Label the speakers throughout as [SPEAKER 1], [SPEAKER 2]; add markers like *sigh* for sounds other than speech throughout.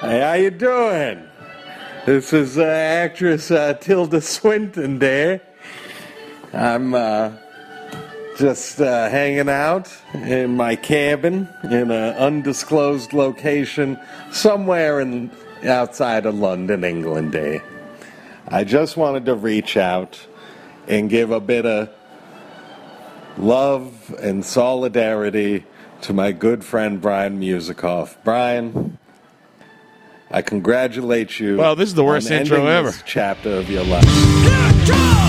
[SPEAKER 1] how you doing? This is uh, actress uh, Tilda Swinton there. I'm uh, just uh, hanging out in my cabin in an undisclosed location somewhere in outside of London, England. eh? There. I just wanted to reach out and give a bit of love and solidarity to my good friend Brian Musikoff. Brian, I congratulate you.
[SPEAKER 2] Wow, this is the worst
[SPEAKER 1] on
[SPEAKER 2] intro
[SPEAKER 1] ending
[SPEAKER 2] ever.
[SPEAKER 1] this chapter of your life.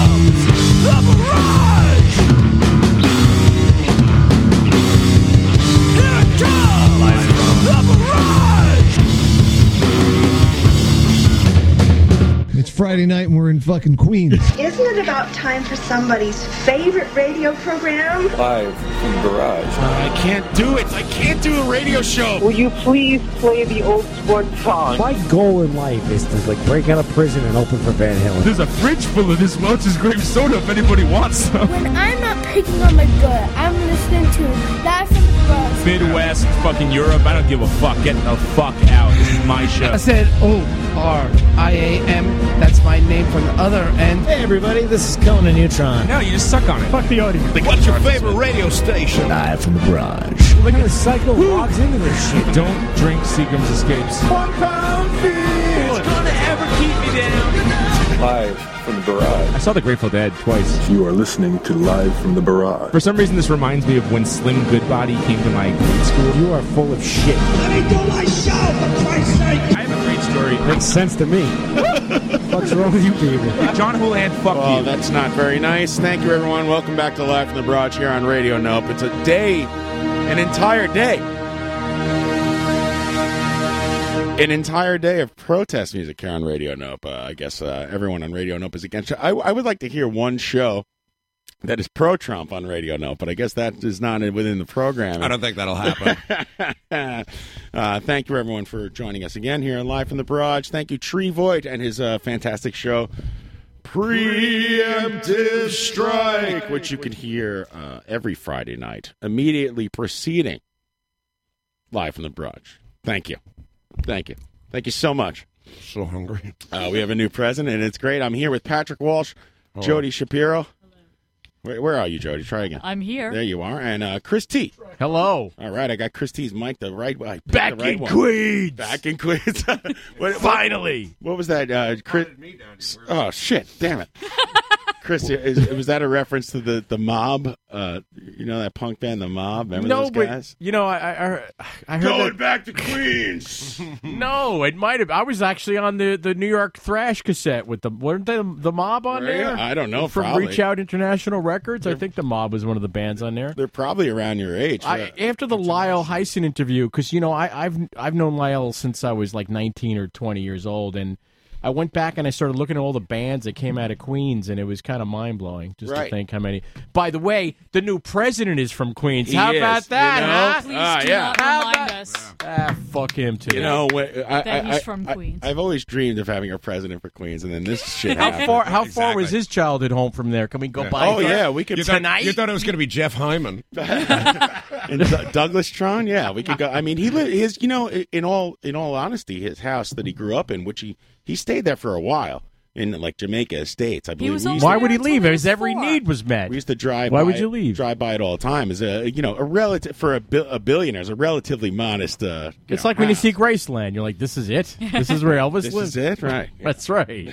[SPEAKER 3] It's Friday night and we're in fucking Queens.
[SPEAKER 4] *laughs*
[SPEAKER 5] Isn't it about time for somebody's favorite radio program?
[SPEAKER 1] Live from garage.
[SPEAKER 2] I can't do it. I can't do a radio show.
[SPEAKER 6] Will you please play the old sport song?
[SPEAKER 7] My goal in life is to like break out of prison and open for Van Halen.
[SPEAKER 2] There's a fridge full of this Welch's grape soda if anybody wants some.
[SPEAKER 8] When I'm not picking on my gut, I'm listening to Live from the Garage.
[SPEAKER 2] Midwest, fucking Europe. I don't give a fuck. Get the fuck out. This is my show.
[SPEAKER 9] I said O R I A M. That's my name from the other end.
[SPEAKER 7] Hey everybody, this is Conan Neutron.
[SPEAKER 2] No, you just suck on it. Fuck the audience. What's your favorite radio station?
[SPEAKER 7] Live from the garage. Look at the psycho logs into this shit.
[SPEAKER 2] Don't drink Seagram's Escapes. One pound feet. It's gonna ever keep me down.
[SPEAKER 1] Live from the garage.
[SPEAKER 2] I saw The Grateful Dead twice.
[SPEAKER 10] You are listening to Live from the Barrage.
[SPEAKER 2] For some reason, this reminds me of when Slim Goodbody came to my grade school.
[SPEAKER 7] You are full of shit. Oh,
[SPEAKER 2] I have a great story.
[SPEAKER 7] Makes sense to
[SPEAKER 11] *laughs*
[SPEAKER 7] me. What's wrong with you people?
[SPEAKER 2] John Houlihan, fuck
[SPEAKER 11] Oh,
[SPEAKER 2] you.
[SPEAKER 11] that's not very nice. Thank you, everyone. Welcome back to Live from the Broad here on Radio Nope. It's a day, an entire day, an entire day of protest music here on Radio Nope. Uh, I guess uh, everyone on Radio Nope is against. I, I would like to hear one show that is pro-Trump on Radio Nope, but I guess that is not within the program.
[SPEAKER 12] I don't think that'll happen.
[SPEAKER 11] *laughs* uh, thank you, everyone, for joining us again here on Live from the Barrage. Thank you, Tree Void, and his uh, fantastic show, Preemptive Strike, which you can hear uh, every Friday night, immediately preceding Live from the Barrage. Thank you. Thank you. Thank you so much.
[SPEAKER 12] so hungry.
[SPEAKER 11] Uh, we have a new president, and it's great. I'm here with Patrick Walsh,
[SPEAKER 2] Oh.
[SPEAKER 11] Jody Shapiro. Where, where are you, Jody? Try again.
[SPEAKER 13] I'm here.
[SPEAKER 11] there you are, and uh, Chris T.
[SPEAKER 2] Hello.
[SPEAKER 11] All right, I got Christie's mic the right way. I picked
[SPEAKER 2] Back
[SPEAKER 11] the right
[SPEAKER 2] in
[SPEAKER 11] one.
[SPEAKER 2] Queens.
[SPEAKER 11] Back in Queens. *laughs* what,
[SPEAKER 2] Finally.
[SPEAKER 11] what was that? Uh, Chris. Oh shit! Damn
[SPEAKER 13] *laughs*
[SPEAKER 11] it. Chris, is, was that a reference to the the mob? Uh, you know that punk band, the mob. Remember
[SPEAKER 2] no,
[SPEAKER 11] those
[SPEAKER 2] but
[SPEAKER 11] guys?
[SPEAKER 2] you know, I I, I- I heard that-
[SPEAKER 11] back to Queens.
[SPEAKER 2] *laughs* No, it might have. I was actually on the, the New York Thrash cassette with the weren't they the, the Mob on
[SPEAKER 11] Were
[SPEAKER 2] there?
[SPEAKER 11] you? I don't know,
[SPEAKER 2] From
[SPEAKER 11] probably.
[SPEAKER 2] Reach Out International Records, I think the Mob was one of the bands on there.
[SPEAKER 11] They're probably around your age.
[SPEAKER 2] I, after the Lyle Heisen interview, because you know I, I've I've known Lyle since I was like nineteen or twenty years old, and I went back and I started looking at all the bands that came out of Queens, and it was kind of mind blowing just
[SPEAKER 11] Right.
[SPEAKER 2] to think how many. By the way, the new president is from Queens.
[SPEAKER 11] He
[SPEAKER 2] how
[SPEAKER 11] is,
[SPEAKER 2] about that?
[SPEAKER 11] you know?
[SPEAKER 2] huh?
[SPEAKER 13] Please
[SPEAKER 11] Ah,
[SPEAKER 13] do
[SPEAKER 11] yeah.
[SPEAKER 13] not
[SPEAKER 2] How
[SPEAKER 13] remind
[SPEAKER 2] about-
[SPEAKER 13] us.
[SPEAKER 2] Ah, fuck him too.
[SPEAKER 11] you know, when- I,
[SPEAKER 13] That
[SPEAKER 11] I,
[SPEAKER 13] he's
[SPEAKER 11] I,
[SPEAKER 13] from
[SPEAKER 11] I-
[SPEAKER 13] Queens.
[SPEAKER 11] I've always dreamed of having a president for Queens, and then
[SPEAKER 13] *laughs*
[SPEAKER 11] this shit.
[SPEAKER 2] *laughs* How
[SPEAKER 11] happened.
[SPEAKER 2] far? How far
[SPEAKER 12] Exactly.
[SPEAKER 2] was his childhood home from there? Can we go by?
[SPEAKER 11] Oh yeah, we could
[SPEAKER 12] You thought,
[SPEAKER 2] Tonight?
[SPEAKER 12] you thought it was going to be Jeff
[SPEAKER 11] *laughs*
[SPEAKER 12] Hyman.
[SPEAKER 11] And D- Douglas Tron, yeah, we could go. I mean, he li- his you know, i- in all in all honesty, his house that he grew up in, which he he stayed there for a while in like Jamaica Estates, I believe.
[SPEAKER 13] was
[SPEAKER 11] we, used to,
[SPEAKER 13] also-
[SPEAKER 2] Why would he leave?
[SPEAKER 13] That's
[SPEAKER 2] His
[SPEAKER 13] what it
[SPEAKER 2] every
[SPEAKER 13] was for.
[SPEAKER 2] need was met.
[SPEAKER 11] we used to drive.
[SPEAKER 2] Why
[SPEAKER 11] by
[SPEAKER 2] would
[SPEAKER 11] it-
[SPEAKER 2] you leave?
[SPEAKER 11] Drive by it all the time. Is a you know a relative for a, bil- a billionaire is a relatively modest. Uh, you
[SPEAKER 2] It's
[SPEAKER 11] know,
[SPEAKER 2] like
[SPEAKER 12] Ah.
[SPEAKER 2] when you
[SPEAKER 11] house.
[SPEAKER 2] see Graceland, you're like, "This is it. This is where Elvis
[SPEAKER 11] *laughs* This
[SPEAKER 2] lived."
[SPEAKER 11] is it, right?
[SPEAKER 2] *laughs* That's right.
[SPEAKER 11] *laughs*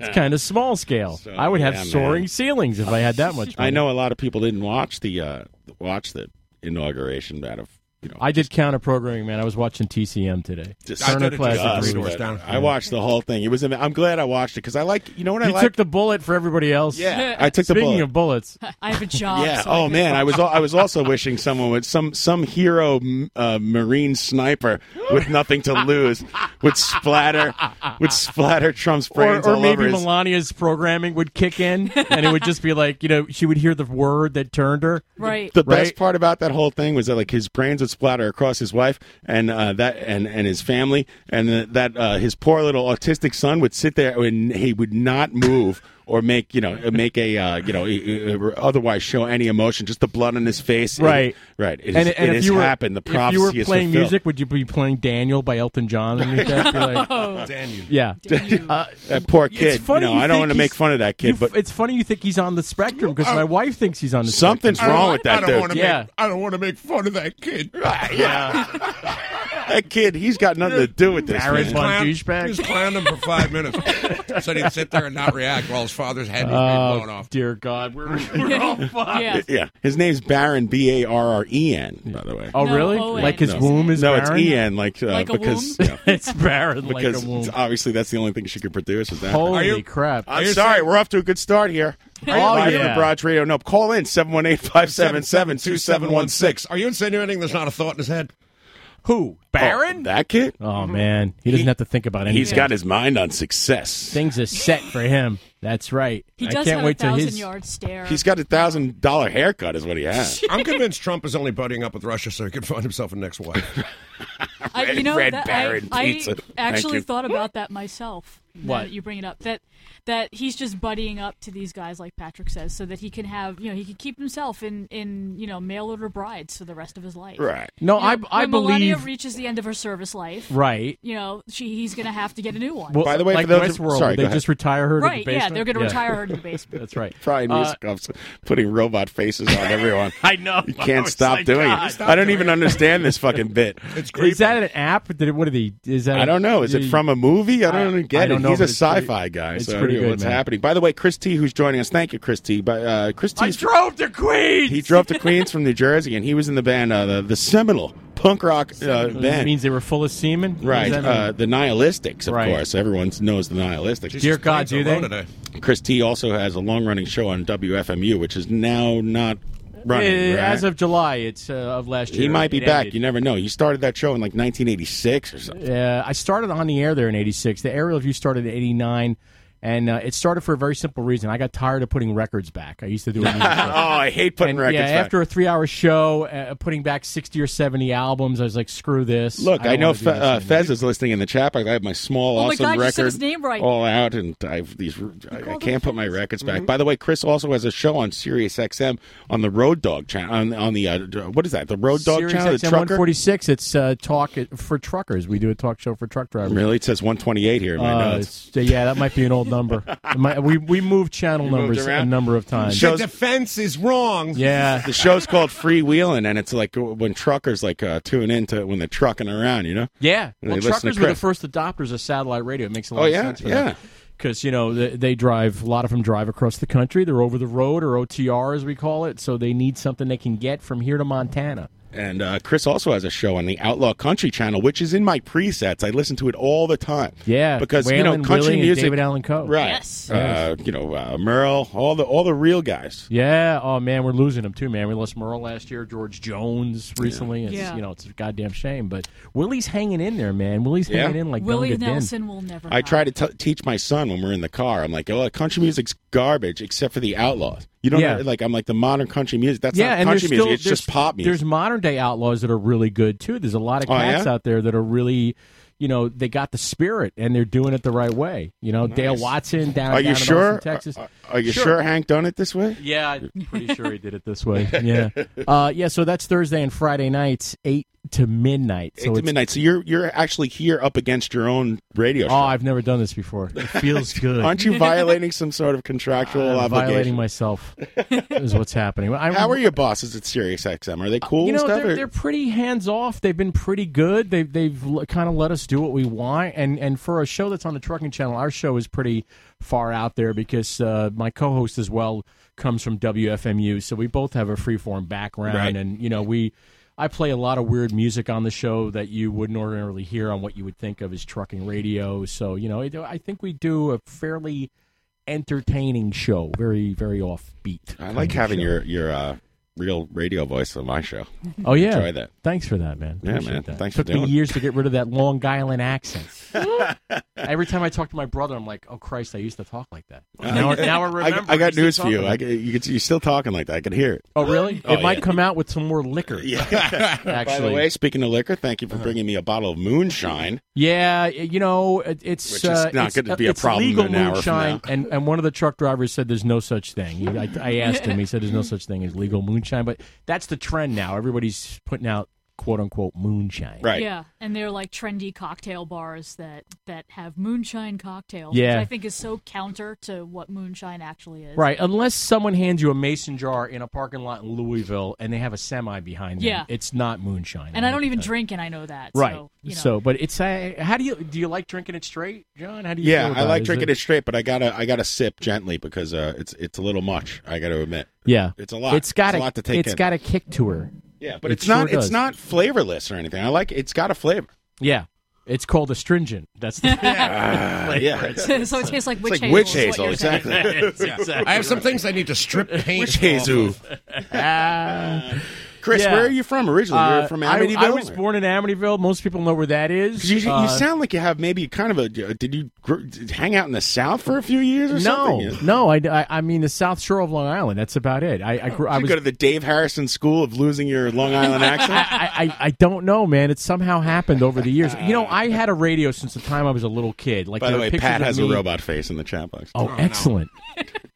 [SPEAKER 2] It's kind of small scale.
[SPEAKER 11] So,
[SPEAKER 2] I would have
[SPEAKER 11] yeah,
[SPEAKER 2] soaring
[SPEAKER 11] man.
[SPEAKER 2] ceilings if I had that much. Money.
[SPEAKER 11] *laughs* I know a lot of people didn't watch the uh watch the inauguration out of you know.
[SPEAKER 2] I did counter programming, man. I was watching TCM today.
[SPEAKER 11] Just-
[SPEAKER 12] I
[SPEAKER 2] Turner
[SPEAKER 12] did it
[SPEAKER 2] Classic
[SPEAKER 12] just
[SPEAKER 11] Us,
[SPEAKER 12] three doors
[SPEAKER 11] but
[SPEAKER 12] down.
[SPEAKER 11] I watched the whole thing. It was. am- I'm glad I watched it because I like. You know what I
[SPEAKER 2] You
[SPEAKER 11] like.
[SPEAKER 2] took the bullet for everybody else.
[SPEAKER 11] yeah, I took the
[SPEAKER 2] Speaking
[SPEAKER 11] bullet.
[SPEAKER 2] of bullets,
[SPEAKER 13] I have a job.
[SPEAKER 11] Yeah.
[SPEAKER 13] so I
[SPEAKER 11] oh
[SPEAKER 13] can-
[SPEAKER 11] man, I was al- I was also wishing someone would some some hero m- uh, marine sniper
[SPEAKER 2] *laughs*
[SPEAKER 11] with nothing to lose would splatter would splatter Trump's brains
[SPEAKER 2] or, or
[SPEAKER 11] all
[SPEAKER 2] maybe
[SPEAKER 11] over his.
[SPEAKER 2] Melania's programming would
[SPEAKER 11] *laughs*
[SPEAKER 2] kick in, and it would just be like, you know, she would hear the word that turned her.
[SPEAKER 13] Right.
[SPEAKER 11] the
[SPEAKER 2] right?
[SPEAKER 11] best part about that whole thing was that like his brains would splatter across his wife and uh, that and and his family and th- that uh, his poor little autistic son would sit there and he would not move or make you know make a uh, you know i- i- or otherwise show any emotion. Just the blood on his face, It-
[SPEAKER 2] Right.
[SPEAKER 11] right. It,
[SPEAKER 2] and
[SPEAKER 11] is-
[SPEAKER 2] and
[SPEAKER 11] it
[SPEAKER 2] if
[SPEAKER 11] has
[SPEAKER 2] you were,
[SPEAKER 11] happened. The prophecy
[SPEAKER 2] if you were
[SPEAKER 11] is
[SPEAKER 2] playing
[SPEAKER 11] fulfilled.
[SPEAKER 2] music, would you be playing Daniel by Elton John? underneath that? Be
[SPEAKER 13] *laughs*
[SPEAKER 2] like-
[SPEAKER 13] Oh.
[SPEAKER 2] Yeah. Uh,
[SPEAKER 11] *laughs* that poor
[SPEAKER 2] it's
[SPEAKER 11] kid.
[SPEAKER 2] funny
[SPEAKER 11] you know,
[SPEAKER 2] you
[SPEAKER 11] I don't
[SPEAKER 2] think
[SPEAKER 11] want to make
[SPEAKER 2] he's-
[SPEAKER 11] fun of that
[SPEAKER 2] you
[SPEAKER 11] kid,
[SPEAKER 2] f-
[SPEAKER 11] but
[SPEAKER 2] it's funny you think he's on the spectrum because my wife thinks he's on the
[SPEAKER 11] something's
[SPEAKER 2] spectrum.
[SPEAKER 11] wrong with that
[SPEAKER 12] I don't
[SPEAKER 11] dude.
[SPEAKER 12] want to
[SPEAKER 2] Yeah.
[SPEAKER 12] make. I don't want to make fun of that kid.
[SPEAKER 11] That kid, he's got nothing to do with this.
[SPEAKER 2] Barrett
[SPEAKER 11] man.
[SPEAKER 2] Bun-
[SPEAKER 12] Clown-
[SPEAKER 2] douchebag.
[SPEAKER 12] He was clowning him for five minutes,
[SPEAKER 2] *laughs*
[SPEAKER 12] so he'd sit there and not react while his father's head was being blown
[SPEAKER 2] Oh
[SPEAKER 12] off.
[SPEAKER 2] dear God, we're,
[SPEAKER 13] *laughs*
[SPEAKER 12] *laughs*
[SPEAKER 2] we're all
[SPEAKER 11] *laughs*
[SPEAKER 2] fucked.
[SPEAKER 13] Yeah.
[SPEAKER 11] Yeah, his name's Baron B A R R E N. By the way,
[SPEAKER 2] Oh
[SPEAKER 13] No,
[SPEAKER 2] really?
[SPEAKER 13] O-N.
[SPEAKER 2] Like his
[SPEAKER 11] No.
[SPEAKER 2] womb is
[SPEAKER 11] no,
[SPEAKER 2] barren?
[SPEAKER 11] it's E N. Like, uh,
[SPEAKER 13] Like a
[SPEAKER 11] because
[SPEAKER 13] womb?
[SPEAKER 11] yeah,
[SPEAKER 2] *laughs* It's barren like
[SPEAKER 11] because
[SPEAKER 2] a womb.
[SPEAKER 11] obviously that's the only thing she could produce is that.
[SPEAKER 12] Are
[SPEAKER 2] *laughs* Holy
[SPEAKER 12] you-
[SPEAKER 2] crap!
[SPEAKER 11] I'm sorry, we're off to a good start here.
[SPEAKER 2] Oh,
[SPEAKER 11] Live
[SPEAKER 2] yeah.
[SPEAKER 11] from Barrage Radio. No, call in 718-577-2716.
[SPEAKER 12] Are you insinuating there's not a thought in his head?
[SPEAKER 2] Who?
[SPEAKER 11] Oh, that kid?
[SPEAKER 2] Oh man, he doesn't have to think about anything.
[SPEAKER 11] He's got his mind on success.
[SPEAKER 2] things are set for him. That's right.
[SPEAKER 13] He
[SPEAKER 2] I
[SPEAKER 13] does
[SPEAKER 2] can't
[SPEAKER 13] have
[SPEAKER 2] wait
[SPEAKER 13] a
[SPEAKER 2] till
[SPEAKER 13] thousand
[SPEAKER 2] his.
[SPEAKER 13] yard stare.
[SPEAKER 11] He's got a thousand dollar haircut, is what he
[SPEAKER 2] Oh. *laughs*
[SPEAKER 11] has.
[SPEAKER 12] I'm convinced Trump is only buddying up with Russia so he can find himself a next wife.
[SPEAKER 11] *laughs*
[SPEAKER 13] I,
[SPEAKER 11] Red-
[SPEAKER 13] you know,
[SPEAKER 11] Red
[SPEAKER 13] that-
[SPEAKER 11] Baron
[SPEAKER 13] I, I
[SPEAKER 11] pizza. Thank
[SPEAKER 13] actually
[SPEAKER 11] you.
[SPEAKER 13] thought about that myself. now
[SPEAKER 2] What?
[SPEAKER 13] that you bring it up that that he's just buddying up to these guys, like Patrick says, so that he can have you know he can keep himself in in you know mail order brides for the rest of his life.
[SPEAKER 11] Right.
[SPEAKER 2] No,
[SPEAKER 13] You know,
[SPEAKER 2] I I
[SPEAKER 13] when Melania
[SPEAKER 2] believe
[SPEAKER 13] reaches the end of her service life.
[SPEAKER 2] right.
[SPEAKER 13] You know, she he's going to have to get a new one.
[SPEAKER 2] Well,
[SPEAKER 11] By the way,
[SPEAKER 2] like
[SPEAKER 11] for those who-
[SPEAKER 2] Westworld,
[SPEAKER 11] sorry, go
[SPEAKER 2] they
[SPEAKER 11] ahead.
[SPEAKER 2] just retire her.
[SPEAKER 13] right?
[SPEAKER 2] to the
[SPEAKER 13] yeah,
[SPEAKER 2] basement?
[SPEAKER 13] they're going to retire her to the
[SPEAKER 2] *laughs*
[SPEAKER 13] basement.
[SPEAKER 2] That's right.
[SPEAKER 11] Brian
[SPEAKER 2] Uh,
[SPEAKER 11] Musikoff's putting robot faces on everyone.
[SPEAKER 2] *laughs* I know.
[SPEAKER 11] You
[SPEAKER 2] I
[SPEAKER 11] can't
[SPEAKER 2] was
[SPEAKER 11] stop
[SPEAKER 2] like,
[SPEAKER 11] doing
[SPEAKER 2] God.
[SPEAKER 11] it. I don't even understand *laughs* this fucking bit.
[SPEAKER 12] It's creepy.
[SPEAKER 2] Is that an app? Did it, what are the? Is that?
[SPEAKER 11] I don't know. Is it from a movie? I don't
[SPEAKER 2] I-
[SPEAKER 11] even get
[SPEAKER 2] I don't
[SPEAKER 11] it.
[SPEAKER 2] know,
[SPEAKER 11] He's a
[SPEAKER 2] but it's pretty-
[SPEAKER 11] sci-fi guy.
[SPEAKER 2] it's
[SPEAKER 11] so I
[SPEAKER 2] pretty
[SPEAKER 11] don't know
[SPEAKER 2] good,
[SPEAKER 11] what's
[SPEAKER 2] man.
[SPEAKER 11] happening? By the way, Chris T, who's joining us, thank you, Chris T. But uh, Chris
[SPEAKER 2] I
[SPEAKER 11] T's
[SPEAKER 2] drove to Queens.
[SPEAKER 11] He drove to Queens from New Jersey, and he was in the band, uh, the, the seminal punk rock uh,
[SPEAKER 2] That
[SPEAKER 11] band.
[SPEAKER 2] means they were full of semen. What
[SPEAKER 11] right.
[SPEAKER 2] does that mean?
[SPEAKER 11] Uh, the Nihilistics, of
[SPEAKER 2] Right.
[SPEAKER 11] course. Everyone knows the Nihilistics.
[SPEAKER 2] Dear God,
[SPEAKER 12] Planes are
[SPEAKER 2] do
[SPEAKER 12] low
[SPEAKER 2] they?
[SPEAKER 12] Today.
[SPEAKER 11] Chris T also has a long running show on WFMU, which is now not running.
[SPEAKER 2] Eh,
[SPEAKER 11] right?
[SPEAKER 2] As of July, it's uh, of last year.
[SPEAKER 11] he might be
[SPEAKER 2] It
[SPEAKER 11] back.
[SPEAKER 2] ended.
[SPEAKER 11] You never know. He started that show in like 1986 or something.
[SPEAKER 2] Uh, I started on the air there in '86. The aerial view started in '89, and uh, it started for a very simple reason. I got tired of putting records back. I used to
[SPEAKER 11] *laughs*
[SPEAKER 2] do it.
[SPEAKER 11] *laughs* oh, I hate putting
[SPEAKER 2] And,
[SPEAKER 11] records
[SPEAKER 2] yeah,
[SPEAKER 11] back.
[SPEAKER 2] after a three-hour show, uh, putting back sixty or seventy albums, I was like, "Screw this."
[SPEAKER 11] Look, I,
[SPEAKER 2] don't
[SPEAKER 11] know
[SPEAKER 2] wanna do
[SPEAKER 11] Fe-
[SPEAKER 2] this
[SPEAKER 11] uh,
[SPEAKER 2] anymore.
[SPEAKER 11] Fez is listening in the chat. box. I have my small,
[SPEAKER 13] Oh my
[SPEAKER 11] awesome
[SPEAKER 13] God,
[SPEAKER 11] record
[SPEAKER 13] you said his name right.
[SPEAKER 11] all out, and I've these. I, I
[SPEAKER 13] called
[SPEAKER 11] can't
[SPEAKER 13] him
[SPEAKER 11] put my
[SPEAKER 13] Fez.
[SPEAKER 11] records
[SPEAKER 2] Mm-hmm.
[SPEAKER 11] back. By the way, Chris also has a show on Sirius XM on the Road Dog channel. On, on the uh, d- what is that? The Road Dog
[SPEAKER 2] Sirius
[SPEAKER 11] channel.
[SPEAKER 2] XM
[SPEAKER 11] the trucker.
[SPEAKER 2] 146. It's uh, talk for truckers. We do a talk show for truck drivers.
[SPEAKER 11] Really, it says 128 here in my
[SPEAKER 2] Uh,
[SPEAKER 11] notes.
[SPEAKER 2] it's- yeah, that might be an old
[SPEAKER 11] *laughs*
[SPEAKER 2] number. It might- we we moved channel
[SPEAKER 11] moved
[SPEAKER 2] numbers a
[SPEAKER 11] around?
[SPEAKER 2] number of times.
[SPEAKER 11] Shows-
[SPEAKER 12] The defense is wrong.
[SPEAKER 2] yeah,
[SPEAKER 11] The show's called Freewheeling, and it's like when truckers like uh, tune into when they're trucking around, you know.
[SPEAKER 2] Yeah,
[SPEAKER 11] And
[SPEAKER 2] well,
[SPEAKER 11] they listen to
[SPEAKER 2] truckers were the
[SPEAKER 11] Chris.
[SPEAKER 2] first adopters of satellite radio. It makes a lot
[SPEAKER 11] Oh,
[SPEAKER 2] of
[SPEAKER 11] yeah,
[SPEAKER 2] sense. For
[SPEAKER 11] yeah.
[SPEAKER 2] Because you know they, they drive a lot of them drive across the country. They're over the road or OTR as we call it. So they need something they can get from here to Montana.
[SPEAKER 11] And uh, Chris also has a show on the Outlaw Country channel, which is in my presets. I listen to it all the time.
[SPEAKER 2] Yeah,
[SPEAKER 11] because you know
[SPEAKER 2] Waylon,
[SPEAKER 11] country
[SPEAKER 2] Willie, and
[SPEAKER 11] music.
[SPEAKER 2] David Allan Coe.
[SPEAKER 11] right?
[SPEAKER 13] Yes.
[SPEAKER 11] Uh, you know uh, Merle, all the all the real guys.
[SPEAKER 2] Yeah. Oh man, we're losing them too, man. We lost Merle last year, George Jones recently. It's,
[SPEAKER 13] Yeah.
[SPEAKER 2] You know, it's a goddamn shame. But Willie's hanging in there, man. Willie's
[SPEAKER 11] Yeah.
[SPEAKER 2] hanging in like
[SPEAKER 13] Willie
[SPEAKER 2] Gunga Din.
[SPEAKER 13] Nelson will never.
[SPEAKER 11] I
[SPEAKER 13] not.
[SPEAKER 11] try to t- teach my son when we're in the car. I'm like, oh, country music's garbage except for the Outlaws. You don't
[SPEAKER 2] Yeah.
[SPEAKER 11] know, like. I'm like the modern country music. That's
[SPEAKER 2] yeah,
[SPEAKER 11] not
[SPEAKER 2] and
[SPEAKER 11] country
[SPEAKER 2] there's still
[SPEAKER 11] music. It's
[SPEAKER 2] there's,
[SPEAKER 11] just pop
[SPEAKER 2] There's
[SPEAKER 11] music.
[SPEAKER 2] modern day outlaws that are really good too. There's a lot of
[SPEAKER 11] Oh,
[SPEAKER 2] cats
[SPEAKER 11] yeah?
[SPEAKER 2] out there that are really, you know, they got the spirit and they're doing it the right way. You know, Dale Watson down.
[SPEAKER 11] Are
[SPEAKER 2] down
[SPEAKER 11] you
[SPEAKER 2] in
[SPEAKER 11] sure?
[SPEAKER 2] Austin, Texas.
[SPEAKER 11] Are, are you
[SPEAKER 2] Sure.
[SPEAKER 11] sure. Hank done it this way?
[SPEAKER 2] yeah, I'm pretty sure he did it *laughs* this
[SPEAKER 11] *laughs*
[SPEAKER 2] way. Yeah, uh, yeah. So that's Thursday and Friday nights, eight to midnight. So
[SPEAKER 11] Eight to
[SPEAKER 2] it's
[SPEAKER 11] midnight. So you're you're actually here up against your own radio show.
[SPEAKER 2] oh, I've never done
[SPEAKER 11] *laughs*
[SPEAKER 2] this before. It feels good.
[SPEAKER 11] Aren't
[SPEAKER 2] *laughs*
[SPEAKER 11] you violating some sort of contractual
[SPEAKER 2] I'm
[SPEAKER 11] obligation?
[SPEAKER 2] violating myself is
[SPEAKER 11] *laughs*
[SPEAKER 2] what's happening. I,
[SPEAKER 11] How are your bosses at Sirius XM? Are they cool?
[SPEAKER 2] you know
[SPEAKER 11] and stuff,
[SPEAKER 2] they're,
[SPEAKER 11] or-
[SPEAKER 2] they're pretty hands off they've been pretty good they've, they've l- kind of let us do what we want and and for a show that's on the trucking channel our show is pretty far out there because uh, my co-host as well comes from wfmu so we both have a freeform background
[SPEAKER 11] Right.
[SPEAKER 2] and you know we I play a lot of weird music on the show that you wouldn't ordinarily hear on what you would think of as trucking radio. So, you know, I I think we do a fairly entertaining show, very, very offbeat.
[SPEAKER 11] I like having your your uh, real radio voice on my show.
[SPEAKER 2] *laughs* Oh yeah,
[SPEAKER 11] Enjoy that.
[SPEAKER 2] Thanks for that, man.
[SPEAKER 11] Yeah,
[SPEAKER 2] Appreciate
[SPEAKER 11] man.
[SPEAKER 2] That.
[SPEAKER 11] Thanks for
[SPEAKER 2] Took me
[SPEAKER 11] doing it.
[SPEAKER 2] years to get rid of that Long Island accent. Every time I talk to my brother, I'm like, "Oh Christ, I used to talk like that." Now,
[SPEAKER 11] Uh, *laughs* I-
[SPEAKER 2] now I remember.
[SPEAKER 11] I, I got
[SPEAKER 2] He's
[SPEAKER 11] news
[SPEAKER 2] still
[SPEAKER 11] for you.
[SPEAKER 2] talking
[SPEAKER 11] I,
[SPEAKER 2] like that.
[SPEAKER 11] can- you can, you're still talking like that. I can hear it.
[SPEAKER 2] Oh really?
[SPEAKER 11] Oh,
[SPEAKER 2] it might
[SPEAKER 11] yeah.
[SPEAKER 2] come out with some more liquor.
[SPEAKER 11] Yeah.
[SPEAKER 2] *laughs* actually. Uh-huh.
[SPEAKER 11] By the way, speaking of liquor, thank you for bringing me a bottle of moonshine.
[SPEAKER 2] Yeah, you know it, it's
[SPEAKER 11] Which is
[SPEAKER 2] uh,
[SPEAKER 11] not
[SPEAKER 2] it's-
[SPEAKER 11] gonna be a
[SPEAKER 2] it's
[SPEAKER 11] problem
[SPEAKER 2] legal
[SPEAKER 11] in an hour from
[SPEAKER 2] moonshine, and and one of the truck drivers said there's no such thing. I, I asked him, he said there's no such thing as legal moonshine, but that's the trend now. Everybody's putting out quote unquote moonshine.
[SPEAKER 13] Yeah, and they're like trendy cocktail bars that that have moonshine cocktails,
[SPEAKER 2] Yeah.
[SPEAKER 13] which I think is so counter to what moonshine actually is.
[SPEAKER 2] Right, unless someone hands you a mason jar in a parking lot in Louisville and they have a semi behind them,
[SPEAKER 13] Yeah.
[SPEAKER 2] it's not moonshine.
[SPEAKER 13] And I don't even drink, and I know that.
[SPEAKER 2] right.
[SPEAKER 13] So, you know.
[SPEAKER 2] but it's uh, how do you do you like drinking it straight, John? How do you feel
[SPEAKER 11] Yeah,
[SPEAKER 2] about
[SPEAKER 11] I like
[SPEAKER 2] Is
[SPEAKER 11] drinking it straight, but I gotta I gotta sip gently because uh, it's it's a little much. I gotta admit.
[SPEAKER 2] Yeah.
[SPEAKER 11] it's a lot.
[SPEAKER 2] It's got
[SPEAKER 11] a lot to take
[SPEAKER 2] It's
[SPEAKER 11] in.
[SPEAKER 2] got a kick to her.
[SPEAKER 11] yeah, but
[SPEAKER 2] it
[SPEAKER 11] it's not
[SPEAKER 2] sure
[SPEAKER 11] it's
[SPEAKER 2] does.
[SPEAKER 11] not flavorless or anything. I like it's got a flavor.
[SPEAKER 2] Yeah. It's called astringent. That's
[SPEAKER 11] *laughs*
[SPEAKER 2] the *laughs*
[SPEAKER 11] Ah, yeah.
[SPEAKER 13] *laughs* so it tastes like
[SPEAKER 14] *laughs*
[SPEAKER 11] It's
[SPEAKER 13] witch
[SPEAKER 11] like
[SPEAKER 13] hazel.
[SPEAKER 11] witch
[SPEAKER 13] is what
[SPEAKER 11] hazel,
[SPEAKER 13] you're saying.
[SPEAKER 11] exactly.
[SPEAKER 12] *laughs*
[SPEAKER 11] Yes, exactly
[SPEAKER 12] I have some things I need to
[SPEAKER 2] *laughs*
[SPEAKER 12] strip paint
[SPEAKER 11] Witch
[SPEAKER 12] off
[SPEAKER 11] hazel.
[SPEAKER 12] of.
[SPEAKER 11] *laughs* Ah. Chris,
[SPEAKER 2] Yeah.
[SPEAKER 11] where are you from originally?
[SPEAKER 2] Uh,
[SPEAKER 11] You're from
[SPEAKER 2] I-
[SPEAKER 11] Amityville.
[SPEAKER 2] I, was born in Amityville. Most people know where that is.
[SPEAKER 11] 'Cause you, you
[SPEAKER 2] Uh,
[SPEAKER 11] sound like you have maybe kind of a. uh, Did you gr- hang out in the South for a few years or
[SPEAKER 2] no,
[SPEAKER 11] something?
[SPEAKER 2] no. I, I, I mean the South Shore of Long Island. That's about it. I, I, grew, I
[SPEAKER 11] Did you
[SPEAKER 2] was
[SPEAKER 11] go to the Dave Harrison School of losing your Long
[SPEAKER 2] *laughs*
[SPEAKER 11] Island accent?
[SPEAKER 2] I, I, I don't know, man. It somehow happened over the years. You know, I had a radio since the time I was a little kid. Like,
[SPEAKER 11] By
[SPEAKER 2] there
[SPEAKER 11] the
[SPEAKER 2] are
[SPEAKER 11] way,
[SPEAKER 2] pictures
[SPEAKER 11] Pat
[SPEAKER 2] of
[SPEAKER 11] has
[SPEAKER 2] me-
[SPEAKER 11] a robot face in the chat box.
[SPEAKER 2] Oh, excellent.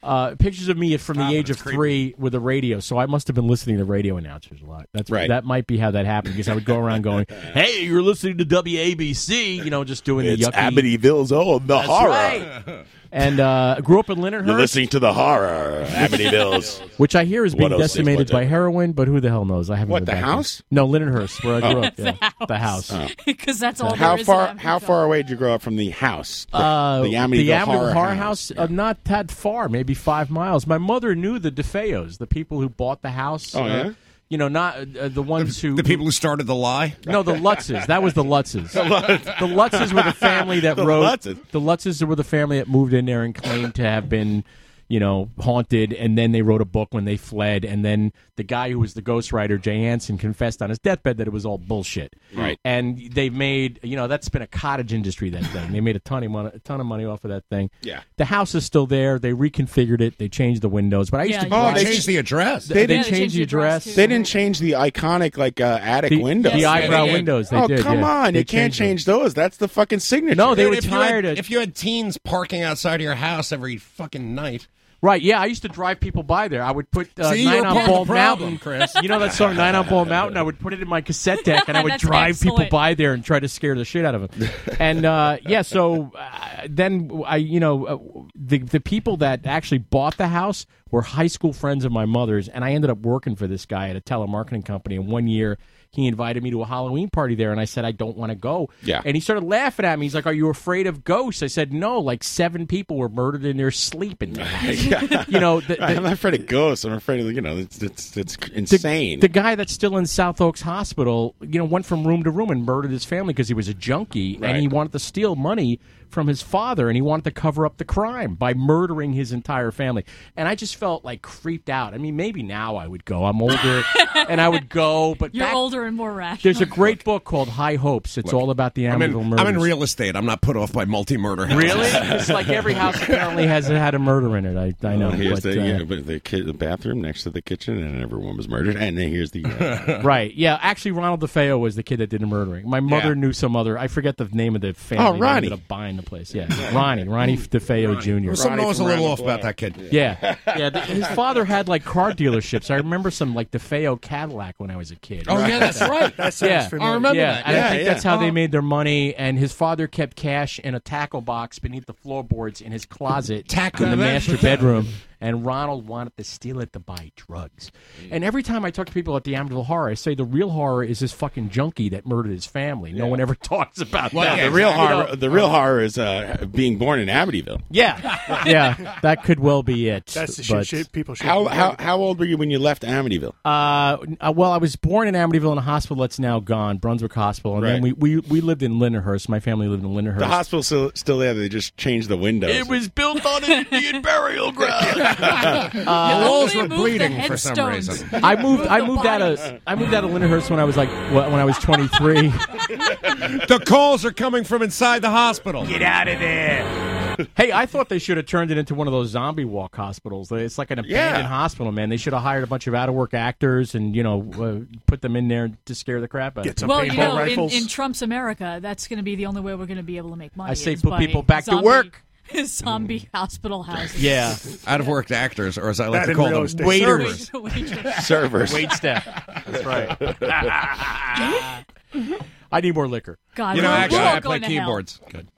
[SPEAKER 2] Uh, pictures of me from the age of three with a radio, so I must have been listening to radio announcers a lot. That's
[SPEAKER 11] Right.
[SPEAKER 2] That might be how that happened because I would go
[SPEAKER 11] *laughs*
[SPEAKER 2] around going, "Hey, you're listening to WABC," you know, just doing
[SPEAKER 11] It's
[SPEAKER 2] the yucky
[SPEAKER 11] Amityville's own the
[SPEAKER 2] That's
[SPEAKER 11] horror.
[SPEAKER 2] right. And uh, grew up in Leonardhurst.
[SPEAKER 11] You're listening to the horror,
[SPEAKER 2] *laughs*
[SPEAKER 11] Amityville's.
[SPEAKER 2] Which I hear is being
[SPEAKER 11] 106.7.
[SPEAKER 2] decimated by heroin, but who the hell knows? I haven't.
[SPEAKER 11] What,
[SPEAKER 2] been
[SPEAKER 11] the
[SPEAKER 2] back
[SPEAKER 11] house?
[SPEAKER 2] There. No, Lindenhurst, where I grew up.
[SPEAKER 13] The
[SPEAKER 2] yeah. The house.
[SPEAKER 13] *laughs*
[SPEAKER 11] Oh.
[SPEAKER 13] because that's all.
[SPEAKER 11] how
[SPEAKER 13] there is
[SPEAKER 11] far?
[SPEAKER 13] in
[SPEAKER 11] How far away did you grow up from the house? The,
[SPEAKER 2] Uh,
[SPEAKER 11] the Amityville, horror, house.
[SPEAKER 2] House, uh, not that far, maybe five miles. My mother knew the DeFeos, the people who bought the house.
[SPEAKER 11] Oh,
[SPEAKER 2] uh,
[SPEAKER 11] yeah?
[SPEAKER 2] You know, not uh, the ones who
[SPEAKER 12] The people who started the lie.
[SPEAKER 2] No, the Lutzes. That was
[SPEAKER 12] *laughs*
[SPEAKER 2] the Lutzes. the Lutzes were the family that
[SPEAKER 11] The
[SPEAKER 2] wrote.
[SPEAKER 11] Lutzes.
[SPEAKER 2] The Lutzes were the family that moved in there and claimed to have been, you know, haunted. And then they wrote a book when they fled. And then the guy who was the ghostwriter, Jay Hansen, confessed on his deathbed that it was all bullshit.
[SPEAKER 11] Right.
[SPEAKER 2] And they've made, you know, that's been a cottage industry. That thing. They made a ton of money, a ton of money off of that thing.
[SPEAKER 11] Yeah.
[SPEAKER 2] The house is still there. They reconfigured it. They changed the windows. But I used
[SPEAKER 13] Yeah,
[SPEAKER 2] to.
[SPEAKER 13] you
[SPEAKER 12] Oh,
[SPEAKER 2] drive-
[SPEAKER 12] they changed the address.
[SPEAKER 2] They,
[SPEAKER 13] Yeah,
[SPEAKER 2] didn't change the address.
[SPEAKER 13] too.
[SPEAKER 11] They didn't change the iconic like uh, attic
[SPEAKER 2] The,
[SPEAKER 11] window.
[SPEAKER 2] the
[SPEAKER 13] Yes, they
[SPEAKER 2] eyebrow
[SPEAKER 12] did.
[SPEAKER 2] windows. They
[SPEAKER 11] oh
[SPEAKER 2] did,
[SPEAKER 11] come
[SPEAKER 2] yeah.
[SPEAKER 11] on!
[SPEAKER 2] They
[SPEAKER 11] you can't
[SPEAKER 2] changed them.
[SPEAKER 11] change those. That's the fucking signature.
[SPEAKER 2] No, they
[SPEAKER 12] Dude,
[SPEAKER 2] were
[SPEAKER 12] if you had-
[SPEAKER 11] *laughs*
[SPEAKER 2] tired of
[SPEAKER 12] if you had teens parking outside of your house every fucking night.
[SPEAKER 2] Right. Yeah, I used to drive people by there. I would put uh,
[SPEAKER 12] See,
[SPEAKER 2] Nine
[SPEAKER 12] you're part
[SPEAKER 2] on
[SPEAKER 12] of the
[SPEAKER 2] Bald
[SPEAKER 12] problem,
[SPEAKER 2] Mountain.
[SPEAKER 12] Chris.
[SPEAKER 2] You know that song Nine on Bald Mountain? I would put it in my cassette deck and I would
[SPEAKER 13] *laughs* That's
[SPEAKER 2] drive people
[SPEAKER 13] excellent.
[SPEAKER 2] by there and try to scare the shit out of them. And uh, yeah, so uh, then I, you know, uh, the the people that actually bought the house were high school friends of my mother's, and I ended up working for this guy at a telemarketing company. And one year. He invited me to a Halloween party there, and I said I don't want to go.
[SPEAKER 11] Yeah.
[SPEAKER 2] and he started laughing at me. He's like, "Are you afraid of ghosts?" I said, "No." Like seven people were murdered in their sleep in there. *laughs* you know, the, the,
[SPEAKER 11] I'm not afraid of ghosts. I'm afraid of you know. It's it's, it's insane.
[SPEAKER 2] the guy that's still in South Oaks Hospital, you know, went from room to room and murdered his family because he was a junkie
[SPEAKER 11] Right.
[SPEAKER 2] and he wanted to steal money from his father and he wanted to cover up the crime by murdering his entire family. And I just felt like creeped out. I mean, maybe now I would go.
[SPEAKER 11] *laughs*
[SPEAKER 2] I'm older and I would go, but
[SPEAKER 13] You're
[SPEAKER 2] back-
[SPEAKER 13] older and more rational.
[SPEAKER 2] There's a great book called High Hopes. It's all about the
[SPEAKER 12] I'm
[SPEAKER 2] Amityville
[SPEAKER 12] in,
[SPEAKER 2] murders.
[SPEAKER 12] I'm in real estate. I'm not put off by multi murder.
[SPEAKER 2] *laughs* Really? It's like every house apparently has had a murder in it. I, I know.
[SPEAKER 11] Oh, here's
[SPEAKER 2] but,
[SPEAKER 11] the,
[SPEAKER 2] uh,
[SPEAKER 11] yeah, but the, ki- the bathroom next to the kitchen, and everyone was murdered. And then here's the uh,
[SPEAKER 2] *laughs* Right. Yeah. Actually, Ronald DeFeo was the kid that did the murdering. My mother
[SPEAKER 11] Yeah.
[SPEAKER 2] knew some other. I forget the name of the family.
[SPEAKER 11] Oh,
[SPEAKER 2] that
[SPEAKER 11] Ronnie.
[SPEAKER 2] Ended up *laughs* buying the place.
[SPEAKER 11] *laughs*
[SPEAKER 2] Yeah. Ronnie. Ronnie DeFeo Jr.
[SPEAKER 12] Someone
[SPEAKER 11] Ronnie
[SPEAKER 12] was a little
[SPEAKER 11] from around
[SPEAKER 12] off
[SPEAKER 11] the
[SPEAKER 12] about that
[SPEAKER 11] block.
[SPEAKER 12] kid.
[SPEAKER 2] Yeah. *laughs* Yeah. th- his father had like car dealerships. I remember some like DeFeo Cadillac when I was a kid.
[SPEAKER 12] *laughs* Oh, yeah,
[SPEAKER 2] *laughs*
[SPEAKER 12] that's right. That's
[SPEAKER 2] yeah.
[SPEAKER 9] familiar. I remember
[SPEAKER 2] yeah.
[SPEAKER 9] that. Uh-huh.
[SPEAKER 2] and I
[SPEAKER 11] Yeah,
[SPEAKER 2] think
[SPEAKER 11] yeah.
[SPEAKER 2] that's how they made their money. And his father kept cash in a tackle box beneath the floorboards in his closet
[SPEAKER 12] Tackle
[SPEAKER 2] in the
[SPEAKER 12] box.
[SPEAKER 2] master bedroom. And Ronald wanted to steal it to buy drugs. And every time I talk to people at the Amityville Horror, I say the real horror is this fucking junkie that murdered his family. No one
[SPEAKER 11] *laughs*
[SPEAKER 2] ever *laughs* talks about that.
[SPEAKER 11] the real horror. The real horror is uh, being born in Amityville.
[SPEAKER 2] Yeah, yeah, that could well be it.
[SPEAKER 9] That's the
[SPEAKER 14] should shape- people should
[SPEAKER 11] How,
[SPEAKER 14] be
[SPEAKER 11] how how old were you when you left Amityville?
[SPEAKER 2] Uh, uh, well, I was born in Amityville in a hospital that's now gone, Brunswick Hospital, and then we, we we lived in Lindenhurst. My family lived in Lindenhurst.
[SPEAKER 11] The hospital's still, still there. They just changed the windows.
[SPEAKER 2] It was built on *laughs* Indian burial ground.
[SPEAKER 13] *laughs*
[SPEAKER 2] Uh,
[SPEAKER 12] the walls
[SPEAKER 13] only
[SPEAKER 12] were
[SPEAKER 13] moved the
[SPEAKER 12] bleeding for some
[SPEAKER 13] headstones.
[SPEAKER 12] reason.
[SPEAKER 13] *laughs*
[SPEAKER 2] I moved. I moved out of. I moved out of Lindenhurst when I was like wh- when I was twenty
[SPEAKER 13] *laughs*
[SPEAKER 2] three.
[SPEAKER 15] the calls are coming from inside the hospital.
[SPEAKER 2] Get out of there. Hey, I thought they should have turned it into one of those zombie walk hospitals. It's like an
[SPEAKER 11] Yeah.
[SPEAKER 2] abandoned hospital, man. They should have hired a bunch of out of work actors and you know uh, put them in there to scare the crap out of them.
[SPEAKER 13] well, you know, in, in Trump's America, that's going to be the only way we're going to be able to make money.
[SPEAKER 2] I say
[SPEAKER 13] is
[SPEAKER 2] put
[SPEAKER 13] by
[SPEAKER 2] people back to
[SPEAKER 13] zombie-
[SPEAKER 2] work.
[SPEAKER 13] *laughs* Zombie hospital houses.
[SPEAKER 2] Yeah.
[SPEAKER 12] Out of work actors, or as I
[SPEAKER 13] That
[SPEAKER 12] like to
[SPEAKER 13] in
[SPEAKER 12] call
[SPEAKER 13] real
[SPEAKER 12] them,
[SPEAKER 13] estate.
[SPEAKER 12] waiters.
[SPEAKER 13] Waiters.
[SPEAKER 11] Servers.
[SPEAKER 2] wait step. That's *laughs*
[SPEAKER 13] *laughs*
[SPEAKER 2] right. I need more liquor.
[SPEAKER 13] God,
[SPEAKER 12] You know,
[SPEAKER 13] we're-
[SPEAKER 12] actually,
[SPEAKER 13] we're all
[SPEAKER 12] I play
[SPEAKER 13] going to hell.
[SPEAKER 12] keyboards. Good.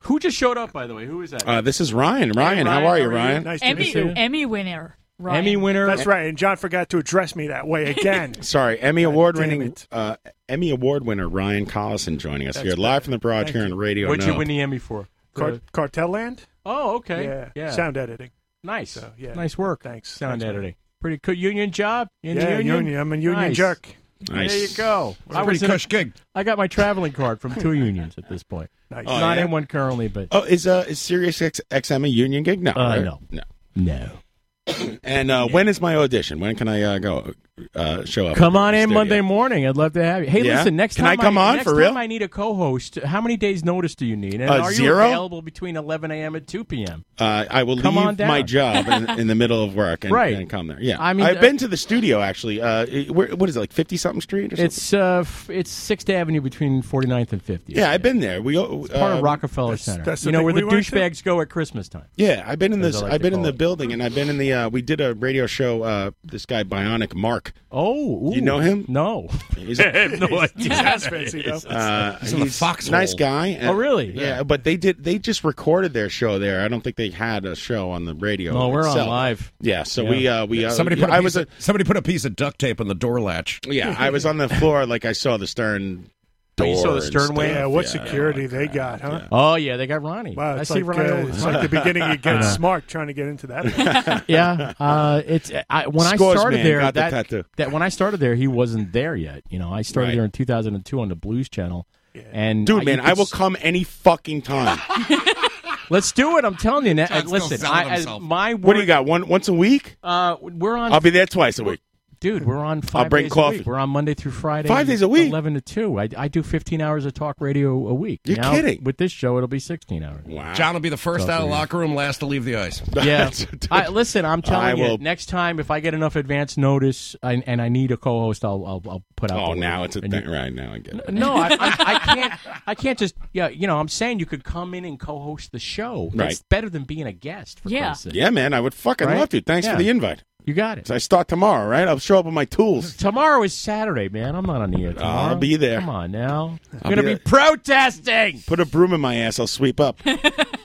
[SPEAKER 2] Who just showed up, by the way? Who is that?
[SPEAKER 11] Uh, this is Ryan. Ryan, how are you, Ryan?
[SPEAKER 13] *laughs* Emmy, Emmy winner. Ryan.
[SPEAKER 14] That's right. And John forgot to address me that
[SPEAKER 11] *laughs*
[SPEAKER 14] way again.
[SPEAKER 11] Sorry, Emmy award winning uh, Emmy award winner Ryan Collison joining us
[SPEAKER 14] That's
[SPEAKER 11] here live from the barrage here on Radio.
[SPEAKER 2] What'd you
[SPEAKER 11] Nope.
[SPEAKER 2] win the Emmy for?
[SPEAKER 14] Car-
[SPEAKER 2] Uh,
[SPEAKER 14] Cartel
[SPEAKER 2] *laughs*
[SPEAKER 14] Land?
[SPEAKER 2] Oh, okay.
[SPEAKER 14] Yeah.
[SPEAKER 2] Yeah.
[SPEAKER 14] Sound editing.
[SPEAKER 2] Nice.
[SPEAKER 14] So, yeah.
[SPEAKER 2] Nice work.
[SPEAKER 14] Thanks.
[SPEAKER 2] Sound
[SPEAKER 14] Thanks, man.
[SPEAKER 2] editing. Pretty cool. Union job? In the
[SPEAKER 14] Yeah,
[SPEAKER 2] union?
[SPEAKER 14] union. I'm a union jerk. Nice.
[SPEAKER 2] There you go.
[SPEAKER 14] It's a pretty
[SPEAKER 2] in a-
[SPEAKER 14] cush gig.
[SPEAKER 2] I got my traveling card from
[SPEAKER 14] *laughs*
[SPEAKER 2] two unions at this point.
[SPEAKER 14] Nice.
[SPEAKER 11] Oh,
[SPEAKER 2] Not
[SPEAKER 11] yeah?
[SPEAKER 2] in one currently, but
[SPEAKER 11] Oh, is uh is Sirius X- XM a union gig? No,
[SPEAKER 2] Uh,
[SPEAKER 11] right?
[SPEAKER 2] no.
[SPEAKER 11] no,
[SPEAKER 2] no.
[SPEAKER 11] *clears throat* And uh, when is my audition? When can I uh, go uh, show up?
[SPEAKER 2] Come on
[SPEAKER 11] at the
[SPEAKER 2] in
[SPEAKER 11] studio?
[SPEAKER 2] Monday morning. I'd love to have you. Hey,
[SPEAKER 11] Yeah?
[SPEAKER 2] listen. Next
[SPEAKER 11] Can
[SPEAKER 2] time
[SPEAKER 11] I come on
[SPEAKER 2] next
[SPEAKER 11] for real?
[SPEAKER 2] time I need a co-host. How many days' notice do you need? And
[SPEAKER 11] Uh,
[SPEAKER 2] are
[SPEAKER 11] zero?
[SPEAKER 2] you available between 11 a.m. and 2 p.m.?
[SPEAKER 11] Uh, I will
[SPEAKER 2] Come on
[SPEAKER 11] leave
[SPEAKER 2] down.
[SPEAKER 11] my job in, in the middle of work and,
[SPEAKER 2] Right.
[SPEAKER 11] and come there. Yeah,
[SPEAKER 2] I mean,
[SPEAKER 11] I've
[SPEAKER 2] uh,
[SPEAKER 11] been to the studio actually. Uh, it- where, what is it like fifty something street? Or something?
[SPEAKER 2] It's uh, f- it's Sixth Avenue between 49th and 50th.
[SPEAKER 11] yeah, I've been there. We um, it's
[SPEAKER 2] part of Rockefeller Center. you know where the douchebags go at Christmas time.
[SPEAKER 11] Yeah, I've been in
[SPEAKER 2] As
[SPEAKER 11] this.
[SPEAKER 2] I like
[SPEAKER 11] I've
[SPEAKER 2] to
[SPEAKER 11] been in
[SPEAKER 2] call
[SPEAKER 11] the
[SPEAKER 2] it.
[SPEAKER 11] building, and I've been in the. Uh, we did a radio show. Uh, this guy, Bionic Mark.
[SPEAKER 2] Oh,
[SPEAKER 11] you know him?
[SPEAKER 2] No,
[SPEAKER 11] he's
[SPEAKER 2] *laughs* I have no idea. *laughs*
[SPEAKER 14] That's fancy, though.
[SPEAKER 11] Uh,
[SPEAKER 12] He's in the foxhole.
[SPEAKER 11] Nice guy. and- *laughs*
[SPEAKER 2] Oh, really? *laughs*
[SPEAKER 11] Yeah, but they did. They just recorded their show there. I don't think they had a show on the radio.
[SPEAKER 2] No, we're on
[SPEAKER 11] itself.
[SPEAKER 2] live.
[SPEAKER 11] Yeah, so
[SPEAKER 12] Yeah.
[SPEAKER 11] we uh, we uh,
[SPEAKER 12] somebody put a
[SPEAKER 11] I
[SPEAKER 12] piece
[SPEAKER 11] was
[SPEAKER 12] of, somebody put a piece of duct tape on the door latch.
[SPEAKER 11] yeah, I was on the floor. Like I saw
[SPEAKER 12] *laughs*
[SPEAKER 11] the stern.
[SPEAKER 2] Oh,
[SPEAKER 11] Door
[SPEAKER 2] you saw the
[SPEAKER 11] and
[SPEAKER 2] stern
[SPEAKER 11] stuff.
[SPEAKER 2] wave?
[SPEAKER 14] Yeah, what
[SPEAKER 11] Yeah.
[SPEAKER 14] security they got, huh?
[SPEAKER 2] Oh yeah, they got Ronnie.
[SPEAKER 14] Wow,
[SPEAKER 2] I
[SPEAKER 14] it's
[SPEAKER 2] see
[SPEAKER 14] like,
[SPEAKER 2] Ronnie.
[SPEAKER 14] uh,
[SPEAKER 2] all the
[SPEAKER 14] it's
[SPEAKER 2] time.
[SPEAKER 14] like the
[SPEAKER 2] *laughs*
[SPEAKER 14] beginning of Get
[SPEAKER 11] Uh-huh.
[SPEAKER 2] I know.
[SPEAKER 14] Smart trying to get
[SPEAKER 11] *laughs*
[SPEAKER 14] into that.
[SPEAKER 2] yeah, uh, it's I, when
[SPEAKER 11] Scores
[SPEAKER 2] I started
[SPEAKER 11] man
[SPEAKER 2] there.
[SPEAKER 11] got the
[SPEAKER 2] That,
[SPEAKER 11] tattoo.
[SPEAKER 2] that when I started there, he wasn't there yet. You know, I started
[SPEAKER 11] Right.
[SPEAKER 2] there in 2002 on the Blues Channel. And
[SPEAKER 11] Dude,
[SPEAKER 2] I-
[SPEAKER 11] man,
[SPEAKER 2] you could
[SPEAKER 11] I will
[SPEAKER 2] s-
[SPEAKER 11] come any fucking time.
[SPEAKER 2] *laughs* Let's do it. I'm telling you. Now,
[SPEAKER 11] John's still
[SPEAKER 2] listen,
[SPEAKER 11] selling
[SPEAKER 2] I, I,
[SPEAKER 11] himself.
[SPEAKER 2] my
[SPEAKER 11] what do you
[SPEAKER 2] work-
[SPEAKER 11] got? One once a week?
[SPEAKER 2] Uh, we're on.
[SPEAKER 11] I'll be there twice a week.
[SPEAKER 2] Dude, we're on five
[SPEAKER 11] bring
[SPEAKER 2] days
[SPEAKER 11] coffee.
[SPEAKER 2] a week. We're on Monday through Friday.
[SPEAKER 11] Five days a week?
[SPEAKER 2] 11 to 2. I, I do 15 hours of talk radio a week.
[SPEAKER 11] You're
[SPEAKER 2] Now,
[SPEAKER 11] kidding.
[SPEAKER 2] With this show, it'll be 16 hours.
[SPEAKER 11] Wow. *laughs*
[SPEAKER 12] John will be the first out of the
[SPEAKER 2] Tough
[SPEAKER 12] locker room, last to leave the ice. *laughs*
[SPEAKER 2] Yeah. I, listen, I'm telling
[SPEAKER 12] I
[SPEAKER 2] you,
[SPEAKER 12] will-
[SPEAKER 2] next time, if I get enough advance notice I, and I need a co host, I'll, I'll, I'll put out.
[SPEAKER 11] Oh,
[SPEAKER 2] the
[SPEAKER 11] now
[SPEAKER 2] word.
[SPEAKER 11] it's a
[SPEAKER 2] And
[SPEAKER 11] thing.
[SPEAKER 2] you-
[SPEAKER 11] Right now, I get it.
[SPEAKER 2] No, I, I, I can't. I can't just. Yeah, you know, I'm saying you could come in and co-host the show. That's
[SPEAKER 11] Right.
[SPEAKER 2] better than being a guest. For
[SPEAKER 13] Yeah.
[SPEAKER 2] Christ's sake.
[SPEAKER 11] Yeah, man, I would fucking
[SPEAKER 2] Right?
[SPEAKER 11] love to. Thanks
[SPEAKER 2] Yeah.
[SPEAKER 11] for the invite.
[SPEAKER 2] You got it.
[SPEAKER 11] So I start tomorrow, right? I'll show up with my tools.
[SPEAKER 2] Tomorrow is Saturday, man. I'm not on the air. Tomorrow.
[SPEAKER 11] I'll be there.
[SPEAKER 2] Come on now. You're
[SPEAKER 11] I'll
[SPEAKER 2] gonna
[SPEAKER 11] be
[SPEAKER 2] be,
[SPEAKER 11] there.
[SPEAKER 2] protesting.
[SPEAKER 11] Put a broom in my ass. I'll sweep up.
[SPEAKER 2] Oh,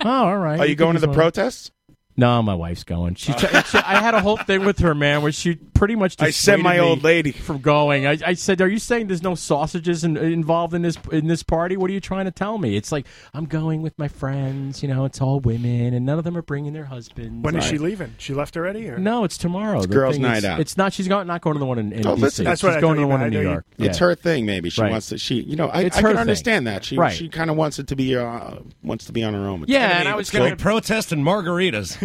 [SPEAKER 2] all right.
[SPEAKER 11] Are you
[SPEAKER 2] can
[SPEAKER 11] going to
[SPEAKER 2] do
[SPEAKER 11] the
[SPEAKER 2] one.
[SPEAKER 11] protests? Uh,
[SPEAKER 2] No, my wife's going. She, she- I had a whole thing with her, man, where she pretty much.
[SPEAKER 11] I sent
[SPEAKER 2] dissuaded
[SPEAKER 11] my
[SPEAKER 2] me
[SPEAKER 11] old lady.
[SPEAKER 2] from going. I, I said, "Are you saying there's no sausages in, involved in this in this party? What are you trying to tell me?" It's like I'm going with my friends. You know, it's all women, and none of them are bringing their husbands.
[SPEAKER 14] when is
[SPEAKER 2] Right.
[SPEAKER 14] she leaving? She left already? Or?
[SPEAKER 2] No, it's tomorrow. The
[SPEAKER 11] girls'
[SPEAKER 2] thing
[SPEAKER 11] night
[SPEAKER 2] is-
[SPEAKER 11] out.
[SPEAKER 2] It's not. She's going. Not going to the one in, in
[SPEAKER 11] Oh,
[SPEAKER 2] DC.
[SPEAKER 11] listen,
[SPEAKER 14] that's what
[SPEAKER 2] she's
[SPEAKER 14] I
[SPEAKER 2] going to
[SPEAKER 14] thought
[SPEAKER 2] the
[SPEAKER 14] you
[SPEAKER 2] one
[SPEAKER 14] meant.
[SPEAKER 2] in
[SPEAKER 14] I
[SPEAKER 2] New
[SPEAKER 14] know you-
[SPEAKER 2] York.
[SPEAKER 11] It's
[SPEAKER 2] Yeah.
[SPEAKER 11] her thing. Maybe she
[SPEAKER 2] Right.
[SPEAKER 11] wants to. She, you know, I,
[SPEAKER 2] It's
[SPEAKER 11] I
[SPEAKER 2] her
[SPEAKER 11] can
[SPEAKER 2] thing.
[SPEAKER 11] understand that. She,
[SPEAKER 2] Right.
[SPEAKER 11] she kind of wants it to be. Uh, wants to be on her own.
[SPEAKER 2] Yeah, and I was
[SPEAKER 12] It's going
[SPEAKER 2] gonna-
[SPEAKER 12] to protest and margaritas.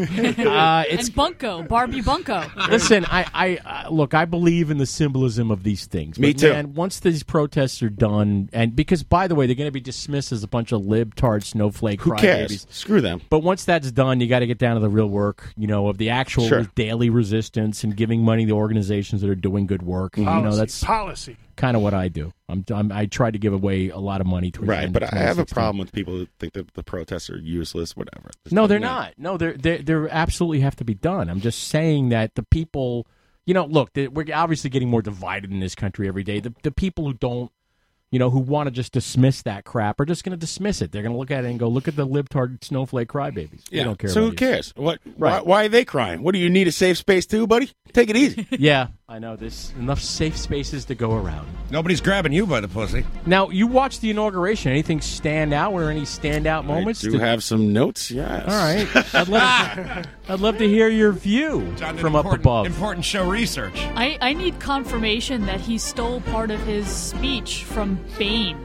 [SPEAKER 11] *laughs*
[SPEAKER 2] *laughs* Uh, it's
[SPEAKER 13] and Bunko, Barbie Bunko.
[SPEAKER 2] Listen, I, I, I look. I believe in the symbolism of these things.
[SPEAKER 11] Me
[SPEAKER 2] But,
[SPEAKER 11] too.
[SPEAKER 2] Man, once these protests are done, and because by the way, they're going to be dismissed as a bunch of libtard snowflake
[SPEAKER 11] Who cares?
[SPEAKER 2] crybabies.
[SPEAKER 11] Screw them.
[SPEAKER 2] But once that's done, you got to get down to the real work, you know, of the actual
[SPEAKER 11] Sure.
[SPEAKER 2] daily resistance and giving money to organizations that are doing good work. You know,
[SPEAKER 14] Policy,
[SPEAKER 2] that's
[SPEAKER 14] policy.
[SPEAKER 2] kind of what I do. I'm, I'm I tried to give away a lot of money towards the
[SPEAKER 11] Right,
[SPEAKER 2] end
[SPEAKER 11] but
[SPEAKER 2] of
[SPEAKER 11] I have a
[SPEAKER 2] 2016.
[SPEAKER 11] problem with people who think that the protests are useless. Whatever.
[SPEAKER 2] No, they're not. No, they're they they absolutely have to be done. I'm just saying that the people, you know, look, they- we're obviously getting more divided in this country every day. The the people who don't, you know, who want to just dismiss that crap are just going to dismiss it. They're going to look at it and go, look at the libtard snowflake crybabies. We don't care.
[SPEAKER 11] So
[SPEAKER 2] about
[SPEAKER 11] who
[SPEAKER 2] you.
[SPEAKER 11] cares? What? Why,
[SPEAKER 2] Right.
[SPEAKER 11] why are they crying? What do you need a safe space too, buddy? Take it easy.
[SPEAKER 2] Yeah, I know. There's enough safe spaces to go around.
[SPEAKER 12] Nobody's grabbing you by the pussy.
[SPEAKER 2] Now, you watched the inauguration. Anything stand out? Were there any standout *laughs* moments?
[SPEAKER 11] Do
[SPEAKER 2] Did-
[SPEAKER 11] have some notes? Yes.
[SPEAKER 2] All
[SPEAKER 11] *laughs*
[SPEAKER 2] right. I'd love, I'd love to hear your view from up
[SPEAKER 11] Oh.
[SPEAKER 2] above.
[SPEAKER 15] Important show research.
[SPEAKER 13] I, I need confirmation that he stole part of his speech from Bane.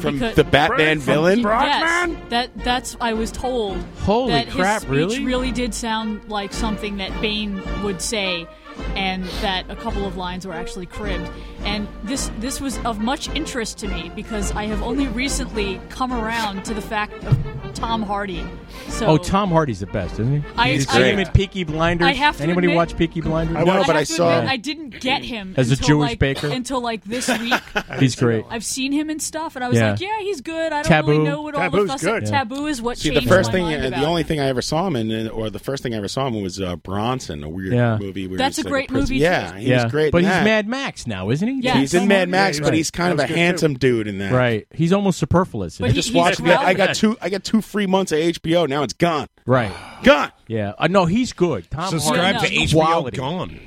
[SPEAKER 11] From
[SPEAKER 13] Because-
[SPEAKER 11] the Batman villain?
[SPEAKER 13] Yes, that that's I was told.
[SPEAKER 11] Holy
[SPEAKER 13] that
[SPEAKER 11] crap,
[SPEAKER 13] His speech
[SPEAKER 11] really?
[SPEAKER 13] did sound like something that Bane would say, and that a couple of lines were actually cribbed. And this this was of much interest to me because I have only recently come around to the fact of Tom Hardy. So
[SPEAKER 2] oh, Tom Hardy's the best, isn't he?
[SPEAKER 13] I-
[SPEAKER 2] Did you
[SPEAKER 13] I-
[SPEAKER 2] see him in Peaky Blinders.
[SPEAKER 13] I have to
[SPEAKER 2] Anybody
[SPEAKER 13] admit-
[SPEAKER 2] watch Peaky Blinders?
[SPEAKER 11] I No, watched- but I
[SPEAKER 13] have to
[SPEAKER 11] saw-
[SPEAKER 13] admit, I didn't get him
[SPEAKER 2] As a
[SPEAKER 13] until,
[SPEAKER 2] Jewish
[SPEAKER 13] like,
[SPEAKER 2] baker?
[SPEAKER 13] until
[SPEAKER 2] *laughs*
[SPEAKER 13] like this week.
[SPEAKER 2] He's great.
[SPEAKER 13] I've seen him in stuff, and I was
[SPEAKER 2] Yeah.
[SPEAKER 13] like, "Yeah, he's good." I don't
[SPEAKER 2] Taboo.
[SPEAKER 13] really know what all the
[SPEAKER 2] Taboo's
[SPEAKER 13] fuss.
[SPEAKER 2] good. Yeah.
[SPEAKER 13] Taboo is what
[SPEAKER 11] See, the
[SPEAKER 13] changed
[SPEAKER 11] first
[SPEAKER 13] my
[SPEAKER 11] thing,
[SPEAKER 13] mind
[SPEAKER 11] uh,
[SPEAKER 13] about
[SPEAKER 11] the only thing I ever saw him in, uh, or the first thing I ever saw him was uh, Bronson, a weird
[SPEAKER 2] Yeah.
[SPEAKER 11] movie. Where
[SPEAKER 13] That's
[SPEAKER 11] he's
[SPEAKER 13] a
[SPEAKER 11] like
[SPEAKER 13] great
[SPEAKER 11] prison-
[SPEAKER 13] movie,
[SPEAKER 11] Yeah,
[SPEAKER 13] too.
[SPEAKER 11] he's
[SPEAKER 2] yeah.
[SPEAKER 11] great.
[SPEAKER 2] But
[SPEAKER 11] in
[SPEAKER 2] he's
[SPEAKER 11] that.
[SPEAKER 2] Mad Max now, isn't he?
[SPEAKER 13] Yeah,
[SPEAKER 11] he's in
[SPEAKER 13] Tom
[SPEAKER 11] Mad
[SPEAKER 13] Hardy.
[SPEAKER 11] Max,
[SPEAKER 13] Yeah,
[SPEAKER 11] but
[SPEAKER 13] he's
[SPEAKER 11] he's kind of a
[SPEAKER 13] right.
[SPEAKER 11] handsome dude in that.
[SPEAKER 2] Right. He's almost superfluous. in
[SPEAKER 13] But
[SPEAKER 2] it.
[SPEAKER 13] he-
[SPEAKER 11] Just
[SPEAKER 13] he's
[SPEAKER 11] watch that. I got
[SPEAKER 13] relevant.
[SPEAKER 11] two. I got two free months of HBO. Now it's gone.
[SPEAKER 2] Right.
[SPEAKER 11] Gone.
[SPEAKER 2] Yeah. Uh, no, he's good. Tom
[SPEAKER 15] Subscribe
[SPEAKER 2] Hardy.
[SPEAKER 15] to
[SPEAKER 2] is
[SPEAKER 15] HBO
[SPEAKER 2] quality.
[SPEAKER 15] Gone.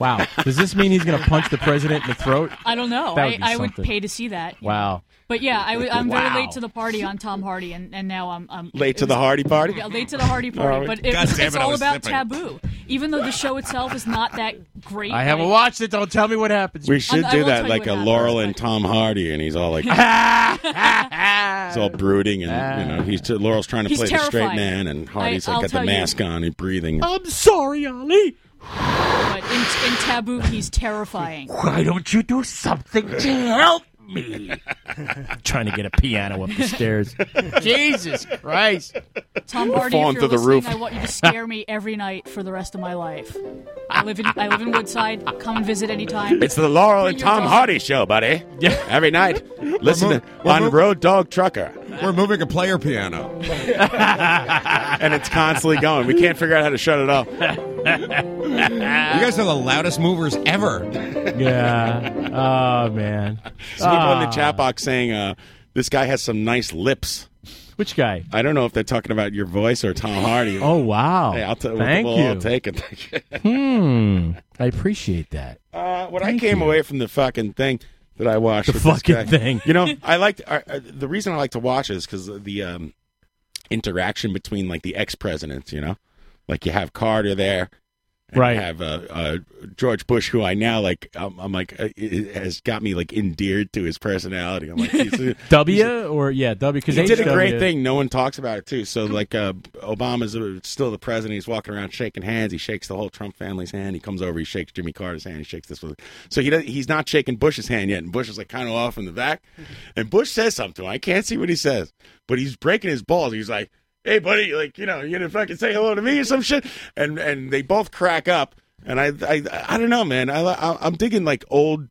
[SPEAKER 2] Wow. Does this mean he's going to punch the president in the throat?
[SPEAKER 13] *laughs* I don't know.
[SPEAKER 2] That
[SPEAKER 13] I,
[SPEAKER 2] would be
[SPEAKER 13] I would
[SPEAKER 2] something.
[SPEAKER 13] pay to see that.
[SPEAKER 2] Wow.
[SPEAKER 13] But yeah, I w- I'm
[SPEAKER 2] Wow.
[SPEAKER 13] very late to the party on Tom Hardy, and, and now I'm, I'm
[SPEAKER 11] Late to the Hardy party.
[SPEAKER 13] Yeah, late to the Hardy
[SPEAKER 11] All right.
[SPEAKER 13] party. But it,
[SPEAKER 11] God
[SPEAKER 13] it's,
[SPEAKER 11] damn it, I
[SPEAKER 13] all
[SPEAKER 11] was
[SPEAKER 13] about
[SPEAKER 11] zipping.
[SPEAKER 13] taboo. Even though the show itself is not that great,
[SPEAKER 2] I haven't
[SPEAKER 13] like-
[SPEAKER 11] *laughs*
[SPEAKER 2] watched it. Don't tell me what happens.
[SPEAKER 11] We should
[SPEAKER 13] I
[SPEAKER 11] do
[SPEAKER 13] will tell
[SPEAKER 11] that
[SPEAKER 13] you
[SPEAKER 11] like
[SPEAKER 13] what
[SPEAKER 11] a
[SPEAKER 13] happens,
[SPEAKER 11] Laurel and Tom Hardy, and he's all
[SPEAKER 2] *laughs*
[SPEAKER 11] like, he's all brooding, and you know, he's Laurel's trying to
[SPEAKER 2] He's
[SPEAKER 11] play the straight
[SPEAKER 2] terrifying.
[SPEAKER 11] man, and Hardy's
[SPEAKER 13] I-
[SPEAKER 11] like
[SPEAKER 13] I'll
[SPEAKER 11] got the
[SPEAKER 13] tell you. Oh,
[SPEAKER 11] mask on and breathing.
[SPEAKER 2] I'm sorry, Ali.
[SPEAKER 13] But in, in taboo, he's terrifying.
[SPEAKER 2] Why don't you do something to help me? *laughs* trying to get a piano up the stairs. *laughs* Jesus Christ.
[SPEAKER 13] Tom
[SPEAKER 2] We're
[SPEAKER 13] Hardy, if
[SPEAKER 2] falling through
[SPEAKER 13] you're
[SPEAKER 2] the
[SPEAKER 13] listening,
[SPEAKER 2] roof.
[SPEAKER 13] I want you to scare me every night for the rest of my life. I live in I live in Woodside. Come and visit anytime.
[SPEAKER 11] It's the Laurel and
[SPEAKER 13] Bring your
[SPEAKER 11] Tom
[SPEAKER 13] dog.
[SPEAKER 11] Hardy show, buddy. Yeah. Every
[SPEAKER 13] *laughs*
[SPEAKER 11] night, listen to,
[SPEAKER 15] we're
[SPEAKER 11] on
[SPEAKER 15] mov-
[SPEAKER 11] Road Dog Trucker,
[SPEAKER 12] We're moving a player piano.
[SPEAKER 11] *laughs* and it's
[SPEAKER 12] *laughs*
[SPEAKER 11] constantly going. We can't figure out how to shut it *laughs* off.
[SPEAKER 15] you guys are the loudest movers ever. *laughs*
[SPEAKER 2] Yeah. Oh, man.
[SPEAKER 11] Snoop on the
[SPEAKER 2] Ah.
[SPEAKER 11] chat box saying, uh, "This guy has some nice lips."
[SPEAKER 2] Which guy?
[SPEAKER 11] I don't know if they're talking about your voice or Tom Hardy.
[SPEAKER 2] Oh, wow.
[SPEAKER 11] Hey, I'll t- we'll-
[SPEAKER 2] Thank
[SPEAKER 11] we'll
[SPEAKER 2] you.
[SPEAKER 11] all take it. *laughs*
[SPEAKER 2] Hmm. I appreciate that.
[SPEAKER 11] Uh, what I came away from the fucking thing that I watched.
[SPEAKER 2] The
[SPEAKER 11] with this
[SPEAKER 2] fucking
[SPEAKER 11] guy-
[SPEAKER 2] thing.
[SPEAKER 11] You know, I liked uh, uh, the reason I like to watch is because the um, interaction between like the ex presidents. You know, like you have Carter there. And
[SPEAKER 2] Right.
[SPEAKER 11] You have uh, uh, George Bush, who I now like. I'm, I'm like, uh, it has got me like endeared to his personality.
[SPEAKER 2] *laughs*
[SPEAKER 11] I'm like, he's,
[SPEAKER 2] W or, yeah, W. Because
[SPEAKER 11] he did a great thing. No one talks about it too. So like, uh, Obama's uh, still the president. He's walking around shaking hands. He shakes the whole Trump family's hand. He comes over. He shakes Jimmy Carter's hand. He shakes this one. So he does, he's not shaking Bush's hand yet. And Bush is like kind of off in the back. And Bush says something. I can't see what he says, but he's breaking his balls. He's like, "Hey, buddy, like you know, you gonna fucking say hello to me or some shit?" And and they both crack up. And I I I don't know, man. I, li- I I'm digging like old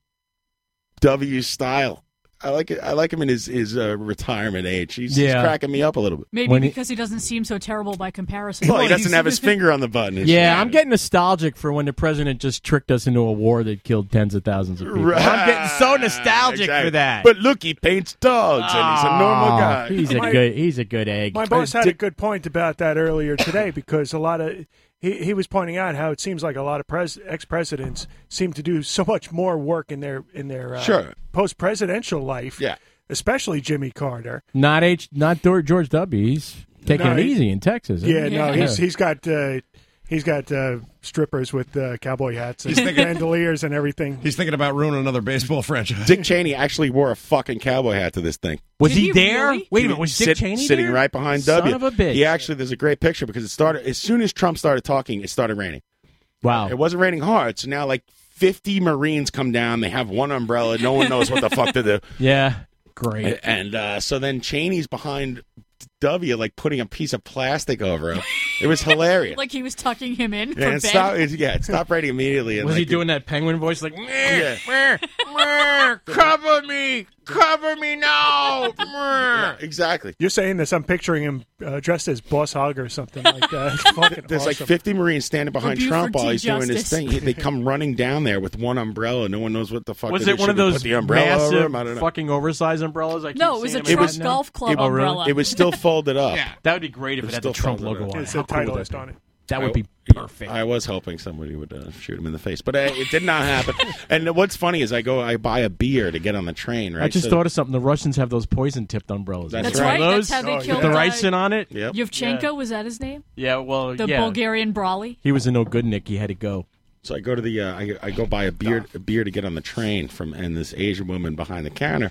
[SPEAKER 11] W style. I like it. I like him in his his uh, retirement age. He's, he's
[SPEAKER 2] Yeah.
[SPEAKER 11] cracking me up a little bit.
[SPEAKER 13] Maybe
[SPEAKER 15] *laughs*
[SPEAKER 2] When he-
[SPEAKER 13] because he doesn't seem so terrible by comparison.
[SPEAKER 11] Well, he doesn't have
[SPEAKER 13] *laughs*
[SPEAKER 11] his finger on the button. and
[SPEAKER 2] Yeah,
[SPEAKER 11] shit.
[SPEAKER 2] I'm getting nostalgic for when the president just tricked us into a war that killed tens of thousands of people.
[SPEAKER 11] *laughs*
[SPEAKER 2] I'm getting so nostalgic
[SPEAKER 11] Exactly.
[SPEAKER 2] for that.
[SPEAKER 11] But look, he paints dogs, and he's a normal
[SPEAKER 2] Oh,
[SPEAKER 11] guy.
[SPEAKER 2] He's a
[SPEAKER 14] My-
[SPEAKER 2] good. He's a good egg. Uh,
[SPEAKER 14] My boss had a good point about that earlier today because a lot of he, he was pointing out how it seems like a lot of pres, ex presidents seem to do so much more work in their in their uh,
[SPEAKER 2] Sure.
[SPEAKER 14] post presidential life.
[SPEAKER 11] Yeah,
[SPEAKER 14] especially Jimmy Carter.
[SPEAKER 2] Not H. Not Dor- George W. He's taking
[SPEAKER 14] No,
[SPEAKER 2] it
[SPEAKER 14] he-
[SPEAKER 2] easy in Texas. isn't
[SPEAKER 14] Yeah,
[SPEAKER 2] he?
[SPEAKER 14] no, he's he's got uh, he's got uh, strippers with uh, cowboy hats and
[SPEAKER 15] He's thinking-
[SPEAKER 14] bandoliers and everything.
[SPEAKER 15] He's thinking about ruining another baseball franchise.
[SPEAKER 11] Dick Cheney actually wore a fucking cowboy hat to this thing.
[SPEAKER 2] Was Did he he there? really? Wait a minute, was Dick
[SPEAKER 11] Sit-
[SPEAKER 2] Cheney
[SPEAKER 11] sitting
[SPEAKER 2] there?
[SPEAKER 11] right behind
[SPEAKER 2] Son
[SPEAKER 11] W?
[SPEAKER 2] of a bitch.
[SPEAKER 11] He actually there's a great picture because it started as soon as Trump started talking, it started raining.
[SPEAKER 2] Wow.
[SPEAKER 11] It wasn't raining hard, so now like 50 Marines come down. They have one umbrella.
[SPEAKER 2] *laughs*
[SPEAKER 11] No one knows what the fuck to do.
[SPEAKER 2] Yeah. Great.
[SPEAKER 11] And uh, so then Cheney's behind W like putting a piece of plastic over him. It
[SPEAKER 13] *laughs*
[SPEAKER 11] was hilarious.
[SPEAKER 13] like he was tucking him in for
[SPEAKER 11] yeah,
[SPEAKER 13] bed.
[SPEAKER 11] and stop, yeah, stop writing immediately. and,
[SPEAKER 2] Was he
[SPEAKER 11] like,
[SPEAKER 2] doing that penguin voice? Like,
[SPEAKER 11] *laughs*
[SPEAKER 2] "Mm-"
[SPEAKER 11] Yeah.
[SPEAKER 2] cover me, cover me now.
[SPEAKER 11] exactly.
[SPEAKER 14] You're saying this. I'm picturing him uh, dressed as Boss Hog or something like
[SPEAKER 11] *laughs*
[SPEAKER 14] that. It's fucking
[SPEAKER 11] There's like
[SPEAKER 14] awesome.
[SPEAKER 11] 50 Marines standing behind
[SPEAKER 14] Rebuke
[SPEAKER 11] Trump
[SPEAKER 14] for
[SPEAKER 11] while he's doing his
[SPEAKER 14] justice.
[SPEAKER 11] thing. He- they come running down there with one umbrella. No one knows what the fuck.
[SPEAKER 2] Was
[SPEAKER 11] to do.
[SPEAKER 2] it one of
[SPEAKER 11] Should we
[SPEAKER 2] those
[SPEAKER 11] put the umbrella over
[SPEAKER 2] massive
[SPEAKER 11] him? I don't know.
[SPEAKER 2] fucking oversized umbrellas? I keep
[SPEAKER 13] No, it was
[SPEAKER 2] seeing
[SPEAKER 13] a
[SPEAKER 2] them
[SPEAKER 13] Trump
[SPEAKER 2] right now?
[SPEAKER 13] golf club
[SPEAKER 11] it,
[SPEAKER 13] umbrella.
[SPEAKER 11] It was
[SPEAKER 13] *laughs*
[SPEAKER 11] still folded up.
[SPEAKER 13] Yeah.
[SPEAKER 2] That would be great if
[SPEAKER 11] was
[SPEAKER 2] it had
[SPEAKER 11] still
[SPEAKER 2] the Trump
[SPEAKER 11] folded
[SPEAKER 2] logo
[SPEAKER 11] up.
[SPEAKER 2] on it.
[SPEAKER 14] It's a
[SPEAKER 2] How cool would
[SPEAKER 14] Titleist
[SPEAKER 2] that be?
[SPEAKER 14] on it.
[SPEAKER 2] That would be perfect.
[SPEAKER 11] I was hoping somebody would uh, shoot him in the face, but uh, it did not
[SPEAKER 2] *laughs*
[SPEAKER 11] happen. and what's funny is I go, I buy a beer to get on the train. Right,
[SPEAKER 2] I just
[SPEAKER 11] So-
[SPEAKER 2] thought of something. The Russians have those poison tipped umbrellas.
[SPEAKER 11] That's
[SPEAKER 13] That's right.
[SPEAKER 2] Those
[SPEAKER 13] That's how
[SPEAKER 14] Oh,
[SPEAKER 13] they
[SPEAKER 2] with
[SPEAKER 13] killed
[SPEAKER 2] the
[SPEAKER 13] uh,
[SPEAKER 2] ricin on it.
[SPEAKER 13] *laughs* Yevchenko was that his name?
[SPEAKER 2] Yeah, well,
[SPEAKER 13] The
[SPEAKER 2] Oh, yeah.
[SPEAKER 13] Bulgarian brawly.
[SPEAKER 2] He was a no good Nick. He had to go.
[SPEAKER 11] So I go to the uh, I, I go buy a beer a beer to get on the train from and this Asian woman behind the counter.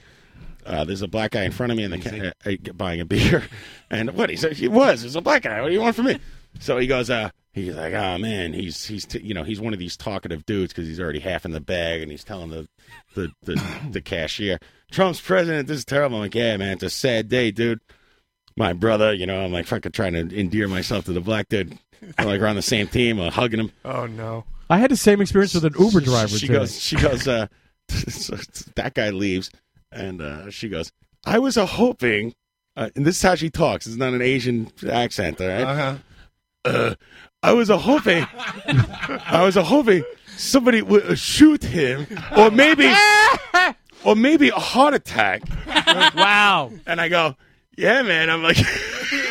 [SPEAKER 11] Uh, there's a black guy in front of me in the ca- uh, uh, buying a beer, *laughs* and what he said he was there's a black guy. What do you want from me? So he goes, uh, he's like, oh man, he's he's t- you know he's one of these talkative dudes because he's already half in the bag, and he's telling the the
[SPEAKER 2] *coughs*
[SPEAKER 11] the, the cashier Trump's president. This is terrible. I'm like, yeah, man, it's a sad day, dude my brother, you know, I'm like fucking trying to endear myself to the black dude. I'm like we're on the same team, uh, hugging him.
[SPEAKER 14] Oh no!
[SPEAKER 2] I had the same experience with an Uber driver.
[SPEAKER 11] She
[SPEAKER 2] today.
[SPEAKER 11] goes, she goes, uh, *laughs* so that guy leaves, and uh, she goes, I was uh, hoping, uh, and this is how she talks. It's not an Asian accent, all right?
[SPEAKER 15] Uh-huh.
[SPEAKER 11] Uh, I was uh, hoping, I was uh, hoping somebody would uh, shoot him, or maybe,
[SPEAKER 4] *laughs*
[SPEAKER 11] or maybe a heart attack.
[SPEAKER 2] *laughs* wow!
[SPEAKER 11] And I go, yeah, man. I'm like. *laughs*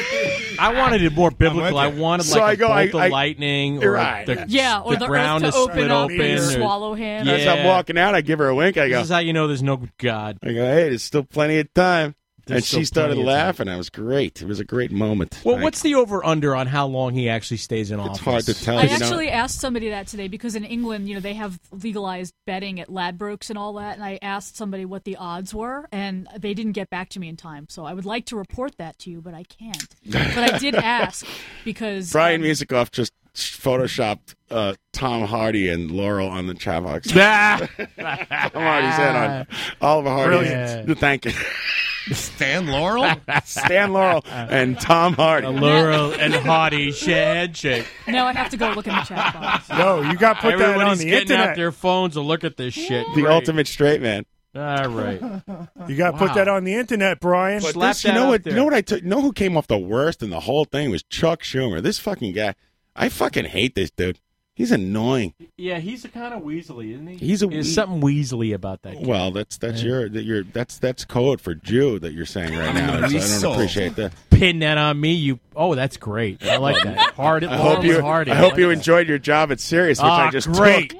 [SPEAKER 2] I wanted it more biblical. I wanted
[SPEAKER 11] So
[SPEAKER 2] like
[SPEAKER 11] I
[SPEAKER 2] a
[SPEAKER 11] go, I-
[SPEAKER 2] bolt
[SPEAKER 11] I-
[SPEAKER 2] of lightning or
[SPEAKER 11] Right.
[SPEAKER 2] the,
[SPEAKER 13] Yeah, or the earth
[SPEAKER 2] ground
[SPEAKER 13] to
[SPEAKER 2] is split
[SPEAKER 13] open up and
[SPEAKER 2] open, or-
[SPEAKER 13] swallow him.
[SPEAKER 11] As I'm walking out, I give her a wink. I go,
[SPEAKER 2] This is how you know there's no God.
[SPEAKER 11] I go, hey, there's still plenty of time.
[SPEAKER 2] There's
[SPEAKER 11] and she
[SPEAKER 2] still
[SPEAKER 11] started
[SPEAKER 2] plenty of time.
[SPEAKER 11] laughing. It was great. It was a great moment.
[SPEAKER 2] Well,
[SPEAKER 11] I-
[SPEAKER 2] what's the over under on how long he actually stays in office?
[SPEAKER 11] It's hard to tell.
[SPEAKER 13] I
[SPEAKER 11] you know?
[SPEAKER 13] actually asked somebody that today because in England, you know, they have legalized betting at Ladbrokes and all that, and I asked somebody what the odds were, and they didn't get back to me in time. So I would like to report that to you, but I can't. But
[SPEAKER 11] *laughs*
[SPEAKER 13] I did ask because *laughs*
[SPEAKER 11] Brian Musikoff just photoshopped uh, Tom Hardy and Laurel on the chat box.
[SPEAKER 2] *laughs*
[SPEAKER 11] Tom *laughs* Hardy's head on
[SPEAKER 2] Ah.
[SPEAKER 11] Oliver Hardy.
[SPEAKER 15] Brilliant.
[SPEAKER 11] Thank you.
[SPEAKER 15] Stan Laurel?
[SPEAKER 11] *laughs* Stan Laurel and Tom Hardy.
[SPEAKER 2] Uh, Laurel and Hardy share handshake.
[SPEAKER 13] now I have to go look in the chat box.
[SPEAKER 14] No, you got put that on
[SPEAKER 2] Everybody's
[SPEAKER 14] the
[SPEAKER 2] getting
[SPEAKER 14] internet.
[SPEAKER 2] out their phones to look at this shit.
[SPEAKER 11] The
[SPEAKER 2] Great.
[SPEAKER 11] ultimate straight man.
[SPEAKER 2] All right.
[SPEAKER 14] You got to put
[SPEAKER 2] Wow.
[SPEAKER 14] that on the internet, Brian.
[SPEAKER 11] But this, you know what? You know what I took? You know who came off the worst in the whole thing was Chuck Schumer. This fucking guy. I fucking hate this dude. He's annoying.
[SPEAKER 2] Yeah, he's a kind of weaselly, isn't he?
[SPEAKER 11] He's a
[SPEAKER 2] There's
[SPEAKER 11] wee-
[SPEAKER 2] something weaselly about that. Kid.
[SPEAKER 11] Well, that's that's your that your that's that's code for Jew that you're saying right now. So I don't
[SPEAKER 2] Weasel.
[SPEAKER 11] appreciate that.
[SPEAKER 2] Pin that on me, you. Oh, that's great. I like that. Hard.
[SPEAKER 11] I hope you
[SPEAKER 2] Hard.
[SPEAKER 11] I hope you enjoyed your job at Sirius, which
[SPEAKER 2] Ah,
[SPEAKER 11] I just
[SPEAKER 2] great.
[SPEAKER 11] took.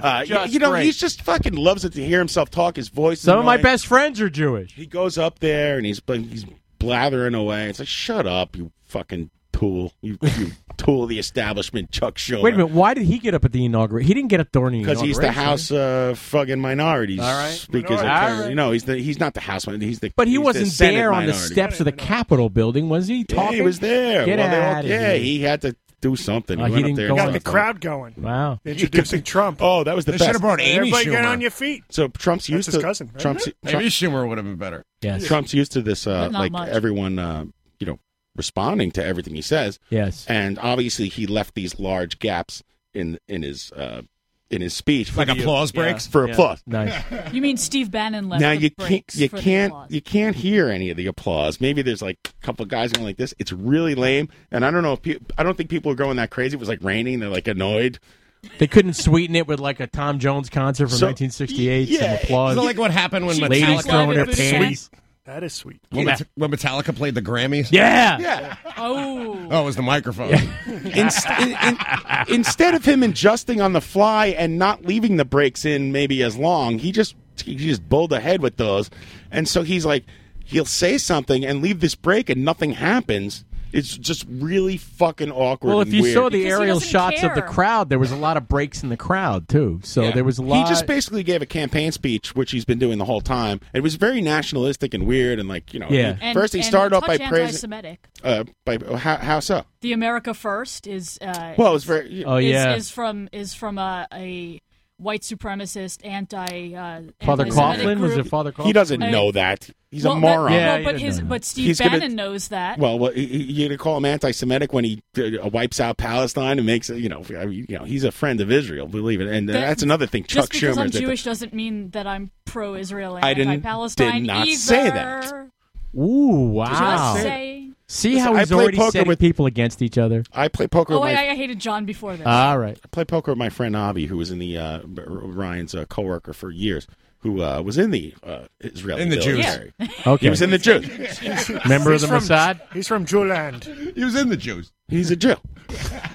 [SPEAKER 11] Uh, you-
[SPEAKER 2] Just
[SPEAKER 11] you know,
[SPEAKER 2] great.
[SPEAKER 11] he just fucking loves it to hear himself talk. His voice. is
[SPEAKER 2] Some of my
[SPEAKER 11] annoying.
[SPEAKER 2] best friends are Jewish.
[SPEAKER 11] He goes up there and he's he's blathering away. It's like, shut up, you fucking tool, you, you *laughs* tool of the establishment, Chuck Schumer.
[SPEAKER 2] Wait a minute. Why did he get up at the inauguration? He didn't get up during the
[SPEAKER 11] Because he's
[SPEAKER 2] inauguration.
[SPEAKER 11] the House uh, fucking minorities
[SPEAKER 2] All right.
[SPEAKER 11] speakers.
[SPEAKER 2] Minority.
[SPEAKER 11] Attorney.
[SPEAKER 2] All right.
[SPEAKER 11] No, he's the he's not the House. one. He's the
[SPEAKER 2] But he
[SPEAKER 11] he's the
[SPEAKER 2] wasn't
[SPEAKER 11] Senate
[SPEAKER 2] there on the
[SPEAKER 11] minority.
[SPEAKER 2] steps of the Capitol building, was he?
[SPEAKER 11] Yeah,
[SPEAKER 2] Talking?
[SPEAKER 11] he was there.
[SPEAKER 2] Get
[SPEAKER 11] Well, they all-
[SPEAKER 2] out
[SPEAKER 11] yeah,
[SPEAKER 2] here.
[SPEAKER 11] he had to do something.
[SPEAKER 2] Oh,
[SPEAKER 11] he
[SPEAKER 2] he
[SPEAKER 11] went up
[SPEAKER 2] didn't
[SPEAKER 11] there.
[SPEAKER 2] go
[SPEAKER 11] and
[SPEAKER 2] on
[SPEAKER 14] got the
[SPEAKER 11] something.
[SPEAKER 14] crowd going.
[SPEAKER 11] *laughs*
[SPEAKER 2] Wow.
[SPEAKER 14] Introducing Trump.
[SPEAKER 11] Oh, that was the
[SPEAKER 15] They
[SPEAKER 11] best.
[SPEAKER 15] should've brought Amy
[SPEAKER 14] Everybody get
[SPEAKER 15] Schumer.
[SPEAKER 14] on your feet.
[SPEAKER 11] So Trump's used
[SPEAKER 14] his
[SPEAKER 11] to
[SPEAKER 14] cousin, right?
[SPEAKER 11] Trump's,
[SPEAKER 15] Maybe
[SPEAKER 11] Trump-
[SPEAKER 15] Schumer would have been better.
[SPEAKER 2] Yes.
[SPEAKER 11] Trump's used to this, uh,
[SPEAKER 15] But not
[SPEAKER 11] like
[SPEAKER 15] much.
[SPEAKER 11] everyone, uh, you know, responding to everything he says.
[SPEAKER 2] Yes.
[SPEAKER 11] and obviously he left these large gaps in in his uh, in his speech, for
[SPEAKER 15] Like
[SPEAKER 11] the-
[SPEAKER 15] applause breaks?
[SPEAKER 11] for
[SPEAKER 15] Yeah.
[SPEAKER 11] applause.
[SPEAKER 2] Nice.
[SPEAKER 13] You mean Steve Bannon left
[SPEAKER 11] now
[SPEAKER 13] the
[SPEAKER 11] you can't
[SPEAKER 13] breaks
[SPEAKER 11] you
[SPEAKER 13] for the
[SPEAKER 11] can't
[SPEAKER 13] applause.
[SPEAKER 11] you can't hear any of the applause. Maybe there's like a couple guys going like this. It's really lame, and I don't know if people. I don't think people are going that crazy. It was like raining. They're like annoyed.
[SPEAKER 2] They couldn't sweeten it with like a Tom Jones concert from
[SPEAKER 11] So-
[SPEAKER 2] 1968, some applause.
[SPEAKER 15] Isn't that like what happened when
[SPEAKER 2] ladies
[SPEAKER 15] Metallica
[SPEAKER 2] throwing their
[SPEAKER 15] Sweet.
[SPEAKER 2] panties?
[SPEAKER 14] That is sweet.
[SPEAKER 15] When,
[SPEAKER 11] Yeah.
[SPEAKER 15] Met- when Metallica played the Grammys?
[SPEAKER 2] Yeah.
[SPEAKER 11] Yeah.
[SPEAKER 13] Oh.
[SPEAKER 15] Oh, it was the microphone.
[SPEAKER 11] Inst- in, in, instead of him adjusting on the fly and not leaving the breaks in maybe as long, he just he just bowled ahead with those, and so he's like, he'll say something and leave this break, and nothing happens. It's just really fucking awkward.
[SPEAKER 2] Well, if
[SPEAKER 11] and
[SPEAKER 2] you
[SPEAKER 11] weird.
[SPEAKER 2] saw the
[SPEAKER 13] Because he
[SPEAKER 2] aerial
[SPEAKER 13] doesn't
[SPEAKER 2] shots of the
[SPEAKER 13] care.
[SPEAKER 2] crowd, there was a lot of breaks in the crowd too. So
[SPEAKER 11] Yeah.
[SPEAKER 2] there was a lot.
[SPEAKER 11] He just basically gave a campaign speech, which he's been doing the whole time. It was very nationalistic and weird, and like you know.
[SPEAKER 2] Yeah.
[SPEAKER 11] he-
[SPEAKER 13] And-
[SPEAKER 11] first, he
[SPEAKER 13] and
[SPEAKER 11] started off by
[SPEAKER 13] touch
[SPEAKER 11] praising.
[SPEAKER 13] anti-Semitic.
[SPEAKER 11] Uh, by how, how so?
[SPEAKER 13] The America First is uh,
[SPEAKER 11] Well, it was very.
[SPEAKER 2] Oh,
[SPEAKER 13] is,
[SPEAKER 2] yeah.
[SPEAKER 13] is from is from a, a white supremacist, anti uh,
[SPEAKER 2] Father
[SPEAKER 13] anti-Semitic
[SPEAKER 2] Coughlin? Was
[SPEAKER 13] group.
[SPEAKER 2] it Father Coughlin?
[SPEAKER 11] He doesn't
[SPEAKER 13] I-
[SPEAKER 11] know that. He's
[SPEAKER 13] Well,
[SPEAKER 11] a
[SPEAKER 13] that-
[SPEAKER 11] moron.
[SPEAKER 13] well, but his but Steve
[SPEAKER 11] He's gonna-
[SPEAKER 13] Bannon knows that.
[SPEAKER 11] Well, well, he- he- you're gonna call him anti-Semitic when he uh, wipes out Palestine and makes it. You know, I mean, you know, he's a friend of Israel. Believe it, and uh,
[SPEAKER 13] That-
[SPEAKER 11] that's another thing. Chuck
[SPEAKER 13] Just because
[SPEAKER 11] Schumer.
[SPEAKER 13] I'm
[SPEAKER 11] is at the-
[SPEAKER 13] Jewish doesn't mean that I'm pro-Israel and
[SPEAKER 11] I didn't-
[SPEAKER 13] anti-Palestine
[SPEAKER 11] did not
[SPEAKER 13] either.
[SPEAKER 11] say that.
[SPEAKER 2] Ooh, wow.
[SPEAKER 13] Just saying.
[SPEAKER 2] See
[SPEAKER 11] Listen,
[SPEAKER 2] how
[SPEAKER 11] I
[SPEAKER 2] he's
[SPEAKER 11] play
[SPEAKER 2] already
[SPEAKER 11] poker
[SPEAKER 2] setting
[SPEAKER 11] with-
[SPEAKER 2] people against each other?
[SPEAKER 11] I play poker.
[SPEAKER 13] Oh,
[SPEAKER 11] with
[SPEAKER 13] I,
[SPEAKER 11] my,
[SPEAKER 13] I hated John before this.
[SPEAKER 2] All right.
[SPEAKER 11] I play poker with my friend Avi, who was in the uh, R- Ryan's uh, coworker for years, who uh, was in the uh, Israeli
[SPEAKER 15] In the Jews.
[SPEAKER 11] military.
[SPEAKER 15] Yeah.
[SPEAKER 11] he was in the
[SPEAKER 13] *laughs*
[SPEAKER 14] *laughs*
[SPEAKER 11] Jews.
[SPEAKER 2] Member of
[SPEAKER 14] He's
[SPEAKER 2] the
[SPEAKER 14] from-
[SPEAKER 2] Mossad?
[SPEAKER 14] He's from Jewland.
[SPEAKER 15] He was in the Jews.
[SPEAKER 11] He's a Jew.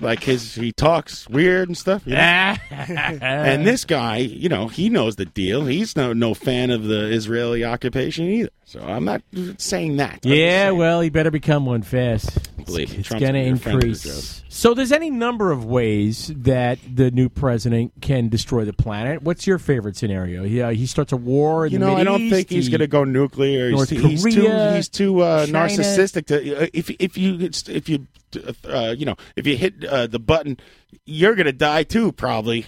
[SPEAKER 11] Like his, he talks weird and stuff. you know?
[SPEAKER 2] Ah.
[SPEAKER 11] and this guy, you know, he knows the deal. He's no no fan of the Israeli occupation either. So I'm not saying that.
[SPEAKER 2] Yeah, well, he better become one fast.
[SPEAKER 11] Believe me,
[SPEAKER 2] It's
[SPEAKER 11] Trump's
[SPEAKER 2] going to
[SPEAKER 11] your friend,
[SPEAKER 2] increase. So there's any number of ways that the new president can destroy the planet. What's your favorite scenario? He, uh, he starts a war in
[SPEAKER 11] You
[SPEAKER 2] the
[SPEAKER 11] know, I
[SPEAKER 2] Middle
[SPEAKER 11] don't think
[SPEAKER 2] East,
[SPEAKER 11] he's
[SPEAKER 2] he-
[SPEAKER 11] going to go nuclear.
[SPEAKER 2] North
[SPEAKER 11] he's, too- he's
[SPEAKER 2] Korea,
[SPEAKER 11] too he's too uh,
[SPEAKER 2] China.
[SPEAKER 11] narcissistic to uh, if if you if you uh, you know if you hit uh, the button, you're going to die too probably.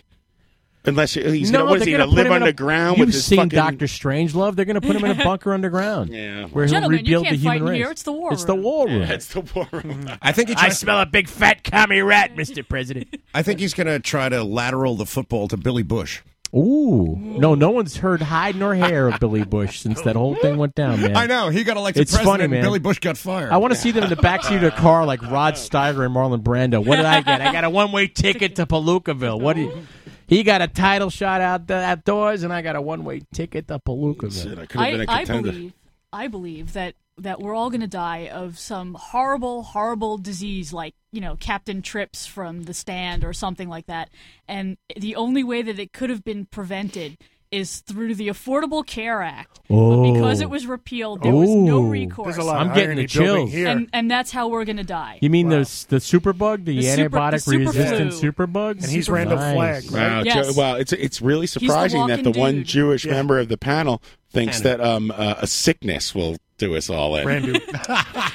[SPEAKER 11] Unless you, he's
[SPEAKER 2] no,
[SPEAKER 11] gonna, what is
[SPEAKER 2] they're
[SPEAKER 11] he
[SPEAKER 2] gonna
[SPEAKER 11] gonna
[SPEAKER 2] put
[SPEAKER 11] live
[SPEAKER 2] him in a-
[SPEAKER 11] underground
[SPEAKER 2] You've
[SPEAKER 11] with his
[SPEAKER 2] seen
[SPEAKER 11] fucking
[SPEAKER 2] Doctor Strange Love. They're going to put him in
[SPEAKER 11] *laughs*
[SPEAKER 2] a bunker underground.
[SPEAKER 11] Yeah,
[SPEAKER 2] where he'll
[SPEAKER 13] Gentlemen, you
[SPEAKER 2] rebuild
[SPEAKER 13] can't
[SPEAKER 2] the human
[SPEAKER 13] fight in
[SPEAKER 2] race.
[SPEAKER 13] here. It's the war
[SPEAKER 2] It's the
[SPEAKER 13] room.
[SPEAKER 2] war room.
[SPEAKER 11] That's the war room.
[SPEAKER 15] I think he
[SPEAKER 2] I
[SPEAKER 15] tries-
[SPEAKER 2] smell a big fat commie rat, Mister President.
[SPEAKER 15] *laughs* I think he's going to try to lateral the football to Billy Bush.
[SPEAKER 2] Ooh, no, no one's heard hide nor hair of Billy Bush since that whole thing went
[SPEAKER 11] *laughs*
[SPEAKER 2] down, man.
[SPEAKER 15] I know he got elected
[SPEAKER 2] It's
[SPEAKER 15] president.
[SPEAKER 2] funny,
[SPEAKER 15] and
[SPEAKER 2] man.
[SPEAKER 15] Billy Bush got fired.
[SPEAKER 2] I want to see them in the backseat of a car like Rod Steiger and Marlon Brando. What did I get? I got a one-way ticket to Palookaville. What? Do you, he got a title shot out the, outdoors, and I got a one-way ticket to Palookaville.
[SPEAKER 13] I, I believe, I believe that that we're all going to die of some horrible, horrible disease, like you know Captain Trips from The Stand or something like that. And the only way that it could have been prevented is through the Affordable Care Act. But because
[SPEAKER 2] Oh.
[SPEAKER 13] it was repealed, there was no
[SPEAKER 2] Ooh.
[SPEAKER 13] recourse.
[SPEAKER 14] There's a lot
[SPEAKER 2] I'm
[SPEAKER 14] of
[SPEAKER 2] getting
[SPEAKER 14] irony
[SPEAKER 2] the chills.
[SPEAKER 14] building here.
[SPEAKER 13] And, and that's how we're going
[SPEAKER 11] *laughs*
[SPEAKER 13] to die.
[SPEAKER 2] You mean the the superbug, the,
[SPEAKER 13] The super-
[SPEAKER 2] antibiotic
[SPEAKER 13] the superflu.
[SPEAKER 2] resistant superbug,
[SPEAKER 14] And he's Randall Flagg, right?
[SPEAKER 11] Wow,
[SPEAKER 13] Yes.
[SPEAKER 11] Joe- wow, it's it's really
[SPEAKER 13] the
[SPEAKER 11] surprising that the
[SPEAKER 13] walking
[SPEAKER 11] one
[SPEAKER 13] dude.
[SPEAKER 11] Jewish
[SPEAKER 13] Yeah.
[SPEAKER 11] member of the panel thinks
[SPEAKER 15] Panel.
[SPEAKER 11] that um uh, a sickness will do us all in. *laughs*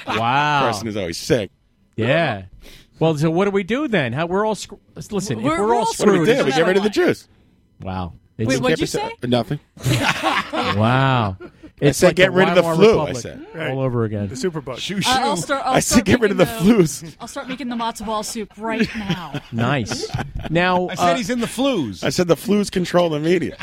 [SPEAKER 2] Wow.
[SPEAKER 11] Person is always sick.
[SPEAKER 2] Yeah. Well, so what do we do then? How we're all sc- listen. if
[SPEAKER 13] We're-
[SPEAKER 2] we're,
[SPEAKER 13] we're
[SPEAKER 2] all
[SPEAKER 13] all
[SPEAKER 11] What do we
[SPEAKER 2] screwed.
[SPEAKER 11] do? We get rid of the Jews.
[SPEAKER 2] Wow.
[SPEAKER 13] Wait,
[SPEAKER 2] It's-
[SPEAKER 13] what'd you
[SPEAKER 11] Can't
[SPEAKER 13] say?
[SPEAKER 11] be- Nothing. *laughs*
[SPEAKER 2] *laughs* wow. It's
[SPEAKER 11] said
[SPEAKER 2] like
[SPEAKER 11] get rid of the
[SPEAKER 2] Weimar
[SPEAKER 11] flu, I
[SPEAKER 2] Republic
[SPEAKER 11] said.
[SPEAKER 2] all over again.
[SPEAKER 14] The superbug.
[SPEAKER 13] Uh, I'll start, I'll
[SPEAKER 11] I said
[SPEAKER 13] start
[SPEAKER 11] get rid of the
[SPEAKER 13] making
[SPEAKER 11] flus.
[SPEAKER 13] I'll start making the matzo ball soup right now.
[SPEAKER 11] *laughs*
[SPEAKER 2] Nice. Now,
[SPEAKER 15] I said
[SPEAKER 2] uh,
[SPEAKER 15] he's in the flus.
[SPEAKER 11] I said the flus control the media.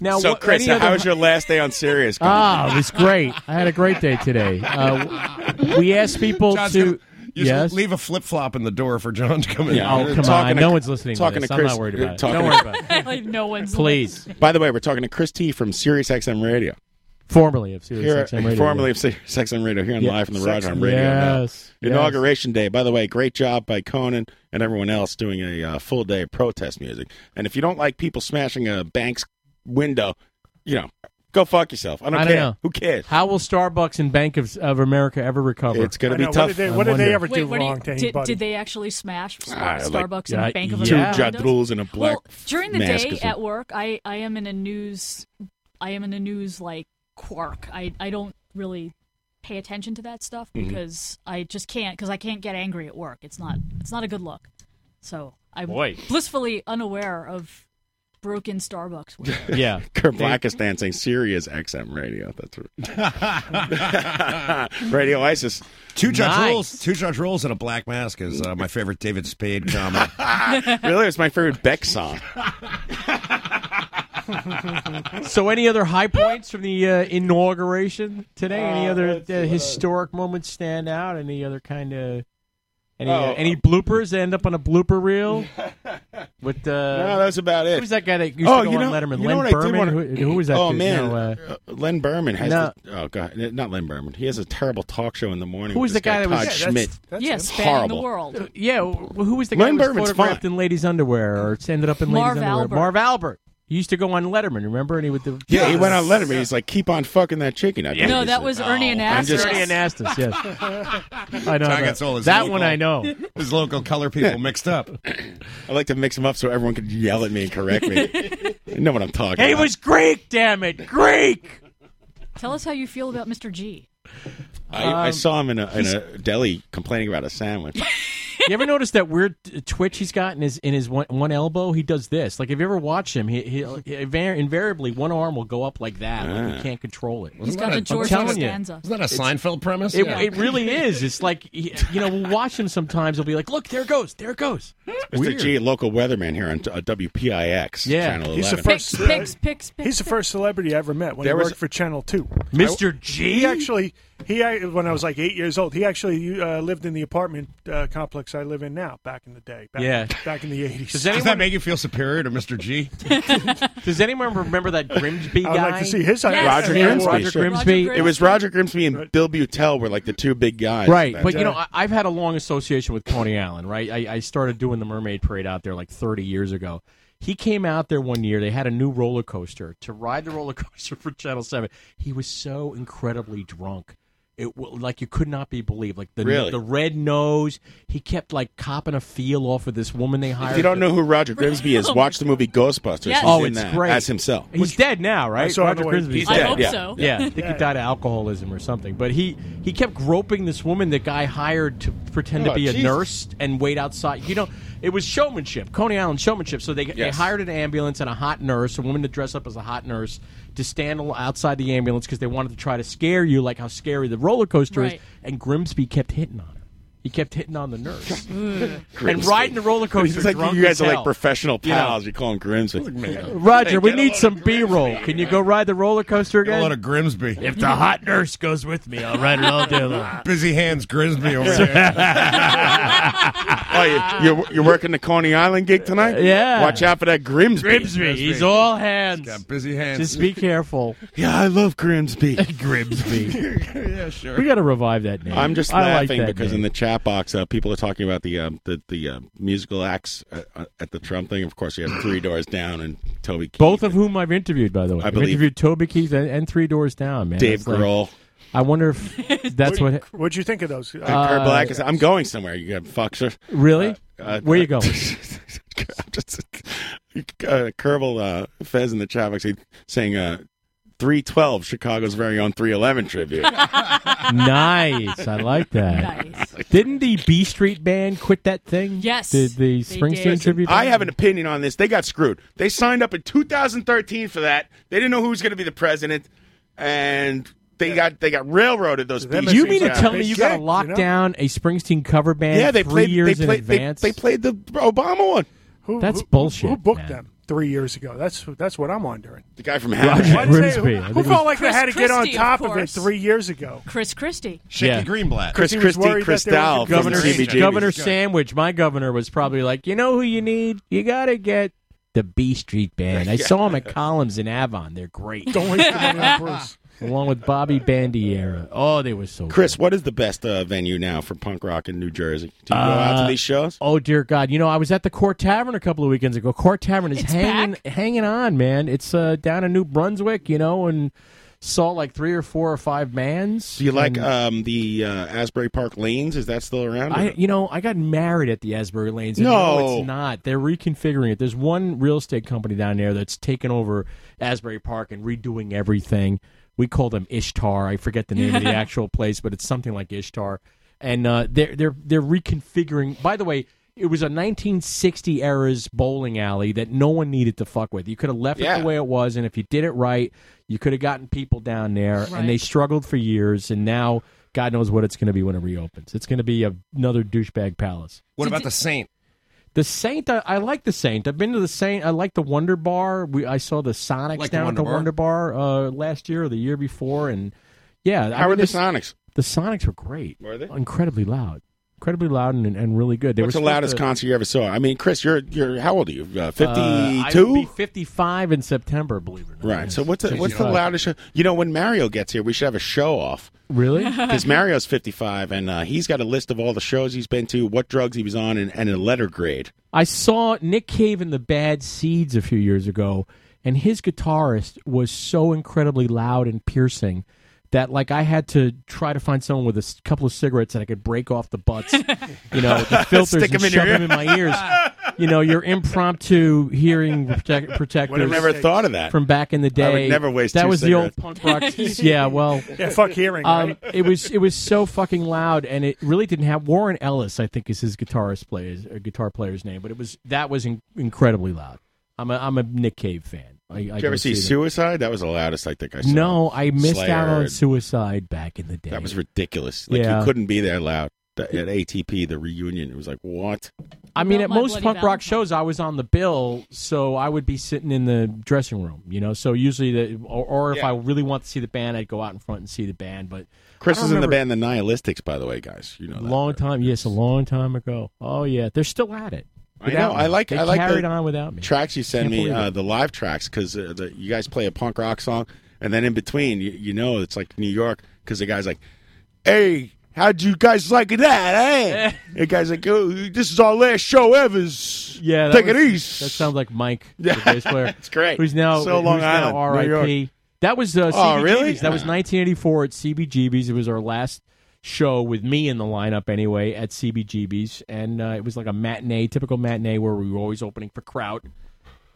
[SPEAKER 2] now,
[SPEAKER 11] so,
[SPEAKER 2] what-
[SPEAKER 11] Chris,
[SPEAKER 2] any
[SPEAKER 11] how
[SPEAKER 2] other-
[SPEAKER 11] was your last day on Sirius?
[SPEAKER 2] Ah, it was great. I had a great day today. Uh, w- we asked people
[SPEAKER 15] John's
[SPEAKER 2] to.
[SPEAKER 15] gonna- you
[SPEAKER 2] yes.
[SPEAKER 15] should leave a flip flop in the door for John to come in.
[SPEAKER 11] *laughs* Yeah.
[SPEAKER 2] Oh
[SPEAKER 11] We're
[SPEAKER 2] come
[SPEAKER 11] talking
[SPEAKER 2] on!
[SPEAKER 11] to-
[SPEAKER 2] No one's listening to
[SPEAKER 11] talking
[SPEAKER 2] this.
[SPEAKER 11] to
[SPEAKER 2] I'm
[SPEAKER 11] Chris-
[SPEAKER 2] not worried
[SPEAKER 11] uh,
[SPEAKER 2] about it.
[SPEAKER 11] talking
[SPEAKER 2] Don't
[SPEAKER 11] to-
[SPEAKER 2] worry about it.
[SPEAKER 13] *laughs* like no one's
[SPEAKER 2] Please,
[SPEAKER 11] By the way, we're talking to Chris T from Sirius XM Radio.
[SPEAKER 2] formerly of Sirius
[SPEAKER 11] Here,
[SPEAKER 2] XM Radio.
[SPEAKER 11] formerly of Sirius XM Radio, here on
[SPEAKER 2] Yeah.
[SPEAKER 11] live from the
[SPEAKER 2] Sex
[SPEAKER 11] Rod Arm
[SPEAKER 2] and-
[SPEAKER 11] Radio. now.
[SPEAKER 2] Yes, yes.
[SPEAKER 11] Inauguration Day. By the way, great job by Conan and everyone else doing a uh, full day of protest music. And if you don't like people smashing a bank's window, you know, go fuck yourself. I don't
[SPEAKER 2] I
[SPEAKER 11] care.
[SPEAKER 2] don't know.
[SPEAKER 11] Who cares?
[SPEAKER 2] How will Starbucks and Bank of, of America ever recover?
[SPEAKER 11] It's going
[SPEAKER 14] I
[SPEAKER 11] to be
[SPEAKER 14] know, What
[SPEAKER 11] tough.
[SPEAKER 14] did they,
[SPEAKER 2] I
[SPEAKER 14] what did they
[SPEAKER 2] wonder.
[SPEAKER 14] ever
[SPEAKER 13] Wait,
[SPEAKER 14] do
[SPEAKER 13] what
[SPEAKER 14] wrong to
[SPEAKER 13] you, did,
[SPEAKER 14] anybody?
[SPEAKER 13] did they actually smash Star-
[SPEAKER 11] Ah, like,
[SPEAKER 13] Starbucks
[SPEAKER 2] yeah,
[SPEAKER 13] and Bank of
[SPEAKER 11] Two
[SPEAKER 2] Yeah.
[SPEAKER 13] America? windows?
[SPEAKER 11] jadruls in a black
[SPEAKER 13] well, during the
[SPEAKER 11] mask
[SPEAKER 13] day
[SPEAKER 11] or
[SPEAKER 13] at
[SPEAKER 11] something.
[SPEAKER 13] work, I, I am in a news, I am in a news like quark. I I don't really pay attention to that stuff
[SPEAKER 11] Mhm.
[SPEAKER 13] because I just can't because I can't get angry at work. It's not it's not a good look. So I'm
[SPEAKER 2] Boy.
[SPEAKER 13] blissfully unaware of broken Starbucks. windows.
[SPEAKER 2] *laughs*
[SPEAKER 11] *laughs*
[SPEAKER 2] yeah.
[SPEAKER 11] Kurt Black is dancing Sirius XM Radio. That's right. Radio ISIS.
[SPEAKER 15] Two judge
[SPEAKER 2] Nice.
[SPEAKER 15] rules. Two judge rules and a black mask is uh, my favorite David Spade comedy.
[SPEAKER 11] *laughs* Really, it's my favorite Beck song.
[SPEAKER 14] *laughs*
[SPEAKER 2] So, any other high points from the uh, inauguration today? Any other uh, historic moments stand out? Any other kind of any uh,
[SPEAKER 11] Oh.
[SPEAKER 2] any bloopers that end up on a
[SPEAKER 11] *laughs*
[SPEAKER 2] blooper reel? With uh,
[SPEAKER 11] No, that's about it.
[SPEAKER 2] who was that guy that used
[SPEAKER 11] Oh,
[SPEAKER 2] to go
[SPEAKER 11] you
[SPEAKER 2] on
[SPEAKER 11] know-
[SPEAKER 2] Letterman?
[SPEAKER 11] you know
[SPEAKER 2] Len
[SPEAKER 11] what I did
[SPEAKER 2] Berman.
[SPEAKER 11] wanna-
[SPEAKER 2] who, who was that?
[SPEAKER 11] Oh
[SPEAKER 2] dude?
[SPEAKER 11] man,
[SPEAKER 2] No, uh,
[SPEAKER 11] Uh, Len Berman has.
[SPEAKER 2] No.
[SPEAKER 11] The, oh god, not Len Berman. He has a terrible talk show in the morning.
[SPEAKER 2] Who
[SPEAKER 11] with
[SPEAKER 2] was the
[SPEAKER 11] this guy,
[SPEAKER 2] guy that was-
[SPEAKER 11] Todd
[SPEAKER 14] Yeah, that's-
[SPEAKER 11] Schmidt?
[SPEAKER 14] that's
[SPEAKER 13] yes,
[SPEAKER 14] him.
[SPEAKER 13] spanning the
[SPEAKER 11] horrible.
[SPEAKER 13] world.
[SPEAKER 2] Uh, yeah, wh- who was the guy
[SPEAKER 11] Len
[SPEAKER 2] that was
[SPEAKER 11] Berman's
[SPEAKER 2] photographed
[SPEAKER 11] fine.
[SPEAKER 2] in ladies' underwear or ended up in
[SPEAKER 13] Marv
[SPEAKER 2] ladies' underwear?
[SPEAKER 13] Albert.
[SPEAKER 2] Marv Albert. He used to go on Letterman. Remember, and he would the
[SPEAKER 11] Yeah, he went on Letterman. He's like, keep on fucking that chicken. I think
[SPEAKER 13] No,
[SPEAKER 11] he
[SPEAKER 13] that
[SPEAKER 11] said. oh,
[SPEAKER 13] was Ernie and
[SPEAKER 11] I'm just-
[SPEAKER 13] Astor.
[SPEAKER 2] Ernie Anastas. *laughs* Yes, I know
[SPEAKER 15] Ty
[SPEAKER 2] that.
[SPEAKER 15] gets all his
[SPEAKER 2] That
[SPEAKER 15] local-
[SPEAKER 2] one I know.
[SPEAKER 15] His local color people *laughs* mixed up.
[SPEAKER 11] *laughs* I like to mix them up so everyone can yell at me and correct
[SPEAKER 13] *laughs*
[SPEAKER 11] me.
[SPEAKER 14] *laughs*
[SPEAKER 11] you know what I'm talking
[SPEAKER 2] He
[SPEAKER 11] about.
[SPEAKER 2] was Greek, damn it, Greek.
[SPEAKER 13] Tell us how you feel about Mr. G.
[SPEAKER 11] I, I saw him in a, in a deli complaining about a sandwich.
[SPEAKER 2] you ever notice that weird t- twitch he's got in his in his one, one elbow? He does this. Like, if you ever watch him, he he invar- invariably one arm will go up like that. Like
[SPEAKER 16] Ah.
[SPEAKER 2] he can't control it.
[SPEAKER 16] Wasn't He's got that a- a George
[SPEAKER 2] I'm telling you.
[SPEAKER 16] Costanza. Isn't that a
[SPEAKER 2] It's-
[SPEAKER 16] Seinfeld premise?
[SPEAKER 2] It,
[SPEAKER 16] Yeah.
[SPEAKER 2] it really is. It's like he- you know, we'll watch him sometimes. We'll be like, "Look, there it goes, there it goes." It's
[SPEAKER 11] Mr.
[SPEAKER 2] weird.
[SPEAKER 11] G, local weatherman here on uh, WPIX.
[SPEAKER 2] Yeah.
[SPEAKER 11] Channel
[SPEAKER 14] He's the
[SPEAKER 11] 11.
[SPEAKER 14] first.
[SPEAKER 13] Picks, picks,
[SPEAKER 14] He's the first celebrity I ever met when
[SPEAKER 11] There
[SPEAKER 14] I
[SPEAKER 11] was-
[SPEAKER 14] worked for Channel Two.
[SPEAKER 11] Mr.
[SPEAKER 14] I-
[SPEAKER 11] G?
[SPEAKER 14] He actually, he I- when I was like eight years old, he actually uh, lived in the apartment uh, complex I live in now. Back in the day, back,
[SPEAKER 2] Yeah.
[SPEAKER 14] back in the eighties.
[SPEAKER 2] Does
[SPEAKER 16] Does that make you feel superior to Mr.
[SPEAKER 15] *laughs*
[SPEAKER 16] G?
[SPEAKER 2] Does anyone remember that Grimsby
[SPEAKER 14] I would
[SPEAKER 2] guy?
[SPEAKER 14] like to see his Yes.
[SPEAKER 11] Roger
[SPEAKER 2] Yeah,
[SPEAKER 11] Grimsby.
[SPEAKER 2] Roger
[SPEAKER 11] sure.
[SPEAKER 2] Grimsby.
[SPEAKER 11] It was Roger Grimsby and Bill Buttel were like the two big guys.
[SPEAKER 2] Right,
[SPEAKER 11] That- uh,
[SPEAKER 2] but you know, I, I've had a long association with Coney Island. Right, I, I started doing the Mermaid Parade out there like 30 years ago. He came out there one year. They had a new roller coaster to ride the roller *laughs* coaster for Channel Seven. He was so incredibly drunk. It wa- like you could not be believed. Like the
[SPEAKER 11] Really?
[SPEAKER 2] the red nose. He kept like copping a feel off of this woman they hired.
[SPEAKER 11] if you don't know who Roger Grimsby
[SPEAKER 2] *laughs*
[SPEAKER 11] is, watch the movie Ghostbusters.
[SPEAKER 2] Yes.
[SPEAKER 11] He's
[SPEAKER 2] Oh,
[SPEAKER 11] in
[SPEAKER 2] it's
[SPEAKER 11] that
[SPEAKER 2] great.
[SPEAKER 11] as himself.
[SPEAKER 2] He's dead now, right?
[SPEAKER 11] I saw him
[SPEAKER 2] Roger
[SPEAKER 11] the way-
[SPEAKER 2] Grimsby.
[SPEAKER 11] He's I dead, hope yeah. so.
[SPEAKER 2] Yeah,
[SPEAKER 11] Yeah.
[SPEAKER 2] I think he died of alcoholism or something. But he he kept groping this woman that guy hired to pretend
[SPEAKER 11] Oh,
[SPEAKER 2] to be a
[SPEAKER 11] Jesus.
[SPEAKER 2] nurse and wait outside. You know, it was showmanship, Coney Island showmanship. So they they
[SPEAKER 11] Yes.
[SPEAKER 2] hired an ambulance and a hot nurse, a woman to dress up as a hot nurse to stand al- outside the ambulance because they wanted to try to scare you, like how scary the roller coaster is.
[SPEAKER 17] Right.
[SPEAKER 2] And Grimsby kept hitting on her. He kept hitting on
[SPEAKER 11] *laughs*
[SPEAKER 2] the nurse and
[SPEAKER 11] Grimsby.
[SPEAKER 2] riding the roller coaster.
[SPEAKER 11] It's like
[SPEAKER 2] drunk
[SPEAKER 11] you guys
[SPEAKER 2] as
[SPEAKER 11] are like
[SPEAKER 2] hell.
[SPEAKER 11] professional
[SPEAKER 2] You know?
[SPEAKER 11] pals. You call him Grimsby.
[SPEAKER 2] Roger, we need some B roll. Can you go *laughs* ride the roller coaster again?
[SPEAKER 16] A lot of Grimsby.
[SPEAKER 2] If the hot nurse goes with me, I'll ride it all day long.
[SPEAKER 16] *laughs* Busy hands
[SPEAKER 2] *laughs*
[SPEAKER 16] Grimsby over here.
[SPEAKER 11] oh, you, you're, you're working the Coney Island gig tonight?
[SPEAKER 2] Uh, Yeah.
[SPEAKER 11] Watch out for that Grimsby.
[SPEAKER 2] Grimsby, he's all hands.
[SPEAKER 16] got busy hands.
[SPEAKER 2] Just be careful.
[SPEAKER 11] *laughs* Yeah, I love Grimsby.
[SPEAKER 2] Grimsby.
[SPEAKER 16] yeah, sure.
[SPEAKER 2] We got to revive that name.
[SPEAKER 11] I'm just
[SPEAKER 2] I like
[SPEAKER 11] laughing
[SPEAKER 2] that
[SPEAKER 11] because
[SPEAKER 2] name.
[SPEAKER 11] in the chat box, uh, people are talking about the um, the, the uh, musical acts uh, uh, at the Trump thing. Of course, you have Three Doors Down and Toby Keith.
[SPEAKER 2] Both of whom I've interviewed, by the way.
[SPEAKER 11] I
[SPEAKER 2] I've
[SPEAKER 11] believe-
[SPEAKER 2] interviewed Toby Keith and, and Three Doors Down, man.
[SPEAKER 11] Dave
[SPEAKER 2] It's like-
[SPEAKER 11] Grohl.
[SPEAKER 2] I
[SPEAKER 11] *laughs*
[SPEAKER 2] wonder if that's what.
[SPEAKER 14] What'd you think of those? Uh,
[SPEAKER 11] And Kurt Black is. I'm going somewhere. You got fuckser.
[SPEAKER 2] Really?
[SPEAKER 11] Uh,
[SPEAKER 2] Where you
[SPEAKER 11] uh,
[SPEAKER 2] going?
[SPEAKER 11] I'm just *laughs* uh, Kerbal uh, Fez in the chat box he- saying uh, 312 Chicago's very own 311
[SPEAKER 13] *laughs*
[SPEAKER 11] tribute.
[SPEAKER 2] nice. I like that.
[SPEAKER 11] *laughs*
[SPEAKER 2] Didn't the B Street Band quit that thing?
[SPEAKER 13] Yes,
[SPEAKER 2] Did the
[SPEAKER 13] they
[SPEAKER 2] Springsteen
[SPEAKER 13] did.
[SPEAKER 2] tribute?
[SPEAKER 11] I
[SPEAKER 2] band?
[SPEAKER 11] have an opinion on this. They got screwed. They signed up in 2013 for that. They didn't know who was going to be the president, and they got they got railroaded. Those Bee
[SPEAKER 2] You
[SPEAKER 11] Gees
[SPEAKER 2] mean to
[SPEAKER 11] guys.
[SPEAKER 2] tell me you got to
[SPEAKER 11] Yeah,
[SPEAKER 2] lock
[SPEAKER 11] you know?
[SPEAKER 2] down a Springsteen cover band?
[SPEAKER 11] Yeah, they
[SPEAKER 2] three
[SPEAKER 11] played.
[SPEAKER 2] years
[SPEAKER 11] they played.
[SPEAKER 2] in
[SPEAKER 11] they-
[SPEAKER 2] advance.
[SPEAKER 11] They, played the Obama one.
[SPEAKER 14] Who,
[SPEAKER 2] That's
[SPEAKER 14] who-
[SPEAKER 2] bullshit,
[SPEAKER 14] Who booked them three years ago? That's that's what I'm wondering.
[SPEAKER 11] The guy from
[SPEAKER 2] Roger
[SPEAKER 14] Why did they-
[SPEAKER 2] Grimsby. I
[SPEAKER 14] Who,
[SPEAKER 2] think it
[SPEAKER 14] felt
[SPEAKER 2] was-
[SPEAKER 14] like they
[SPEAKER 13] Chris
[SPEAKER 14] had to get on
[SPEAKER 13] Christie, of
[SPEAKER 14] top of, it
[SPEAKER 13] course.
[SPEAKER 14] three years ago?
[SPEAKER 13] Chris Christie.
[SPEAKER 2] Yeah.
[SPEAKER 11] Chris
[SPEAKER 14] He was worried
[SPEAKER 11] Christie, Chris
[SPEAKER 14] that they were
[SPEAKER 11] Dow,
[SPEAKER 14] gonna get
[SPEAKER 11] from
[SPEAKER 2] Governor,
[SPEAKER 11] CBGB.
[SPEAKER 2] governor Sandwich, my governor, was probably like, you know who you need? You got to get the B Street
[SPEAKER 11] *laughs*
[SPEAKER 2] Band. I saw them at Columns in Avon. They're great.
[SPEAKER 14] Don't waste the
[SPEAKER 18] *laughs*
[SPEAKER 14] money on Bruce.
[SPEAKER 2] Along with Bobby Bandiera. Oh, they were so
[SPEAKER 11] Chris, what is the best uh, venue now for punk rock in New Jersey? Do you go out
[SPEAKER 2] Uh,
[SPEAKER 11] to these shows?
[SPEAKER 2] Oh dear God! You know, I was at the Court Tavern a couple of weekends ago. Court Tavern is hanging, hanging on, man. It's uh, down in New Brunswick, you know, and saw like three or four or five bands.
[SPEAKER 11] Do you like
[SPEAKER 2] and
[SPEAKER 11] um, the uh, Asbury Park Lanes? Is that still around?
[SPEAKER 2] I, you know, I got married at the Asbury Lanes. and
[SPEAKER 11] No.
[SPEAKER 2] it's not. They're reconfiguring it. There's one real estate company down there that's taken over Asbury Park and redoing everything. We call them Ishtar. I forget the name
[SPEAKER 11] *laughs*
[SPEAKER 2] of the actual place, but it's something like Ishtar. And uh, they're they're they're reconfiguring. By the way, it was a 1960 era's bowling alley that no one needed to fuck with. You could have left it
[SPEAKER 11] Yeah.
[SPEAKER 2] the way it was, and if you did it right, you could have gotten people down there.
[SPEAKER 11] Right.
[SPEAKER 2] And they struggled for years, and now God knows what it's going to be when it reopens. It's going to be another douchebag palace.
[SPEAKER 16] What about the Saint?
[SPEAKER 2] The Saint, I, I like the Saint. I've been to the Saint. I like the Wonder Bar. We, I saw the Sonics
[SPEAKER 16] Like the
[SPEAKER 2] down at the
[SPEAKER 16] Wonder
[SPEAKER 2] Wonder Bar uh, last year or the year before, and yeah,
[SPEAKER 11] How were the
[SPEAKER 2] this-
[SPEAKER 11] Sonics?
[SPEAKER 2] The Sonics were great.
[SPEAKER 11] Were they?
[SPEAKER 2] incredibly loud? Incredibly loud and, and really good. They
[SPEAKER 11] What's
[SPEAKER 2] were
[SPEAKER 11] the loudest
[SPEAKER 2] concert.
[SPEAKER 11] concert you ever saw? I mean, Chris, you're you're how old are you? Uh,
[SPEAKER 2] Uh, I will be
[SPEAKER 11] Fifty-two.
[SPEAKER 2] 55 in September, believe it or not.
[SPEAKER 11] right. So what's the, what's the
[SPEAKER 2] 65.
[SPEAKER 11] loudest? Show? You know, when Mario gets here, we should have a show off. *laughs*
[SPEAKER 2] *laughs* Really?
[SPEAKER 11] Because Mario's fifty-five, and uh, he's got a list of all the shows he's been to, what drugs he was on, and, and a letter grade.
[SPEAKER 2] I saw Nick Cave in the Bad Seeds a few years ago, and his guitarist was so incredibly loud and piercing that like I had to try to find someone with a s- couple of cigarettes that I could break off the butts, you know, the filters
[SPEAKER 11] Stick 'em
[SPEAKER 2] and
[SPEAKER 11] in your
[SPEAKER 2] shove them in
[SPEAKER 11] ear.
[SPEAKER 2] my ears. You know, your impromptu hearing protect- protectors.
[SPEAKER 11] Would have never thought of that.
[SPEAKER 2] from back in the day.
[SPEAKER 11] I would never waste
[SPEAKER 2] That
[SPEAKER 11] two
[SPEAKER 2] was
[SPEAKER 11] cigarettes.
[SPEAKER 2] the old
[SPEAKER 11] *laughs*
[SPEAKER 2] punk rock. yeah, well,
[SPEAKER 14] Yeah, fuck hearing,
[SPEAKER 2] Um,
[SPEAKER 14] right?
[SPEAKER 2] it was it was so fucking loud, and it really didn't have Warren Ellis. I think is his guitarist plays uh guitar player's name, but it was that was in, incredibly loud. I'm a I'm a Nick Cave fan. I, I
[SPEAKER 11] Did you
[SPEAKER 2] go
[SPEAKER 11] ever see
[SPEAKER 2] them.
[SPEAKER 11] Suicide? That was the loudest I think I saw.
[SPEAKER 2] No, I missed out
[SPEAKER 11] Slayer
[SPEAKER 2] on
[SPEAKER 11] and-
[SPEAKER 2] Suicide back in the day.
[SPEAKER 11] That was ridiculous. Like
[SPEAKER 2] Yeah.
[SPEAKER 11] you couldn't be that loud The- at ATP the reunion. It was like what?
[SPEAKER 2] I mean,
[SPEAKER 11] About
[SPEAKER 2] at
[SPEAKER 11] My
[SPEAKER 2] most
[SPEAKER 11] Bloody
[SPEAKER 2] punk rock shows, I was on the bill, so I would be sitting in the dressing room, you know. So usually, the, or, or if I really want to see the band, I'd go out in front and see the band. But
[SPEAKER 11] Chris
[SPEAKER 2] I
[SPEAKER 11] is
[SPEAKER 2] don't
[SPEAKER 11] in the
[SPEAKER 2] remember-
[SPEAKER 11] band The Nihilistics, by the way, guys. You know that.
[SPEAKER 2] long time, yes, a long time ago. Oh yeah, they're still at it.
[SPEAKER 11] I
[SPEAKER 2] Without
[SPEAKER 11] know.
[SPEAKER 2] me.
[SPEAKER 11] I like.
[SPEAKER 2] They
[SPEAKER 11] I like
[SPEAKER 2] carried
[SPEAKER 11] the
[SPEAKER 2] on without me.
[SPEAKER 11] Tracks you send
[SPEAKER 2] Can't
[SPEAKER 11] me,
[SPEAKER 2] believe
[SPEAKER 11] uh,
[SPEAKER 2] it.
[SPEAKER 11] the live tracks, because uh, the- you guys play a punk rock song, and then in between, you, you know, it's like New York, because the guy's like, "Hey, how'd you guys like that?
[SPEAKER 2] *laughs*
[SPEAKER 11] Hey, the guy's like, oh, this is our last show ever.
[SPEAKER 2] Yeah, that
[SPEAKER 11] take it
[SPEAKER 2] was-
[SPEAKER 11] easy.
[SPEAKER 2] That sounds like Mike, the
[SPEAKER 11] *laughs*
[SPEAKER 2] bass player.
[SPEAKER 11] It's great.
[SPEAKER 2] Who's now
[SPEAKER 11] So Long
[SPEAKER 2] who's
[SPEAKER 11] Island,
[SPEAKER 2] now
[SPEAKER 11] New York.
[SPEAKER 2] R.I.P. That was uh,
[SPEAKER 11] Oh, really?
[SPEAKER 2] CBGB's. That was
[SPEAKER 11] Yeah.
[SPEAKER 2] 1984 at CBGB's. It was our last show with me in the lineup anyway at CBGB's, and uh, it was like a matinee, typical matinee where we were always opening for Kraut.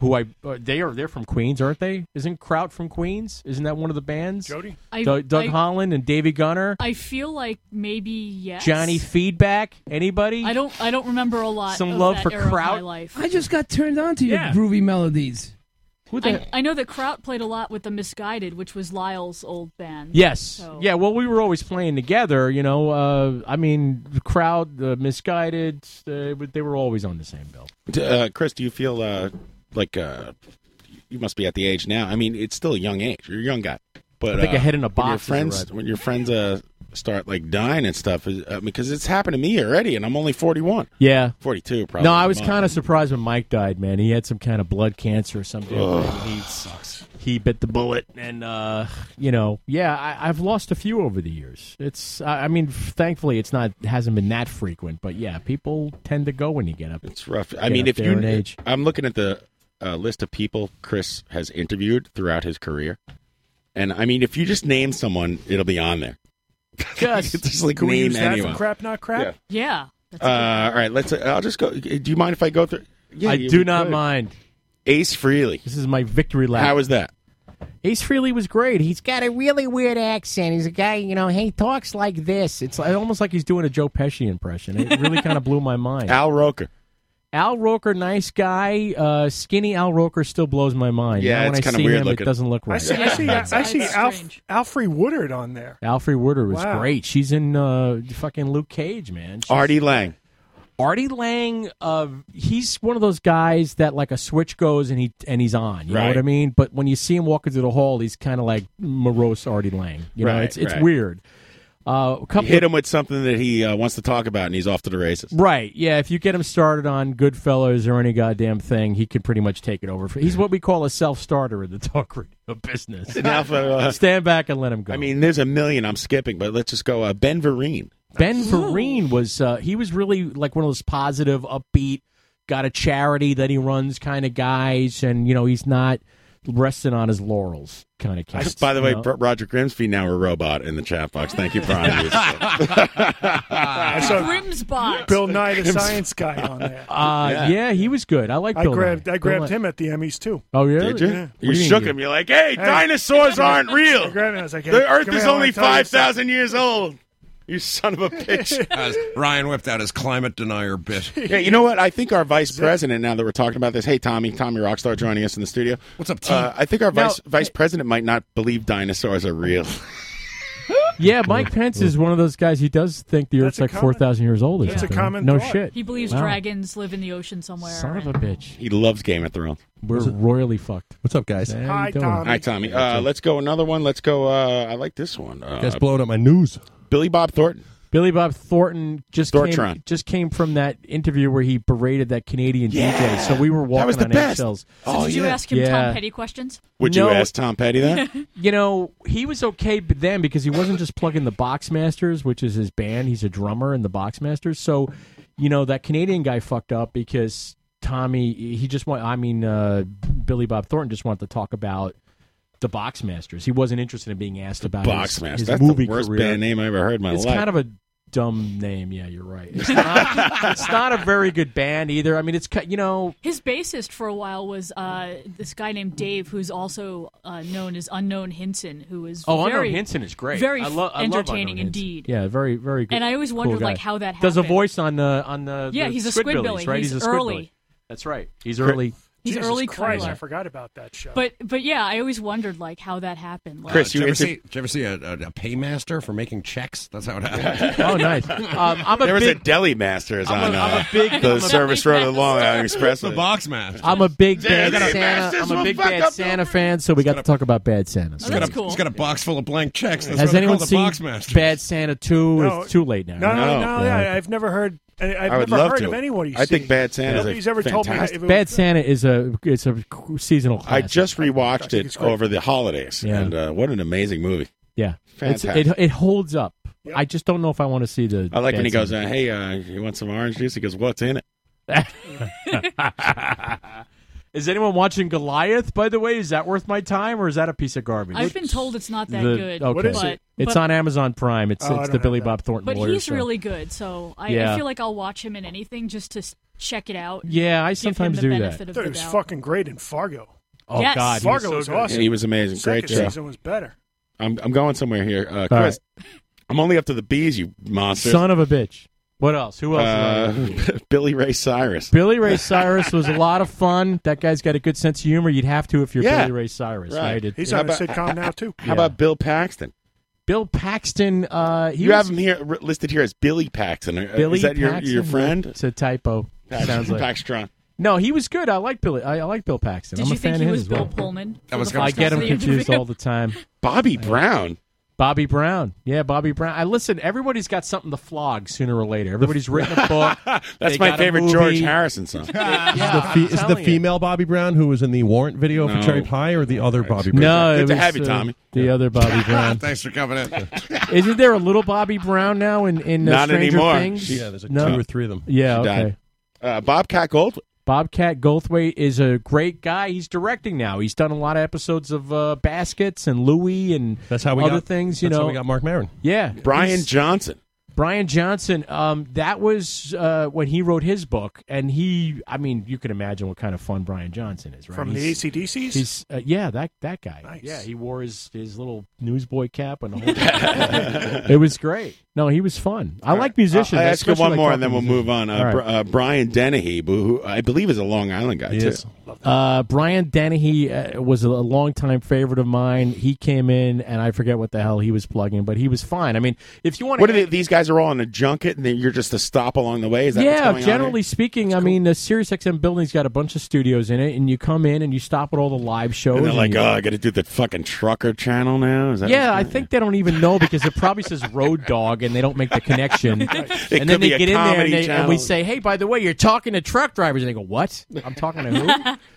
[SPEAKER 2] Who I uh, they are they're from Queens, aren't they? Isn't Kraut from Queens? Isn't that one of the bands? Jody,
[SPEAKER 13] I-
[SPEAKER 2] Doug, Doug
[SPEAKER 13] I-
[SPEAKER 2] Holland and Davey Gunner,
[SPEAKER 13] I feel like maybe yes.
[SPEAKER 2] Johnny Feedback. Anybody?
[SPEAKER 13] I don't. I don't remember a lot.
[SPEAKER 2] Some
[SPEAKER 13] of
[SPEAKER 2] love
[SPEAKER 13] that
[SPEAKER 2] for
[SPEAKER 13] era of my
[SPEAKER 2] Kraut?
[SPEAKER 13] life.
[SPEAKER 17] I just got turned on to your
[SPEAKER 2] Yeah.
[SPEAKER 17] groovy melodies.
[SPEAKER 13] I, I know that Kraut played a lot with the Misguided, which was Lyle's old band.
[SPEAKER 2] Yes.
[SPEAKER 13] So-
[SPEAKER 2] Yeah. Well, we were always playing together. You know. Uh, I mean, the crowd, uh, misguided. Uh, but they were always on the same bill.
[SPEAKER 11] D- Uh, Chris, do you feel uh, like uh, you must be at the age now? I mean, it's still a young age. You're a young guy, but
[SPEAKER 2] I think
[SPEAKER 11] uh,
[SPEAKER 2] a head in a
[SPEAKER 11] when
[SPEAKER 2] box
[SPEAKER 11] Your
[SPEAKER 2] is
[SPEAKER 11] friends,
[SPEAKER 2] right.
[SPEAKER 11] when your friends uh, start like dying and stuff, is- uh, because it's happened to me already, and I'm only 41.
[SPEAKER 2] Yeah.
[SPEAKER 11] 42, probably.
[SPEAKER 2] no, I was
[SPEAKER 11] Come on.
[SPEAKER 2] kind of surprised when Mike died. Man, he had some kind of blood cancer or something.
[SPEAKER 11] Ugh.
[SPEAKER 2] He sucks. He bit the bullet, and uh, you know, yeah, I, I've lost a few over the years. It's, I, I mean, thankfully, it's not hasn't been that frequent. But yeah, people tend to go when you get up.
[SPEAKER 11] It's rough. I
[SPEAKER 2] get
[SPEAKER 11] mean,
[SPEAKER 2] up
[SPEAKER 11] if
[SPEAKER 2] there
[SPEAKER 11] you,
[SPEAKER 2] in age.
[SPEAKER 11] I'm looking at the uh, list of people Chris has interviewed throughout his career, and I mean, if you just name someone, it'll be on there. *laughs*
[SPEAKER 2] Yes.
[SPEAKER 11] just like
[SPEAKER 14] Can we
[SPEAKER 11] name
[SPEAKER 14] use that
[SPEAKER 11] anyone.
[SPEAKER 14] for crap, not crap?
[SPEAKER 13] Yeah.
[SPEAKER 11] Uh, all right, let's. I'll just go. uh, Do you mind if I go through?
[SPEAKER 2] I
[SPEAKER 11] you-
[SPEAKER 2] do
[SPEAKER 11] we
[SPEAKER 2] not
[SPEAKER 11] could.
[SPEAKER 2] mind.
[SPEAKER 11] Ace Freely.
[SPEAKER 2] This is my victory lap.
[SPEAKER 11] How was that?
[SPEAKER 2] Ace Freely was great. He's got a really weird accent. He's a guy, you know, he talks like this. It's like- almost like he's doing a Joe Pesci impression. It
[SPEAKER 14] *laughs*
[SPEAKER 2] really kind of blew my mind.
[SPEAKER 11] Al Roker.
[SPEAKER 2] Al Roker, nice guy. Uh, skinny Al Roker still blows my mind.
[SPEAKER 11] Yeah,
[SPEAKER 2] Now when
[SPEAKER 11] it's
[SPEAKER 2] I
[SPEAKER 11] kinda
[SPEAKER 2] see
[SPEAKER 11] weird
[SPEAKER 2] him,
[SPEAKER 11] looking.
[SPEAKER 2] It doesn't look
[SPEAKER 14] I
[SPEAKER 2] right.
[SPEAKER 14] see, I see, I see Alf, Alfrey Woodard on there.
[SPEAKER 2] Alfred Woodard was
[SPEAKER 14] Wow.
[SPEAKER 2] great. She's in uh, fucking Luke Cage, man. She's-
[SPEAKER 11] Artie Lang.
[SPEAKER 2] Artie Lang, uh, he's one of those guys that like a switch goes and he and he's on. You know
[SPEAKER 11] Right.
[SPEAKER 2] what I mean? But when you see him walking through the hall, he's kind of like morose Artie Lang. You know,
[SPEAKER 11] Right,
[SPEAKER 2] it's it's
[SPEAKER 11] right.
[SPEAKER 2] weird. Uh, a
[SPEAKER 11] You
[SPEAKER 2] couple
[SPEAKER 11] hit
[SPEAKER 2] of-
[SPEAKER 11] him with something that he uh, wants to talk about, and he's off to the races.
[SPEAKER 2] right, yeah. If you get him started on Goodfellas or any goddamn thing, he can pretty much take it over. He's what we call a self starter in the *laughs* talk radio business.
[SPEAKER 11] Now for, uh,
[SPEAKER 2] *laughs* Stand back and let him go.
[SPEAKER 11] I mean, there's a million I'm skipping, but let's just go. Uh, ben Vereen.
[SPEAKER 2] Ben Vereen was uh, he was really like one of those positive, upbeat, got a charity that he runs kind of guys, and you know he's not resting on his laurels kind of cats.
[SPEAKER 11] By the
[SPEAKER 2] you
[SPEAKER 11] way,
[SPEAKER 2] know?
[SPEAKER 11] Bro- Roger Grimsby now a robot in the chat box. Thank you,
[SPEAKER 2] *laughs*
[SPEAKER 11] Brian.
[SPEAKER 19] Ah.
[SPEAKER 14] I saw
[SPEAKER 13] Grimsbot.
[SPEAKER 14] Bill Nye, the science guy, on *laughs* there.
[SPEAKER 2] uh, yeah. he was good. I like.
[SPEAKER 14] I
[SPEAKER 2] Bill
[SPEAKER 14] grabbed,
[SPEAKER 2] Nye.
[SPEAKER 14] I
[SPEAKER 2] Bill
[SPEAKER 14] grabbed
[SPEAKER 2] Nye.
[SPEAKER 14] him at the Emmys too.
[SPEAKER 2] Oh yeah,
[SPEAKER 11] Did you?
[SPEAKER 14] Yeah.
[SPEAKER 11] You
[SPEAKER 2] What do
[SPEAKER 11] shook
[SPEAKER 2] mean
[SPEAKER 11] him. You're like, hey, dinosaurs aren't
[SPEAKER 14] I
[SPEAKER 11] real.
[SPEAKER 14] grabbed him. I was like,
[SPEAKER 11] The Earth
[SPEAKER 14] come
[SPEAKER 11] is
[SPEAKER 14] here, I wanna
[SPEAKER 11] only
[SPEAKER 14] tell you
[SPEAKER 11] five
[SPEAKER 14] something.
[SPEAKER 11] thousand years old. You son of a bitch.
[SPEAKER 12] As Ryan whipped out his climate denier bit.
[SPEAKER 11] Yeah, you know what? I think our vice president. Now that we're talking about this, hey Tommy, Tommy Rockstar joining us in the studio.
[SPEAKER 12] What's up,
[SPEAKER 11] Uh, I think our
[SPEAKER 2] Now-
[SPEAKER 11] vice vice president might not believe dinosaurs are real.
[SPEAKER 2] Yeah, Mike Pence is one of those guys. He does think the Earth's like
[SPEAKER 13] common-
[SPEAKER 2] four thousand years old. Or
[SPEAKER 13] That's a
[SPEAKER 2] something.
[SPEAKER 13] common
[SPEAKER 2] No
[SPEAKER 13] thought.
[SPEAKER 2] shit.
[SPEAKER 13] He believes
[SPEAKER 2] Wow.
[SPEAKER 13] dragons live in the oceson somewhere.
[SPEAKER 2] Son of a
[SPEAKER 11] *laughs*
[SPEAKER 2] bitch.
[SPEAKER 11] He loves Game of Thrones.
[SPEAKER 2] We're royally fucked.
[SPEAKER 11] What's up, guys?
[SPEAKER 2] How Hi, you doing? Tommy.
[SPEAKER 11] Hi, Tommy. Uh, let's go another one. Let's go. Uh, I like this one. Uh,
[SPEAKER 16] That's blowing up my news.
[SPEAKER 11] Billy Bob Thornton.
[SPEAKER 2] Billy Bob Thornton just
[SPEAKER 11] Thortron.
[SPEAKER 2] came, just came from that interview where he berated that Canadian DJ. So we were walking
[SPEAKER 11] was the
[SPEAKER 2] on
[SPEAKER 11] best. Oh,
[SPEAKER 2] eggshells.
[SPEAKER 13] So did you ask him
[SPEAKER 2] Yeah.
[SPEAKER 13] Tom Petty questions?
[SPEAKER 11] Would
[SPEAKER 2] No.
[SPEAKER 11] you ask Tom Petty
[SPEAKER 13] *laughs*
[SPEAKER 11] that?
[SPEAKER 2] *laughs* you know, he was okay b- then because he wasn't just plugging the Boxmasters, which is his band. He's a drummer in the Boxmasters. So, you know, that Canadian guy fucked up because Tommy, he just want, I mean, uh, Billy Bob Thornton just wanted to talk about the Boxmasters. He wasn't interested in being asked about his,
[SPEAKER 11] Boxmaster.
[SPEAKER 2] his
[SPEAKER 11] That's
[SPEAKER 2] movie
[SPEAKER 11] the worst
[SPEAKER 2] career.
[SPEAKER 11] band name I ever heard in my
[SPEAKER 2] it's
[SPEAKER 11] life.
[SPEAKER 2] kind of a dumb name. Yeah, you're right. It's not, it's not a very good band either. I mean, it's ki- you know,
[SPEAKER 13] His bassist for a while was uh, this guy named Dave, who's also uh, known as Unknown Hinson, who is
[SPEAKER 2] oh,
[SPEAKER 13] very,
[SPEAKER 2] Unknown Hinson is great.
[SPEAKER 13] very
[SPEAKER 2] I lo- I love
[SPEAKER 13] entertaining
[SPEAKER 2] Unknown Hinson.
[SPEAKER 13] indeed.
[SPEAKER 2] Yeah, very very good.
[SPEAKER 13] And I always
[SPEAKER 2] cool
[SPEAKER 13] wondered,
[SPEAKER 2] guy.
[SPEAKER 13] like, how that
[SPEAKER 2] Does a
[SPEAKER 13] happened.
[SPEAKER 2] voice on the on the
[SPEAKER 13] Yeah,
[SPEAKER 2] the
[SPEAKER 13] he's a
[SPEAKER 2] Squidbillies,
[SPEAKER 13] Squidbilly.
[SPEAKER 2] right?
[SPEAKER 13] He's
[SPEAKER 2] a Squidbilly.
[SPEAKER 13] early.
[SPEAKER 2] That's right. He's early.
[SPEAKER 13] He's
[SPEAKER 14] Jesus
[SPEAKER 13] early
[SPEAKER 14] Christ,
[SPEAKER 13] Kyler.
[SPEAKER 14] I forgot about that show.
[SPEAKER 13] But but yeah, I always wondered like how that happened. Like,
[SPEAKER 16] did, you ever see, did you ever see a, a, a paymaster for making checks? That's how it happened.
[SPEAKER 2] *laughs* oh,
[SPEAKER 16] *laughs*
[SPEAKER 2] nice. Um, I'm a
[SPEAKER 11] there was
[SPEAKER 2] big-
[SPEAKER 11] a deli masters
[SPEAKER 2] I'm
[SPEAKER 11] on
[SPEAKER 2] a- I'm
[SPEAKER 11] uh,
[SPEAKER 2] a big- I'm
[SPEAKER 11] the
[SPEAKER 2] a big
[SPEAKER 11] service road of Long Island Express.
[SPEAKER 16] The box master.
[SPEAKER 2] I'm a big
[SPEAKER 16] Yeah,
[SPEAKER 2] bad
[SPEAKER 16] I got a-
[SPEAKER 2] Santa. I'm a big bad Santa fan, so we got to talk about Bad
[SPEAKER 13] Oh,
[SPEAKER 2] Santa.
[SPEAKER 16] He's got, a, he's got a box full of blank checks. That's
[SPEAKER 2] Has
[SPEAKER 16] why they
[SPEAKER 2] anyone
[SPEAKER 16] call it
[SPEAKER 2] seen
[SPEAKER 16] the box master.
[SPEAKER 2] Bad Santa Two?
[SPEAKER 14] No.
[SPEAKER 2] It's too late now.
[SPEAKER 14] No, no, no.
[SPEAKER 2] Yeah.
[SPEAKER 14] yeah, I've never heard. I- I've
[SPEAKER 2] I would
[SPEAKER 14] never
[SPEAKER 2] love
[SPEAKER 14] heard
[SPEAKER 2] to.
[SPEAKER 14] of anybody.
[SPEAKER 11] I think Bad Santa is a
[SPEAKER 14] Nobody's ever
[SPEAKER 11] fantastic-
[SPEAKER 14] told me.
[SPEAKER 2] Bad Santa is a it's a seasonal
[SPEAKER 11] I
[SPEAKER 2] classic.
[SPEAKER 11] just rewatched it over the holidays, and uh, what an amazing movie!
[SPEAKER 2] yeah, It's-
[SPEAKER 11] Fantastic.
[SPEAKER 2] it it holds up. I just don't know if I want to see the.
[SPEAKER 11] I like when
[SPEAKER 2] Bad
[SPEAKER 11] he goes, uh,
[SPEAKER 2] Santa.
[SPEAKER 11] "Hey, uh, you want some orange juice?" He goes, "What's in it?"
[SPEAKER 2] Is anyone watching Goliath? By the way, is that worth my time or is that a piece of garbage?
[SPEAKER 13] I've been told it's not that
[SPEAKER 2] The-
[SPEAKER 13] good.
[SPEAKER 2] Okay.
[SPEAKER 13] but,
[SPEAKER 2] It's
[SPEAKER 13] but-
[SPEAKER 2] on Amazon Prime. It's
[SPEAKER 13] Oh, I
[SPEAKER 2] it's
[SPEAKER 13] don't
[SPEAKER 2] the
[SPEAKER 13] have
[SPEAKER 2] Billy
[SPEAKER 13] that.
[SPEAKER 2] Bob Thornton.
[SPEAKER 13] But
[SPEAKER 2] lawyer,
[SPEAKER 13] he's
[SPEAKER 2] so-
[SPEAKER 13] really good, so I,
[SPEAKER 2] Yeah.
[SPEAKER 13] I feel like I'll watch him in anything just to s- check it out.
[SPEAKER 2] Yeah, I
[SPEAKER 13] give him
[SPEAKER 2] sometimes
[SPEAKER 13] the
[SPEAKER 2] do that.
[SPEAKER 13] benefit
[SPEAKER 14] I
[SPEAKER 13] Of
[SPEAKER 14] thought
[SPEAKER 13] the
[SPEAKER 14] it was
[SPEAKER 13] doubt.
[SPEAKER 14] fucking great in Fargo.
[SPEAKER 11] Oh, Yes. God, he was
[SPEAKER 14] Fargo
[SPEAKER 11] so
[SPEAKER 14] was
[SPEAKER 11] good.
[SPEAKER 14] awesome.
[SPEAKER 11] Yeah, he was amazing. Great
[SPEAKER 14] Second
[SPEAKER 11] show.
[SPEAKER 14] season was better.
[SPEAKER 11] I'm I'm going somewhere here, uh,
[SPEAKER 2] All
[SPEAKER 11] Chris. I'm only up to the bees, you monster.
[SPEAKER 2] son of a bitch. What else? Who else?
[SPEAKER 11] Uh, *laughs* Billy Ray Cyrus.
[SPEAKER 2] Billy Ray Cyrus was a lot of fun. That guy's got a good sense of humor. You'd have to if you're
[SPEAKER 11] Yeah.
[SPEAKER 2] Billy Ray Cyrus, right? It-
[SPEAKER 14] He's
[SPEAKER 2] it-
[SPEAKER 14] on a sitcom now too.
[SPEAKER 11] How about Bill Paxton?
[SPEAKER 2] Bill Paxton? Uh, he
[SPEAKER 11] you
[SPEAKER 2] was
[SPEAKER 11] have him here r- listed here as Billy Paxton. Uh,
[SPEAKER 2] Billy
[SPEAKER 11] is that your,
[SPEAKER 2] Paxton?
[SPEAKER 11] your friend?
[SPEAKER 2] It's a typo.
[SPEAKER 11] Paxton.
[SPEAKER 2] Sounds like
[SPEAKER 11] Paxtron.
[SPEAKER 2] No, he was good. I like Billy. I, I like Bill Paxton.
[SPEAKER 13] Did
[SPEAKER 2] I'm
[SPEAKER 13] you
[SPEAKER 2] a fan
[SPEAKER 13] think
[SPEAKER 2] of his
[SPEAKER 13] he was
[SPEAKER 2] as
[SPEAKER 13] Bill
[SPEAKER 2] well.
[SPEAKER 13] Pullman?
[SPEAKER 2] I
[SPEAKER 13] for the first
[SPEAKER 2] get him
[SPEAKER 13] episode of the
[SPEAKER 2] confused
[SPEAKER 13] interview?
[SPEAKER 2] all the time.
[SPEAKER 11] *laughs* Bobby Brown.
[SPEAKER 2] Bobby Brown. Yeah, Bobby Brown. I listen. Everybody's got something to flog sooner or later. Everybody's written a book.
[SPEAKER 11] *laughs* That's
[SPEAKER 2] They
[SPEAKER 11] my
[SPEAKER 2] got a
[SPEAKER 11] favorite
[SPEAKER 2] movie.
[SPEAKER 11] George Harrison
[SPEAKER 2] *laughs*
[SPEAKER 11] song.
[SPEAKER 2] Yeah,
[SPEAKER 20] the fe-
[SPEAKER 2] I'm
[SPEAKER 20] is it the
[SPEAKER 2] telling you.
[SPEAKER 20] female Bobby Brown who was in the warrant video
[SPEAKER 11] No.
[SPEAKER 20] for Cherry Pie or the other Bobby Brown?
[SPEAKER 2] No, it
[SPEAKER 20] it's
[SPEAKER 2] was, uh, The other
[SPEAKER 20] *laughs*
[SPEAKER 2] Bobby
[SPEAKER 16] *laughs*
[SPEAKER 2] Brown.
[SPEAKER 16] Thanks for coming in.
[SPEAKER 2] *laughs* Isn't there a little Bobby Brown now in in uh,
[SPEAKER 11] Not
[SPEAKER 2] Stranger
[SPEAKER 11] anymore.
[SPEAKER 2] Things?
[SPEAKER 11] She- yeah, there's like
[SPEAKER 20] two or three of them.
[SPEAKER 2] Yeah,
[SPEAKER 11] She
[SPEAKER 2] okay.
[SPEAKER 11] died. Uh, Bobcat Gold.
[SPEAKER 2] Bobcat Goldthwait is a great guy. He's directing now. He's done a lot of episodes of uh, Baskets and Louie and
[SPEAKER 20] That's how we
[SPEAKER 2] other
[SPEAKER 20] got
[SPEAKER 2] things. You
[SPEAKER 20] that's
[SPEAKER 2] know,
[SPEAKER 20] how we got Mark Maron.
[SPEAKER 2] Yeah,
[SPEAKER 11] Brian
[SPEAKER 2] He's-
[SPEAKER 11] Johnson.
[SPEAKER 2] Brian Johnson. Um, that was uh, when he wrote his book, and he. I mean, you can imagine what kind of fun Brian Johnson is, right?
[SPEAKER 14] From
[SPEAKER 2] He's-
[SPEAKER 14] the ACDCs?
[SPEAKER 2] He's uh, yeah, that that guy. Yeah, he wore his his little newsboy cap and the
[SPEAKER 11] *laughs*
[SPEAKER 2] whole. it was great. No, he was fun. I like musicians.
[SPEAKER 11] I'll
[SPEAKER 2] I
[SPEAKER 11] Uh, ask you
[SPEAKER 2] especially
[SPEAKER 11] one
[SPEAKER 2] like
[SPEAKER 11] more,
[SPEAKER 2] talking
[SPEAKER 11] and then we'll
[SPEAKER 2] musicians.
[SPEAKER 11] move on. Uh,
[SPEAKER 2] All right.
[SPEAKER 11] Br- uh, Brian Dennehy, who I believe is a Long Island guy too.
[SPEAKER 2] Uh, Brian Dennehy uh, was a longtime favorite of mine. He came in, and I forget what the hell he was plugging, but he was fine. I mean, if you want,
[SPEAKER 11] What are they, these guys are all on a junket, and then you're just a stop along the way. Is that what's
[SPEAKER 2] yeah,
[SPEAKER 11] going on
[SPEAKER 2] generally speaking, I mean, the SiriusXM building's got a bunch of studios in it, and you come in and you stop at all the live
[SPEAKER 11] here?
[SPEAKER 2] shows.
[SPEAKER 11] And they're like,
[SPEAKER 2] you-
[SPEAKER 11] "Oh, I got to do the fucking trucker channel now." Is that
[SPEAKER 2] yeah, I
[SPEAKER 11] what's
[SPEAKER 2] think they don't even know because it probably says Road Dog, and they don't make
[SPEAKER 11] *laughs*
[SPEAKER 2] the connection.
[SPEAKER 11] It
[SPEAKER 2] and then
[SPEAKER 11] could
[SPEAKER 2] they
[SPEAKER 11] be a
[SPEAKER 2] get in there,
[SPEAKER 11] comedy
[SPEAKER 2] and, they, and
[SPEAKER 11] channel.
[SPEAKER 2] we say, "Hey, by the way, you're talking to truck drivers," and they go, "What? I'm talking to who?"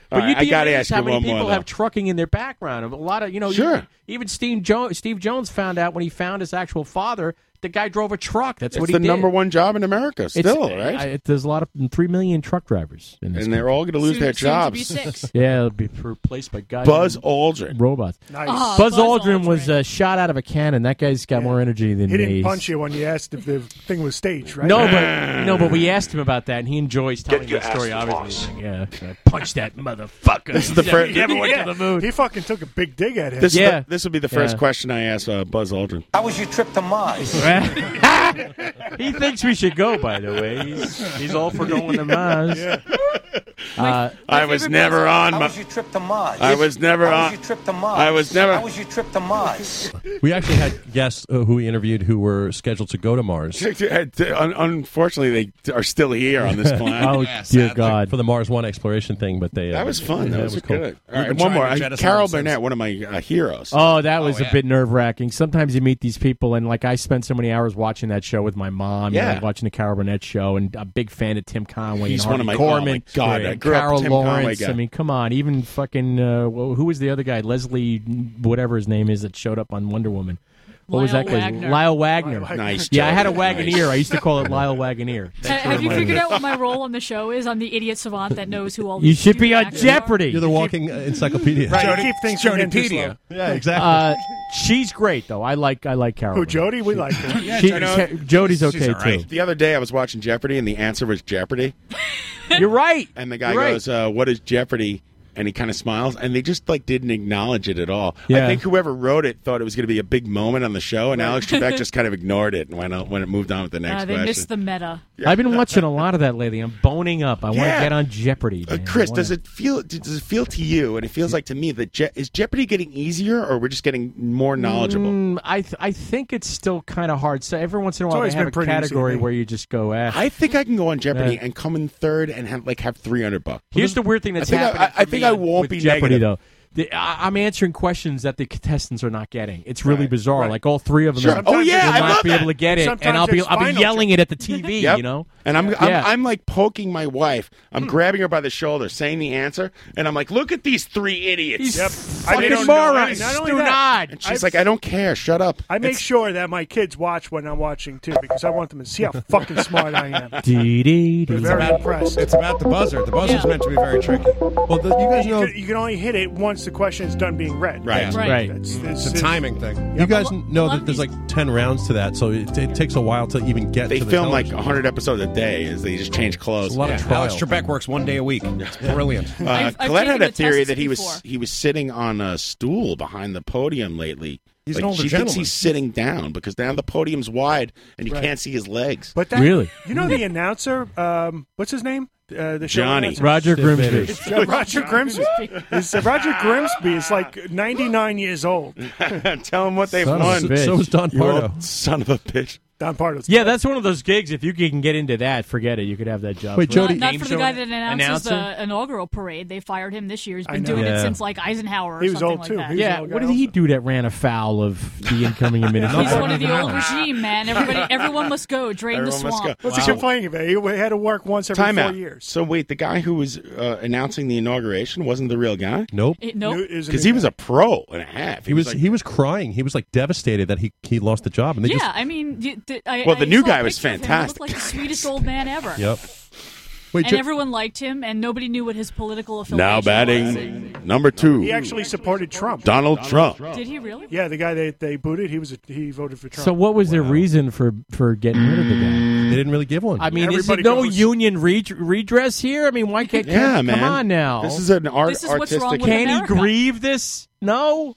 [SPEAKER 2] but
[SPEAKER 11] right,
[SPEAKER 2] you'd
[SPEAKER 11] I
[SPEAKER 2] be
[SPEAKER 11] gotta ask
[SPEAKER 2] amazed how
[SPEAKER 11] you
[SPEAKER 2] many
[SPEAKER 11] one more,
[SPEAKER 2] people
[SPEAKER 11] though.
[SPEAKER 2] have trucking in their background. A lot of you know,
[SPEAKER 11] Sure.
[SPEAKER 2] even, even Steve Jones. Steve Jones found out when he found his actual father. The guy drove a truck. That's
[SPEAKER 11] It's
[SPEAKER 2] what he
[SPEAKER 11] the
[SPEAKER 2] did.
[SPEAKER 11] number one job in America
[SPEAKER 2] It's-
[SPEAKER 11] still, right?
[SPEAKER 2] I- it- there's a lot of three million truck drivers, in this
[SPEAKER 11] and they're all going to lose
[SPEAKER 2] Soon-
[SPEAKER 11] their
[SPEAKER 2] soon to be
[SPEAKER 11] jobs. *laughs*
[SPEAKER 2] six. yeah, it'll be replaced by guys.
[SPEAKER 11] Buzz Aldrin,
[SPEAKER 2] robots.
[SPEAKER 14] Nice.
[SPEAKER 2] Buzz, Aldrin, was uh, shot out of a cannon. That guy's got more energy than
[SPEAKER 14] He
[SPEAKER 2] me.
[SPEAKER 14] didn't punch you when you asked if the thing was staged, right?
[SPEAKER 2] No, but no, but we asked him about that, and he enjoys telling that story. Obviously, yeah. I punched that motherfucker.
[SPEAKER 11] This is the
[SPEAKER 2] *laughs*
[SPEAKER 11] fir-
[SPEAKER 2] He never went
[SPEAKER 14] Yeah,
[SPEAKER 2] to the moon.
[SPEAKER 14] He fucking took a big dig at him.
[SPEAKER 11] This, is the, this will be the first question I ask uh, Buzz *laughs* Aldrin.
[SPEAKER 2] How was your trip to *laughs* Mars? he thinks we should go. By the way, he's, he's all for going to Mars. Uh,
[SPEAKER 11] *laughs* I was never on.
[SPEAKER 19] How
[SPEAKER 11] my-
[SPEAKER 19] was your trip to Mars?
[SPEAKER 11] I was never
[SPEAKER 19] How
[SPEAKER 11] on-
[SPEAKER 19] was your trip to Mars?
[SPEAKER 11] I was never-
[SPEAKER 19] How was your trip to Mars?
[SPEAKER 20] *laughs* We actually had guests uh, who we interviewed who were scheduled to go to Mars.
[SPEAKER 11] Un- Unfortunately, they are still here on *laughs*
[SPEAKER 20] *laughs*
[SPEAKER 11] this planet.
[SPEAKER 20] oh dear God! For the Mars One exploration thing, but they uh,
[SPEAKER 11] That was fun.
[SPEAKER 20] yeah,
[SPEAKER 11] That was,
[SPEAKER 20] cool.
[SPEAKER 11] good. All right, one more. I- Carol Burnett, one of my uh, heroes.
[SPEAKER 2] Oh, that was a bit nerve wracking. Sometimes you meet these people, and like I spent so many hours watching that show with my mom. you know,
[SPEAKER 11] Yeah.
[SPEAKER 2] like, watching the Carol Burnett show, and a big fan of Tim Conway.
[SPEAKER 11] He's
[SPEAKER 2] and
[SPEAKER 11] one of
[SPEAKER 2] Harvey
[SPEAKER 11] my-
[SPEAKER 2] Korman,
[SPEAKER 11] oh my God,
[SPEAKER 2] and
[SPEAKER 11] I grew up
[SPEAKER 2] Carol
[SPEAKER 11] Tim Conway
[SPEAKER 2] Lawrence.
[SPEAKER 11] guy.
[SPEAKER 2] I mean, come on. Even fucking uh, wh- who was the other guy? Leslie, whatever his name is, that showed up on Wonder Woman. What was
[SPEAKER 13] Lyle
[SPEAKER 2] that guy's
[SPEAKER 13] Wagner.
[SPEAKER 2] Lyle Wagner.
[SPEAKER 13] Lyle Wagner.
[SPEAKER 11] Nice
[SPEAKER 2] Yeah, I had a
[SPEAKER 11] joke. Nice.
[SPEAKER 2] Wagoneer. I used to call it Lyle Wagoneer.
[SPEAKER 13] Ha- Have you figured out what my role on the show is? I'm the idiot savant that knows who all
[SPEAKER 2] You
[SPEAKER 13] these
[SPEAKER 2] should be
[SPEAKER 13] stupid
[SPEAKER 2] on
[SPEAKER 13] actors
[SPEAKER 2] Jeopardy.
[SPEAKER 20] You're the walking uh, encyclopedia.
[SPEAKER 14] Right. Jody- Keep things from Jody getting too Pedia. slow.
[SPEAKER 20] Yeah, exactly.
[SPEAKER 2] Uh, she's great though. I like I like Carol.
[SPEAKER 14] Who, Jody? We like
[SPEAKER 2] *laughs*
[SPEAKER 14] her.
[SPEAKER 2] She- Ca- Jody's okay too.
[SPEAKER 11] The other day I was watching Jeopardy and the answer was Jeopardy.
[SPEAKER 2] *laughs* You're right.
[SPEAKER 11] And the guy
[SPEAKER 2] You're right.
[SPEAKER 11] goes, uh, "What is Jeopardy?" And he kind of smiles, and they just like didn't acknowledge it at all. I
[SPEAKER 2] Yeah.
[SPEAKER 11] think whoever wrote it thought it was going to be a big moment on the show, and Alex
[SPEAKER 2] *laughs*
[SPEAKER 11] Trebek just kind of ignored it and went on when it moved on with the next
[SPEAKER 13] *laughs* Uh, they
[SPEAKER 11] question.
[SPEAKER 13] missed the meta.
[SPEAKER 2] I've been watching a lot of that lately. I'm boning up. I want
[SPEAKER 11] Yeah.
[SPEAKER 2] to get on Jeopardy.
[SPEAKER 11] Uh,
[SPEAKER 2] man.
[SPEAKER 11] Chris,
[SPEAKER 2] I
[SPEAKER 11] does
[SPEAKER 2] wanna-
[SPEAKER 11] it feel does it feel to you, and it feels like to me that Je- is Jeopardy getting easier, or we're just getting more knowledgeable?
[SPEAKER 2] Mm, I th- I think it's still kind of hard. So every once in a
[SPEAKER 11] It's
[SPEAKER 2] while,
[SPEAKER 11] always
[SPEAKER 2] they have
[SPEAKER 11] been
[SPEAKER 2] a
[SPEAKER 11] pretty easy to
[SPEAKER 2] category
[SPEAKER 11] me.
[SPEAKER 2] where you just go at.
[SPEAKER 11] I think I can go on Jeopardy
[SPEAKER 2] Yeah.
[SPEAKER 11] and come in third and have like have three hundred bucks.
[SPEAKER 2] Here's the weird thing
[SPEAKER 11] I
[SPEAKER 2] that's
[SPEAKER 11] think
[SPEAKER 2] happening.
[SPEAKER 11] I, I
[SPEAKER 2] for
[SPEAKER 11] think
[SPEAKER 2] me
[SPEAKER 11] I won't
[SPEAKER 2] with
[SPEAKER 11] be
[SPEAKER 2] Jeopardy
[SPEAKER 11] negative.
[SPEAKER 2] though. The, I, I'm answering questions that the contestants are not getting. It's really bizarre. Like all three of them
[SPEAKER 11] Sure.
[SPEAKER 2] are-
[SPEAKER 11] Oh, yeah,
[SPEAKER 2] will
[SPEAKER 11] I
[SPEAKER 2] not
[SPEAKER 11] love
[SPEAKER 2] be
[SPEAKER 11] that.
[SPEAKER 2] able to get it, and
[SPEAKER 11] Sometimes
[SPEAKER 2] I'll be
[SPEAKER 11] it's
[SPEAKER 2] I'll be
[SPEAKER 11] final
[SPEAKER 2] yelling
[SPEAKER 11] check.
[SPEAKER 2] it at the
[SPEAKER 11] *laughs*
[SPEAKER 2] TV.
[SPEAKER 11] Yep.
[SPEAKER 2] You know,
[SPEAKER 11] And I'm, I'm
[SPEAKER 2] Yeah. Hmm.
[SPEAKER 11] I'm like poking my wife. I'm grabbing her by the shoulder, saying the answer, and I'm like, "Look at these three idiots!
[SPEAKER 14] Yep.
[SPEAKER 11] I
[SPEAKER 14] make-
[SPEAKER 11] don't know
[SPEAKER 14] morons.
[SPEAKER 11] anything."
[SPEAKER 14] Not only that,
[SPEAKER 11] And she's like, "I don't care. Shut up."
[SPEAKER 14] I make
[SPEAKER 11] It's-
[SPEAKER 14] sure that my kids watch when I'm watching too, because I want them to see how fucking smart I am.
[SPEAKER 2] It's
[SPEAKER 14] Very impressed.
[SPEAKER 16] It's about the buzzer. The buzzer's meant to be very tricky. Well, the, you guys
[SPEAKER 14] You, can, you can only hit it once the question is done being read.
[SPEAKER 20] Right. Right. Right.
[SPEAKER 14] That's,
[SPEAKER 16] Mm-hmm. It's
[SPEAKER 14] that's,
[SPEAKER 16] a timing thing.
[SPEAKER 20] You guys know that there's like ten rounds to that, so it, it takes a while to even get.
[SPEAKER 11] They
[SPEAKER 20] to the
[SPEAKER 11] film like
[SPEAKER 20] television.
[SPEAKER 11] 100 episodes a day as they just change clothes.
[SPEAKER 16] a lot of Alex Trebek works one day a week. *laughs* It's brilliant.
[SPEAKER 11] Uh, Colette had a theory that he was he was sitting on a stool behind the podium lately.
[SPEAKER 16] He's
[SPEAKER 11] Like,
[SPEAKER 16] an older
[SPEAKER 11] she thinks
[SPEAKER 16] gentleman.
[SPEAKER 11] he's sitting down because now the podium's wide and you
[SPEAKER 14] Right.
[SPEAKER 11] can't see his legs.
[SPEAKER 14] But that,
[SPEAKER 2] Really?
[SPEAKER 14] you know the announcer, um, what's his name? Uh, the show
[SPEAKER 11] Johnny.
[SPEAKER 14] announcer?
[SPEAKER 2] Roger Grimsby. *laughs*
[SPEAKER 14] It's
[SPEAKER 20] *laughs*
[SPEAKER 14] Jo- Roger Grimsby. It's, uh, Roger Grimsby is like 99 years old.
[SPEAKER 11] Tell him what they've
[SPEAKER 2] Son of a
[SPEAKER 11] won.
[SPEAKER 2] bitch. So is Don
[SPEAKER 11] You old
[SPEAKER 2] Pardo.
[SPEAKER 11] Son of a bitch.
[SPEAKER 14] Don Pardo's.
[SPEAKER 2] Yeah, that's one of those gigs. If you can get into that, forget it. You could have that job.
[SPEAKER 20] Wait,
[SPEAKER 2] for-
[SPEAKER 20] Jody-
[SPEAKER 13] Not
[SPEAKER 20] Game
[SPEAKER 13] for the
[SPEAKER 20] show
[SPEAKER 13] guy that announces
[SPEAKER 2] announcer?
[SPEAKER 13] the inaugural parade. They fired him this year. He's
[SPEAKER 14] I
[SPEAKER 13] been
[SPEAKER 14] know.
[SPEAKER 13] doing it
[SPEAKER 2] Yeah.
[SPEAKER 13] since like Eisenhower or
[SPEAKER 14] He was
[SPEAKER 13] something
[SPEAKER 14] old,
[SPEAKER 13] like
[SPEAKER 14] too.
[SPEAKER 13] that.
[SPEAKER 14] He was
[SPEAKER 2] Yeah, what did he do that ran afoul of
[SPEAKER 11] *laughs*
[SPEAKER 2] the incoming administration?
[SPEAKER 13] He's one of the old *laughs* regime, man. Everybody, everyone must go. Drain
[SPEAKER 11] Everyone
[SPEAKER 13] the
[SPEAKER 11] must
[SPEAKER 13] swamp.
[SPEAKER 11] go.
[SPEAKER 14] What's he
[SPEAKER 11] Wow.
[SPEAKER 14] complaining about? He had to work once every
[SPEAKER 11] Time
[SPEAKER 14] four
[SPEAKER 11] out.
[SPEAKER 14] years.
[SPEAKER 11] So wait, the guy who was uh, announcing the inauguration wasn't the real guy?
[SPEAKER 20] Nope.
[SPEAKER 13] It- nope.
[SPEAKER 11] Because he was a pro and a half.
[SPEAKER 20] He was
[SPEAKER 11] like-
[SPEAKER 20] he was crying. He was like devastated that he he lost the job, and they
[SPEAKER 13] yeah,
[SPEAKER 20] just
[SPEAKER 13] I mean, you- th- I,
[SPEAKER 11] Well, the
[SPEAKER 13] I
[SPEAKER 11] new
[SPEAKER 13] saw a
[SPEAKER 11] guy was
[SPEAKER 13] picture of him.
[SPEAKER 11] fantastic.
[SPEAKER 13] He looked like the sweetest old man ever.
[SPEAKER 20] yep. Wait,
[SPEAKER 13] and
[SPEAKER 20] Jo-
[SPEAKER 13] everyone liked him, and nobody knew what his political affiliation
[SPEAKER 11] now batting number two,
[SPEAKER 14] He actually supported Trump.
[SPEAKER 11] Donald Trump.
[SPEAKER 13] was. Did he really?
[SPEAKER 14] Yeah, the guy that they booted, he was a, he voted for Trump.
[SPEAKER 2] So what was their reason for for getting rid of the guy?
[SPEAKER 20] they didn't really give one.
[SPEAKER 2] I mean, is there
[SPEAKER 14] Everybody
[SPEAKER 2] no
[SPEAKER 14] goes-
[SPEAKER 2] union re- redress here? I mean, why can't
[SPEAKER 11] Yeah,
[SPEAKER 2] come
[SPEAKER 11] man.
[SPEAKER 2] on now?
[SPEAKER 11] This is an art
[SPEAKER 13] This is what's
[SPEAKER 11] artistic.
[SPEAKER 13] wrong with
[SPEAKER 2] can he
[SPEAKER 13] America. Mm,
[SPEAKER 2] grieve this? No,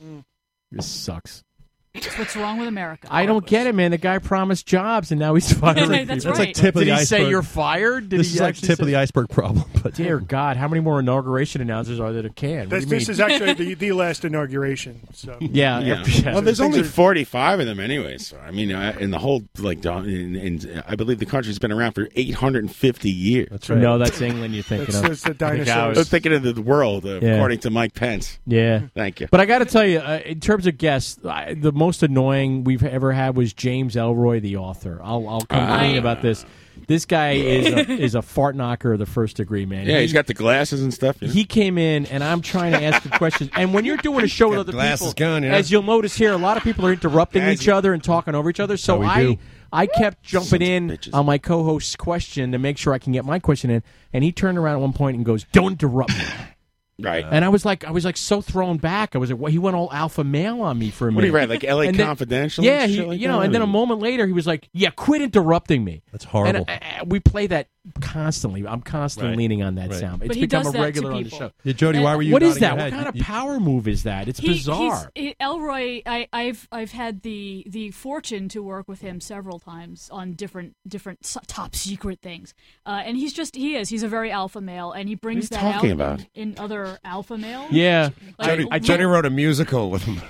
[SPEAKER 2] this sucks.
[SPEAKER 13] It's what's wrong with America.
[SPEAKER 2] I don't get it, man. The guy promised jobs, and now he's *laughs* firing.
[SPEAKER 13] That's
[SPEAKER 2] people.
[SPEAKER 13] right.
[SPEAKER 20] like tip of
[SPEAKER 2] Did
[SPEAKER 20] the
[SPEAKER 2] he say
[SPEAKER 20] iceberg.
[SPEAKER 2] you're fired? Did
[SPEAKER 20] this
[SPEAKER 2] he
[SPEAKER 20] is like
[SPEAKER 2] actually
[SPEAKER 20] tip
[SPEAKER 2] say-
[SPEAKER 20] of the iceberg problem. But
[SPEAKER 2] Dear
[SPEAKER 20] *laughs*
[SPEAKER 2] God, how many more inauguration announcers are there that can? What
[SPEAKER 14] this,
[SPEAKER 2] do you
[SPEAKER 14] this
[SPEAKER 2] mean?
[SPEAKER 14] is actually the, the last inauguration. So
[SPEAKER 2] *laughs* yeah,
[SPEAKER 11] Yeah.
[SPEAKER 2] yeah.
[SPEAKER 11] Well, there's
[SPEAKER 14] Things
[SPEAKER 11] only
[SPEAKER 14] are-
[SPEAKER 11] 45 of them anyway. So I mean, uh, in the whole like, don- in, in, I believe the country's been around for 850 years.
[SPEAKER 20] that's right.
[SPEAKER 2] No, that's England you're thinking
[SPEAKER 14] That's-
[SPEAKER 2] of.
[SPEAKER 14] that's the
[SPEAKER 2] I think I
[SPEAKER 14] dinosaurs.
[SPEAKER 11] I was
[SPEAKER 2] was-
[SPEAKER 11] thinking of the world, uh,
[SPEAKER 2] Yeah.
[SPEAKER 11] according to Mike Pence.
[SPEAKER 2] *laughs* yeah.
[SPEAKER 11] Thank you.
[SPEAKER 2] But I got to tell you, uh, in terms of guests, I, the most annoying we've ever had was James Elroy, the author. I'll, I'll complain
[SPEAKER 11] Ah.
[SPEAKER 2] about this. This guy is a, is a fart knocker of the first degree, man.
[SPEAKER 11] yeah,
[SPEAKER 2] he,
[SPEAKER 11] he's got the glasses and stuff. you know?
[SPEAKER 2] He came in, and I'm trying to ask him questions. And when you're doing a show with
[SPEAKER 16] Got
[SPEAKER 2] other
[SPEAKER 16] glasses
[SPEAKER 2] people,
[SPEAKER 16] gone, you know?
[SPEAKER 2] as you'll notice here, a lot of people are interrupting
[SPEAKER 11] Guys,
[SPEAKER 2] each other and talking over each other. So
[SPEAKER 20] we
[SPEAKER 2] I
[SPEAKER 20] do.
[SPEAKER 2] I kept jumping
[SPEAKER 11] of
[SPEAKER 2] in
[SPEAKER 11] bitches.
[SPEAKER 2] on my co-host's question to make sure I can get my question in. And he turned around at one point and goes, "Don't interrupt me."
[SPEAKER 11] *laughs* right.
[SPEAKER 2] And I was like, I was like so thrown back. I was like, what? He went all alpha male on me for a minute.
[SPEAKER 11] what do you write? Like L.A.
[SPEAKER 2] And then-
[SPEAKER 11] Confidential? and
[SPEAKER 2] Yeah, he,
[SPEAKER 11] shit like
[SPEAKER 2] you know.
[SPEAKER 11] that?
[SPEAKER 2] And then a moment later, he was like, "Yeah, quit interrupting me."
[SPEAKER 20] That's horrible.
[SPEAKER 2] And I, I- we play that constantly. I'm constantly
[SPEAKER 20] Right.
[SPEAKER 2] leaning on that
[SPEAKER 20] Right.
[SPEAKER 2] sound. It's
[SPEAKER 13] But he
[SPEAKER 2] become
[SPEAKER 13] does
[SPEAKER 2] a
[SPEAKER 13] that to
[SPEAKER 2] regular on the
[SPEAKER 13] people.
[SPEAKER 2] show.
[SPEAKER 20] Yeah, Jody, why were you?
[SPEAKER 2] what is that?
[SPEAKER 20] nodding your
[SPEAKER 2] What
[SPEAKER 20] head?
[SPEAKER 2] kind of
[SPEAKER 20] You-
[SPEAKER 2] power move is that? It's
[SPEAKER 13] He- he's-
[SPEAKER 2] bizarre.
[SPEAKER 13] he- Elroy, I, I've I've had the the fortune to work with him several times on different different s- top secret things, uh, and he's just he is he's a very alpha male, and he brings
[SPEAKER 11] you
[SPEAKER 13] that
[SPEAKER 11] talking
[SPEAKER 13] out
[SPEAKER 11] about?
[SPEAKER 13] in, in other alpha males.
[SPEAKER 2] yeah.
[SPEAKER 13] Like,
[SPEAKER 16] Jody,
[SPEAKER 13] I-
[SPEAKER 16] Jody wrote a musical with him.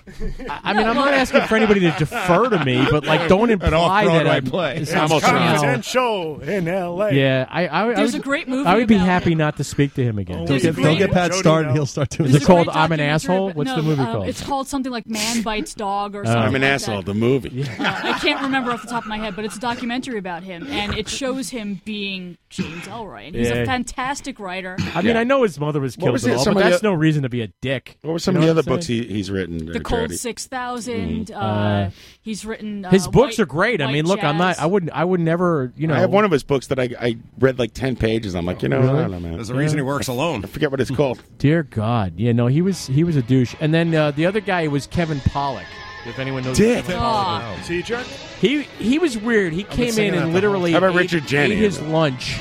[SPEAKER 2] I, I mean, I'm not asking for anybody to defer to me, but like, don't imply that
[SPEAKER 16] off-Broadway
[SPEAKER 2] I'm
[SPEAKER 16] play.
[SPEAKER 2] it's
[SPEAKER 14] it's
[SPEAKER 2] somehow-
[SPEAKER 14] confidential in L.A.
[SPEAKER 2] Yeah, Yeah, I, I, I
[SPEAKER 13] There's
[SPEAKER 2] would-
[SPEAKER 13] a great movie
[SPEAKER 2] I would be *laughs*
[SPEAKER 13] about
[SPEAKER 2] happy not to speak to him again.
[SPEAKER 20] Don't get, don't get Pat started. He'll start doing.
[SPEAKER 2] Is it
[SPEAKER 20] the-
[SPEAKER 2] called I'm an
[SPEAKER 13] documentary,
[SPEAKER 2] asshole?
[SPEAKER 13] but
[SPEAKER 2] What's
[SPEAKER 13] no,
[SPEAKER 2] the movie
[SPEAKER 13] uh,
[SPEAKER 2] called?
[SPEAKER 13] It's called something like Man Bites
[SPEAKER 2] *laughs*
[SPEAKER 13] Dog or
[SPEAKER 2] Oh.
[SPEAKER 13] something.
[SPEAKER 11] I'm an
[SPEAKER 13] like
[SPEAKER 11] asshole.
[SPEAKER 13] that.
[SPEAKER 11] The movie.
[SPEAKER 13] Uh, I can't remember off the top of my head, but it's a documentary about him, and it shows him being James Ellroy. And he's
[SPEAKER 2] Yeah.
[SPEAKER 13] a fantastic writer.
[SPEAKER 2] I mean, I know his mother was
[SPEAKER 11] What
[SPEAKER 2] killed
[SPEAKER 11] was
[SPEAKER 2] and
[SPEAKER 11] it-
[SPEAKER 2] all,
[SPEAKER 11] some
[SPEAKER 2] but
[SPEAKER 11] of the
[SPEAKER 2] that's
[SPEAKER 11] o-
[SPEAKER 2] no reason to be a dick.
[SPEAKER 11] What were some
[SPEAKER 2] You
[SPEAKER 11] of
[SPEAKER 2] know
[SPEAKER 11] the other
[SPEAKER 2] what I'm Mm-hmm.
[SPEAKER 11] books he, he's written? uh,
[SPEAKER 13] The Cold
[SPEAKER 11] Charity?
[SPEAKER 13] Six Thousand. Uh,
[SPEAKER 11] Uh,
[SPEAKER 13] he's written. Uh,
[SPEAKER 2] His books
[SPEAKER 13] White-
[SPEAKER 2] are great. I
[SPEAKER 13] White
[SPEAKER 2] mean, look, I'm not.
[SPEAKER 13] Jazz.
[SPEAKER 2] I wouldn't. I would never. You know.
[SPEAKER 11] I have one of his books that I, I read like ten pages. I'm like, you know,
[SPEAKER 2] Really?
[SPEAKER 11] I don't know, man.
[SPEAKER 2] There's a reason he
[SPEAKER 11] works alone. *laughs* I forget what it's called.
[SPEAKER 2] Dear God, yeah, no, he was he was a douche. And then uh, the other guy was Kevin Pollock. If anyone knows, who
[SPEAKER 11] Dick. Oh.
[SPEAKER 2] Kevin
[SPEAKER 11] Aw.
[SPEAKER 13] Oh.
[SPEAKER 2] Pollak is.
[SPEAKER 14] Oh. See, Jack?
[SPEAKER 2] He he was weird. He came in
[SPEAKER 14] singing that the
[SPEAKER 2] and
[SPEAKER 14] whole-
[SPEAKER 2] literally
[SPEAKER 11] How about
[SPEAKER 2] ate,
[SPEAKER 11] Richard Janney?
[SPEAKER 2] ate his lunch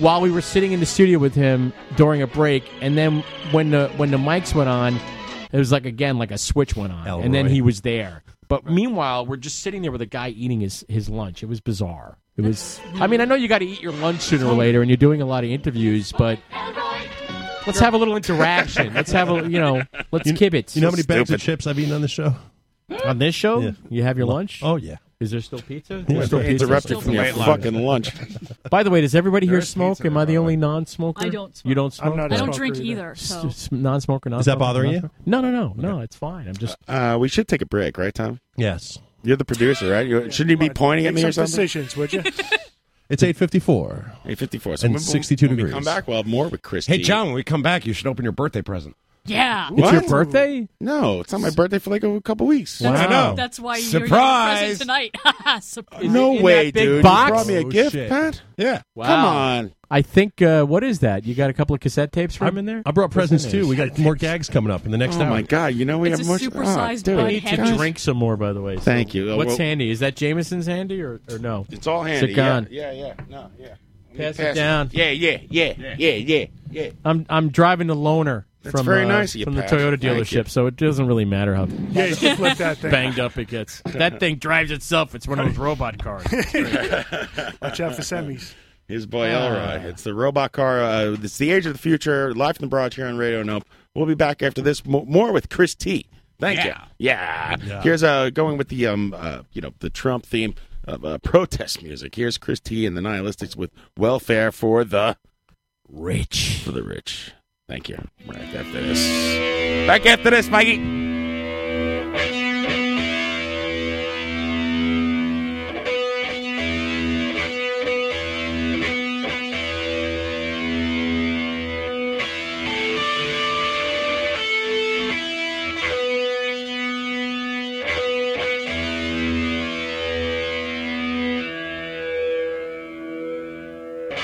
[SPEAKER 2] while we were sitting in the studio with him during a break. And then when the when the mics went on, it was like again like a switch went on, and then
[SPEAKER 20] Elroy.
[SPEAKER 2] he was there. But meanwhile, we're just sitting there with a guy eating his, his lunch. It was bizarre. It was. I mean, I know you got to eat your lunch sooner or later, and you're doing a lot of interviews, but let's have a little interaction. *laughs* Let's have a you know, let's
[SPEAKER 20] You-
[SPEAKER 2] kibitz.
[SPEAKER 20] You know how many bags of chips I've eaten on this show?
[SPEAKER 2] on this show? You have your lunch?
[SPEAKER 20] Oh yeah.
[SPEAKER 2] Is there still pizza?
[SPEAKER 20] Yeah.
[SPEAKER 2] There's still pizza.
[SPEAKER 11] Interrupted from your
[SPEAKER 2] Wait,
[SPEAKER 11] fucking lunch.
[SPEAKER 2] *laughs* By the way, does everybody here
[SPEAKER 11] There's
[SPEAKER 2] smoke? Am I the only non-smoker?
[SPEAKER 13] I don't
[SPEAKER 2] You don't smoke?
[SPEAKER 13] I'm not a I don't smoker drink either. either,
[SPEAKER 2] S-
[SPEAKER 13] so-
[SPEAKER 2] s- non-smoker, non-smoker.
[SPEAKER 11] Is that bothering you?
[SPEAKER 2] non-smoker. No, no, no, no. It's fine. I'm just.
[SPEAKER 11] Uh, we should take a break, right, Tom?
[SPEAKER 20] Yes.
[SPEAKER 11] You're the producer, right? You, shouldn't you be pointing at me or something? *laughs*
[SPEAKER 14] decisions, would you?
[SPEAKER 20] It's eight fifty four.
[SPEAKER 11] Eight fifty four.
[SPEAKER 20] And 62
[SPEAKER 11] when
[SPEAKER 20] degrees.
[SPEAKER 11] We come back. We'll have more with Christy.
[SPEAKER 20] Hey, John, when we come back, you should open your birthday present.
[SPEAKER 13] Yeah.
[SPEAKER 11] It's your What?
[SPEAKER 2] birthday?
[SPEAKER 11] No, it's not my birthday for like a couple weeks.
[SPEAKER 13] That's,
[SPEAKER 11] I
[SPEAKER 16] Oh,
[SPEAKER 11] know.
[SPEAKER 13] That's why
[SPEAKER 11] Surprise!
[SPEAKER 13] you're getting a present tonight. *laughs* Surprise.
[SPEAKER 11] no way, dude.
[SPEAKER 2] box?
[SPEAKER 11] You brought me a
[SPEAKER 2] Oh,
[SPEAKER 11] gift,
[SPEAKER 2] shit.
[SPEAKER 11] Pat. Yeah.
[SPEAKER 2] Wow.
[SPEAKER 11] Come on.
[SPEAKER 2] I think. Uh, what is that? You got a couple of cassette tapes from him in there?
[SPEAKER 20] I brought presents
[SPEAKER 2] What's in
[SPEAKER 20] too.
[SPEAKER 2] there?
[SPEAKER 20] We got more gags coming up in the next
[SPEAKER 2] Oh,
[SPEAKER 20] hour.
[SPEAKER 2] my
[SPEAKER 11] God, you know
[SPEAKER 2] we
[SPEAKER 13] It's have a more- supersized oh, dude. Bud
[SPEAKER 2] I need
[SPEAKER 13] Heavy.
[SPEAKER 2] to drink some more, by the way. so-
[SPEAKER 11] Ah, Thank you. Uh,
[SPEAKER 2] What's
[SPEAKER 11] well-
[SPEAKER 2] handy? Is that Jameson's handy or, or no?
[SPEAKER 11] It's all handy.
[SPEAKER 2] Is it gone?
[SPEAKER 11] Yeah, yeah, yeah. No, yeah. Let me
[SPEAKER 2] Pass it down.
[SPEAKER 11] Yeah, yeah, yeah, yeah, yeah, yeah.
[SPEAKER 2] I'm I'm driving the loaner
[SPEAKER 11] That's
[SPEAKER 2] from
[SPEAKER 11] very
[SPEAKER 2] uh,
[SPEAKER 11] nice of you,
[SPEAKER 2] from the
[SPEAKER 11] Pat.
[SPEAKER 2] Toyota
[SPEAKER 11] Thank
[SPEAKER 2] dealership, so it doesn't really matter how
[SPEAKER 14] Yeah, you just flip that
[SPEAKER 2] *laughs*
[SPEAKER 14] thing.
[SPEAKER 2] banged up it gets. That thing drives itself. It's one of those robot
[SPEAKER 14] *laughs*
[SPEAKER 2] cars.
[SPEAKER 14] Watch out for semis.
[SPEAKER 11] His boy
[SPEAKER 14] Ah.
[SPEAKER 11] Elroy. It's the robot car. Uh, it's the age of the future. Live in the broad here on Radio Nope. We'll be back after this. Mo- more with Chris T. Thank you. Yeah.
[SPEAKER 16] Yeah.
[SPEAKER 11] Here's uh, going with the um uh, you know the Trump theme of uh, protest music. Here's Chris T. and the Nihilistics with "Welfare for the Rich." For the rich. Thank you. Right after this. Back after this, Mikey.
[SPEAKER 4] Welfare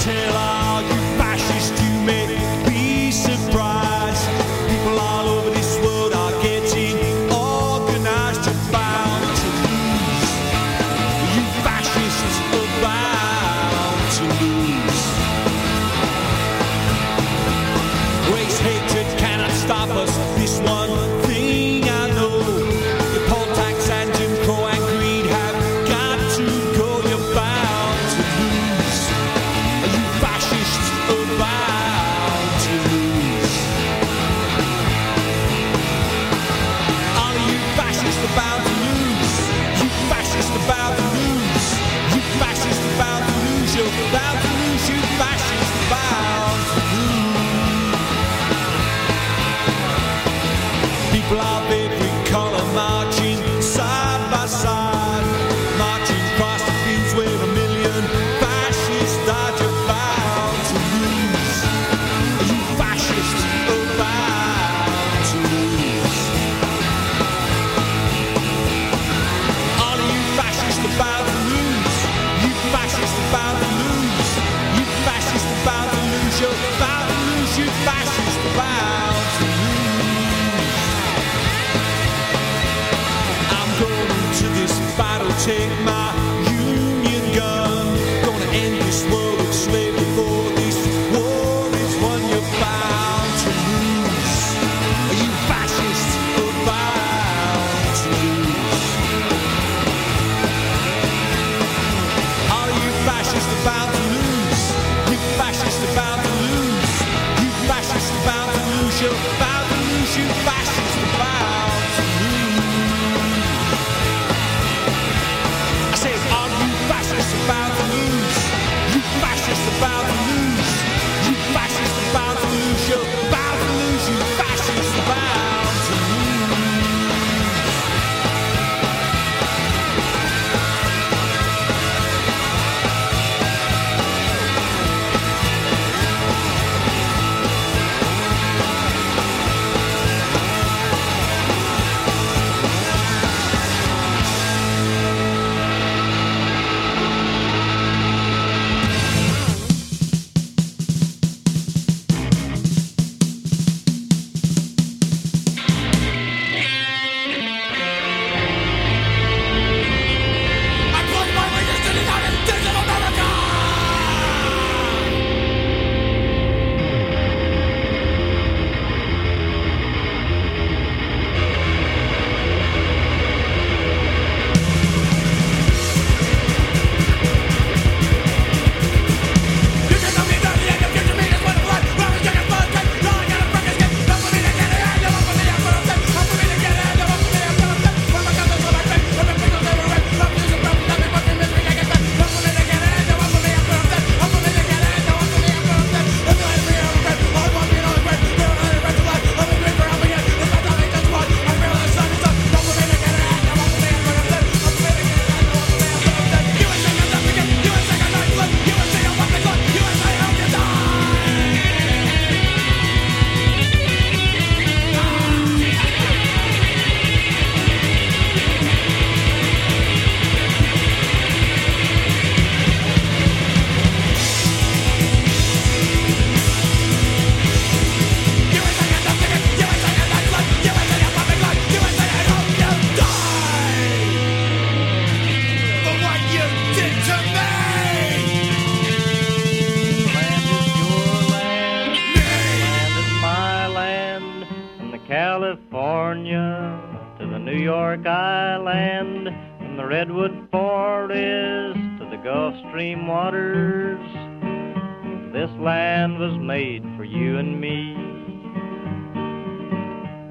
[SPEAKER 4] tell all you fascists you may be surprised. People all over this world are getting organized. You're bound to lose. You fascists are bound to lose. Race hatred cannot stop us. This one thing I know. The poll tax and Jim Crow and greed have got to go. You're bound to lose. You fascists are bound to lose. All you fascists are bound to lose. You fascists are bound to lose. You fascists are bound to lose. You're bound to lose. You fascists are bound to lose. People of every color marching side by side, marching across the fields where a million fascists died. You're bound to lose. You fascists are bound to lose. All you fascists are bound to lose. You fascists are bound to lose. You fascists are bound to lose. You're bound to lose. You fascists are bound to lose. I'm going to this battle, take my union gun. Gonna end this world of slavery before this war is won. You're bound to lose. You fascists are bound to lose. All you fascists are bound to lose. You fascists are bound to lose. You fascists are bound to lose. You're bound to lose. You fascists are bound to lose. I say, all you fascists are bound to lose. You fascists are bound to lose. You fascists are bound to lose. You're bound to lose. You fascists are bound to lose. For what you did to me! Land is your land.
[SPEAKER 18] Land is my land, from the California to the New York Island, from the Redwood Forest to the Gulf Stream waters. This land was made for you and me.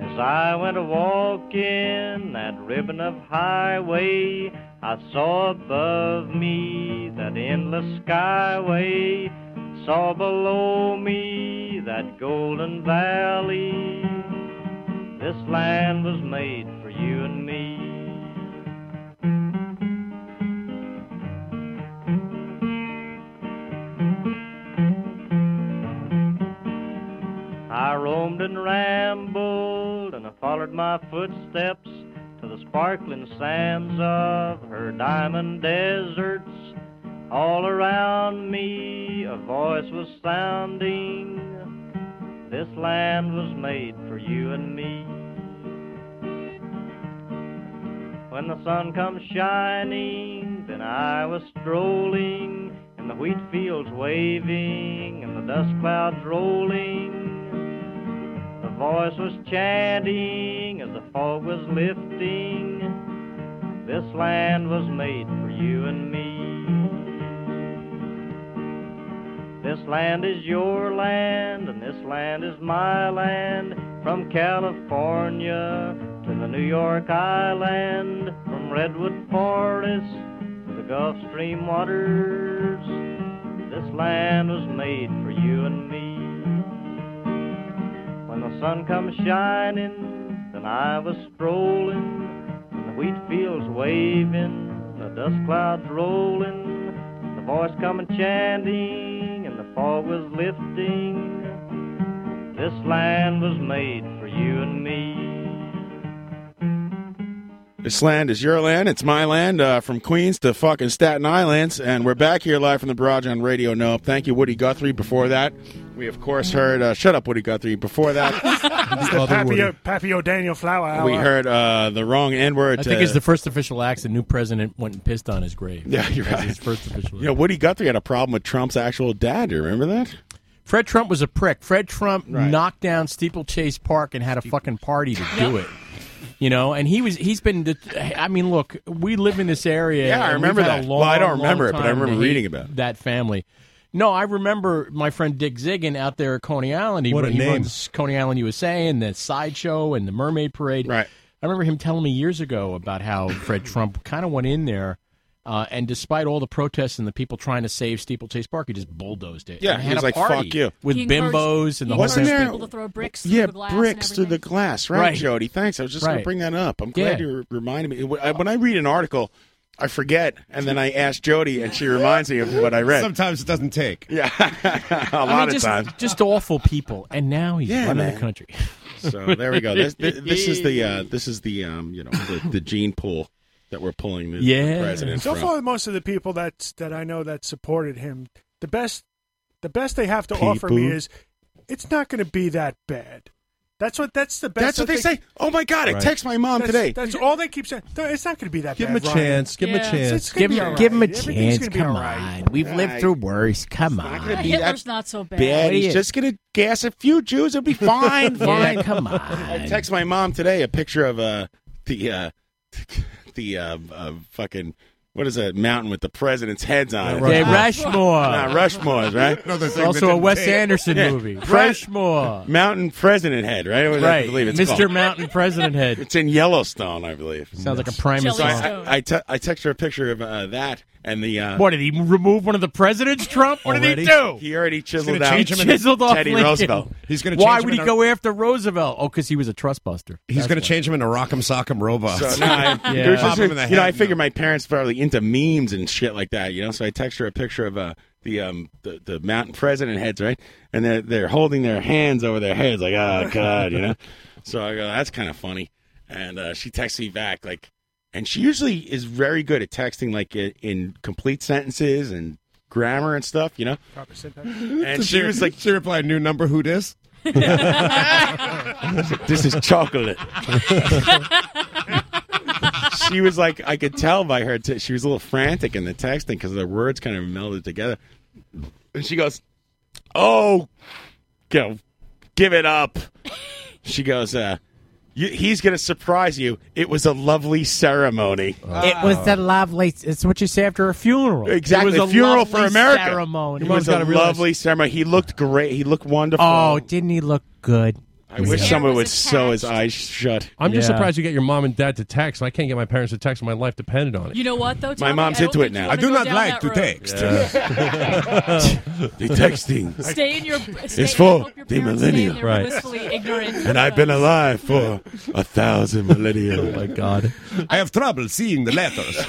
[SPEAKER 18] As I went a walking that ribbon of highway, I saw above me that endless skyway, saw below me that golden valley. This land was made for you and me. I roamed and rambled, and I followed my footsteps to the sparkling sands of her diamond deserts. All around me, a voice was sounding. This land was made for you and me. When the sun comes shining, then I was strolling, and the wheat fields waving, and the dust clouds rolling. The voice was chanting as the fog was lifting. This land was made for you and me. This land is your land, and this land is my land. From California to the New York Island, from redwood forests to the Gulf Stream waters, this land was made for you and me. When the sun comes shining, then I was strolling, and the wheat fields waving, and the dust clouds rolling, and the voice coming chanting, and the fog was lifting. This land was made for you and me.
[SPEAKER 11] This land is your land. It's my land. Uh, from Queens to fucking Staten Islands, and we're back here live from the barrage on Radio Nope. Thank you, Woody Guthrie. Before that, we of course heard uh, "Shut Up, Woody Guthrie." Before that,
[SPEAKER 14] It's the
[SPEAKER 11] Other *laughs*
[SPEAKER 14] Papio, Papio Daniel Flower Hour.
[SPEAKER 11] we heard uh, the wrong N word.
[SPEAKER 2] I think it's the first official act the new president went and pissed on his grave.
[SPEAKER 11] uh, Yeah, *laughs* you're
[SPEAKER 2] That's
[SPEAKER 11] right.
[SPEAKER 2] His
[SPEAKER 11] *laughs*
[SPEAKER 2] first official.
[SPEAKER 11] You know, Woody Guthrie had a problem with Trump's actual dad. Do you remember that?
[SPEAKER 2] Fred Trump was a prick. Fred Trump knocked down Steeplechase Park and had a fucking party to do it. You know, and he was he's been. the- I mean, look, we live in this area.
[SPEAKER 11] Yeah, I
[SPEAKER 2] and we've
[SPEAKER 11] remember
[SPEAKER 2] had a
[SPEAKER 11] that.
[SPEAKER 2] long,
[SPEAKER 11] Well, I don't
[SPEAKER 2] long
[SPEAKER 11] remember it, but I
[SPEAKER 2] time to
[SPEAKER 11] remember reading
[SPEAKER 2] hate
[SPEAKER 11] about
[SPEAKER 2] that family. No, I remember my friend Dick Ziggin out there at Coney Island. He,
[SPEAKER 20] What a
[SPEAKER 2] he
[SPEAKER 20] name.
[SPEAKER 2] runs Coney Island USA and the sideshow and the Mermaid Parade. Right. I remember him telling me years ago about
[SPEAKER 11] *clears throat*
[SPEAKER 2] how Fred Trump kind of went in there. Uh, and despite all the protests and the people trying to save Steeplechase Park, he just bulldozed it.
[SPEAKER 11] Yeah,
[SPEAKER 2] And
[SPEAKER 11] he
[SPEAKER 2] had
[SPEAKER 11] was
[SPEAKER 2] a
[SPEAKER 11] like,
[SPEAKER 2] party
[SPEAKER 11] "Fuck you."
[SPEAKER 2] with
[SPEAKER 11] He encouraged-
[SPEAKER 2] bimbos and the
[SPEAKER 11] he
[SPEAKER 2] whole
[SPEAKER 11] encouraged
[SPEAKER 2] thing.
[SPEAKER 11] people
[SPEAKER 13] to throw bricks
[SPEAKER 11] yeah,
[SPEAKER 13] through the glass.
[SPEAKER 11] bricks through the glass, right,
[SPEAKER 2] Right.
[SPEAKER 11] Jody? Thanks. I was just going
[SPEAKER 2] Right.
[SPEAKER 11] to bring that up. I'm glad
[SPEAKER 2] Yeah.
[SPEAKER 11] you re- reminded me. When I- When I read an article, I forget, and then I ask Jody, and she reminds me of what I read.
[SPEAKER 16] Sometimes it doesn't take.
[SPEAKER 11] *laughs* Yeah, a lot
[SPEAKER 2] I mean,
[SPEAKER 11] of
[SPEAKER 2] just,
[SPEAKER 11] times.
[SPEAKER 2] Just awful people. And now he's
[SPEAKER 11] Yeah,
[SPEAKER 2] running
[SPEAKER 11] man.
[SPEAKER 2] the country.
[SPEAKER 11] *laughs* So there we go. This, this, this is the uh, this is the um, you know the, the gene pool that we're pulling the, the
[SPEAKER 2] Yeah.
[SPEAKER 11] president
[SPEAKER 14] So
[SPEAKER 11] from.
[SPEAKER 14] far, most of the people that that I know that supported him, the best, the best they have to offer me
[SPEAKER 11] People.
[SPEAKER 14] is, it's not going to be that bad. That's what. That's the best.
[SPEAKER 11] That's what
[SPEAKER 14] that
[SPEAKER 11] they say. Oh my God! I
[SPEAKER 14] Right.
[SPEAKER 11] text my mom
[SPEAKER 14] That's-
[SPEAKER 11] today.
[SPEAKER 14] That's all they keep saying. "No, It's not going to be that
[SPEAKER 20] Give him
[SPEAKER 14] bad.
[SPEAKER 20] a chance. Give him a chance.
[SPEAKER 2] Give him, give him a chance.
[SPEAKER 14] gonna be
[SPEAKER 2] Come
[SPEAKER 14] all right.
[SPEAKER 2] on. We've lived through worse. Come on.
[SPEAKER 11] gonna be
[SPEAKER 13] Hitler's
[SPEAKER 11] that
[SPEAKER 13] not so bad.
[SPEAKER 11] bad. He's just going to gas a few Jews. It'll be fine.
[SPEAKER 2] *laughs* Yeah,
[SPEAKER 11] fine.
[SPEAKER 2] come
[SPEAKER 11] *laughs*
[SPEAKER 2] on.
[SPEAKER 11] I text my mom today a picture of uh, the uh, *laughs* the uh, uh, fucking what is that mountain with the president's heads on it?
[SPEAKER 2] Yeah, Rushmore.
[SPEAKER 11] Nah, Rushmore's right.
[SPEAKER 2] *laughs* Another thing Also that a Wes didn't- Anderson
[SPEAKER 11] Yeah.
[SPEAKER 2] movie.
[SPEAKER 11] Pre-
[SPEAKER 2] Rushmore.
[SPEAKER 11] Mountain President Head, right? What is that? I
[SPEAKER 2] Right.
[SPEAKER 11] believe it's
[SPEAKER 2] Mr.
[SPEAKER 11] called.
[SPEAKER 2] Mountain President Head.
[SPEAKER 11] It's in Yellowstone, I believe.
[SPEAKER 2] Sounds like a prime
[SPEAKER 11] So I-
[SPEAKER 2] song.
[SPEAKER 11] I, I, te- I text her a picture of uh, that and the. Uh,
[SPEAKER 2] What did he remove one of the presidents? Trump? What did he do?
[SPEAKER 11] He already chiseled
[SPEAKER 2] He
[SPEAKER 11] out
[SPEAKER 2] chiseled off
[SPEAKER 11] Teddy
[SPEAKER 2] Lincoln.
[SPEAKER 11] Roosevelt.
[SPEAKER 2] Why would he go after Roosevelt? Oh, because he was a trust buster.
[SPEAKER 16] He's going to change him into Rock'em Sock'em Robots.
[SPEAKER 11] So now
[SPEAKER 2] *laughs*
[SPEAKER 16] *laughs*
[SPEAKER 11] I,
[SPEAKER 2] Yeah.
[SPEAKER 11] there's
[SPEAKER 16] Pop
[SPEAKER 11] just-
[SPEAKER 16] him in the
[SPEAKER 11] you know, I
[SPEAKER 16] head.
[SPEAKER 11] figure my parents probably into memes and shit like that, you know. So I text her a picture of uh, the um the, the mountain president heads, right? And they're they're holding their hands over their heads, like oh god, you know. So I *laughs* go, that's kind of funny. And uh, she texts me back, like, and she usually is very good at texting, like i- in complete sentences and grammar and stuff, you know.
[SPEAKER 16] *laughs*
[SPEAKER 11] And she was like,
[SPEAKER 16] she replied, new number, who dis?
[SPEAKER 11] *laughs* this is chocolate. *laughs* she was like, I could tell by her. T- she was a little frantic in the texting because the words kind of melded together. And she goes, "Oh, you know, give it up." She goes, uh, you, "He's going to surprise you. It was a lovely ceremony.
[SPEAKER 2] It was the lovely. It's what you say after a funeral.
[SPEAKER 11] exactly
[SPEAKER 2] It was a
[SPEAKER 11] funeral for
[SPEAKER 2] lovely
[SPEAKER 11] America.
[SPEAKER 2] Ceremony.
[SPEAKER 11] It was a *laughs* lovely ceremony. He looked great. He looked wonderful.
[SPEAKER 2] Oh, didn't he look good?
[SPEAKER 11] I wish someone would sew his eyes shut.
[SPEAKER 20] I'm just
[SPEAKER 11] Yeah.
[SPEAKER 20] surprised you get your mom and dad to text. and I can't get my parents to text. My life depended on it.
[SPEAKER 13] You know what, though?
[SPEAKER 20] My
[SPEAKER 13] Tommy?
[SPEAKER 20] mom's
[SPEAKER 13] I don't
[SPEAKER 20] into
[SPEAKER 13] think
[SPEAKER 20] it
[SPEAKER 13] you
[SPEAKER 20] now.
[SPEAKER 13] wanna
[SPEAKER 20] I do
[SPEAKER 13] go
[SPEAKER 20] not
[SPEAKER 13] down that
[SPEAKER 20] like to
[SPEAKER 13] road.
[SPEAKER 20] text.
[SPEAKER 2] *laughs*
[SPEAKER 20] Yeah.
[SPEAKER 11] The texting.
[SPEAKER 13] Stay in your. Stay
[SPEAKER 11] It's for
[SPEAKER 13] I hope your
[SPEAKER 11] the
[SPEAKER 13] parents stay in
[SPEAKER 11] millennium.
[SPEAKER 13] their
[SPEAKER 11] Right.
[SPEAKER 13] Blissfully ignorant.
[SPEAKER 11] and I've been alive for a thousand millennia. oh
[SPEAKER 2] my
[SPEAKER 11] *laughs*
[SPEAKER 2] god!
[SPEAKER 16] I have trouble seeing the letters.
[SPEAKER 14] *laughs*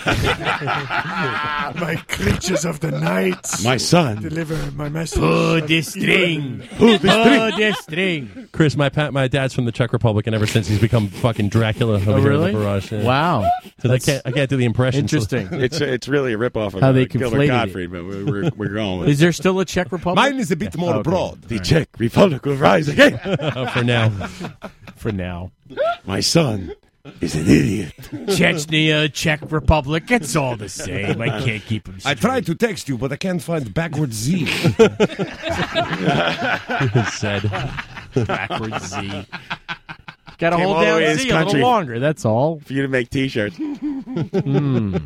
[SPEAKER 14] My creatures of the night.
[SPEAKER 11] *laughs* My son.
[SPEAKER 14] Deliver my message.
[SPEAKER 2] Pull the string. Pull the string.
[SPEAKER 20] Chris, my pa- my dad's from the Czech Republic, and ever since he's become fucking Dracula. Over here in
[SPEAKER 2] Oh, really?
[SPEAKER 20] the barrage, yeah.
[SPEAKER 2] Wow.
[SPEAKER 20] 'Cause I can't, I can't do the impression. so-
[SPEAKER 11] *laughs*
[SPEAKER 20] *laughs*
[SPEAKER 11] it's it's really a ripoff of
[SPEAKER 2] How they
[SPEAKER 11] uh, Gilbert
[SPEAKER 2] conflated it.
[SPEAKER 11] Gottfried, but we're, we're, we're going with
[SPEAKER 2] Is there still a Czech Republic?
[SPEAKER 11] Mine is a bit more broad. *laughs* The
[SPEAKER 2] All right.
[SPEAKER 11] Czech Republic will rise
[SPEAKER 16] *laughs*
[SPEAKER 11] again. *laughs*
[SPEAKER 20] For now.
[SPEAKER 2] For now.
[SPEAKER 11] My son is an idiot.
[SPEAKER 2] Chechnya, Czech Republic, it's all the same.
[SPEAKER 15] *laughs*
[SPEAKER 2] I can't keep him.
[SPEAKER 15] I tried to text you, but I can't find backward Z.
[SPEAKER 20] *laughs* said.
[SPEAKER 2] Backward
[SPEAKER 11] *laughs*
[SPEAKER 2] Z. Gotta
[SPEAKER 11] Came all
[SPEAKER 2] hold
[SPEAKER 11] the
[SPEAKER 2] down
[SPEAKER 11] way to his
[SPEAKER 2] Z a little
[SPEAKER 11] country.
[SPEAKER 2] longer, that's all.
[SPEAKER 11] For you to make
[SPEAKER 2] *laughs*
[SPEAKER 11] T-shirts.
[SPEAKER 2] Hmm.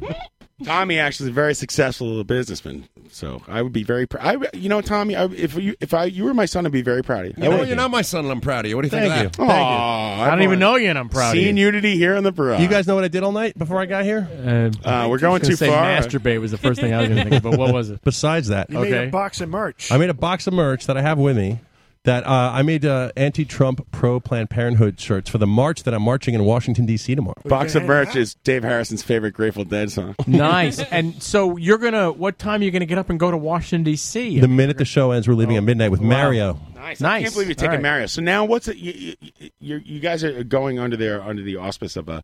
[SPEAKER 11] Tommy actually is a very successful little businessman, so I would be very. Pr- I, would- you know, Tommy, I, if you if I you were my son, I'd be very proud of you.
[SPEAKER 15] You know, you're not my son, and I'm proud of you. What do you think of that?
[SPEAKER 11] I don't even know you, and I'm proud of you. Seeing unity here in the barrage.
[SPEAKER 20] You guys know what I did all night before I got here?
[SPEAKER 2] Uh,
[SPEAKER 11] Uh, we're going too
[SPEAKER 2] say
[SPEAKER 11] far.
[SPEAKER 2] Masturbate was the first thing I was going to think of, but what was it?
[SPEAKER 20] Besides that,
[SPEAKER 14] You made a box of merch.
[SPEAKER 20] I made a box of merch that I have with me. That uh, I made uh, anti-Trump, pro-Planned Parenthood shirts for the march that I'm marching in Washington D.C. tomorrow.
[SPEAKER 11] Box of merch is Dave Harrison's favorite Grateful Dead song.
[SPEAKER 2] Nice. And so you're gonna. What time are you gonna get up and go to Washington D.C.?
[SPEAKER 20] The minute the show ends, we're leaving
[SPEAKER 14] Oh.
[SPEAKER 20] at midnight with Mario.
[SPEAKER 11] Nice. I
[SPEAKER 2] Nice.
[SPEAKER 11] can't believe you're
[SPEAKER 2] All
[SPEAKER 11] taking
[SPEAKER 2] right.
[SPEAKER 11] Mario. So now what's it? You, you, you, you guys are going under there under the auspice of a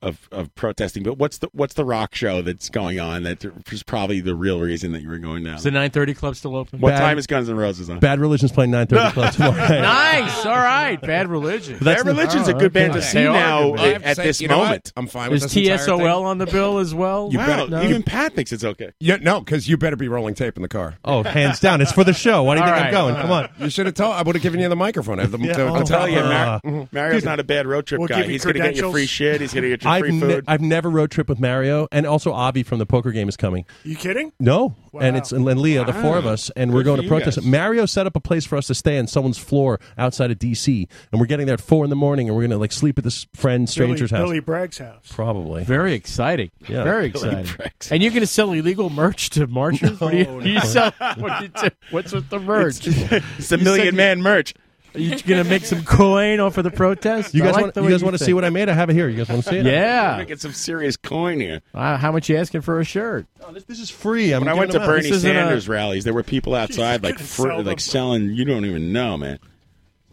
[SPEAKER 11] of of protesting. But what's the what's the rock show that's going on? That is probably the real reason that you were going down.
[SPEAKER 2] Is the 9:30 club still open?
[SPEAKER 11] what time is Guns N' Roses on?
[SPEAKER 20] Bad Religion's
[SPEAKER 11] *laughs*
[SPEAKER 20] playing 9:30 club tomorrow.
[SPEAKER 2] *laughs* nice. All right. Bad religion. Oh,
[SPEAKER 20] But that's-
[SPEAKER 11] Bad Religion's a good band to see
[SPEAKER 2] They are
[SPEAKER 11] now
[SPEAKER 2] good band.
[SPEAKER 11] at, at this moment.
[SPEAKER 2] Is TSOL on the bill as well?
[SPEAKER 11] You better- even Pat thinks it's okay.
[SPEAKER 15] Yeah, no, because you better be rolling tape in the car.
[SPEAKER 20] Oh, hands down. It's for the show. Why do you think I'm going? Come on.
[SPEAKER 15] You should have told. I would have given you the microphone. I have the,
[SPEAKER 20] Yeah.
[SPEAKER 11] Oh,
[SPEAKER 15] the- Mm-hmm. the
[SPEAKER 20] I'll tell
[SPEAKER 15] top.
[SPEAKER 20] you,
[SPEAKER 11] Mar-
[SPEAKER 20] Uh,
[SPEAKER 11] Mario's not a bad road trip
[SPEAKER 15] We'll
[SPEAKER 11] guy.
[SPEAKER 15] give you
[SPEAKER 11] He's going to get you
[SPEAKER 15] credentials.
[SPEAKER 11] free shit. He's going to get you
[SPEAKER 20] I've,
[SPEAKER 11] free
[SPEAKER 20] ne-
[SPEAKER 11] food.
[SPEAKER 20] I've never road trip with Mario, and also Avi from the poker game is coming.
[SPEAKER 14] You kidding?
[SPEAKER 20] No, and it's and Leah, the four of us, and we're
[SPEAKER 14] Good
[SPEAKER 20] going
[SPEAKER 14] for
[SPEAKER 20] to
[SPEAKER 14] you
[SPEAKER 20] protest.
[SPEAKER 14] guys.
[SPEAKER 20] Mario set up a place for us to stay on someone's floor outside of DC, and we're getting there at four in the morning, and we're going to like sleep at this friend stranger's
[SPEAKER 14] Billy,
[SPEAKER 20] house,
[SPEAKER 14] Billy Bragg's house.
[SPEAKER 20] probably.
[SPEAKER 2] Very exciting.
[SPEAKER 20] Yeah. *laughs*
[SPEAKER 2] Very exciting. And you're going to sell illegal merch to marchers? what do you, *laughs* you sell? What do you do? What's with the merch? It's,
[SPEAKER 11] a million man merch.
[SPEAKER 2] Are you going to make some coin off of the protest?
[SPEAKER 20] You
[SPEAKER 2] I
[SPEAKER 20] guys
[SPEAKER 2] like
[SPEAKER 20] want
[SPEAKER 2] the
[SPEAKER 20] you
[SPEAKER 2] way
[SPEAKER 20] guys want to
[SPEAKER 2] think.
[SPEAKER 20] see what I made? I have it here. You guys want to see it?
[SPEAKER 2] Yeah.
[SPEAKER 11] We're Get some serious coin here.
[SPEAKER 2] Wow, how much you asking for a shirt?
[SPEAKER 20] this, is free.
[SPEAKER 11] when I went to Bernie
[SPEAKER 2] This isn't a-
[SPEAKER 11] Sanders rallies, there were people outside like fr-
[SPEAKER 2] sell them.
[SPEAKER 11] like selling. You don't even know, man.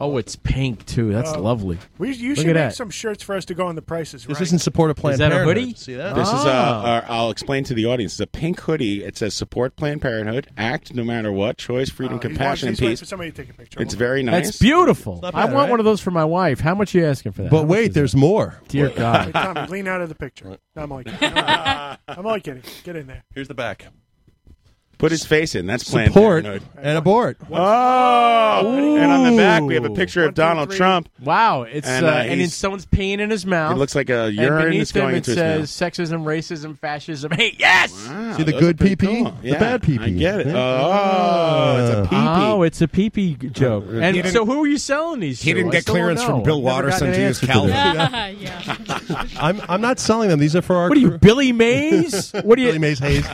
[SPEAKER 2] Oh, it's pink too. That's
[SPEAKER 14] Oh.
[SPEAKER 2] lovely.
[SPEAKER 14] We, you
[SPEAKER 2] Look
[SPEAKER 14] should
[SPEAKER 2] at
[SPEAKER 14] make
[SPEAKER 2] that.
[SPEAKER 14] some shirts for us to go on the prices.
[SPEAKER 20] This
[SPEAKER 14] right?
[SPEAKER 20] isn't support of Planned
[SPEAKER 2] Is that a
[SPEAKER 20] Parenthood.
[SPEAKER 2] hoodie?
[SPEAKER 20] See that?
[SPEAKER 11] This is uh,
[SPEAKER 2] Ah.
[SPEAKER 11] uh, I'll explain to the audience. It's a pink hoodie. It says "Support Planned Parenthood. Act no matter what. Choice, freedom,
[SPEAKER 14] He's
[SPEAKER 11] compassion,
[SPEAKER 14] waiting-
[SPEAKER 11] and
[SPEAKER 14] he's waiting
[SPEAKER 11] peace."
[SPEAKER 14] For Uh, somebody to take a picture.
[SPEAKER 11] It's very nice.
[SPEAKER 2] That's beautiful.
[SPEAKER 14] not
[SPEAKER 2] I
[SPEAKER 14] bad,
[SPEAKER 2] want
[SPEAKER 14] right?
[SPEAKER 2] one of those for my wife. How much are you asking for that? How
[SPEAKER 20] But
[SPEAKER 2] much
[SPEAKER 20] wait,
[SPEAKER 2] is that?
[SPEAKER 20] there's more.
[SPEAKER 2] Dear
[SPEAKER 14] Hey,
[SPEAKER 20] *laughs*
[SPEAKER 2] God.
[SPEAKER 14] Tommy, lean out of the picture. No, I'm only kidding. I'm only kidding. Get in there.
[SPEAKER 20] Here's the back.
[SPEAKER 11] Put his face in. That's Planned
[SPEAKER 20] Support
[SPEAKER 11] Parenthood.
[SPEAKER 20] and abort.
[SPEAKER 11] Oh, and on the back we have a picture of Donald Trump.
[SPEAKER 2] Wow, it's
[SPEAKER 11] And,
[SPEAKER 2] uh,
[SPEAKER 11] uh,
[SPEAKER 2] and in
[SPEAKER 11] he's-
[SPEAKER 2] someone's peeing in his mouth.
[SPEAKER 11] It looks like a urine
[SPEAKER 2] and beneath
[SPEAKER 11] is going
[SPEAKER 2] him
[SPEAKER 11] into
[SPEAKER 2] it
[SPEAKER 11] his
[SPEAKER 2] says sexism, racism, fascism. Hey, yes.
[SPEAKER 20] See the good PP, the bad PP.
[SPEAKER 11] I get it.
[SPEAKER 20] Yeah.
[SPEAKER 11] Oh, it's a pee-pee.
[SPEAKER 2] Oh, it's a pee pee joke.
[SPEAKER 20] Uh,
[SPEAKER 2] And
[SPEAKER 15] didn't-
[SPEAKER 2] so, who are you selling these?
[SPEAKER 15] He
[SPEAKER 2] to?
[SPEAKER 15] didn't
[SPEAKER 2] I
[SPEAKER 15] get
[SPEAKER 2] still don't
[SPEAKER 15] clearance
[SPEAKER 2] know.
[SPEAKER 15] from Bill
[SPEAKER 2] I've never
[SPEAKER 15] Watterson
[SPEAKER 2] gotten
[SPEAKER 15] to
[SPEAKER 2] an
[SPEAKER 15] use
[SPEAKER 2] answer
[SPEAKER 15] Calvin.
[SPEAKER 2] that.
[SPEAKER 13] yeah.
[SPEAKER 20] *laughs* I'm I'm not selling them. These are for our.
[SPEAKER 2] What are you,
[SPEAKER 20] crew.
[SPEAKER 2] Billy
[SPEAKER 20] *laughs*
[SPEAKER 2] Mays? What are you,
[SPEAKER 20] Billy
[SPEAKER 2] *laughs*
[SPEAKER 20] Mays Hayes?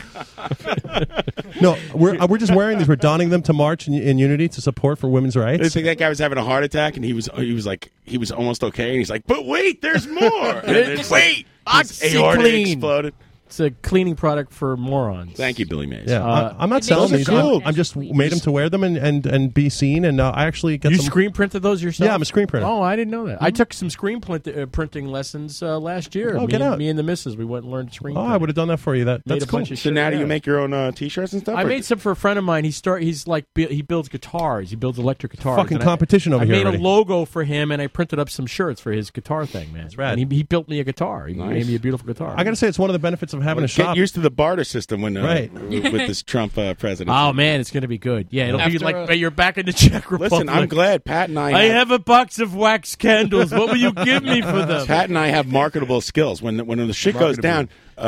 [SPEAKER 20] no, we're uh, we're just wearing these. We're donning them to march in, in unity to support for women's
[SPEAKER 11] I
[SPEAKER 20] rights.
[SPEAKER 11] think that guy was having a heart attack, and he was he was like he was almost okay, and he's like, "But wait, there's more! And it's like,
[SPEAKER 2] Wait,
[SPEAKER 11] *laughs* his aorta
[SPEAKER 2] OxyClean.
[SPEAKER 11] exploded.
[SPEAKER 2] It's a cleaning product for morons.
[SPEAKER 11] Thank you, Billy Mays.
[SPEAKER 20] Yeah,
[SPEAKER 2] Uh,
[SPEAKER 20] I, am not
[SPEAKER 2] Those
[SPEAKER 20] selling
[SPEAKER 2] are
[SPEAKER 20] these.
[SPEAKER 2] cool.
[SPEAKER 20] I'm, I'm just made them to wear them and, and, and be seen. And uh, I actually got
[SPEAKER 2] You
[SPEAKER 20] some.
[SPEAKER 2] screen printed those yourself?
[SPEAKER 20] Yeah, I'm a screen printer.
[SPEAKER 2] Oh, I didn't know that. I took some screen print, uh, printing lessons uh, last year.
[SPEAKER 20] Oh,
[SPEAKER 2] me
[SPEAKER 20] get
[SPEAKER 2] and,
[SPEAKER 20] out.
[SPEAKER 2] Me and the missus, we went and learned screen.
[SPEAKER 20] oh, I
[SPEAKER 2] printing.
[SPEAKER 20] would have done that for you. That
[SPEAKER 2] Made
[SPEAKER 20] that's
[SPEAKER 2] a
[SPEAKER 20] cool.
[SPEAKER 2] bunch of
[SPEAKER 11] So
[SPEAKER 2] shit,
[SPEAKER 11] now do you
[SPEAKER 2] yeah.
[SPEAKER 11] make *laughs* your own uh, t-shirts and stuff?
[SPEAKER 2] I
[SPEAKER 11] or-
[SPEAKER 2] made some for a friend of mine. He start. He's like bu- he builds guitars. He builds electric guitars.
[SPEAKER 20] Fucking
[SPEAKER 2] and
[SPEAKER 20] competition
[SPEAKER 2] I,
[SPEAKER 20] over
[SPEAKER 2] I
[SPEAKER 20] here
[SPEAKER 2] made
[SPEAKER 20] already.
[SPEAKER 2] a logo for him, and I printed up some shirts for his guitar thing, man. That's
[SPEAKER 20] rad.
[SPEAKER 2] And he, he built me a guitar. He
[SPEAKER 11] Nice.
[SPEAKER 2] made me a beautiful guitar.
[SPEAKER 20] I got to say, it's one of the benefits of having
[SPEAKER 11] Well,
[SPEAKER 20] a
[SPEAKER 11] Get
[SPEAKER 20] shop.
[SPEAKER 11] used to the barter system when uh,
[SPEAKER 20] Right.
[SPEAKER 11] w- with this Trump uh, presidency.
[SPEAKER 2] Oh man, it's gonna be good. Yeah, it'll be
[SPEAKER 11] After
[SPEAKER 2] like
[SPEAKER 11] a-
[SPEAKER 2] but you're back in the Czech Republic.
[SPEAKER 11] Listen, I'm glad Pat and I.
[SPEAKER 2] I have a box of wax candles. What will you give me for them?
[SPEAKER 11] Pat and I have marketable skills. When the, when the shit goes
[SPEAKER 2] Marketable.
[SPEAKER 11] down, uh,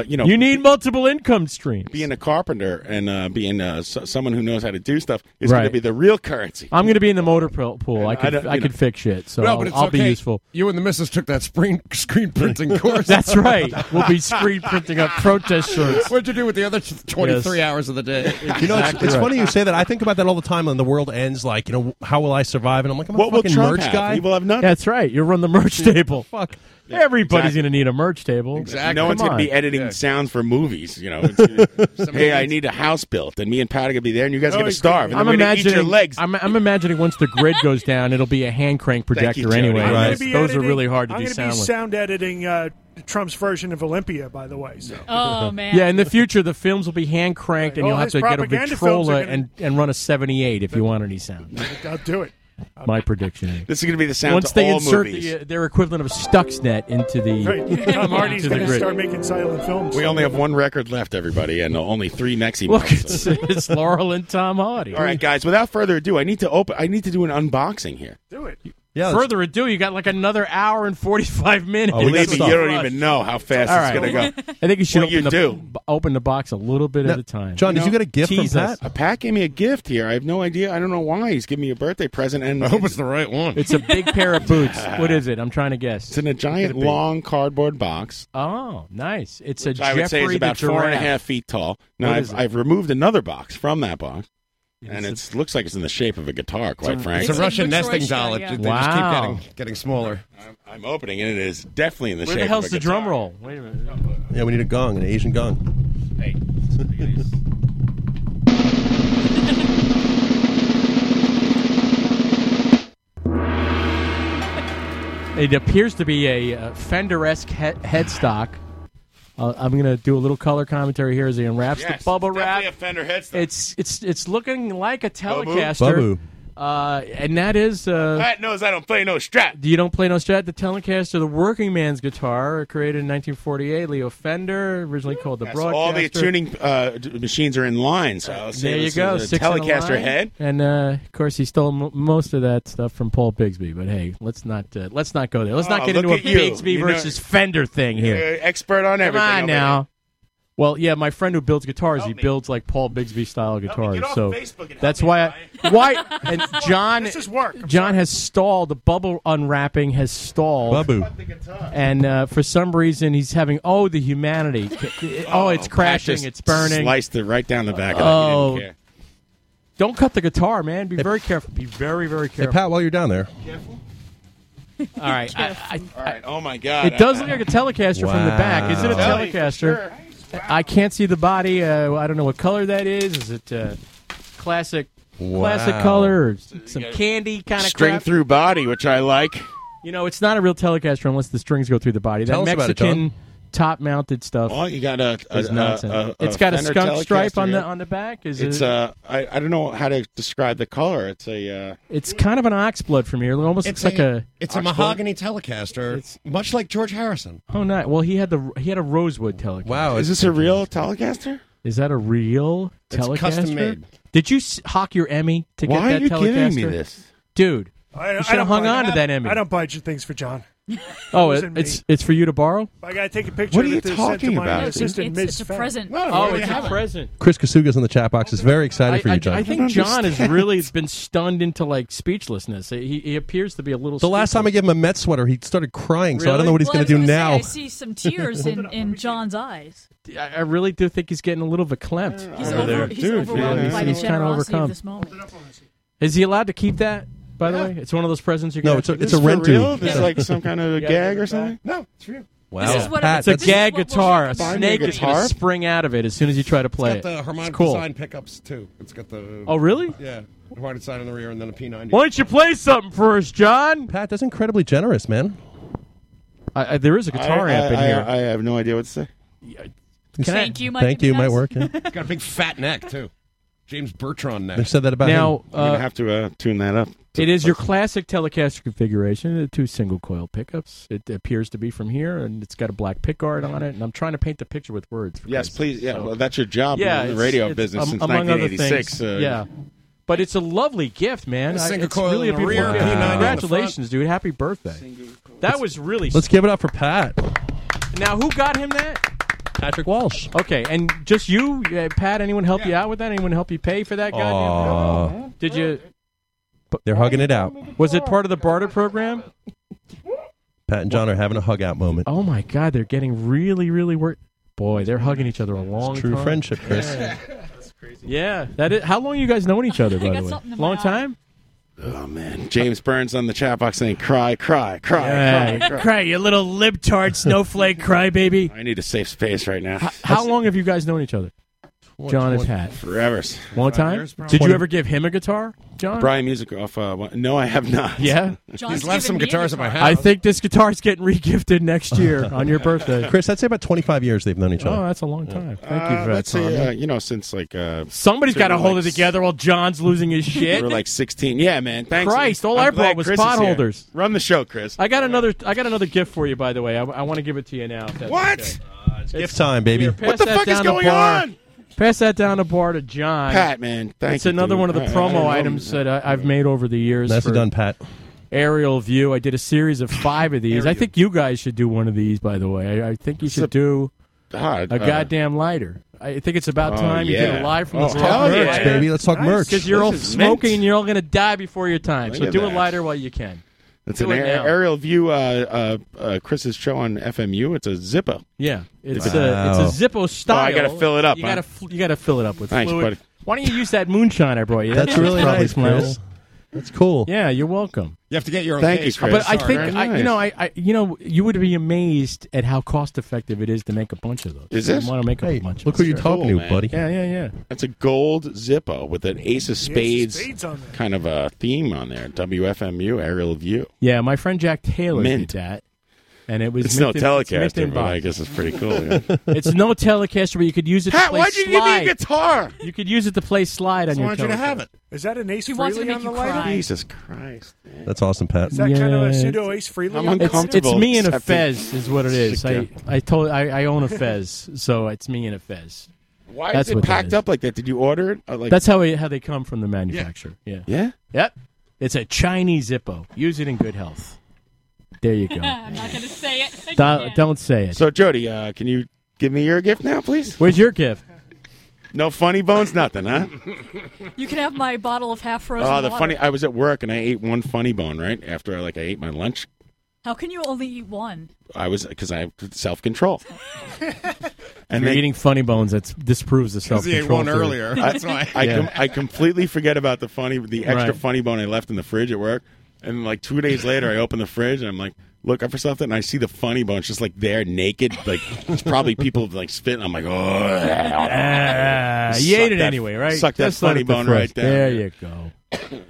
[SPEAKER 11] uh, you know,
[SPEAKER 2] You need multiple income streams.
[SPEAKER 11] being a carpenter and uh, being uh, s- someone who knows how to do stuff is going
[SPEAKER 2] Right.
[SPEAKER 11] to be the real currency.
[SPEAKER 2] I'm going to be in the motor pro- pool. I could
[SPEAKER 11] don't-
[SPEAKER 2] I,
[SPEAKER 11] you
[SPEAKER 2] could
[SPEAKER 11] know.
[SPEAKER 2] fix shit, so
[SPEAKER 15] no,
[SPEAKER 2] I'll,
[SPEAKER 15] but it's
[SPEAKER 2] I'll
[SPEAKER 15] okay.
[SPEAKER 2] be useful.
[SPEAKER 15] You and the missus took that screen *laughs* screen
[SPEAKER 20] *laughs*
[SPEAKER 15] printing course.
[SPEAKER 2] That's right. We'll be screen printing up protest
[SPEAKER 16] *laughs*
[SPEAKER 2] shirts.
[SPEAKER 15] What'd you do with the other twenty three
[SPEAKER 2] Yes.
[SPEAKER 15] hours of the
[SPEAKER 2] *laughs*
[SPEAKER 15] day?
[SPEAKER 20] you know, it's,
[SPEAKER 2] Exactly
[SPEAKER 20] it's
[SPEAKER 2] right.
[SPEAKER 20] funny you say that. I think about that all the time. When the world ends, like you know, how will I survive? And I'm like, I'm a
[SPEAKER 11] What will
[SPEAKER 20] fucking
[SPEAKER 11] Trump
[SPEAKER 20] merch
[SPEAKER 11] have?
[SPEAKER 20] guy.
[SPEAKER 11] He will have nothing.
[SPEAKER 2] That's right. You run the merch table. Fuck. Everybody's going to need a merch table.
[SPEAKER 11] No one's going to be editing sounds for movies. You know, It's gonna- hey, I need a house built, and me and Pat are going to be there, and you
[SPEAKER 2] Oh,
[SPEAKER 11] guys are going to starve. And
[SPEAKER 2] I'm
[SPEAKER 11] then we're gonna eat
[SPEAKER 2] imagining.
[SPEAKER 11] your legs.
[SPEAKER 2] I'm, I'm imagining once the grid goes down, it'll be a hand crank
[SPEAKER 11] Thank you,
[SPEAKER 2] projector
[SPEAKER 11] Jody.
[SPEAKER 2] anyway.
[SPEAKER 11] I'm gonna
[SPEAKER 2] Those,
[SPEAKER 11] be
[SPEAKER 2] those are
[SPEAKER 14] editing-
[SPEAKER 2] really hard to
[SPEAKER 14] I'm
[SPEAKER 2] do
[SPEAKER 14] gonna
[SPEAKER 2] sound
[SPEAKER 14] be
[SPEAKER 2] with.
[SPEAKER 14] sound editing uh, Trump's version of Olympia, by the way. So.
[SPEAKER 12] Oh,
[SPEAKER 2] Yeah, in the future, the films will be hand cranked, and
[SPEAKER 14] All
[SPEAKER 2] you'll have
[SPEAKER 14] his
[SPEAKER 2] to get a
[SPEAKER 14] propaganda films are
[SPEAKER 2] Victrola
[SPEAKER 14] gonna-
[SPEAKER 2] and, and run a 78 if you want
[SPEAKER 11] *laughs*
[SPEAKER 2] any sound. *laughs*
[SPEAKER 14] I'll do it.
[SPEAKER 2] My prediction.
[SPEAKER 11] This is going to be the sound
[SPEAKER 2] Once
[SPEAKER 11] to
[SPEAKER 2] they
[SPEAKER 11] all
[SPEAKER 2] insert
[SPEAKER 11] movies.
[SPEAKER 2] the, uh, their equivalent of Stuxnet into the *laughs*
[SPEAKER 14] Right. Marty's
[SPEAKER 2] into the
[SPEAKER 14] going to
[SPEAKER 2] grid.
[SPEAKER 14] start making silent films.
[SPEAKER 11] we only have one record left, everybody, and only three next
[SPEAKER 2] Look,
[SPEAKER 11] months.
[SPEAKER 2] it's, it's Laurel and Tom Hardy.
[SPEAKER 11] All right, guys. Without further ado, I need to open. I need to do an unboxing here.
[SPEAKER 14] Do it.
[SPEAKER 20] Yeah,
[SPEAKER 2] Further ado, you got like another hour and forty-five minutes.
[SPEAKER 11] Oh, Believe me, you don't even know how fast
[SPEAKER 2] All
[SPEAKER 11] it's
[SPEAKER 2] right.
[SPEAKER 11] going to go.
[SPEAKER 2] I think you should
[SPEAKER 11] What
[SPEAKER 2] open, the,
[SPEAKER 11] do.
[SPEAKER 2] b- open the box a little bit at a time. You know, tease us.
[SPEAKER 11] Uh, Pat gave me a gift here. I have no idea. I don't know why he's giving me a birthday present. And I hope it's the right one.
[SPEAKER 2] It's a big
[SPEAKER 11] *laughs*
[SPEAKER 2] pair of boots. What is it? I'm trying to guess. It's
[SPEAKER 11] in a giant, long cardboard box.
[SPEAKER 2] Oh, nice! It's a
[SPEAKER 11] Which I would say is
[SPEAKER 2] Jeffrey the
[SPEAKER 11] about four and a
[SPEAKER 2] Giraffe.
[SPEAKER 11] half feet tall. Now
[SPEAKER 2] What
[SPEAKER 11] I've,
[SPEAKER 2] is it?
[SPEAKER 11] I've removed another box from that box, and
[SPEAKER 2] it's
[SPEAKER 11] it looks like it's in the shape of a guitar. Quite
[SPEAKER 16] It's a-
[SPEAKER 11] frankly,
[SPEAKER 16] it's a It's a Russian Detroit nesting doll. style, It- yeah. they just keep getting-
[SPEAKER 11] smaller. I'm, I'm opening it. It is definitely in the
[SPEAKER 2] Where
[SPEAKER 11] shape.
[SPEAKER 2] the hell's
[SPEAKER 11] of a
[SPEAKER 2] the
[SPEAKER 11] guitar.
[SPEAKER 2] drum roll? Wait a minute.
[SPEAKER 20] Yeah, we need a gong, an Asian gong.
[SPEAKER 11] Hey.
[SPEAKER 2] It appears to be a uh, Fender-esque he- headstock. Uh, I'm going to do a little color commentary here as he unwraps
[SPEAKER 11] Yes,
[SPEAKER 2] the bubble
[SPEAKER 11] it's
[SPEAKER 2] wrap.
[SPEAKER 11] definitely a Fender headstock.
[SPEAKER 2] It's it's it's looking like a
[SPEAKER 11] Bubble?
[SPEAKER 2] Telecaster,
[SPEAKER 11] Bubble.
[SPEAKER 2] uh, and that is. Uh,
[SPEAKER 11] Pat knows I don't play no strap.
[SPEAKER 2] you don't play no strat. The Telecaster, the working man's guitar, created in 1948. Leo Fender, originally called the
[SPEAKER 11] Yes,
[SPEAKER 2] Broadcaster.
[SPEAKER 11] all the tuning uh, d- machines are in line. So I'll say
[SPEAKER 2] There you
[SPEAKER 11] this
[SPEAKER 2] go.
[SPEAKER 11] is a
[SPEAKER 2] six in a
[SPEAKER 11] Telecaster
[SPEAKER 2] line.
[SPEAKER 11] head.
[SPEAKER 2] and uh, of course he stole m- most of that stuff from Paul Bigsby. But hey, let's not uh, let's not go there. Let's
[SPEAKER 11] Oh,
[SPEAKER 2] not get
[SPEAKER 11] look
[SPEAKER 2] into a
[SPEAKER 11] at you.
[SPEAKER 2] Bigsby
[SPEAKER 11] You know-
[SPEAKER 2] versus Fender thing here.
[SPEAKER 11] You're an expert on
[SPEAKER 2] Come
[SPEAKER 11] everything.
[SPEAKER 2] on
[SPEAKER 11] over
[SPEAKER 2] now.
[SPEAKER 11] here.
[SPEAKER 2] Well, yeah, my friend who builds guitars, he builds like Paul Bigsby style guitars.
[SPEAKER 11] Get off
[SPEAKER 2] so
[SPEAKER 11] Facebook and
[SPEAKER 2] that's
[SPEAKER 11] help
[SPEAKER 2] why I, *laughs* why and John
[SPEAKER 14] This is work. I'm
[SPEAKER 2] John has stalled. The bubble unwrapping has stalled.
[SPEAKER 20] Babu.
[SPEAKER 2] And uh, for some reason, he's having oh the
[SPEAKER 11] *laughs*
[SPEAKER 2] humanity. oh, it's
[SPEAKER 11] Pat
[SPEAKER 2] crashing.
[SPEAKER 11] just
[SPEAKER 2] It's burning.
[SPEAKER 11] Sliced it right down the back.
[SPEAKER 2] Oh.
[SPEAKER 11] Of it.
[SPEAKER 2] Don't cut the guitar, man. Be very careful. Be very very
[SPEAKER 20] Hey,
[SPEAKER 2] careful.
[SPEAKER 20] Pat, while you're down there,
[SPEAKER 2] All right. I-
[SPEAKER 11] All right. Oh my God.
[SPEAKER 2] it does look like a Telecaster from the back. Is it a
[SPEAKER 11] Wow.
[SPEAKER 2] Telecaster? I can't see the body. Uh, I don't know what color that is. Is it uh, classic classic
[SPEAKER 11] Wow.
[SPEAKER 2] color? Or some candy kind of
[SPEAKER 11] string
[SPEAKER 2] crap?
[SPEAKER 11] through body, which I like.
[SPEAKER 2] You know, it's not a real Telecaster unless the strings go through the body.
[SPEAKER 11] Tell
[SPEAKER 2] that
[SPEAKER 11] us about it,
[SPEAKER 2] Mexican
[SPEAKER 11] John.
[SPEAKER 2] top mounted stuff.
[SPEAKER 11] Oh, you got a, a,
[SPEAKER 2] It's
[SPEAKER 11] a-
[SPEAKER 2] nonsense.
[SPEAKER 11] a-
[SPEAKER 2] It's got a
[SPEAKER 11] Fender
[SPEAKER 2] skunk stripe
[SPEAKER 11] Telecaster
[SPEAKER 2] on the-
[SPEAKER 11] here.
[SPEAKER 2] on the back? Is
[SPEAKER 11] it's
[SPEAKER 2] it-
[SPEAKER 11] uh, I, I don't know how to describe the color. It's a uh,
[SPEAKER 2] It's kind of an oxblood from here. It almost
[SPEAKER 16] It's
[SPEAKER 2] looks
[SPEAKER 16] a-
[SPEAKER 2] like a.
[SPEAKER 16] it's a
[SPEAKER 2] Oxblood?
[SPEAKER 16] mahogany Telecaster, much like George Harrison.
[SPEAKER 2] Oh, no. Well, he had the he had a rosewood Telecaster.
[SPEAKER 20] Wow,
[SPEAKER 11] is this a real Telecaster?
[SPEAKER 2] Is that a real
[SPEAKER 16] It's
[SPEAKER 2] Telecaster?
[SPEAKER 16] custom made.
[SPEAKER 2] Did you s- hawk your Emmy to
[SPEAKER 11] Why
[SPEAKER 2] get
[SPEAKER 11] are
[SPEAKER 2] that
[SPEAKER 11] you
[SPEAKER 2] Telecaster?
[SPEAKER 11] giving me this?
[SPEAKER 2] dude.
[SPEAKER 16] Oh,
[SPEAKER 14] I,
[SPEAKER 2] you should have hung
[SPEAKER 14] buy-
[SPEAKER 2] on to that Emmy.
[SPEAKER 14] I don't buy things for John.
[SPEAKER 2] oh,
[SPEAKER 14] It was
[SPEAKER 2] it-
[SPEAKER 14] in me.
[SPEAKER 2] it's it's for you to borrow.
[SPEAKER 14] I gotta take a picture.
[SPEAKER 11] What are
[SPEAKER 14] of
[SPEAKER 11] you
[SPEAKER 14] it to send to
[SPEAKER 11] talking
[SPEAKER 14] my
[SPEAKER 11] about, dude?
[SPEAKER 14] Assistant,
[SPEAKER 13] It's-
[SPEAKER 14] Ms.
[SPEAKER 13] it's a
[SPEAKER 14] Fenn.
[SPEAKER 13] present.
[SPEAKER 2] Oh, it's a present.
[SPEAKER 20] Chris Kasuga's in the chat box is very excited
[SPEAKER 2] I,
[SPEAKER 20] for you,
[SPEAKER 2] I-
[SPEAKER 20] John.
[SPEAKER 2] I think John has
[SPEAKER 20] is
[SPEAKER 2] really been stunned into like speechlessness. He, he appears to be a little.
[SPEAKER 20] The last time I
[SPEAKER 2] speechless.
[SPEAKER 20] gave him a Met sweater, he started crying, so I
[SPEAKER 2] Really?
[SPEAKER 20] don't know what he's
[SPEAKER 13] Well, I
[SPEAKER 20] going
[SPEAKER 13] was
[SPEAKER 20] to do
[SPEAKER 13] gonna say,
[SPEAKER 20] now.
[SPEAKER 13] I see some tears
[SPEAKER 14] *laughs*
[SPEAKER 13] in, in John's eyes.
[SPEAKER 2] I, I really do think he's getting a little verklempt
[SPEAKER 13] He's,
[SPEAKER 2] over there.
[SPEAKER 13] over, he's overwhelmed by the
[SPEAKER 2] he's kind of
[SPEAKER 13] generosity of
[SPEAKER 2] overcome.
[SPEAKER 13] this moment.
[SPEAKER 2] Is he allowed to keep that? By the way, it's one of those presents you.
[SPEAKER 20] No, it's a- it's a Is this for rent-to. real? There's
[SPEAKER 11] like some kind
[SPEAKER 2] *laughs*
[SPEAKER 11] of gag or something?
[SPEAKER 2] Oh,
[SPEAKER 16] No, it's real.
[SPEAKER 20] Wow. This is what-
[SPEAKER 2] Pat, it's a
[SPEAKER 20] this is
[SPEAKER 2] gag
[SPEAKER 20] what we'll
[SPEAKER 2] guitar. A
[SPEAKER 20] talk about.
[SPEAKER 2] snake
[SPEAKER 20] Buy me a
[SPEAKER 2] is going to
[SPEAKER 20] guitar?
[SPEAKER 2] spring out of it as soon as you try to play
[SPEAKER 16] It's got the harmonic
[SPEAKER 2] it's cool.
[SPEAKER 16] design pickups too. It's got the
[SPEAKER 2] Oh, really?
[SPEAKER 16] Yeah, harmonic design in the rear and then a P90.
[SPEAKER 2] Why don't you play something first, John?
[SPEAKER 20] Pat, that's incredibly generous, man.
[SPEAKER 2] I, I, there is a guitar
[SPEAKER 11] I,
[SPEAKER 2] amp in
[SPEAKER 11] I-
[SPEAKER 2] here.
[SPEAKER 11] I uh, have no idea what to say.
[SPEAKER 2] Can I-
[SPEAKER 13] Thank you, might
[SPEAKER 20] Thank
[SPEAKER 13] be
[SPEAKER 20] you,
[SPEAKER 13] nice.
[SPEAKER 20] might
[SPEAKER 13] *laughs*
[SPEAKER 20] work. Yeah.
[SPEAKER 16] It's got a big fat neck too. James Bertrand neck.
[SPEAKER 20] They've said that about
[SPEAKER 2] Now,
[SPEAKER 20] him.
[SPEAKER 2] I'm gonna uh,
[SPEAKER 11] have to uh, tune that up.
[SPEAKER 2] It is your classic Telecaster configuration, the two single coil pickups. It appears to be from here, and it's got a black pickguard on it. And I'm trying to paint the picture with words. for
[SPEAKER 11] Yes,
[SPEAKER 2] Christ's
[SPEAKER 11] please. Yeah,
[SPEAKER 2] sake.
[SPEAKER 11] well, that's your job. You're
[SPEAKER 2] Yeah,
[SPEAKER 11] in the
[SPEAKER 2] it's-
[SPEAKER 11] radio
[SPEAKER 2] it's-
[SPEAKER 11] business
[SPEAKER 2] am-
[SPEAKER 11] since
[SPEAKER 2] among other
[SPEAKER 11] 1986.
[SPEAKER 2] things,
[SPEAKER 11] uh,
[SPEAKER 2] yeah, but it's a lovely gift, man. I-
[SPEAKER 16] single
[SPEAKER 2] it's
[SPEAKER 16] coil
[SPEAKER 2] really
[SPEAKER 16] in
[SPEAKER 2] a
[SPEAKER 16] the
[SPEAKER 2] beautiful
[SPEAKER 16] rear,
[SPEAKER 2] gift.
[SPEAKER 16] P90 on the front.
[SPEAKER 2] Congratulations, dude! Happy birthday. That was really.
[SPEAKER 20] Let's give it up for Pat.
[SPEAKER 2] Now, who got him that?
[SPEAKER 20] Patrick Walsh.
[SPEAKER 2] Okay, and just you, uh, Pat. Anyone help you out with that? Anyone help you pay for that?
[SPEAKER 20] Aw.
[SPEAKER 2] Goddamn. thing? Did you?
[SPEAKER 20] They're hugging it out.
[SPEAKER 2] Was it part of the barter program?
[SPEAKER 20] Pat and John are having a hug out moment.
[SPEAKER 2] Oh my God, they're getting really, really work. Boy, they're hugging each other a long
[SPEAKER 20] True
[SPEAKER 2] time.
[SPEAKER 20] friendship, Chris.
[SPEAKER 2] Yeah, that is. How long you guys known each other, by
[SPEAKER 13] got
[SPEAKER 2] the way?
[SPEAKER 13] something in my
[SPEAKER 2] Long
[SPEAKER 13] eye.
[SPEAKER 2] time.
[SPEAKER 11] Oh man, James Burns on the chat box saying, "Cry, cry, *laughs* cry, cry, cry."
[SPEAKER 21] cry, you little
[SPEAKER 11] *laughs*
[SPEAKER 21] libtard snowflake crybaby.
[SPEAKER 11] I need a safe space right now.
[SPEAKER 2] How long have you guys known each other? John is Hat.
[SPEAKER 11] Forever.
[SPEAKER 2] Long time?
[SPEAKER 11] Years, probably.
[SPEAKER 2] Did you ever give him a guitar, John?
[SPEAKER 11] Brian Music off. Uh, one- no, I have not. *laughs*
[SPEAKER 2] Yeah?
[SPEAKER 13] John's
[SPEAKER 11] He's left some
[SPEAKER 13] given me a
[SPEAKER 11] guitars at my
[SPEAKER 2] I think this guitar's getting regifted next
[SPEAKER 20] *laughs*
[SPEAKER 2] year on your birthday.
[SPEAKER 20] Chris, I'd say about 25 years they've known each
[SPEAKER 2] Oh,
[SPEAKER 20] other.
[SPEAKER 2] that's a long time. Thank you
[SPEAKER 11] Uh,
[SPEAKER 2] for that.
[SPEAKER 11] let's say,
[SPEAKER 2] Tommy.
[SPEAKER 11] uh, you know, since like uh,
[SPEAKER 2] Somebody's got to hold it
[SPEAKER 11] like,
[SPEAKER 2] together while John's losing his shit.
[SPEAKER 11] We're like sixteen. Yeah, man. Thanks.
[SPEAKER 2] Christ, all
[SPEAKER 11] I'm
[SPEAKER 2] I brought
[SPEAKER 11] glad
[SPEAKER 2] was
[SPEAKER 11] Chris is here.
[SPEAKER 2] potholders.
[SPEAKER 11] Run the show, Chris.
[SPEAKER 2] I got another. I got another gift for you, by the way. I, want to give it to you now. if that's
[SPEAKER 11] What?
[SPEAKER 2] okay.
[SPEAKER 11] uh,
[SPEAKER 20] It's gift time, baby.
[SPEAKER 2] Here, pass that down to Bar. Pass that down to bar to John.
[SPEAKER 11] Pat, man, thank
[SPEAKER 2] it's
[SPEAKER 11] you,
[SPEAKER 2] another
[SPEAKER 11] dude.
[SPEAKER 2] one of the
[SPEAKER 11] I- I don't
[SPEAKER 2] promo
[SPEAKER 11] know.
[SPEAKER 2] items that I, I've made over the years.
[SPEAKER 20] Nicely
[SPEAKER 2] for
[SPEAKER 20] done, Pat.
[SPEAKER 2] Aerial view. I did a series of five of these. I think you guys should do one of these. By the way, I, I think you should do
[SPEAKER 11] Ah,
[SPEAKER 2] a
[SPEAKER 11] uh,
[SPEAKER 2] goddamn lighter. I think it's about
[SPEAKER 11] Oh,
[SPEAKER 2] time you did
[SPEAKER 11] yeah.
[SPEAKER 2] it live from
[SPEAKER 11] Oh,
[SPEAKER 2] the
[SPEAKER 11] hell
[SPEAKER 2] Broadway.
[SPEAKER 11] yeah. Baby, let's talk Nice. merch.
[SPEAKER 2] Because you're
[SPEAKER 11] This
[SPEAKER 2] all
[SPEAKER 11] is
[SPEAKER 2] smoking,
[SPEAKER 11] mint.
[SPEAKER 2] and you're all gonna die before your time.
[SPEAKER 11] Look
[SPEAKER 2] so
[SPEAKER 11] at
[SPEAKER 2] do
[SPEAKER 11] that.
[SPEAKER 2] it lighter while you can.
[SPEAKER 11] It's
[SPEAKER 2] Do
[SPEAKER 11] an
[SPEAKER 2] it
[SPEAKER 11] aer-
[SPEAKER 2] now.
[SPEAKER 11] aerial view. Uh, uh, uh, Chris's show on FMU. It's a Zippo.
[SPEAKER 2] Yeah, it's a it's a Zippo style.
[SPEAKER 11] Oh, I gotta fill it up.
[SPEAKER 2] You
[SPEAKER 11] huh?
[SPEAKER 2] gotta fl- you gotta fill it up with
[SPEAKER 11] Thanks,
[SPEAKER 2] fluid.
[SPEAKER 11] buddy.
[SPEAKER 2] Why don't you use that moonshine I brought you?
[SPEAKER 20] That's
[SPEAKER 2] That
[SPEAKER 20] really
[SPEAKER 2] probably
[SPEAKER 20] nice,
[SPEAKER 2] smells.
[SPEAKER 20] Chris. That's cool.
[SPEAKER 2] Yeah, you're welcome.
[SPEAKER 16] You have to get your own
[SPEAKER 11] Thank you,
[SPEAKER 16] case.
[SPEAKER 11] Chris.
[SPEAKER 2] But
[SPEAKER 11] Sorry.
[SPEAKER 2] I think
[SPEAKER 11] Very
[SPEAKER 2] I,
[SPEAKER 11] nice.
[SPEAKER 2] you know I, I you know you would be amazed at how cost effective it is to make a bunch of those.
[SPEAKER 11] Is
[SPEAKER 2] I
[SPEAKER 11] it?
[SPEAKER 2] want to make
[SPEAKER 11] Hey,
[SPEAKER 2] a bunch.
[SPEAKER 11] look
[SPEAKER 2] of
[SPEAKER 11] who you're talking to, Cool, man. buddy.
[SPEAKER 2] Yeah, yeah, yeah.
[SPEAKER 11] That's a gold Zippo with an Ace of Spades,
[SPEAKER 2] Spades on there.
[SPEAKER 11] kind of a theme on there. WFMU aerial view.
[SPEAKER 2] Yeah, my friend Jack Taylor
[SPEAKER 11] Mint.
[SPEAKER 2] did that, and it was
[SPEAKER 11] It's no
[SPEAKER 2] mint in- it's mint in
[SPEAKER 11] Telecaster, but
[SPEAKER 2] box.
[SPEAKER 11] I guess it's pretty
[SPEAKER 2] *laughs*
[SPEAKER 11] cool. yeah.
[SPEAKER 2] it's no Telecaster, but you could use it. to
[SPEAKER 14] Pat,
[SPEAKER 2] play
[SPEAKER 14] why'd you give me a
[SPEAKER 2] slide.
[SPEAKER 11] guitar?
[SPEAKER 2] You could use it to play slide on your. Telecaster.
[SPEAKER 14] it. Is that an Ace
[SPEAKER 12] He
[SPEAKER 14] Freely
[SPEAKER 12] wants to make
[SPEAKER 14] on the
[SPEAKER 12] you
[SPEAKER 14] lighter?
[SPEAKER 12] cry.
[SPEAKER 11] Jesus Christ!
[SPEAKER 20] That's awesome, Pat.
[SPEAKER 14] Is that kind of a
[SPEAKER 2] Yeah.
[SPEAKER 14] pseudo Ace Freely?
[SPEAKER 11] I'm
[SPEAKER 14] on the
[SPEAKER 2] It's-
[SPEAKER 14] lighter?
[SPEAKER 2] It's, me and a
[SPEAKER 11] accepting-
[SPEAKER 2] fez, is what it is. I, I told I, I own a fez, so it's me and a fez.
[SPEAKER 11] Why
[SPEAKER 2] That's
[SPEAKER 11] is it
[SPEAKER 2] what that
[SPEAKER 11] packed
[SPEAKER 2] is.
[SPEAKER 11] up like that? Did you order it? Uh, like
[SPEAKER 2] That's how it, how they come from the manufacturer. Yeah.
[SPEAKER 11] Yeah.
[SPEAKER 2] Yep. It's a Chinese Zippo. Use it in good health. There you go.
[SPEAKER 13] I'm not going to say it. I
[SPEAKER 2] don't,
[SPEAKER 13] can't.
[SPEAKER 2] don't say it.
[SPEAKER 11] So Jody, uh, can you give me your gift now, please?
[SPEAKER 2] Where's your gift?
[SPEAKER 11] No funny bones, nothing, huh?
[SPEAKER 13] You can have my bottle of half frozen
[SPEAKER 11] Oh, the
[SPEAKER 13] water.
[SPEAKER 11] funny. I was at work and I ate one funny bone right after I like I ate my lunch.
[SPEAKER 13] How can you only eat one?
[SPEAKER 11] I was because I have self control.
[SPEAKER 2] And you're eating funny bones. That disproves the self
[SPEAKER 11] he
[SPEAKER 2] control.
[SPEAKER 11] ate one earlier.
[SPEAKER 16] That's why.
[SPEAKER 11] I
[SPEAKER 2] Yeah.
[SPEAKER 11] com- I completely forget about the funny the extra
[SPEAKER 2] Right.
[SPEAKER 11] funny bone I left in the fridge at work, and like two days later I open the fridge and I'm like look up for something and I see the funny bone it's just like there naked like it's probably people like spitting I'm like oh
[SPEAKER 2] Ah, you
[SPEAKER 11] Suck
[SPEAKER 2] ate it
[SPEAKER 11] that-
[SPEAKER 2] anyway, right?
[SPEAKER 11] suck that
[SPEAKER 2] Just let
[SPEAKER 11] funny
[SPEAKER 2] it to
[SPEAKER 11] bone
[SPEAKER 2] frost.
[SPEAKER 11] right down
[SPEAKER 2] There
[SPEAKER 11] yeah.
[SPEAKER 2] you go.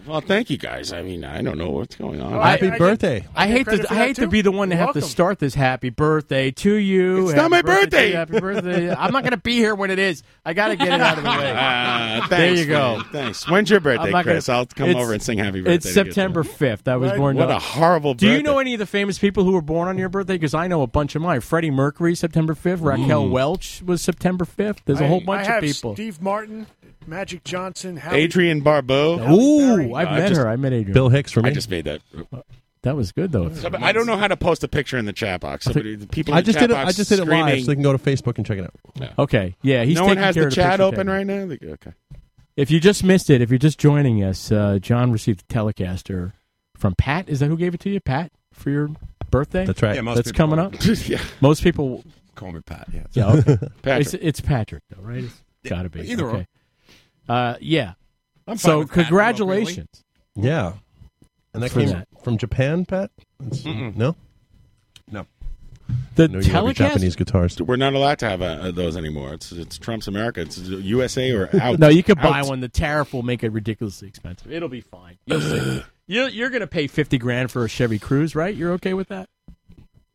[SPEAKER 11] well thank you guys I mean I don't know what's going on
[SPEAKER 2] I- Happy I get-
[SPEAKER 20] birthday.
[SPEAKER 2] I hate
[SPEAKER 14] credit
[SPEAKER 2] to
[SPEAKER 14] for
[SPEAKER 2] I
[SPEAKER 14] that,
[SPEAKER 2] hate
[SPEAKER 14] too?
[SPEAKER 2] to be the one to
[SPEAKER 14] You're
[SPEAKER 2] have to
[SPEAKER 14] welcome.
[SPEAKER 2] start this happy birthday to you.
[SPEAKER 14] It's not
[SPEAKER 2] Happy
[SPEAKER 14] my
[SPEAKER 2] to you.
[SPEAKER 14] birthday.
[SPEAKER 2] Happy birthday! I'm not going to be here when it is. I got to get it out of the *laughs* way.
[SPEAKER 11] *laughs* Ah,
[SPEAKER 2] there
[SPEAKER 11] thanks,
[SPEAKER 2] you go.
[SPEAKER 11] man. Thanks. When's your birthday,
[SPEAKER 2] I'm not gonna-
[SPEAKER 11] Chris? I'll come
[SPEAKER 2] It's-
[SPEAKER 11] over and sing happy birthday.
[SPEAKER 2] It's
[SPEAKER 11] to you.
[SPEAKER 2] September 5th. I was
[SPEAKER 11] Right.
[SPEAKER 2] born.
[SPEAKER 11] What a horrible
[SPEAKER 2] Do you
[SPEAKER 11] birthday.
[SPEAKER 2] know any of the famous people who were born on your birthday? Because I know a bunch of mine. Freddie Mercury, September 5th. Raquel
[SPEAKER 11] Mm.
[SPEAKER 2] Welch was September 5th. There's a
[SPEAKER 14] I-
[SPEAKER 2] whole bunch
[SPEAKER 14] I
[SPEAKER 2] of
[SPEAKER 14] have
[SPEAKER 2] people.
[SPEAKER 14] Steve Martin, Magic Johnson, Howie
[SPEAKER 11] Adrian Barbeau.
[SPEAKER 2] Ooh, I've met her. I met Adrian. Bill
[SPEAKER 20] Hicks for
[SPEAKER 11] I just made that.
[SPEAKER 2] That was good though.
[SPEAKER 11] So, but I don't know how to post a picture in the chat box. Somebody, the people in
[SPEAKER 20] I
[SPEAKER 11] the
[SPEAKER 20] just
[SPEAKER 11] chat
[SPEAKER 20] did it.
[SPEAKER 11] box
[SPEAKER 20] I just did it live,
[SPEAKER 11] screaming.
[SPEAKER 20] so they can go to Facebook and check it out.
[SPEAKER 2] Okay, yeah, he's
[SPEAKER 11] no one
[SPEAKER 2] taking
[SPEAKER 11] has
[SPEAKER 2] care
[SPEAKER 11] the
[SPEAKER 2] of
[SPEAKER 11] chat
[SPEAKER 2] picture
[SPEAKER 11] open
[SPEAKER 2] taking.
[SPEAKER 11] right now. They- Okay.
[SPEAKER 2] If you just missed it, if you're just joining us, uh, John received a Telecaster from Pat. Is that who gave it to you, Pat, for your birthday?
[SPEAKER 20] That's right. Yeah, most
[SPEAKER 2] That's
[SPEAKER 20] people
[SPEAKER 2] coming up.
[SPEAKER 20] call
[SPEAKER 11] *laughs*
[SPEAKER 20] me- Yeah.
[SPEAKER 2] Most people
[SPEAKER 16] Call me Pat, yeah.
[SPEAKER 2] Yeah. Okay.
[SPEAKER 16] Patrick.
[SPEAKER 2] It's, it's Patrick, though, right? It's
[SPEAKER 16] Yeah,
[SPEAKER 2] got to be.
[SPEAKER 16] either or.
[SPEAKER 2] okay. Uh, yeah.
[SPEAKER 16] I'm fine
[SPEAKER 2] so
[SPEAKER 16] with Pat,
[SPEAKER 2] congratulations.
[SPEAKER 20] Yeah, and that
[SPEAKER 2] For
[SPEAKER 20] came
[SPEAKER 2] that.
[SPEAKER 20] from Japan, Pat. That's- No,
[SPEAKER 16] no.
[SPEAKER 2] The
[SPEAKER 20] No, you have your Japanese guitars.
[SPEAKER 11] We're not allowed to have uh, uh, those anymore. It's it's Trump's America. It's USA or
[SPEAKER 2] *laughs*
[SPEAKER 11] out.
[SPEAKER 2] No, you could buy
[SPEAKER 11] Out.
[SPEAKER 2] one. The tariff will make it ridiculously expensive. It'll be fine. You'll see. You're, you're going to pay fifty grand for a Chevy Cruze, right? You're okay with that?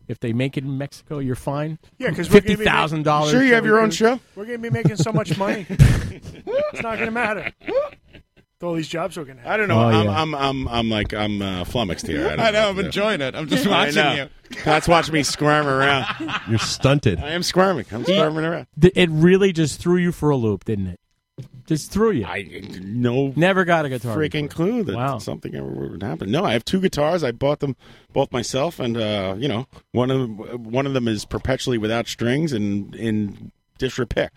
[SPEAKER 2] If they make it in Mexico, you're fine.
[SPEAKER 14] Yeah, because
[SPEAKER 2] fifty thousand dollars.
[SPEAKER 14] We're going to be making so
[SPEAKER 11] *laughs*
[SPEAKER 14] much money. it's not going to matter. With all these jobs we're going to have.
[SPEAKER 11] I don't know.
[SPEAKER 14] Oh,
[SPEAKER 11] I'm,
[SPEAKER 14] yeah.
[SPEAKER 11] I'm I'm I'm like I'm uh, flummoxed
[SPEAKER 2] *laughs*
[SPEAKER 11] here. I, don't
[SPEAKER 16] I know,
[SPEAKER 11] what
[SPEAKER 16] I'm
[SPEAKER 11] to do.
[SPEAKER 16] enjoying it. I'm just
[SPEAKER 11] I
[SPEAKER 16] watching
[SPEAKER 11] know. Pat's watching me squirm
[SPEAKER 2] *laughs*
[SPEAKER 11] around.
[SPEAKER 20] You're stunted.
[SPEAKER 11] I am squirming. I'm squirming around.
[SPEAKER 2] Th- It really just threw you for a loop, didn't it? Just threw you.
[SPEAKER 11] I no
[SPEAKER 2] never got a guitar.
[SPEAKER 11] freaking clue that something ever would happen. No, I have two guitars. I bought them both myself, and uh, you know, one of them, one of them is perpetually without strings and in disrepair.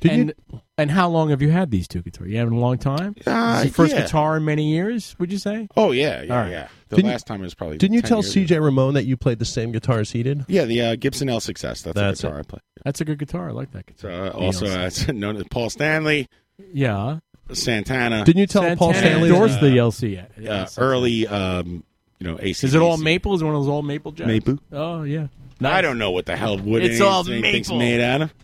[SPEAKER 2] Did and, and how long have you had these two guitars? You having a long time?
[SPEAKER 11] Uh,
[SPEAKER 2] Is your first
[SPEAKER 11] yeah.
[SPEAKER 2] guitar in many years, would you say?
[SPEAKER 11] Oh yeah, yeah,
[SPEAKER 2] All right.
[SPEAKER 11] yeah. The
[SPEAKER 20] Didn't you-
[SPEAKER 11] last time it was probably.
[SPEAKER 20] Didn't you
[SPEAKER 11] 10
[SPEAKER 20] tell
[SPEAKER 11] years
[SPEAKER 20] CJ Ramon that you played the same guitar as he did?
[SPEAKER 11] ago. Yeah, the uh, Gibson L Success. That's,
[SPEAKER 20] That's
[SPEAKER 11] the guitar I play.
[SPEAKER 2] That's a good guitar. I like that guitar.
[SPEAKER 11] So, uh, *laughs* also,
[SPEAKER 2] Beatles.
[SPEAKER 11] uh, known as Paul Stanley.
[SPEAKER 2] Yeah.
[SPEAKER 11] Santana.
[SPEAKER 20] Didn't you tell Paul
[SPEAKER 2] Santana
[SPEAKER 20] Stanley
[SPEAKER 2] endorsed
[SPEAKER 20] uh,
[SPEAKER 2] the LCA?
[SPEAKER 11] Uh, early, um, you know, AC.
[SPEAKER 2] Is it all maple? Is it one of those all maple jacks?
[SPEAKER 11] Maple.
[SPEAKER 2] Oh yeah.
[SPEAKER 11] I don't know what the hell wood
[SPEAKER 2] It's
[SPEAKER 11] is.
[SPEAKER 2] all
[SPEAKER 11] Anything's
[SPEAKER 2] maple.
[SPEAKER 11] made out of.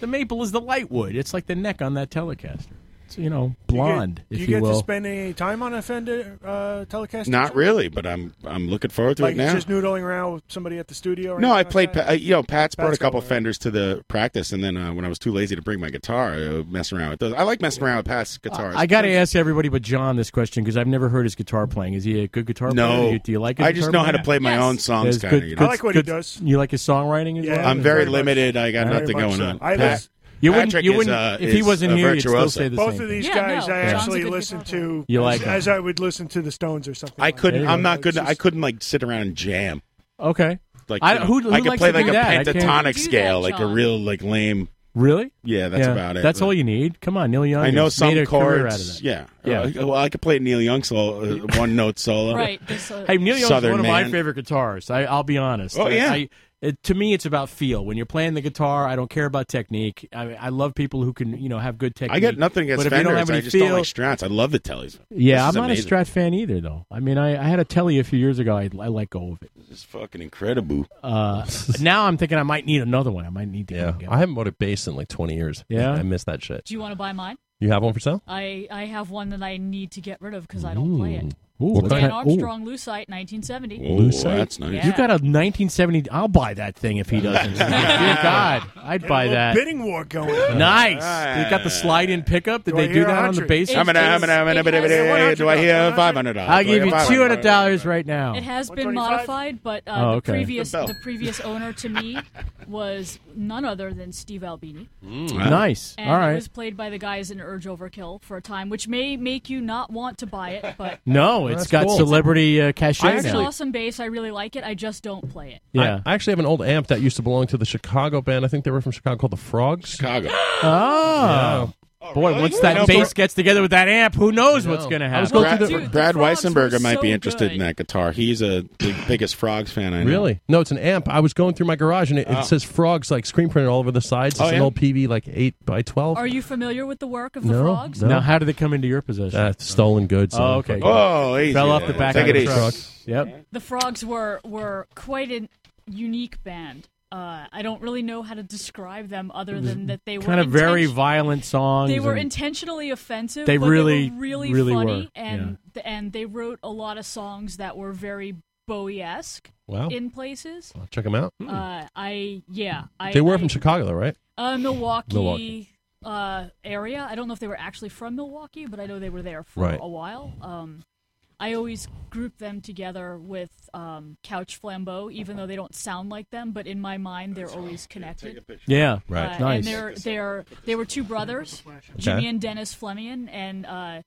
[SPEAKER 2] The maple is the light wood. It's like the neck on that Telecaster. It's you know blonde,
[SPEAKER 14] Do you,
[SPEAKER 2] if you,
[SPEAKER 14] get
[SPEAKER 2] will.
[SPEAKER 14] to spend any time on a Fender uh, Telecaster?
[SPEAKER 11] Not really, but I'm I'm looking forward to
[SPEAKER 14] Like
[SPEAKER 11] it now.
[SPEAKER 14] just noodling around with somebody at the studio? Or
[SPEAKER 11] No, I
[SPEAKER 14] anything
[SPEAKER 11] played.
[SPEAKER 14] Like
[SPEAKER 11] Pa- uh, you know, Pat's brought a
[SPEAKER 14] Pat's
[SPEAKER 11] couple fenders to the practice, and then uh, when I was too lazy to bring my guitar, I would mess around with those. I like messing around with Pat's guitars.
[SPEAKER 2] I got to ask everybody but John this question because I've never heard his guitar playing. Is he a good guitar player? Do
[SPEAKER 11] No,
[SPEAKER 2] you, do you like? His
[SPEAKER 11] I just
[SPEAKER 2] guitar
[SPEAKER 11] know how to
[SPEAKER 2] playing?
[SPEAKER 11] play my own songs.
[SPEAKER 2] There's
[SPEAKER 11] Kind of.
[SPEAKER 2] good-
[SPEAKER 11] You know?
[SPEAKER 2] good- good- You like his songwriting? As well?
[SPEAKER 11] I'm very, limited. I got nothing going on. Pat-
[SPEAKER 2] you wouldn't.
[SPEAKER 11] Patrick
[SPEAKER 2] You
[SPEAKER 11] is,
[SPEAKER 2] wouldn't.
[SPEAKER 11] uh,
[SPEAKER 2] if he
[SPEAKER 11] is
[SPEAKER 2] wasn't
[SPEAKER 11] a
[SPEAKER 2] here, you'd still
[SPEAKER 11] virtuoso.
[SPEAKER 2] say the
[SPEAKER 14] Both
[SPEAKER 2] same.
[SPEAKER 14] of
[SPEAKER 2] thing.
[SPEAKER 14] these
[SPEAKER 13] Yeah,
[SPEAKER 14] guys
[SPEAKER 13] no,
[SPEAKER 14] I
[SPEAKER 13] John's a
[SPEAKER 14] actually
[SPEAKER 13] good
[SPEAKER 14] listen to
[SPEAKER 2] You like
[SPEAKER 14] as,
[SPEAKER 2] him.
[SPEAKER 14] as I would listen to the Stones or something.
[SPEAKER 11] I
[SPEAKER 14] like
[SPEAKER 11] couldn't.
[SPEAKER 14] that.
[SPEAKER 11] I'm not good. I couldn't like sit around and jam.
[SPEAKER 2] Okay.
[SPEAKER 11] Like
[SPEAKER 2] I-
[SPEAKER 11] you know,
[SPEAKER 2] who- who
[SPEAKER 11] I could
[SPEAKER 2] likes
[SPEAKER 11] play
[SPEAKER 2] to
[SPEAKER 11] like
[SPEAKER 2] do
[SPEAKER 11] a
[SPEAKER 2] that? I can't-
[SPEAKER 11] pentatonic
[SPEAKER 2] Do that,
[SPEAKER 11] scale, like a
[SPEAKER 2] John.
[SPEAKER 11] real like lame.
[SPEAKER 2] Really?
[SPEAKER 11] Yeah, that's about it.
[SPEAKER 2] That's
[SPEAKER 11] but-
[SPEAKER 2] all you need. Come on, Neil Young.
[SPEAKER 11] I know
[SPEAKER 2] has
[SPEAKER 11] some
[SPEAKER 2] made a career
[SPEAKER 11] chords.
[SPEAKER 2] out of that.
[SPEAKER 11] Yeah,
[SPEAKER 2] Yeah.
[SPEAKER 11] Uh, well, I could play Neil Young solo, uh, one note
[SPEAKER 20] *laughs*
[SPEAKER 11] solo.
[SPEAKER 13] Right, there's a-
[SPEAKER 20] uh,
[SPEAKER 2] Hey, Neil Young's
[SPEAKER 11] Southern
[SPEAKER 2] one of
[SPEAKER 11] man.
[SPEAKER 2] my favorite guitarists. I, I'll be honest.
[SPEAKER 11] Oh,
[SPEAKER 2] I-
[SPEAKER 11] yeah.
[SPEAKER 2] I- it, to me, it's about feel. When you're playing the guitar, I don't care about technique. I, I love people who can, you know, have good technique.
[SPEAKER 11] I got nothing
[SPEAKER 2] but
[SPEAKER 11] against
[SPEAKER 2] if you don't
[SPEAKER 11] Fenders.
[SPEAKER 2] have any
[SPEAKER 11] I just
[SPEAKER 2] feel,
[SPEAKER 11] don't like Strats. I love the Tellys.
[SPEAKER 2] yeah,
[SPEAKER 11] This
[SPEAKER 2] I'm
[SPEAKER 11] is
[SPEAKER 2] not a
[SPEAKER 11] amazing.
[SPEAKER 2] Strat fan either, though. I mean, I, I had a Telly a few years ago. I, I let go of it.
[SPEAKER 11] This is fucking incredible. *laughs*
[SPEAKER 2] Uh, now I'm thinking I might need another one. I might need to. go
[SPEAKER 20] Yeah,
[SPEAKER 2] and get
[SPEAKER 20] I haven't bought a bass in like 20 years.
[SPEAKER 2] Yeah?
[SPEAKER 20] I miss that shit.
[SPEAKER 13] Do you want to buy mine?
[SPEAKER 20] You have one for sale?
[SPEAKER 13] I, I have one that I need to get rid of because I don't play it.
[SPEAKER 20] Ooh, what
[SPEAKER 13] Dan
[SPEAKER 20] kind of-
[SPEAKER 13] Armstrong Lucite 1970. Yeah.
[SPEAKER 2] You got a 1970. I'll buy that thing if he
[SPEAKER 11] *laughs*
[SPEAKER 2] doesn't. Dear God, I'd
[SPEAKER 14] Got a
[SPEAKER 2] buy
[SPEAKER 14] little
[SPEAKER 2] that.
[SPEAKER 14] Bidding war going. on.
[SPEAKER 2] Nice. They got the slide in pickup. Did
[SPEAKER 14] Do I
[SPEAKER 2] they do
[SPEAKER 14] hear
[SPEAKER 2] that on the
[SPEAKER 14] 100?
[SPEAKER 2] bass?
[SPEAKER 11] I'm gonna, I'm gonna, I'm gonna, do I hear five hundred dollars?
[SPEAKER 2] I'll give you two hundred dollars right
[SPEAKER 13] *laughs* It
[SPEAKER 2] now.
[SPEAKER 13] has been modified, but uh,
[SPEAKER 2] Oh,
[SPEAKER 13] the
[SPEAKER 2] okay.
[SPEAKER 13] previous
[SPEAKER 2] The bell.
[SPEAKER 13] the
[SPEAKER 2] *laughs*
[SPEAKER 13] previous owner to me was none other than Steve Albini.
[SPEAKER 2] wow. Nice.
[SPEAKER 13] And
[SPEAKER 2] All
[SPEAKER 13] it
[SPEAKER 2] right.
[SPEAKER 13] was played by the guys in Urge Overkill for a time, which may make you not want to buy it, but
[SPEAKER 2] *laughs* No, it's got celebrity uh, cachet
[SPEAKER 13] it's an
[SPEAKER 20] actually-
[SPEAKER 2] now.
[SPEAKER 13] awesome bass. I really like it. I just don't play it.
[SPEAKER 2] Yeah.
[SPEAKER 20] I, I actually have an old amp that used to belong to the Chicago band. I think they were from Chicago called the Frogs. Ah.
[SPEAKER 11] Chicago.
[SPEAKER 2] Oh. Boy, once that
[SPEAKER 20] You know,
[SPEAKER 2] bass
[SPEAKER 20] Bra-
[SPEAKER 2] gets together with that amp, who knows what's going to
[SPEAKER 20] I was
[SPEAKER 2] happen?
[SPEAKER 11] Brad,
[SPEAKER 20] going through the-
[SPEAKER 11] Brad
[SPEAKER 20] Dude, the Frogs
[SPEAKER 11] Weissenberger
[SPEAKER 20] were
[SPEAKER 11] might be
[SPEAKER 20] so
[SPEAKER 11] interested in that guitar. He's a the biggest Frogs fan I know.
[SPEAKER 20] Really? No, it's an amp. I was going through my garage and it,
[SPEAKER 11] Oh.
[SPEAKER 20] it says frogs like screen printed all over the sides. It's
[SPEAKER 11] Oh,
[SPEAKER 20] an
[SPEAKER 11] yeah?
[SPEAKER 20] old PV like eight by twelve.
[SPEAKER 13] Are you familiar with the work of the
[SPEAKER 20] No,
[SPEAKER 13] Frogs?
[SPEAKER 20] no.
[SPEAKER 2] Now, how did they come into your possession?
[SPEAKER 20] Uh, stolen goods.
[SPEAKER 2] Oh, okay.
[SPEAKER 11] Oh, easy.
[SPEAKER 2] Fell off the back
[SPEAKER 11] Take
[SPEAKER 2] of
[SPEAKER 11] it
[SPEAKER 2] the
[SPEAKER 11] easy.
[SPEAKER 2] truck. Yep.
[SPEAKER 13] The Frogs were were quite a unique band. Uh, I don't really know how to describe them other than that they were
[SPEAKER 2] Kind of very
[SPEAKER 13] intention-
[SPEAKER 2] violent songs.
[SPEAKER 13] They were
[SPEAKER 2] and-
[SPEAKER 13] intentionally offensive.
[SPEAKER 2] They
[SPEAKER 13] but were
[SPEAKER 2] really,
[SPEAKER 13] really,
[SPEAKER 2] really
[SPEAKER 13] funny,
[SPEAKER 2] were,
[SPEAKER 13] and th- and they wrote a lot of songs that were very Bowie esque.
[SPEAKER 20] Wow.
[SPEAKER 13] In places.
[SPEAKER 20] I'll check them out. Hmm.
[SPEAKER 13] Uh, I yeah. I,
[SPEAKER 20] they were
[SPEAKER 13] I-
[SPEAKER 20] from Chicago though, right?
[SPEAKER 13] uh, Milwaukee,
[SPEAKER 20] Milwaukee.
[SPEAKER 13] Uh, area. I don't know if they were actually from Milwaukee, but I know they were there for
[SPEAKER 20] Right.
[SPEAKER 13] a while. Um, I always group them together with um, Couch Flambeau, even though they don't sound like them, but in my mind they're always connected.
[SPEAKER 2] Yeah, right.
[SPEAKER 13] Uh,
[SPEAKER 2] Nice.
[SPEAKER 13] And they're they're they were two brothers, Jimmy and Dennis Flemian, and uh,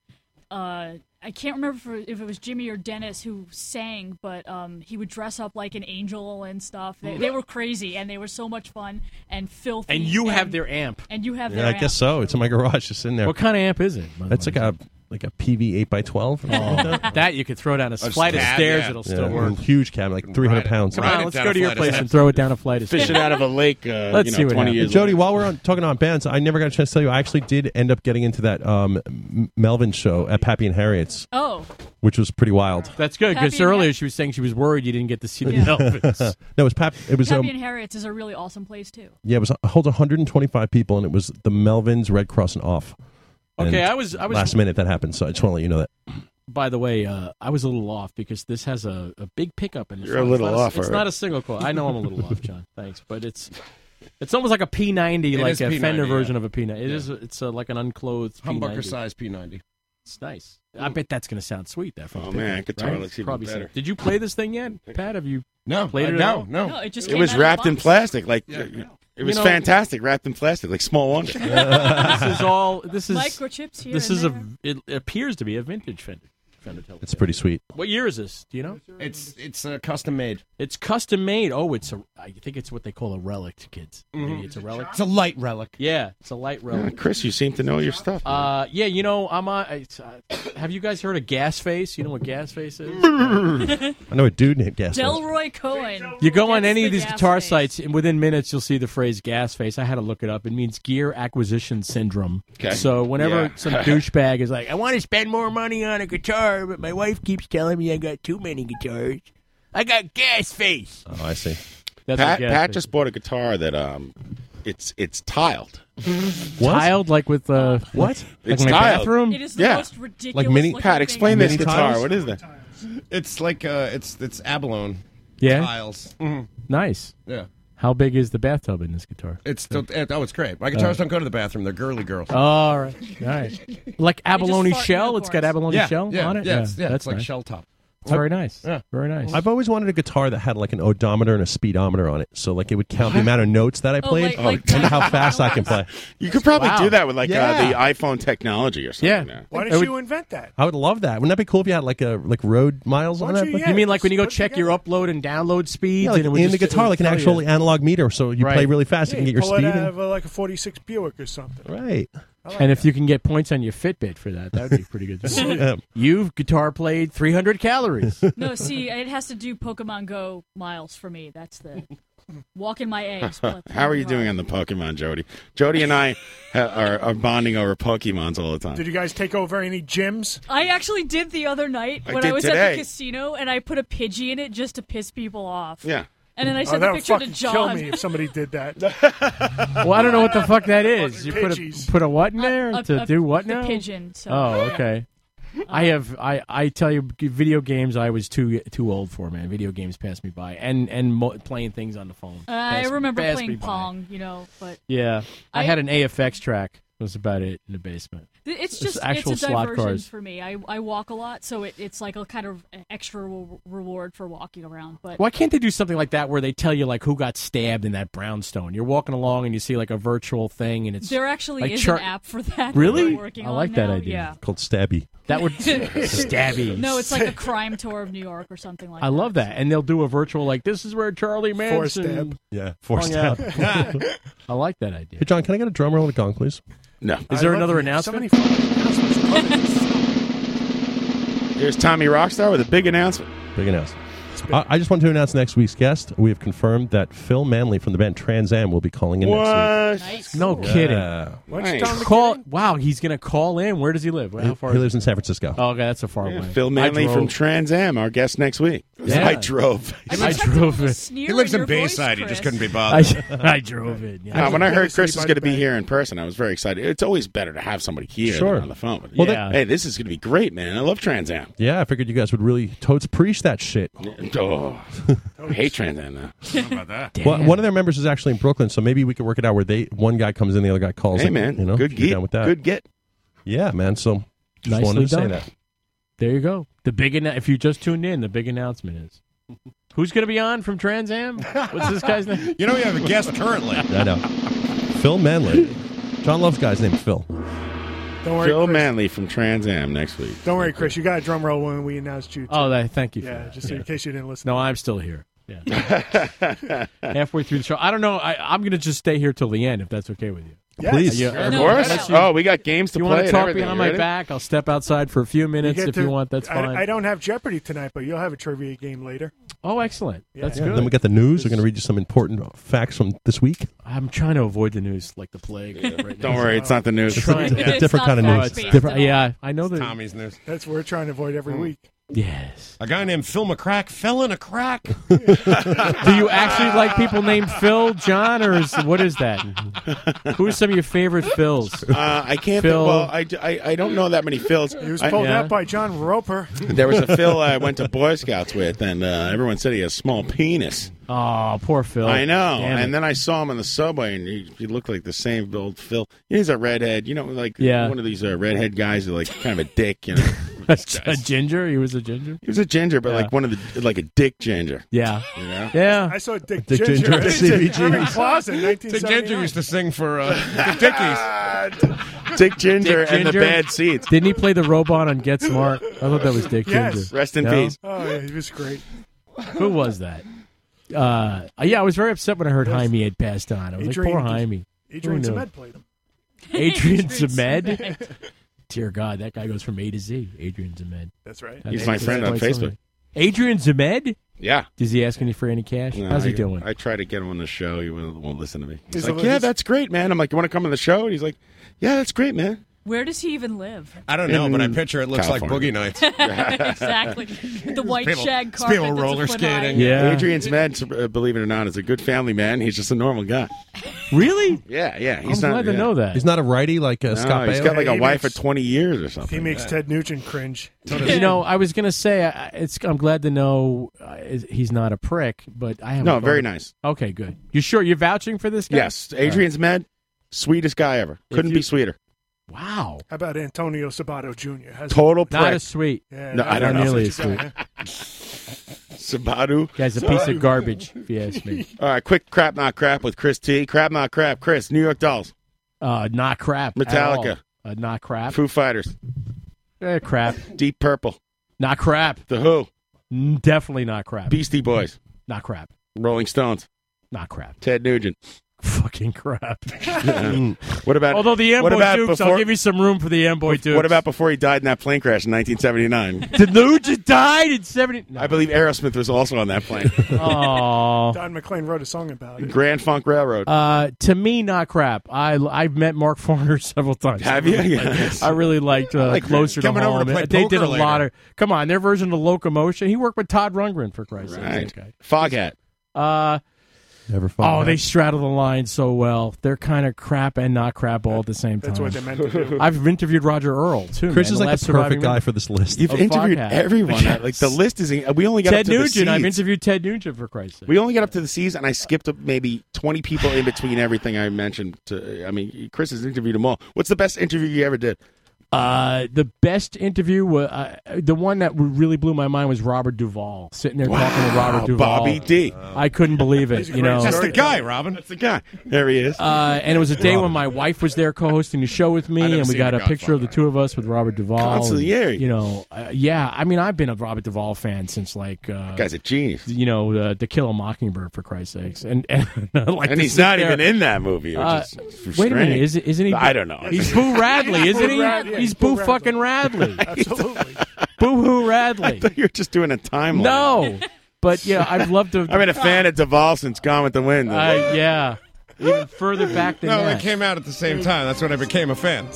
[SPEAKER 13] uh, I can't remember if it- if it was Jimmy or Dennis who sang, but um, he would dress up like an angel and stuff. They, they were crazy, and they were so much fun and filthy.
[SPEAKER 2] And you have their
[SPEAKER 13] *laughs*
[SPEAKER 2] amp.
[SPEAKER 13] And you have
[SPEAKER 20] Yeah,
[SPEAKER 13] their
[SPEAKER 20] I
[SPEAKER 13] amp.
[SPEAKER 20] guess so. It's in my *laughs* garage, just in there.
[SPEAKER 2] What kind of amp is it?
[SPEAKER 20] That's like a like a PV eight by twelve.
[SPEAKER 2] Oh, that you could throw down a flight of
[SPEAKER 11] cab,
[SPEAKER 2] stairs,
[SPEAKER 11] yeah.
[SPEAKER 2] it'll still work.
[SPEAKER 20] Huge cab, like three hundred pounds.
[SPEAKER 2] Come on, let's go to your place and throw it down a flight of stairs.
[SPEAKER 11] Fish it out of a lake. Uh,
[SPEAKER 20] Let's
[SPEAKER 11] you know,
[SPEAKER 20] see what
[SPEAKER 11] Twenty
[SPEAKER 20] happens.
[SPEAKER 11] years.
[SPEAKER 20] Jody, while we're on, talking on bands, I never got a chance to tell you. I actually did end up getting into that um, M- Melvin show at Pappy and Harriet's.
[SPEAKER 13] Oh.
[SPEAKER 20] which was pretty wild.
[SPEAKER 2] That's good
[SPEAKER 13] Happy
[SPEAKER 2] because
[SPEAKER 13] and
[SPEAKER 2] earlier she was saying she was worried you didn't get to see
[SPEAKER 20] *laughs*
[SPEAKER 2] the Elvis.
[SPEAKER 20] no, it was Pap. It was
[SPEAKER 13] Happy
[SPEAKER 20] um,
[SPEAKER 13] and Harriet's is a really awesome place too.
[SPEAKER 2] *laughs*
[SPEAKER 20] yeah, it was holds 125 people, and it was the Melvins, Red Cross, and off.
[SPEAKER 2] Okay,
[SPEAKER 20] And
[SPEAKER 2] I was- I was-
[SPEAKER 20] last minute that happened, so I just want to let you know that.
[SPEAKER 2] By the way, uh, I was a little off because this has a, a big pickup in the
[SPEAKER 20] You're
[SPEAKER 2] front.
[SPEAKER 20] a little
[SPEAKER 2] it's not
[SPEAKER 20] off,
[SPEAKER 2] it's
[SPEAKER 20] all
[SPEAKER 2] not
[SPEAKER 20] right.
[SPEAKER 2] a single coil. I know I'm a little off,
[SPEAKER 16] *laughs*
[SPEAKER 2] John. Thanks, but it's it's almost like a P90,
[SPEAKER 16] It
[SPEAKER 2] like
[SPEAKER 16] is
[SPEAKER 2] a
[SPEAKER 16] P90,
[SPEAKER 2] Fender
[SPEAKER 16] yeah.
[SPEAKER 2] version of a P90. It is. It's uh like an unclothed
[SPEAKER 16] Humbucker
[SPEAKER 2] P90.
[SPEAKER 16] size P90.
[SPEAKER 2] It's nice. I bet that's going to sound sweet. That front.
[SPEAKER 16] Oh,
[SPEAKER 2] pickup,
[SPEAKER 16] man, that guitar
[SPEAKER 2] right?
[SPEAKER 16] looks even
[SPEAKER 2] Probably
[SPEAKER 16] better.
[SPEAKER 2] sound- Did you play this thing yet, Pat? Have you
[SPEAKER 16] no
[SPEAKER 2] played
[SPEAKER 16] I-
[SPEAKER 2] it? at
[SPEAKER 16] no,
[SPEAKER 2] all?
[SPEAKER 16] no. *laughs* No,
[SPEAKER 13] it just
[SPEAKER 11] It was wrapped in plastic, like uh, it was
[SPEAKER 2] You know-
[SPEAKER 11] fantastic, wrapped in plastic, like small wonder.
[SPEAKER 2] *laughs* *laughs* this is all. This is
[SPEAKER 11] *laughs*
[SPEAKER 13] Microchips here
[SPEAKER 2] This
[SPEAKER 13] and
[SPEAKER 2] is a. It appears to be a vintage Fender. found a telephone.
[SPEAKER 20] It's pretty sweet.
[SPEAKER 2] What year is this? Do you know?
[SPEAKER 16] It's it's uh, custom made.
[SPEAKER 2] It's custom made. Oh, it's a. I think it's what they call a relic to kids. Maybe it's a relic.
[SPEAKER 16] Mm-hmm. It's a light relic.
[SPEAKER 2] Yeah, it's a light relic.
[SPEAKER 11] Yeah, Uh, Chris, you seem to know your stuff.
[SPEAKER 2] Uh, yeah, you know, I'm on. It's, uh, have you guys heard of Gas Face? You know what Gas Face
[SPEAKER 13] *laughs*
[SPEAKER 2] is?
[SPEAKER 20] I know a dude named Gas.
[SPEAKER 13] Delroy Cohen.
[SPEAKER 2] You go on
[SPEAKER 13] gets
[SPEAKER 2] any of
[SPEAKER 13] the
[SPEAKER 2] these
[SPEAKER 13] gas
[SPEAKER 2] guitar
[SPEAKER 13] face.
[SPEAKER 2] sites, and within minutes you'll see the phrase "gas face." I had to look it up. It means gear acquisition syndrome.
[SPEAKER 3] Okay.
[SPEAKER 2] So whenever
[SPEAKER 11] *laughs*
[SPEAKER 3] Yeah.
[SPEAKER 2] some douchebag is like, "I want to spend more money on a guitar, but my wife keeps telling me I got too many guitars. I got gas face."
[SPEAKER 20] Oh, I see.
[SPEAKER 2] That's
[SPEAKER 11] Pat,
[SPEAKER 2] what gas
[SPEAKER 11] Pat
[SPEAKER 2] is.
[SPEAKER 11] just bought a guitar that um, it's it's
[SPEAKER 2] *laughs*
[SPEAKER 11] tiled.
[SPEAKER 2] Tiled like with uh,
[SPEAKER 11] What?
[SPEAKER 2] Like
[SPEAKER 11] It's
[SPEAKER 2] my
[SPEAKER 11] tiled.
[SPEAKER 2] bathroom.
[SPEAKER 11] It is the Yeah. most
[SPEAKER 13] ridiculous looking
[SPEAKER 11] Pat,
[SPEAKER 13] thing.
[SPEAKER 11] explain this
[SPEAKER 16] Mini
[SPEAKER 11] guitar.
[SPEAKER 16] tiles?
[SPEAKER 11] What is that?
[SPEAKER 16] It's like uh, it's it's abalone.
[SPEAKER 2] Yeah?
[SPEAKER 16] Tiles.
[SPEAKER 11] Mm-hmm.
[SPEAKER 16] Mhm.
[SPEAKER 2] Nice.
[SPEAKER 16] Yeah.
[SPEAKER 2] How big is the bathtub in this guitar?
[SPEAKER 16] It's still, eh, oh, it's great. My guitars
[SPEAKER 2] Uh,
[SPEAKER 16] don't go to the bathroom. They're girly girls.
[SPEAKER 2] All right, all right. Like abalone shell. It's got abalone
[SPEAKER 16] Yeah,
[SPEAKER 2] shell
[SPEAKER 16] yeah,
[SPEAKER 2] on it.
[SPEAKER 16] yeah, it's- yeah,
[SPEAKER 2] that's
[SPEAKER 16] it's like
[SPEAKER 2] nice.
[SPEAKER 16] shell top.
[SPEAKER 2] It's very nice. Very nice.
[SPEAKER 20] I've always wanted a guitar that had like an odometer and a speedometer on it, so like it would count the amount of notes that I
[SPEAKER 13] Oh,
[SPEAKER 20] played
[SPEAKER 13] like- like
[SPEAKER 20] and how fast I can play.
[SPEAKER 11] You could probably
[SPEAKER 20] Wow.
[SPEAKER 11] do that with like
[SPEAKER 20] Yeah.
[SPEAKER 11] uh, the iPhone technology or something.
[SPEAKER 20] Yeah.
[SPEAKER 14] Why
[SPEAKER 20] I
[SPEAKER 14] didn't
[SPEAKER 20] would-
[SPEAKER 14] you invent that?
[SPEAKER 20] I would love that. Wouldn't that be cool if you had like a like road miles on
[SPEAKER 14] Why
[SPEAKER 20] that?
[SPEAKER 14] don't you-
[SPEAKER 20] Like-
[SPEAKER 2] You mean like when you go check your upload and download speeds
[SPEAKER 20] Yeah, like
[SPEAKER 2] and it would
[SPEAKER 20] in
[SPEAKER 2] just-
[SPEAKER 20] the guitar,
[SPEAKER 2] it
[SPEAKER 20] like an
[SPEAKER 2] would
[SPEAKER 20] actual
[SPEAKER 2] tell you.
[SPEAKER 20] analog meter, so you
[SPEAKER 2] Right.
[SPEAKER 20] play really fast,
[SPEAKER 14] Yeah,
[SPEAKER 20] you can get your
[SPEAKER 14] pull
[SPEAKER 20] speed.
[SPEAKER 14] it out
[SPEAKER 20] in.
[SPEAKER 14] of uh, like a 46 Buick or something.
[SPEAKER 20] Right.
[SPEAKER 2] and if you can get points on your Fitbit for that, that would be pretty good.
[SPEAKER 20] Yeah.
[SPEAKER 2] You've guitar played 300 calories.
[SPEAKER 13] No, see, it has to do Pokemon Go miles for me. That's the walking my eggs.
[SPEAKER 2] *laughs*
[SPEAKER 13] but-
[SPEAKER 11] *laughs* How are you doing on the Pokemon, Jody? Jody and I ha- are, are bonding over Pokemons all the time.
[SPEAKER 14] Did you guys take over any gyms?
[SPEAKER 13] I actually did the other night
[SPEAKER 11] I
[SPEAKER 13] when
[SPEAKER 11] did
[SPEAKER 13] I was at
[SPEAKER 11] today.
[SPEAKER 13] the casino, and I put a Pidgey in it just to piss people off.
[SPEAKER 11] Yeah.
[SPEAKER 13] And then I
[SPEAKER 14] oh,
[SPEAKER 13] sent
[SPEAKER 14] that
[SPEAKER 13] a
[SPEAKER 14] would
[SPEAKER 13] picture to
[SPEAKER 14] fucking kill
[SPEAKER 13] John.
[SPEAKER 14] me if somebody
[SPEAKER 11] *laughs*
[SPEAKER 14] did that.
[SPEAKER 2] well, I don't know what the fuck that is. You put a,
[SPEAKER 14] Pidgeys.
[SPEAKER 2] put a what in there
[SPEAKER 13] a-
[SPEAKER 2] to
[SPEAKER 13] a-
[SPEAKER 2] do what
[SPEAKER 13] the
[SPEAKER 2] now?
[SPEAKER 13] pigeon, so-
[SPEAKER 2] Oh,
[SPEAKER 13] *laughs*
[SPEAKER 2] okay. I have I, I tell you, video games I was too too old for man. Video games passed me by, and and mo- playing things on the phone.
[SPEAKER 13] *laughs* I
[SPEAKER 2] Passed me-
[SPEAKER 13] remember
[SPEAKER 2] passed me
[SPEAKER 13] playing
[SPEAKER 2] by.
[SPEAKER 13] Pong, you know, but
[SPEAKER 2] Yeah, I,
[SPEAKER 13] Uh, I-
[SPEAKER 2] had an AFX track. That's about it in the basement.
[SPEAKER 13] Th- It's just
[SPEAKER 2] actual
[SPEAKER 13] it's a
[SPEAKER 2] slot
[SPEAKER 13] diversion
[SPEAKER 2] cars.
[SPEAKER 13] for me. I, I walk a lot, so it, it's like a kind of extra re- reward for walking around. But
[SPEAKER 2] Why can't they do something like that where they tell you like who got stabbed in that brownstone? You're walking along and you see like a virtual thing, and it's
[SPEAKER 13] there actually
[SPEAKER 2] like
[SPEAKER 13] is
[SPEAKER 2] char-
[SPEAKER 13] an app for that. that
[SPEAKER 2] Really?
[SPEAKER 13] we're working
[SPEAKER 2] I
[SPEAKER 13] on
[SPEAKER 2] like that
[SPEAKER 13] now.
[SPEAKER 2] idea.
[SPEAKER 13] Yeah.
[SPEAKER 20] Called Stabby.
[SPEAKER 2] That
[SPEAKER 13] *laughs*
[SPEAKER 2] would stabby.
[SPEAKER 13] No, it's like a crime tour of New York or something like
[SPEAKER 2] *laughs* I
[SPEAKER 13] that.
[SPEAKER 2] love that, and they'll do a virtual like this is where Charlie Manson.
[SPEAKER 14] stab.
[SPEAKER 20] Yeah, four
[SPEAKER 2] hung
[SPEAKER 20] stab.
[SPEAKER 13] *laughs*
[SPEAKER 2] out. I like that *laughs* idea.
[SPEAKER 20] Hey, John, can I get a drum roll and a gong, please?
[SPEAKER 11] No.
[SPEAKER 2] Is there
[SPEAKER 14] I love
[SPEAKER 2] another
[SPEAKER 14] you.
[SPEAKER 2] announcement?
[SPEAKER 14] So many fucking announcements.
[SPEAKER 11] *laughs* Here's Tommy Rockstar with a big announcement.
[SPEAKER 20] Big announcement. I, I just want to announce next week's guest. We have confirmed that Phil Manley from the band Trans Am will be calling in next week.
[SPEAKER 2] No kidding.
[SPEAKER 20] Yeah.
[SPEAKER 14] What's Don the
[SPEAKER 2] Call. Wow, he's gonna call in. Where does he live? How far?
[SPEAKER 20] He
[SPEAKER 2] is
[SPEAKER 20] lives in San Francisco.
[SPEAKER 2] Oh, okay, that's a far
[SPEAKER 11] Yeah,
[SPEAKER 2] away.
[SPEAKER 11] Phil Manley from Trans Am, our guest next week. *laughs*
[SPEAKER 2] Yeah.
[SPEAKER 11] I drove.
[SPEAKER 2] I drove it.
[SPEAKER 16] He lives in Bayside. he just couldn't be bothered.
[SPEAKER 2] I, *laughs* I drove it. Yeah.
[SPEAKER 11] Uh, when I heard Chris
[SPEAKER 2] *laughs*
[SPEAKER 11] was going to be here in person, I was very excited. It's always better to have somebody here
[SPEAKER 20] Sure.
[SPEAKER 11] than on the phone.
[SPEAKER 20] Well, Yeah.
[SPEAKER 11] hey, this is going to be great, man. I love Trans Am.
[SPEAKER 20] Yeah, I figured you guys would really totes preach that shit.
[SPEAKER 11] Oh, I hate Trans Am now.
[SPEAKER 14] *laughs*
[SPEAKER 16] about that.
[SPEAKER 20] Well, one of their members is actually in Brooklyn, so maybe we could work it out where they one guy comes in, the other guy calls.
[SPEAKER 11] Hey,
[SPEAKER 20] in,
[SPEAKER 11] man,
[SPEAKER 20] you know,
[SPEAKER 11] good
[SPEAKER 20] if you're
[SPEAKER 11] get,
[SPEAKER 20] down with that.
[SPEAKER 11] good get.
[SPEAKER 20] Yeah, man. So just
[SPEAKER 2] Nicely
[SPEAKER 20] wanted to
[SPEAKER 2] done.
[SPEAKER 20] say that.
[SPEAKER 2] There you go. The big annou- if you just tuned in, the big announcement
[SPEAKER 13] *laughs*
[SPEAKER 2] is who's going to be on from Trans Am? What's this guy's name?
[SPEAKER 16] You know, we have a guest currently.
[SPEAKER 20] I know. Phil Manley. John loves guys named Phil.
[SPEAKER 14] Don't worry,
[SPEAKER 11] Phil
[SPEAKER 14] Chris.
[SPEAKER 11] Manley from Trans Am next week.
[SPEAKER 14] Don't worry, Chris. You got a drum roll when we announced you. too.
[SPEAKER 2] Oh, that, thank you. for
[SPEAKER 14] yeah,
[SPEAKER 2] that.
[SPEAKER 14] just in case you didn't listen. *laughs*
[SPEAKER 2] No, I'm still here. Yeah.
[SPEAKER 11] *laughs*
[SPEAKER 2] Halfway through the show, I don't know. I, I'm going to just stay here till the end if that's okay with you.
[SPEAKER 14] Yes.
[SPEAKER 20] Please.
[SPEAKER 2] Yeah,
[SPEAKER 11] Of
[SPEAKER 2] no,
[SPEAKER 11] course.
[SPEAKER 2] that's-
[SPEAKER 11] Oh, we got games to
[SPEAKER 2] you
[SPEAKER 11] play.
[SPEAKER 2] want
[SPEAKER 11] and
[SPEAKER 2] to talk
[SPEAKER 11] everything.
[SPEAKER 2] behind
[SPEAKER 11] You
[SPEAKER 2] my
[SPEAKER 11] ready?
[SPEAKER 2] back? I'll step outside for a few minutes
[SPEAKER 14] get
[SPEAKER 2] if
[SPEAKER 14] to-
[SPEAKER 2] you want. That's
[SPEAKER 14] I-
[SPEAKER 2] fine.
[SPEAKER 14] I, don't have Jeopardy tonight, but you'll have a trivia game later.
[SPEAKER 2] oh, excellent.
[SPEAKER 14] Yeah.
[SPEAKER 2] That's
[SPEAKER 20] Yeah,
[SPEAKER 2] good.
[SPEAKER 20] Then we got the news. We're going to read you some important facts from this week.
[SPEAKER 2] I'm trying to avoid the news like the plague. Right now.
[SPEAKER 11] Don't worry, it's not the news.
[SPEAKER 20] It's a-
[SPEAKER 2] Trying.
[SPEAKER 16] *laughs*
[SPEAKER 20] it's a
[SPEAKER 2] It's
[SPEAKER 20] different
[SPEAKER 13] not
[SPEAKER 20] kind of news.
[SPEAKER 13] fact-based
[SPEAKER 20] It's
[SPEAKER 13] at
[SPEAKER 20] different.
[SPEAKER 13] all.
[SPEAKER 2] Yeah, I know that.
[SPEAKER 16] Tommy's news.
[SPEAKER 14] That's what we're trying to avoid every week.
[SPEAKER 2] Yes.
[SPEAKER 16] A guy named Phil McCrack fell in a crack.
[SPEAKER 2] Do you actually like people named Phil, John, or is, what is that? Who are some of your favorite Phils?
[SPEAKER 11] Uh, I can't.
[SPEAKER 2] Phil.
[SPEAKER 11] Think, well, I, d- I- I don't know that many Phils.
[SPEAKER 14] He was
[SPEAKER 11] I-
[SPEAKER 14] pulled
[SPEAKER 2] Yeah.
[SPEAKER 14] out by John Roper.
[SPEAKER 11] there was a
[SPEAKER 14] *laughs*
[SPEAKER 11] Phil I went to Boy Scouts with, and uh, everyone said he has a small penis.
[SPEAKER 2] Oh, poor Phil.
[SPEAKER 11] I know.
[SPEAKER 2] Damn it. *laughs*
[SPEAKER 11] And then I saw him on the subway, and he, he looked like the same old Phil. He's a redhead, you know, like
[SPEAKER 2] Yeah. *laughs*
[SPEAKER 11] one of these uh, redhead guys, who like kind of a dick, you know.
[SPEAKER 2] a, a ginger. He was a ginger.
[SPEAKER 11] He was a ginger, but
[SPEAKER 2] Yeah.
[SPEAKER 11] like one of the like a dick ginger.
[SPEAKER 2] Yeah.
[SPEAKER 11] You know?
[SPEAKER 2] Yeah.
[SPEAKER 14] *laughs* I saw Dick,
[SPEAKER 11] Dick
[SPEAKER 14] Ginger,
[SPEAKER 2] *laughs*
[SPEAKER 11] Ginger at CBGB's.
[SPEAKER 14] Irving Plaza in
[SPEAKER 15] Dick Ginger
[SPEAKER 14] 1979.
[SPEAKER 15] used to sing for uh, the Dickies.
[SPEAKER 11] Dick Ginger and the bad seats.
[SPEAKER 2] Didn't he play the robot on Get Smart? I thought that was Dick
[SPEAKER 14] Yes.
[SPEAKER 2] Ginger.
[SPEAKER 11] Rest in
[SPEAKER 2] No?
[SPEAKER 11] peace.
[SPEAKER 14] Oh, yeah, he was great.
[SPEAKER 2] Who was that? Uh, yeah, I was very upset when I heard Jaime had passed on. I was
[SPEAKER 14] Adrian-
[SPEAKER 2] like, poor Jaime.
[SPEAKER 14] Adrian
[SPEAKER 2] Who knew?
[SPEAKER 14] Zemed played him.
[SPEAKER 2] Adrian
[SPEAKER 14] Adrian
[SPEAKER 2] Zemed?
[SPEAKER 14] Zemed.
[SPEAKER 2] *laughs* Dear God, that guy goes from A to Z. Adrian Zemed.
[SPEAKER 14] That's right.
[SPEAKER 11] He's my friend on
[SPEAKER 2] quite something.
[SPEAKER 11] Facebook.
[SPEAKER 2] Adrian Zemed?
[SPEAKER 11] Yeah.
[SPEAKER 2] Does he ask any for any
[SPEAKER 14] *laughs*
[SPEAKER 2] cash?
[SPEAKER 11] No,
[SPEAKER 2] How's he
[SPEAKER 11] I-
[SPEAKER 2] doing?
[SPEAKER 11] I try to get him on the show. He won't, won't listen to me. He's,
[SPEAKER 13] He's
[SPEAKER 11] like,
[SPEAKER 13] the-
[SPEAKER 11] yeah,
[SPEAKER 13] he's-
[SPEAKER 11] that's great, man. I'm like, you want to come on the show? And he's like, yeah, that's great, man.
[SPEAKER 13] Where does he
[SPEAKER 15] *laughs*
[SPEAKER 13] even live?
[SPEAKER 11] I
[SPEAKER 15] don't know, but I picture it looks like Boogie Nights.
[SPEAKER 13] exactly. With The white
[SPEAKER 15] people-
[SPEAKER 13] shag
[SPEAKER 15] it's
[SPEAKER 13] carpet.
[SPEAKER 15] people
[SPEAKER 13] that's a
[SPEAKER 15] roller
[SPEAKER 13] foot
[SPEAKER 15] skating.
[SPEAKER 13] high.
[SPEAKER 15] Yeah.
[SPEAKER 11] Adrian's mad, uh, believe it or not, is a good family man. He's just a normal guy.
[SPEAKER 2] Really?
[SPEAKER 11] Yeah, yeah.
[SPEAKER 20] I'm
[SPEAKER 11] He's not,
[SPEAKER 20] glad to
[SPEAKER 11] yeah.
[SPEAKER 20] know that. He's not a righty like, uh,
[SPEAKER 11] No,
[SPEAKER 20] Scott
[SPEAKER 11] He's
[SPEAKER 20] Baio?
[SPEAKER 11] got like
[SPEAKER 20] Yeah,
[SPEAKER 11] a
[SPEAKER 20] he
[SPEAKER 11] wife
[SPEAKER 20] makes-
[SPEAKER 11] for 20 years or something.
[SPEAKER 14] He makes Ted Nugent cringe.
[SPEAKER 2] *laughs* you know, I was gonna say I- it's. I'm glad to know uh, is- he's not a prick, but I have
[SPEAKER 11] No, very nice.
[SPEAKER 2] Okay, good. You sure you're vouching for this guy?
[SPEAKER 11] Yes,
[SPEAKER 2] uh,
[SPEAKER 11] Adrian's mad. Sweetest guy ever. Couldn't be sweeter.
[SPEAKER 2] Wow.
[SPEAKER 14] How about Antonio Sabato Jr.? Has
[SPEAKER 11] Total prick.
[SPEAKER 2] Not as sweet.
[SPEAKER 14] Yeah,
[SPEAKER 11] no, I don't
[SPEAKER 2] Not
[SPEAKER 11] know. *laughs*
[SPEAKER 2] nearly as sweet.
[SPEAKER 11] Sabadu.
[SPEAKER 2] Guy's a piece of garbage, if you ask me.
[SPEAKER 11] *laughs* All right, quick crap not crap with Chris T. Crap not crap. Chris, New York Dolls,
[SPEAKER 2] Uh, not crap. at
[SPEAKER 11] Metallica.
[SPEAKER 2] all. Uh, not crap.
[SPEAKER 11] Foo Fighters,
[SPEAKER 2] Eh, crap.
[SPEAKER 11] Deep Purple,
[SPEAKER 2] Not crap.
[SPEAKER 11] The Who,
[SPEAKER 2] N- Definitely not crap.
[SPEAKER 11] Beastie Boys,
[SPEAKER 2] Not crap. *laughs*
[SPEAKER 11] Rolling Stones,
[SPEAKER 2] Not crap.
[SPEAKER 11] Ted Nugent.
[SPEAKER 2] *laughs* Fucking crap.
[SPEAKER 11] *laughs* what about
[SPEAKER 2] Although the
[SPEAKER 11] what
[SPEAKER 2] Amboy
[SPEAKER 11] about
[SPEAKER 2] Dukes,
[SPEAKER 11] before,
[SPEAKER 2] I'll give you some room for the Amboy Dukes.
[SPEAKER 11] What about before he died in that plane crash in
[SPEAKER 2] *laughs*
[SPEAKER 11] 1979?
[SPEAKER 2] the Nugent died in '70?
[SPEAKER 11] I believe Aerosmith was also on that
[SPEAKER 2] *laughs*
[SPEAKER 11] plane.
[SPEAKER 2] Oh.
[SPEAKER 14] Don McLean wrote a song about
[SPEAKER 11] *laughs*
[SPEAKER 14] it.
[SPEAKER 11] Grand Funk Railroad.
[SPEAKER 2] Uh, to me, not crap. I I've met Mark Farner *laughs* several times.
[SPEAKER 11] Have you?
[SPEAKER 2] I
[SPEAKER 11] *laughs*
[SPEAKER 2] really
[SPEAKER 11] Yeah.
[SPEAKER 2] liked, I really liked uh,
[SPEAKER 11] like
[SPEAKER 2] closer to
[SPEAKER 11] coming over
[SPEAKER 2] home.
[SPEAKER 11] to play
[SPEAKER 2] they did
[SPEAKER 11] poker
[SPEAKER 2] a lot of
[SPEAKER 11] later.
[SPEAKER 2] come on their version of locomotion. He worked with Todd Rundgren for Christ's
[SPEAKER 11] right.
[SPEAKER 2] sake. that
[SPEAKER 11] Foghat.
[SPEAKER 2] guy. Uh,
[SPEAKER 20] Never fought.
[SPEAKER 2] oh,
[SPEAKER 20] that.
[SPEAKER 2] they straddle the line so well. They're kind of crap and not crap all at the same time.
[SPEAKER 14] That's what they meant to do.
[SPEAKER 2] *laughs* I've interviewed Roger Earl too.
[SPEAKER 20] Chris
[SPEAKER 2] man, the
[SPEAKER 20] is like
[SPEAKER 2] last
[SPEAKER 20] the perfect
[SPEAKER 2] surviving
[SPEAKER 20] guy
[SPEAKER 2] member.
[SPEAKER 20] for this list.
[SPEAKER 11] You've
[SPEAKER 2] Of
[SPEAKER 11] interviewed
[SPEAKER 2] Foghat. *laughs*
[SPEAKER 11] everyone. Like the list is. We only got
[SPEAKER 2] Ted
[SPEAKER 11] up to
[SPEAKER 2] Nugent.
[SPEAKER 11] The
[SPEAKER 2] I've
[SPEAKER 11] seeds.
[SPEAKER 2] interviewed Ted Nugent for Christ's sake.
[SPEAKER 11] We only got up to the C's, and I skipped up maybe 20 people in between everything I mentioned. To, I mean, Chris has interviewed them all. What's the best interview you ever did?
[SPEAKER 2] Uh, the best interview, wa- uh, the one that really blew my mind was Robert Duvall sitting there talking to Robert Duvall.
[SPEAKER 11] Ah, Bobby D.
[SPEAKER 2] I couldn't
[SPEAKER 11] *laughs*
[SPEAKER 2] believe it. you know,
[SPEAKER 11] That's the guy, Robin. That's the guy. There he is.
[SPEAKER 2] Uh, and it was a day when my wife was there co-hosting the show with me,
[SPEAKER 11] never
[SPEAKER 2] and we
[SPEAKER 11] seen
[SPEAKER 2] got
[SPEAKER 11] The
[SPEAKER 2] a picture of the two of us with Robert Duvall. and,
[SPEAKER 11] Consigliere.
[SPEAKER 2] Oh, you know, uh, yeah. I mean, I've been a Robert Duvall fan since like, uh,
[SPEAKER 11] guy's a genius.
[SPEAKER 2] you know, *laughs* uh, To Kill a Mockingbird for Christ's sakes, and and, *laughs* like
[SPEAKER 11] and
[SPEAKER 2] to
[SPEAKER 11] he's
[SPEAKER 2] sit
[SPEAKER 11] not
[SPEAKER 2] there-
[SPEAKER 11] even in that movie. Which
[SPEAKER 2] Uh,
[SPEAKER 11] is
[SPEAKER 2] wait a minute,
[SPEAKER 11] strange.
[SPEAKER 2] is it- isn't he-
[SPEAKER 11] I don't know.
[SPEAKER 2] He's Boo
[SPEAKER 11] *laughs*
[SPEAKER 2] Radley,
[SPEAKER 14] He's
[SPEAKER 2] isn't
[SPEAKER 14] Boo
[SPEAKER 2] he?
[SPEAKER 14] Radley, yeah,
[SPEAKER 2] he's
[SPEAKER 14] he's Boo
[SPEAKER 2] Boo fucking Radley.
[SPEAKER 14] Absolutely.
[SPEAKER 2] Boo hoo Radley.
[SPEAKER 11] I thought you were just doing a timeline.
[SPEAKER 2] No, but yeah, I'd love to.
[SPEAKER 11] *laughs* I've been a fan of Duvall since Gone with the Wind.
[SPEAKER 2] Uh, yeah, even further back than
[SPEAKER 15] No,
[SPEAKER 2] that.
[SPEAKER 15] they came out at the same time. That's when I became a fan.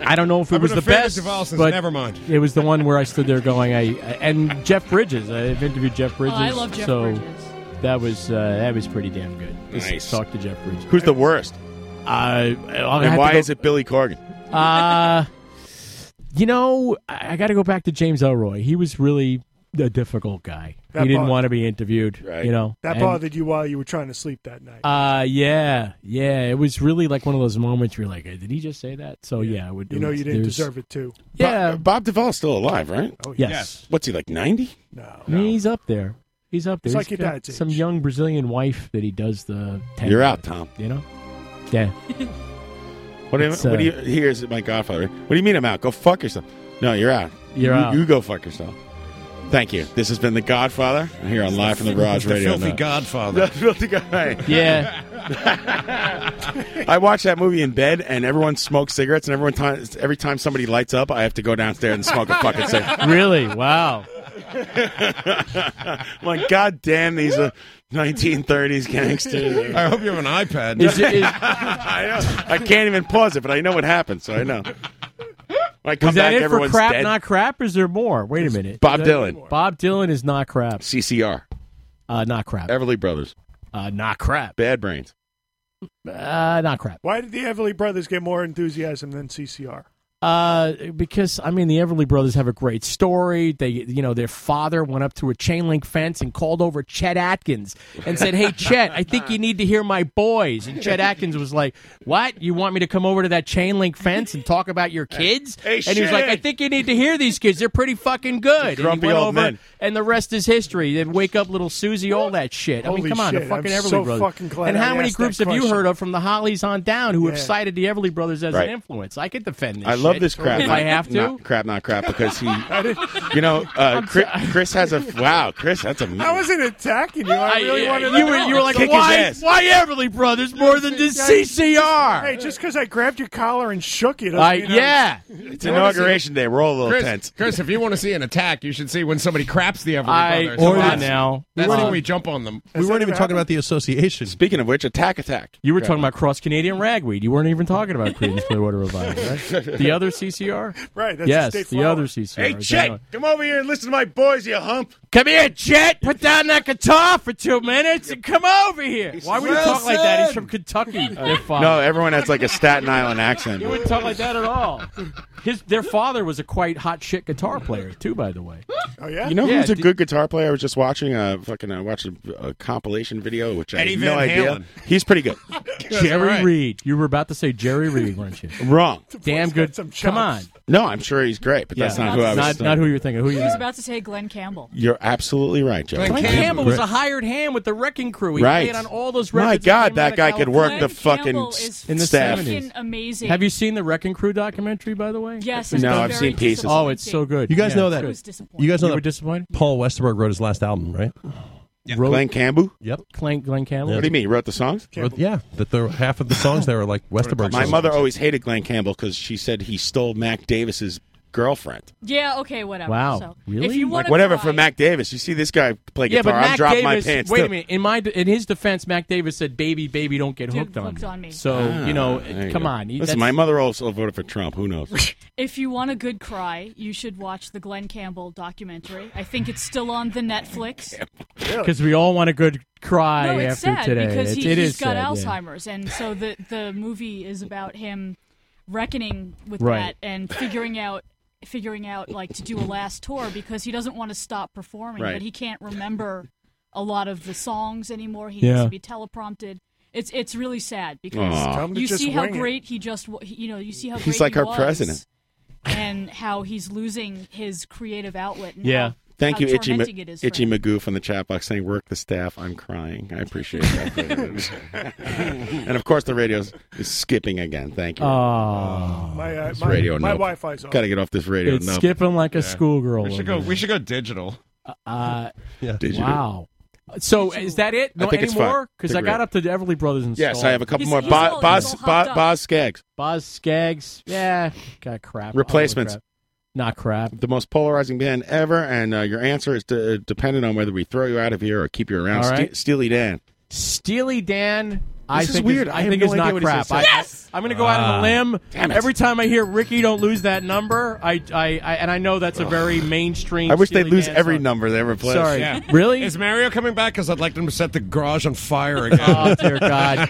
[SPEAKER 2] I don't know if it
[SPEAKER 15] I've
[SPEAKER 2] was
[SPEAKER 15] been a
[SPEAKER 2] the
[SPEAKER 15] fan of
[SPEAKER 2] best,
[SPEAKER 15] Duvall since
[SPEAKER 2] but
[SPEAKER 15] Nevermind.
[SPEAKER 2] it was the one where I stood there going, "I." And Jeff Bridges, I've interviewed Jeff Bridges.
[SPEAKER 13] Oh, I love Jeff
[SPEAKER 2] so
[SPEAKER 13] Bridges.
[SPEAKER 2] That was uh, that was pretty damn good. Just
[SPEAKER 11] Nice.
[SPEAKER 2] Talk to Jeff Bridges.
[SPEAKER 11] Who's the worst?
[SPEAKER 2] Uh,
[SPEAKER 11] and why is it Billy Corgan?
[SPEAKER 2] *laughs* Uh, you know, I, I got to go back to James Elroy. He was really a difficult guy.
[SPEAKER 14] That
[SPEAKER 2] he didn't
[SPEAKER 14] bothered-
[SPEAKER 2] want to be interviewed. You know
[SPEAKER 14] that
[SPEAKER 2] And-
[SPEAKER 14] bothered you while you were trying to sleep that night.
[SPEAKER 2] Uh yeah, yeah. It was really like one of those moments where you're like, did he just say that? So yeah, I would.
[SPEAKER 14] you know
[SPEAKER 2] it was-
[SPEAKER 14] you didn't
[SPEAKER 2] there's-
[SPEAKER 14] deserve it too.
[SPEAKER 2] Yeah.
[SPEAKER 11] Bob, Bob Duvall's still alive, right?
[SPEAKER 14] Oh,
[SPEAKER 2] Yes. yes.
[SPEAKER 11] What's he like? Ninety?
[SPEAKER 2] He's up there. He's up there.
[SPEAKER 14] It's
[SPEAKER 2] He's
[SPEAKER 14] like your
[SPEAKER 2] got
[SPEAKER 14] dad's
[SPEAKER 2] some young Brazilian wife that he does the. tap
[SPEAKER 11] You're
[SPEAKER 2] with,
[SPEAKER 11] out, Tom.
[SPEAKER 2] You know. Yeah.
[SPEAKER 11] What do you,
[SPEAKER 2] It's,
[SPEAKER 11] what do you
[SPEAKER 2] uh,
[SPEAKER 11] here's my godfather. What do you mean I'm out? Go fuck yourself. No, you're out.
[SPEAKER 2] You're
[SPEAKER 11] you,
[SPEAKER 2] out.
[SPEAKER 11] You go fuck yourself. Thank you. This has been the Godfather here on Live from the Barrage
[SPEAKER 16] It's the
[SPEAKER 11] Radio.
[SPEAKER 16] filthy
[SPEAKER 11] Network.
[SPEAKER 16] Godfather.
[SPEAKER 11] The filthy guy.
[SPEAKER 2] *laughs* Yeah.
[SPEAKER 11] *laughs* I watch that movie in bed, and everyone smokes cigarettes, and everyone time, every time somebody lights up, I have to go downstairs and smoke a
[SPEAKER 2] *laughs*
[SPEAKER 11] fucking cigarette.
[SPEAKER 2] Really? Wow.
[SPEAKER 11] I'm like, God damn, these are 1930s gangsters.
[SPEAKER 15] I hope you have an iPad.
[SPEAKER 2] Is it- is-
[SPEAKER 11] *laughs* I,
[SPEAKER 2] *laughs*
[SPEAKER 11] know. I can't even pause it, but I know what happened, so I know. When I come
[SPEAKER 2] Was that
[SPEAKER 11] back,
[SPEAKER 2] it for
[SPEAKER 11] everyone's
[SPEAKER 2] crap?
[SPEAKER 11] dead.
[SPEAKER 2] Not crap? Is there more? Wait a minute.
[SPEAKER 11] Bob
[SPEAKER 2] Is that-
[SPEAKER 11] Dylan.
[SPEAKER 2] Bob Dylan is not crap.
[SPEAKER 11] CCR.
[SPEAKER 2] Uh, not crap.
[SPEAKER 11] Everly Brothers.
[SPEAKER 2] Uh, not crap.
[SPEAKER 11] Bad Brains.
[SPEAKER 2] Uh, not crap.
[SPEAKER 14] Why did the Everly Brothers get more enthusiasm than CCR?
[SPEAKER 2] Uh, because I mean, the Everly Brothers have a great story. They, you know, their father went up to a chain link fence and called over Chet Atkins and said, "Hey, Chet, I think you need to hear my boys." And Chet Atkins was like, "What? You want me to come over to that chain link fence and talk about your kids?"
[SPEAKER 4] Hey,
[SPEAKER 2] and he was like, "I
[SPEAKER 4] Chet.
[SPEAKER 2] think you need to hear these kids. They're pretty fucking good." And
[SPEAKER 4] Grumpy
[SPEAKER 2] he went
[SPEAKER 4] old
[SPEAKER 2] over,
[SPEAKER 4] men.
[SPEAKER 2] and the rest is history. They wake up little Susie, all that shit. I mean,
[SPEAKER 14] Holy
[SPEAKER 2] come on, the
[SPEAKER 14] shit,
[SPEAKER 2] fucking
[SPEAKER 14] I'm
[SPEAKER 2] Everly
[SPEAKER 14] so
[SPEAKER 2] Brothers.
[SPEAKER 14] fucking glad
[SPEAKER 2] and
[SPEAKER 14] I
[SPEAKER 2] how many
[SPEAKER 14] asked that
[SPEAKER 2] groups have you
[SPEAKER 14] question.
[SPEAKER 2] heard of from the Hollies on down who have
[SPEAKER 14] Yeah.
[SPEAKER 2] cited the Everly Brothers as
[SPEAKER 11] Right.
[SPEAKER 2] an influence? I could defend this.
[SPEAKER 11] I love
[SPEAKER 2] shit
[SPEAKER 11] this crap.
[SPEAKER 2] if
[SPEAKER 11] not-
[SPEAKER 2] I have to.
[SPEAKER 11] not crap, not crap, because
[SPEAKER 2] *laughs*
[SPEAKER 11] he, you know, uh, Chris, Chris has a wow. Chris, that's a mean-
[SPEAKER 14] I wasn't attacking you. I really
[SPEAKER 2] I-
[SPEAKER 14] wanted
[SPEAKER 2] you
[SPEAKER 14] to
[SPEAKER 2] were
[SPEAKER 14] know.
[SPEAKER 2] you were like why why Everly Brothers more than the
[SPEAKER 14] Yeah, Hey,
[SPEAKER 2] CCR?
[SPEAKER 14] just because I grabbed your collar and shook you. doesn't
[SPEAKER 2] I-
[SPEAKER 14] mean I was-
[SPEAKER 2] Uh, yeah.
[SPEAKER 11] It's inauguration day. We're all a little
[SPEAKER 16] Chris,
[SPEAKER 11] tense.
[SPEAKER 16] Chris, if you want to see an attack, you should see when somebody craps the Everly
[SPEAKER 2] I-
[SPEAKER 16] Brothers.
[SPEAKER 2] Or
[SPEAKER 16] Come
[SPEAKER 2] the-
[SPEAKER 16] on.
[SPEAKER 2] now.
[SPEAKER 16] That's
[SPEAKER 2] We
[SPEAKER 16] when
[SPEAKER 2] weren't-
[SPEAKER 16] we jump on them.
[SPEAKER 20] we weren't even talking about the association.
[SPEAKER 11] Speaking of which, attack, attack.
[SPEAKER 2] You were talking about cross Canadian ragweed. You weren't even talking about Creedence Clearwater Revival, *laughs* right? The other CCR,
[SPEAKER 11] Right, that's
[SPEAKER 2] yes,
[SPEAKER 11] the state
[SPEAKER 2] the
[SPEAKER 11] flower.
[SPEAKER 2] other CCR.
[SPEAKER 11] Hey, Chet, come over here and listen to my boys, you hump.
[SPEAKER 2] Come here, Chet. Put down that guitar for two minutes and come over here. Why would you talk like that? He's from Kentucky. Their father.
[SPEAKER 11] uh, No, everyone has like a Staten Island accent.
[SPEAKER 2] You wouldn't talk like that at all. His, their father was a quite hot shit guitar player too, by the way.
[SPEAKER 14] Oh yeah.
[SPEAKER 11] You know
[SPEAKER 2] yeah,
[SPEAKER 11] who's a
[SPEAKER 2] d-
[SPEAKER 11] good guitar player? I was just watching a fucking I watched a, a compilation video, which I
[SPEAKER 2] Eddie
[SPEAKER 11] had no
[SPEAKER 2] Van
[SPEAKER 11] idea.
[SPEAKER 2] Halen.
[SPEAKER 11] He's pretty
[SPEAKER 2] *laughs*
[SPEAKER 11] good.
[SPEAKER 2] Jerry Reed. You were about to say Jerry Reed, weren't you?
[SPEAKER 11] *laughs* Wrong.
[SPEAKER 2] Damn good. Come on.
[SPEAKER 11] No, I'm sure he's great, but that's
[SPEAKER 2] Yeah.
[SPEAKER 11] not who I was.
[SPEAKER 2] Not,
[SPEAKER 11] thinking.
[SPEAKER 2] not who you were thinking. Who
[SPEAKER 13] He
[SPEAKER 2] you?
[SPEAKER 13] was about to say Glenn Campbell.
[SPEAKER 11] You're absolutely right, Joe.
[SPEAKER 2] Glenn Campbell was a hired hand with the Wrecking Crew. He
[SPEAKER 11] Right.
[SPEAKER 2] played on all those records.
[SPEAKER 11] My God,
[SPEAKER 2] came out
[SPEAKER 11] that
[SPEAKER 2] of
[SPEAKER 11] guy could work the
[SPEAKER 2] California.
[SPEAKER 11] fucking
[SPEAKER 13] Campbell is
[SPEAKER 2] in the
[SPEAKER 11] staff.
[SPEAKER 2] seventies.
[SPEAKER 13] amazing.
[SPEAKER 2] Have you seen the Wrecking Crew documentary? By the way,
[SPEAKER 13] Yes,
[SPEAKER 11] it's No, I've very seen pieces.
[SPEAKER 2] Oh, it's so good.
[SPEAKER 20] You guys
[SPEAKER 2] Yeah,
[SPEAKER 20] know
[SPEAKER 2] it's
[SPEAKER 20] that.
[SPEAKER 2] good.
[SPEAKER 20] You guys know that
[SPEAKER 2] were disappointed.
[SPEAKER 20] Paul Westerberg wrote his last album, right?
[SPEAKER 2] Wrote-
[SPEAKER 11] Glenn Campbell.
[SPEAKER 20] Yep.
[SPEAKER 2] Glenn, Glenn Campbell.
[SPEAKER 11] What do you mean? He wrote the songs?
[SPEAKER 20] Wrote- yeah, that there were half of the songs there were like Westerberg.
[SPEAKER 11] My
[SPEAKER 20] songs.
[SPEAKER 11] mother always hated Glenn Campbell because she said he stole Mac Davis's girlfriend.
[SPEAKER 13] Yeah. Okay. Whatever.
[SPEAKER 11] Wow.
[SPEAKER 13] So, If
[SPEAKER 2] Really?
[SPEAKER 13] you want
[SPEAKER 11] Like
[SPEAKER 13] to
[SPEAKER 11] whatever for Mac Davis. You see this guy play
[SPEAKER 2] Yeah,
[SPEAKER 11] guitar.
[SPEAKER 2] but
[SPEAKER 11] I'm
[SPEAKER 2] Mac
[SPEAKER 11] dropping my
[SPEAKER 2] Davis.
[SPEAKER 11] pants.
[SPEAKER 2] wait
[SPEAKER 11] too.
[SPEAKER 2] a minute. In my in his defense, Mac Davis said, "Baby, baby, don't get hooked, on,
[SPEAKER 13] hooked
[SPEAKER 2] me.
[SPEAKER 13] on me.
[SPEAKER 2] So
[SPEAKER 11] Ah,
[SPEAKER 2] you know,
[SPEAKER 11] there you
[SPEAKER 2] come
[SPEAKER 11] go.
[SPEAKER 2] on. he-
[SPEAKER 11] Listen,
[SPEAKER 2] that's-
[SPEAKER 11] my mother also voted for Trump. Who
[SPEAKER 2] *laughs*
[SPEAKER 11] knows?
[SPEAKER 13] If you want a good cry, you should watch the Glenn Campbell documentary. I think it's still on the Netflix.
[SPEAKER 2] because we all want a good cry
[SPEAKER 13] no, it's
[SPEAKER 2] after
[SPEAKER 13] sad
[SPEAKER 2] today.
[SPEAKER 13] because
[SPEAKER 2] It's-
[SPEAKER 13] he,
[SPEAKER 2] it
[SPEAKER 13] has
[SPEAKER 2] is sad,
[SPEAKER 13] got
[SPEAKER 2] yeah.
[SPEAKER 13] Alzheimer's, and so the the movie is about him reckoning with
[SPEAKER 2] Right.
[SPEAKER 13] that and figuring out figuring out like to do a last tour because he doesn't want to stop performing,
[SPEAKER 2] Right.
[SPEAKER 13] but he can't remember a lot of the songs anymore. He needs
[SPEAKER 2] Yeah.
[SPEAKER 13] to be teleprompted. It's it's really sad because
[SPEAKER 11] Aw. Tell him to
[SPEAKER 13] you
[SPEAKER 11] just
[SPEAKER 13] see how
[SPEAKER 11] wing it.
[SPEAKER 13] great he just wa- he- you know you see how
[SPEAKER 11] He's
[SPEAKER 13] great
[SPEAKER 11] like
[SPEAKER 13] he
[SPEAKER 11] our
[SPEAKER 13] was
[SPEAKER 11] president.
[SPEAKER 13] and how he's losing his creative outlet. And how-
[SPEAKER 11] Thank
[SPEAKER 13] how
[SPEAKER 11] you, Itchy, Ma-
[SPEAKER 13] tormenting it is for
[SPEAKER 11] Itchy
[SPEAKER 13] him.
[SPEAKER 11] Magoo from the chat box saying, work the staff. I'm crying. I appreciate
[SPEAKER 2] *laughs*
[SPEAKER 11] that. *laughs* and of course, the radio is is skipping again. Thank you.
[SPEAKER 2] Oh.
[SPEAKER 14] My, uh,
[SPEAKER 11] This
[SPEAKER 14] my,
[SPEAKER 11] radio
[SPEAKER 14] my
[SPEAKER 11] nope.
[SPEAKER 14] Wi-Fi's off.
[SPEAKER 11] Got to get off this radio
[SPEAKER 2] It's
[SPEAKER 11] nope.
[SPEAKER 2] skipping like a schoolgirl.
[SPEAKER 16] We should
[SPEAKER 2] over
[SPEAKER 16] go. We should go digital.
[SPEAKER 2] Uh,
[SPEAKER 20] yeah.
[SPEAKER 11] Digital.
[SPEAKER 2] Wow. So is that it?
[SPEAKER 11] I
[SPEAKER 2] No
[SPEAKER 11] think it's fine.
[SPEAKER 2] anymore? Because
[SPEAKER 11] Think
[SPEAKER 2] I
[SPEAKER 11] we're
[SPEAKER 2] got
[SPEAKER 11] good.
[SPEAKER 2] up to the Everly Brothers and
[SPEAKER 11] Yes,
[SPEAKER 2] Stahl.
[SPEAKER 11] I have a couple more. Boz, Boz, Boz, Boz Skaggs.
[SPEAKER 2] Boz Skaggs. Yeah, got crap.
[SPEAKER 11] Replacements.
[SPEAKER 2] Oh, crap. Not crap.
[SPEAKER 11] The most polarizing band ever, and uh, your answer is de- dependent on whether we throw you out of here or keep you around.
[SPEAKER 2] All
[SPEAKER 11] Ste-
[SPEAKER 2] right.
[SPEAKER 11] Steely Dan.
[SPEAKER 2] Steely Dan. I
[SPEAKER 11] This is
[SPEAKER 2] think
[SPEAKER 11] weird. I
[SPEAKER 2] I
[SPEAKER 11] have
[SPEAKER 2] think
[SPEAKER 11] no
[SPEAKER 2] it's
[SPEAKER 11] idea
[SPEAKER 2] not
[SPEAKER 11] what he's
[SPEAKER 2] crap.
[SPEAKER 11] gonna
[SPEAKER 2] I,
[SPEAKER 11] say.
[SPEAKER 2] yes! I, am going to go out on a
[SPEAKER 11] Ah.
[SPEAKER 2] limb.
[SPEAKER 11] Damn it.
[SPEAKER 2] Every time I hear Ricky, don't lose that number. I, I, I and I know that's a very mainstream.
[SPEAKER 11] I wish they'd
[SPEAKER 2] Steely
[SPEAKER 11] lose
[SPEAKER 2] Dan
[SPEAKER 11] every
[SPEAKER 2] song.
[SPEAKER 11] number they ever play.
[SPEAKER 2] Sorry. Really?
[SPEAKER 16] Is Mario coming back? Because I'd like them to set the garage on fire again.
[SPEAKER 2] Oh dear
[SPEAKER 16] *laughs*
[SPEAKER 2] God!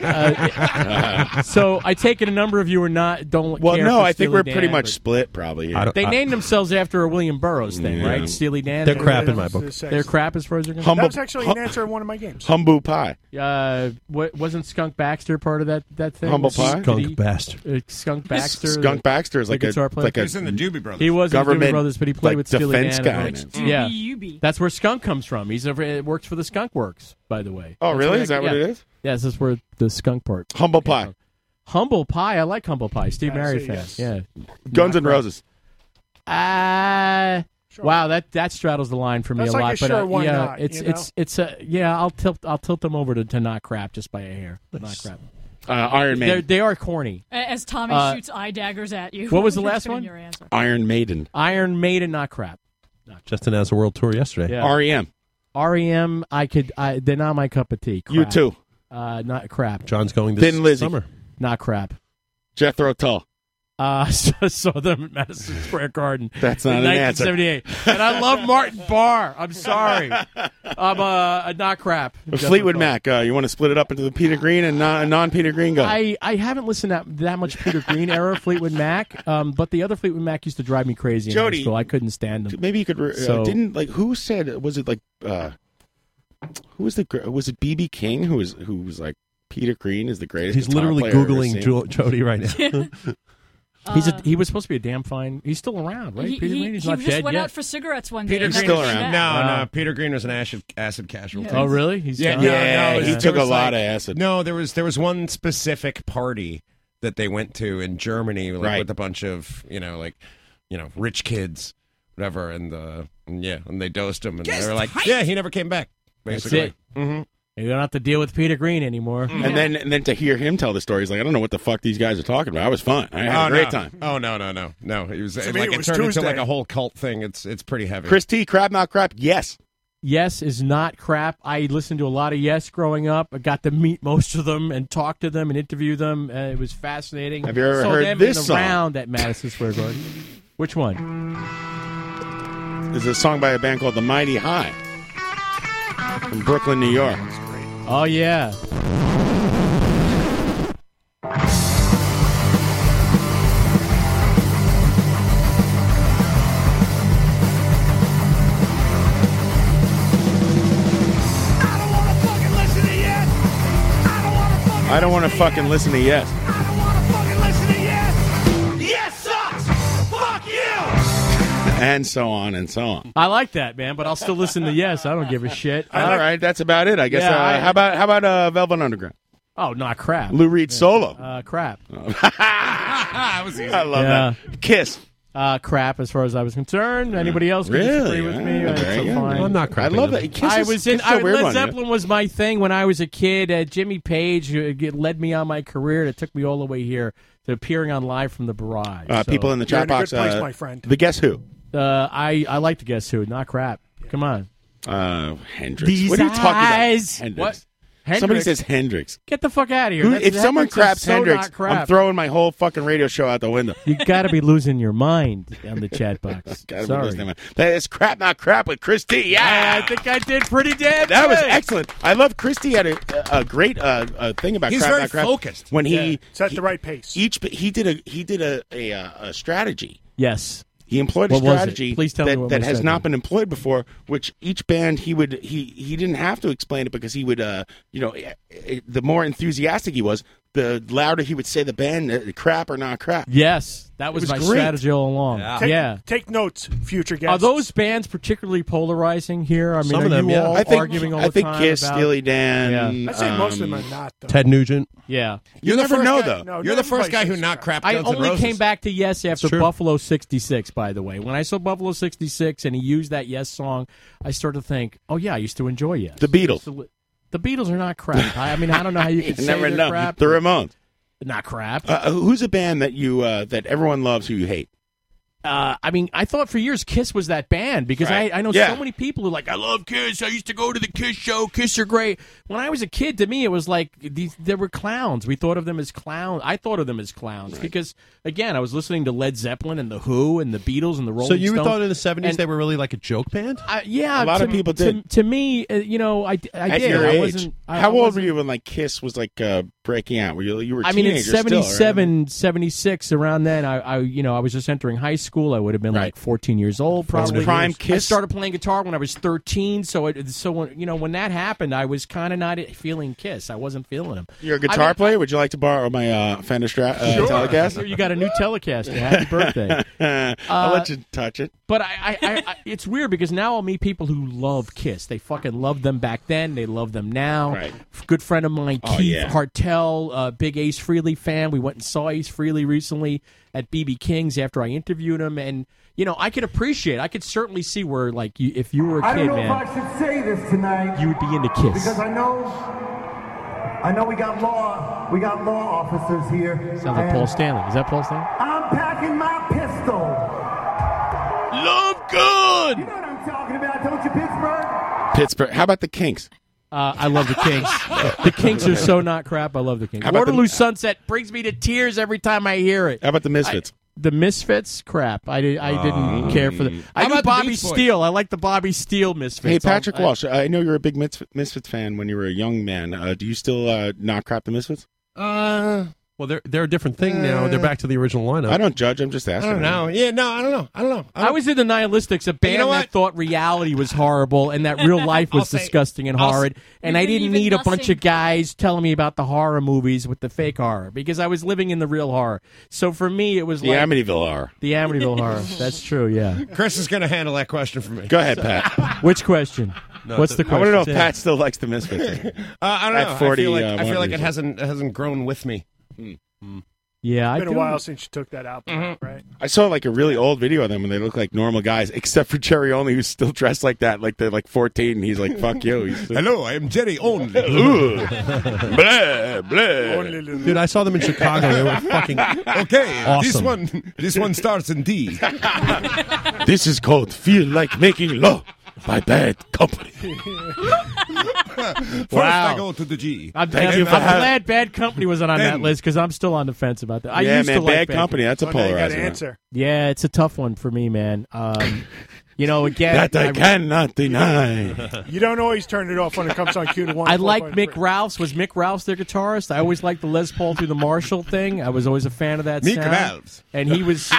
[SPEAKER 2] Uh, so I take it a number of you are not don't.
[SPEAKER 11] Well,
[SPEAKER 2] care
[SPEAKER 11] no,
[SPEAKER 2] for
[SPEAKER 11] I think
[SPEAKER 2] Steely
[SPEAKER 11] we're
[SPEAKER 2] Dan,
[SPEAKER 11] pretty much
[SPEAKER 2] but-
[SPEAKER 11] split, probably. here.
[SPEAKER 2] They named themselves after a William Burroughs thing,
[SPEAKER 11] Yeah.
[SPEAKER 2] right? Steely Dan.
[SPEAKER 20] They're crap in my book.
[SPEAKER 2] They're crap as far as you're concerned.
[SPEAKER 14] That was actually an answer in one of my games.
[SPEAKER 11] Humbu Pie.
[SPEAKER 2] Uh, what, wasn't Skunk Baxter part of that that thing?
[SPEAKER 11] Humble
[SPEAKER 2] Was-
[SPEAKER 11] Pie?
[SPEAKER 2] did
[SPEAKER 11] Skunk
[SPEAKER 2] he-
[SPEAKER 20] Baxter.
[SPEAKER 2] uh, Skunk Baxter.
[SPEAKER 11] Skunk
[SPEAKER 2] the-
[SPEAKER 11] Baxter is
[SPEAKER 2] the
[SPEAKER 11] like a-
[SPEAKER 2] guitar player.
[SPEAKER 11] like a He's in the Doobie Brothers.
[SPEAKER 2] He was in the Doobie
[SPEAKER 11] government,
[SPEAKER 2] Brothers, but he played
[SPEAKER 11] like,
[SPEAKER 2] with Steely
[SPEAKER 11] defense
[SPEAKER 2] Dan.
[SPEAKER 11] guy
[SPEAKER 2] and
[SPEAKER 11] now.
[SPEAKER 2] all that. Yeah, that's where Skunk comes from. He's over, it works for the Skunk Works, by the way.
[SPEAKER 11] Oh,
[SPEAKER 2] That's
[SPEAKER 11] really?
[SPEAKER 2] where
[SPEAKER 11] Is that what
[SPEAKER 2] yeah.
[SPEAKER 11] it is?
[SPEAKER 2] Yes, that's where the skunk part.
[SPEAKER 11] Humble Pie.
[SPEAKER 2] Humble Pie. I like Humble Pie. Steve Marriott
[SPEAKER 11] say
[SPEAKER 2] fan.
[SPEAKER 11] yes.
[SPEAKER 2] Yeah.
[SPEAKER 11] Guns N' Roses.
[SPEAKER 2] Uh, Wow, that that straddles the line for me
[SPEAKER 14] That's
[SPEAKER 2] a
[SPEAKER 14] like
[SPEAKER 2] lot.
[SPEAKER 14] a
[SPEAKER 2] but
[SPEAKER 14] sure,
[SPEAKER 2] uh,
[SPEAKER 14] why
[SPEAKER 2] yeah,
[SPEAKER 14] not,
[SPEAKER 2] it's
[SPEAKER 14] you
[SPEAKER 2] it's it's a yeah. I'll tilt I'll tilt them over to, to not crap just by a hair. Not crap.
[SPEAKER 11] Uh, Iron Man.
[SPEAKER 2] They're, they are corny.
[SPEAKER 13] A- As Tommy
[SPEAKER 2] Uh,
[SPEAKER 13] shoots eye daggers at you. *laughs*
[SPEAKER 2] what was the
[SPEAKER 13] when you're
[SPEAKER 2] last
[SPEAKER 13] doing
[SPEAKER 2] one?
[SPEAKER 13] Your answer.
[SPEAKER 11] Iron Maiden.
[SPEAKER 2] Iron Maiden, not crap.
[SPEAKER 20] Just announced a world tour yesterday.
[SPEAKER 2] Yeah.
[SPEAKER 11] REM.
[SPEAKER 2] REM, I could. I, they're not my cup of tea. Crap.
[SPEAKER 11] You too.
[SPEAKER 2] Uh, not crap.
[SPEAKER 20] John's going this
[SPEAKER 11] Thin Lizzy.
[SPEAKER 20] summer.
[SPEAKER 2] Not crap.
[SPEAKER 11] Jethro Tull.
[SPEAKER 2] Uh, so, saw them at Madison Square Garden.
[SPEAKER 11] *laughs* That's
[SPEAKER 2] in
[SPEAKER 11] not an answer.
[SPEAKER 2] 1978. And I love Martin Barr. I'm sorry. I'm uh, a, a not crap.
[SPEAKER 11] Fleetwood Mac, uh, you want to split it up into the Peter Green and non, Peter Green guy?
[SPEAKER 2] I, I haven't listened that that much Peter Green era Fleetwood Mac, um, but the other Fleetwood Mac used to drive me crazy. in
[SPEAKER 11] Jody,
[SPEAKER 2] high school. I couldn't stand them.
[SPEAKER 11] Maybe you could. Re-
[SPEAKER 2] So-
[SPEAKER 11] uh, didn't like who said was it like uh, who was the gr- was it BB King who was who was like Peter Green is the greatest.
[SPEAKER 20] He's
[SPEAKER 11] guitar
[SPEAKER 20] literally
[SPEAKER 11] player I've ever
[SPEAKER 20] Googling
[SPEAKER 11] seen."
[SPEAKER 20] Jo- Jody
[SPEAKER 13] *laughs*
[SPEAKER 20] right now.
[SPEAKER 2] *laughs* He's a, he was supposed to be a damn fine. He's still around, right?
[SPEAKER 13] Um, He,
[SPEAKER 2] Peter
[SPEAKER 13] he-
[SPEAKER 2] Green. He's
[SPEAKER 13] he
[SPEAKER 2] not
[SPEAKER 13] just
[SPEAKER 2] dead
[SPEAKER 13] went
[SPEAKER 2] yet.
[SPEAKER 13] out for cigarettes one day.
[SPEAKER 16] Peter
[SPEAKER 13] and
[SPEAKER 16] Green
[SPEAKER 13] never
[SPEAKER 16] still
[SPEAKER 13] came
[SPEAKER 16] around.
[SPEAKER 13] back.
[SPEAKER 16] No,
[SPEAKER 2] Wow.
[SPEAKER 16] no. Peter Green was an acid, acid casualty.
[SPEAKER 2] Oh, really? He's
[SPEAKER 16] yeah,
[SPEAKER 2] gone?
[SPEAKER 16] no,
[SPEAKER 2] Yeah,
[SPEAKER 16] no,
[SPEAKER 2] he
[SPEAKER 16] there
[SPEAKER 11] took a
[SPEAKER 16] was,
[SPEAKER 11] lot of
[SPEAKER 16] like-
[SPEAKER 11] acid.
[SPEAKER 16] No, there was there was one specific party that they went to in Germany, like
[SPEAKER 11] Right.
[SPEAKER 16] with a bunch of you know like you know rich kids, whatever, and uh, and yeah, and they dosed him, and
[SPEAKER 11] Just
[SPEAKER 16] they were like,
[SPEAKER 11] hype.
[SPEAKER 16] yeah, he never came back.
[SPEAKER 2] That's
[SPEAKER 16] Basically,
[SPEAKER 2] it. Mm-hmm. You don't have to deal with Peter Green anymore. *laughs*
[SPEAKER 11] Mm-hmm. And then and then to hear him tell the story, he's like, I don't know what the fuck these guys are talking about. I was fun. I had
[SPEAKER 16] oh,
[SPEAKER 11] a great
[SPEAKER 16] no.
[SPEAKER 11] time.
[SPEAKER 16] Oh no, no, no, no! It was
[SPEAKER 11] To
[SPEAKER 16] it,
[SPEAKER 11] me,
[SPEAKER 16] like
[SPEAKER 11] it
[SPEAKER 16] it,
[SPEAKER 11] was
[SPEAKER 16] turned into like
[SPEAKER 11] Tuesday.
[SPEAKER 16] a whole cult thing. It's it's pretty heavy.
[SPEAKER 11] Chris T, crap not crap. Yes.
[SPEAKER 2] Yes is not crap. I listened to a lot of Yes growing up. I got to meet most of them and talk to them and interview them. Uh, it was fascinating.
[SPEAKER 11] Have you ever
[SPEAKER 2] Saw
[SPEAKER 11] heard
[SPEAKER 2] them
[SPEAKER 11] this
[SPEAKER 2] in the
[SPEAKER 11] song?
[SPEAKER 2] round at Madison Square Garden? Which one?
[SPEAKER 11] There's a song by a band called The Mighty High from Brooklyn, New York.
[SPEAKER 2] Oh yeah.
[SPEAKER 11] I don't want to fucking listen to Yes.
[SPEAKER 4] Yes sucks! Fuck you!
[SPEAKER 11] And so on and so on.
[SPEAKER 2] I like that man, but I'll still listen to Yes. I don't give a shit. I
[SPEAKER 11] All
[SPEAKER 2] like-
[SPEAKER 11] right, that's about it. I guess.
[SPEAKER 2] Yeah,
[SPEAKER 11] uh,
[SPEAKER 2] I-
[SPEAKER 11] how about how about uh, Velvet Underground?
[SPEAKER 2] Oh, not crap.
[SPEAKER 11] Lou Reed solo.
[SPEAKER 2] Uh, crap.
[SPEAKER 16] Ah,
[SPEAKER 11] that Ah, was easy. I love
[SPEAKER 2] Yeah.
[SPEAKER 11] that. Kiss.
[SPEAKER 2] *laughs* Uh, crap. As far as I was concerned, anybody else could
[SPEAKER 11] Really?
[SPEAKER 2] disagree with me?
[SPEAKER 11] Yeah,
[SPEAKER 2] It's
[SPEAKER 11] very
[SPEAKER 2] a
[SPEAKER 11] good.
[SPEAKER 2] fine.
[SPEAKER 11] I'm not I crapping love them. that. Kiss
[SPEAKER 2] I
[SPEAKER 11] is-
[SPEAKER 2] was in.
[SPEAKER 11] Kiss is a
[SPEAKER 2] I,
[SPEAKER 11] weird
[SPEAKER 2] Led
[SPEAKER 11] one, yeah.
[SPEAKER 2] Zeppelin was my thing when I was a kid. Uh, Jimmy Page uh, g- led me on my career. It took me all the way here to appearing on Live from the Barrage.
[SPEAKER 11] Uh,
[SPEAKER 2] So-
[SPEAKER 11] people in the chat box. uh, The Guess Who.
[SPEAKER 2] Uh, I I like to guess who. Not crap. Come on.
[SPEAKER 11] Uh, Hendrix.
[SPEAKER 2] These
[SPEAKER 11] what are you talking
[SPEAKER 2] eyes.
[SPEAKER 11] about? Hendrix.
[SPEAKER 2] What?
[SPEAKER 11] Somebody
[SPEAKER 2] Hendrix?
[SPEAKER 11] says Hendrix.
[SPEAKER 2] Get the fuck out of here.
[SPEAKER 11] Who-
[SPEAKER 2] That's-
[SPEAKER 11] if
[SPEAKER 2] that
[SPEAKER 11] someone
[SPEAKER 2] looks like
[SPEAKER 11] craps
[SPEAKER 2] so
[SPEAKER 11] Hendrix,
[SPEAKER 2] not crap.
[SPEAKER 11] I'm throwing my whole fucking radio show out the window.
[SPEAKER 2] You got to be losing your mind on the chat box.
[SPEAKER 11] *laughs* Gotta be
[SPEAKER 2] Sorry.
[SPEAKER 11] listening, man. That is crap, not crap with Christy. Yeah,
[SPEAKER 2] I think I did pretty damn.
[SPEAKER 11] That was
[SPEAKER 2] good.
[SPEAKER 11] excellent. I love Christy had a, a great uh, uh thing about
[SPEAKER 14] He's
[SPEAKER 11] crap,
[SPEAKER 14] very
[SPEAKER 11] not crap.
[SPEAKER 14] focused.
[SPEAKER 11] when he
[SPEAKER 14] Yeah. It's at
[SPEAKER 11] he-
[SPEAKER 14] the right pace.
[SPEAKER 11] Each he did a he did a a, uh, a strategy.
[SPEAKER 2] Yes.
[SPEAKER 11] He employed a
[SPEAKER 2] What was it?
[SPEAKER 11] strategy
[SPEAKER 2] Please tell me
[SPEAKER 11] that,
[SPEAKER 2] what
[SPEAKER 11] that
[SPEAKER 2] my
[SPEAKER 11] has
[SPEAKER 2] strategy
[SPEAKER 11] not been employed before. Which each band he would he he didn't have to explain it because he would uh you know eh, eh, the more enthusiastic he was, the louder he would say the band eh, crap or not crap.
[SPEAKER 2] Yes, that
[SPEAKER 11] It
[SPEAKER 2] was,
[SPEAKER 11] was
[SPEAKER 2] my
[SPEAKER 11] great.
[SPEAKER 2] strategy all along. Yeah.
[SPEAKER 14] Take, take notes, future guests.
[SPEAKER 2] Are those bands particularly polarizing here? I mean,
[SPEAKER 20] Some
[SPEAKER 2] are
[SPEAKER 20] of them,
[SPEAKER 2] you
[SPEAKER 20] yeah.
[SPEAKER 2] all
[SPEAKER 20] I
[SPEAKER 11] think-
[SPEAKER 2] arguing all
[SPEAKER 11] I
[SPEAKER 2] the
[SPEAKER 11] think
[SPEAKER 2] time
[SPEAKER 11] Kiss,
[SPEAKER 2] about-
[SPEAKER 11] Steely Dan, um,
[SPEAKER 2] Yeah.
[SPEAKER 14] I'd say most of them are not. Though.
[SPEAKER 20] Ted Nugent.
[SPEAKER 2] Yeah.
[SPEAKER 11] You never know though.
[SPEAKER 14] No,
[SPEAKER 16] You're the
[SPEAKER 14] nobody
[SPEAKER 16] first guy who
[SPEAKER 14] says
[SPEAKER 16] not crap.
[SPEAKER 2] I
[SPEAKER 16] Guns N'
[SPEAKER 2] only
[SPEAKER 16] Roses.
[SPEAKER 2] came back to Yes after
[SPEAKER 20] true.
[SPEAKER 2] Buffalo 66, by the way. When I saw Buffalo 66 and he used that Yes song, I started to think, oh, yeah, I used to enjoy Yes.
[SPEAKER 11] The Beatles.
[SPEAKER 2] The Beatles are not crap. I, I mean, I don't know
[SPEAKER 11] *laughs*
[SPEAKER 2] how you
[SPEAKER 11] You
[SPEAKER 2] can say
[SPEAKER 11] never
[SPEAKER 2] they're
[SPEAKER 11] know.
[SPEAKER 2] crap.
[SPEAKER 11] The Ramones.
[SPEAKER 2] not crap.
[SPEAKER 11] Uh, who's a band that you uh, that everyone loves who you hate?
[SPEAKER 2] uh, I mean, I thought for years Kiss was that band because
[SPEAKER 11] Right.
[SPEAKER 2] I, I know
[SPEAKER 11] Yeah.
[SPEAKER 2] so many people who are like, I love Kiss. I used to go to the Kiss show. Kiss are great. When I was a kid, to me, it was like these, they were clowns. We thought of them as clowns. I thought of them as clowns because, again, I was listening to Led Zeppelin and The Who and The Beatles and The Rolling
[SPEAKER 20] So you
[SPEAKER 2] Stones.
[SPEAKER 20] thought in the 70s
[SPEAKER 2] And-
[SPEAKER 20] they were really like a joke band?
[SPEAKER 2] I- yeah,
[SPEAKER 11] A lot
[SPEAKER 2] to,
[SPEAKER 11] of people
[SPEAKER 2] to-
[SPEAKER 11] did.
[SPEAKER 2] To, me, uh, you know, I, I
[SPEAKER 11] At
[SPEAKER 2] did.
[SPEAKER 11] your
[SPEAKER 2] I
[SPEAKER 11] age,
[SPEAKER 2] wasn't. I,
[SPEAKER 11] how
[SPEAKER 2] I
[SPEAKER 11] old
[SPEAKER 2] wasn't-
[SPEAKER 11] were you when like Kiss was like uh, breaking out? Were you you were? a
[SPEAKER 2] I mean, in
[SPEAKER 11] teenager still, right?
[SPEAKER 2] 77, 76, around then, I, I, you know, I was just entering high school. I would have been like 14 years old, probably.
[SPEAKER 11] Prime
[SPEAKER 2] I
[SPEAKER 11] Kiss.
[SPEAKER 2] started playing guitar when I was 13, so it, so when, you know, when that happened, I was kind of not feeling Kiss. I wasn't feeling him.
[SPEAKER 11] You're a guitar player. Would you like to borrow my uh, Fender Strat uh,
[SPEAKER 2] Sure.
[SPEAKER 11] Telecaster?
[SPEAKER 2] Here You got a new Telecaster. Happy birthday.
[SPEAKER 11] *laughs* I'll
[SPEAKER 2] Uh,
[SPEAKER 11] let you touch it.
[SPEAKER 2] But I, I, I, I, it's weird because now I'll meet people who love Kiss. They fucking loved them back then. They love them now.
[SPEAKER 11] Right.
[SPEAKER 2] F- Good friend of mine,
[SPEAKER 11] Oh,
[SPEAKER 2] Keith
[SPEAKER 11] yeah.
[SPEAKER 2] Hartel, uh, big Ace Freely fan. We went and saw Ace Freely recently at BB King's after I interviewed him, and you know I could appreciate. I could certainly see where like you, if you were a
[SPEAKER 3] I
[SPEAKER 2] kid,
[SPEAKER 3] don't know if
[SPEAKER 2] man,
[SPEAKER 3] I should say this tonight.
[SPEAKER 2] you would be into Kiss.
[SPEAKER 3] Because I know, I know we got law, we got law officers here.
[SPEAKER 2] Sounds like
[SPEAKER 3] and
[SPEAKER 2] Paul Stanley. Is that Paul Stanley?
[SPEAKER 3] I'm packing my pistol.
[SPEAKER 11] Love good.
[SPEAKER 3] You know what I'm talking about, don't you, Pittsburgh?
[SPEAKER 11] Pittsburgh. How about the Kinks?
[SPEAKER 2] Uh, I love the Kinks. the Kinks are so not crap. I love the Kinks.
[SPEAKER 11] How about
[SPEAKER 2] Waterloo
[SPEAKER 11] the-
[SPEAKER 2] Sunset brings me to tears every time I hear it.
[SPEAKER 11] How about the Misfits?
[SPEAKER 2] the Misfits, crap. I, did, I didn't
[SPEAKER 11] Um,
[SPEAKER 2] care for the. I
[SPEAKER 11] How
[SPEAKER 2] knew
[SPEAKER 11] about the
[SPEAKER 2] Bobby
[SPEAKER 11] Beach Boys?
[SPEAKER 2] Steele. I like the Bobby Steele Misfits.
[SPEAKER 11] Hey, Patrick
[SPEAKER 2] I'll- I-
[SPEAKER 11] Walsh, I know you're a big Mis- Misfits fan when you were a young man. Uh, do you still uh, not crap the Misfits?
[SPEAKER 16] Uh,
[SPEAKER 20] well, they're they're a different thing now. They're back to the original lineup.
[SPEAKER 11] I don't judge. I'm just
[SPEAKER 16] I
[SPEAKER 11] asking.
[SPEAKER 16] don't know. Yeah, no, I don't know. I don't know.
[SPEAKER 2] I was in the Nihilistics, a band
[SPEAKER 16] know
[SPEAKER 2] that thought reality was horrible and that
[SPEAKER 16] *laughs*
[SPEAKER 2] real life was disgusting and
[SPEAKER 16] I'll
[SPEAKER 2] horrid.
[SPEAKER 16] say-
[SPEAKER 2] and I
[SPEAKER 16] You
[SPEAKER 2] didn't
[SPEAKER 16] believe in
[SPEAKER 2] need a bunch
[SPEAKER 16] nothing.
[SPEAKER 2] of guys telling me about the horror movies with the fake horror because I was living in the real horror. So for me, it was
[SPEAKER 11] The
[SPEAKER 2] like
[SPEAKER 11] Amityville horror.
[SPEAKER 2] The Amityville horror.
[SPEAKER 16] *laughs*
[SPEAKER 2] That's true. Yeah.
[SPEAKER 16] Chris is going to handle that question for me.
[SPEAKER 11] Go ahead,
[SPEAKER 16] So- *laughs*
[SPEAKER 11] Pat. *laughs*
[SPEAKER 2] Which question?
[SPEAKER 16] No,
[SPEAKER 2] What's the
[SPEAKER 16] I
[SPEAKER 2] question?
[SPEAKER 16] wanna
[SPEAKER 11] know if Pat still likes the Misfits.
[SPEAKER 16] uh, I don't
[SPEAKER 11] At
[SPEAKER 16] know.
[SPEAKER 11] 40,
[SPEAKER 16] I feel like,
[SPEAKER 11] uh,
[SPEAKER 16] I feel
[SPEAKER 11] one
[SPEAKER 16] like it
[SPEAKER 11] reason.
[SPEAKER 16] hasn't it hasn't grown with me.
[SPEAKER 11] Hmm.
[SPEAKER 2] Yeah,
[SPEAKER 14] It's
[SPEAKER 2] I
[SPEAKER 14] been a
[SPEAKER 2] do.
[SPEAKER 14] while since you took that album,
[SPEAKER 2] Mm-hmm.
[SPEAKER 14] out, right? *laughs*
[SPEAKER 11] I saw like a really old video of them, and they look like normal guys, except for Jerry Only, who's still dressed like that. Like they're like 14, and he's like, "Fuck you."
[SPEAKER 16] *laughs*
[SPEAKER 11] He's
[SPEAKER 16] Hello, I am
[SPEAKER 11] *laughs*
[SPEAKER 16] Jerry Only.
[SPEAKER 11] blah blah.
[SPEAKER 20] Dude, I saw them in Chicago. They were fucking.
[SPEAKER 16] *laughs* Okay, this
[SPEAKER 20] Awesome.
[SPEAKER 16] one this one starts in D.
[SPEAKER 11] *laughs* This is called "Feel Like Making Love" by Bad Company.
[SPEAKER 16] First
[SPEAKER 2] Wow.
[SPEAKER 16] I go to the G.
[SPEAKER 2] I'm,
[SPEAKER 11] Thank
[SPEAKER 2] I'm-
[SPEAKER 11] you for
[SPEAKER 2] I'm
[SPEAKER 11] having-
[SPEAKER 2] glad Bad Company wasn't on that
[SPEAKER 16] Then-
[SPEAKER 2] list because I'm still on the fence about that. I
[SPEAKER 11] Yeah,
[SPEAKER 2] used
[SPEAKER 11] man,
[SPEAKER 2] to like
[SPEAKER 11] Bad Company, that's a Well, now you gotta polarizer, man.
[SPEAKER 14] answer.
[SPEAKER 2] Yeah, it's a tough one for me, man.
[SPEAKER 11] *laughs*
[SPEAKER 2] Um, you know, again,
[SPEAKER 11] That I cannot deny.
[SPEAKER 14] You don't always turn it off when it comes on cue to one.
[SPEAKER 2] I like Mick Ralphs. Was Mick Ralphs their guitarist? I always liked the Les Paul through the Marshall thing. I was always a fan of that.
[SPEAKER 16] Mick
[SPEAKER 2] sound.
[SPEAKER 16] Ralphs.
[SPEAKER 2] and he was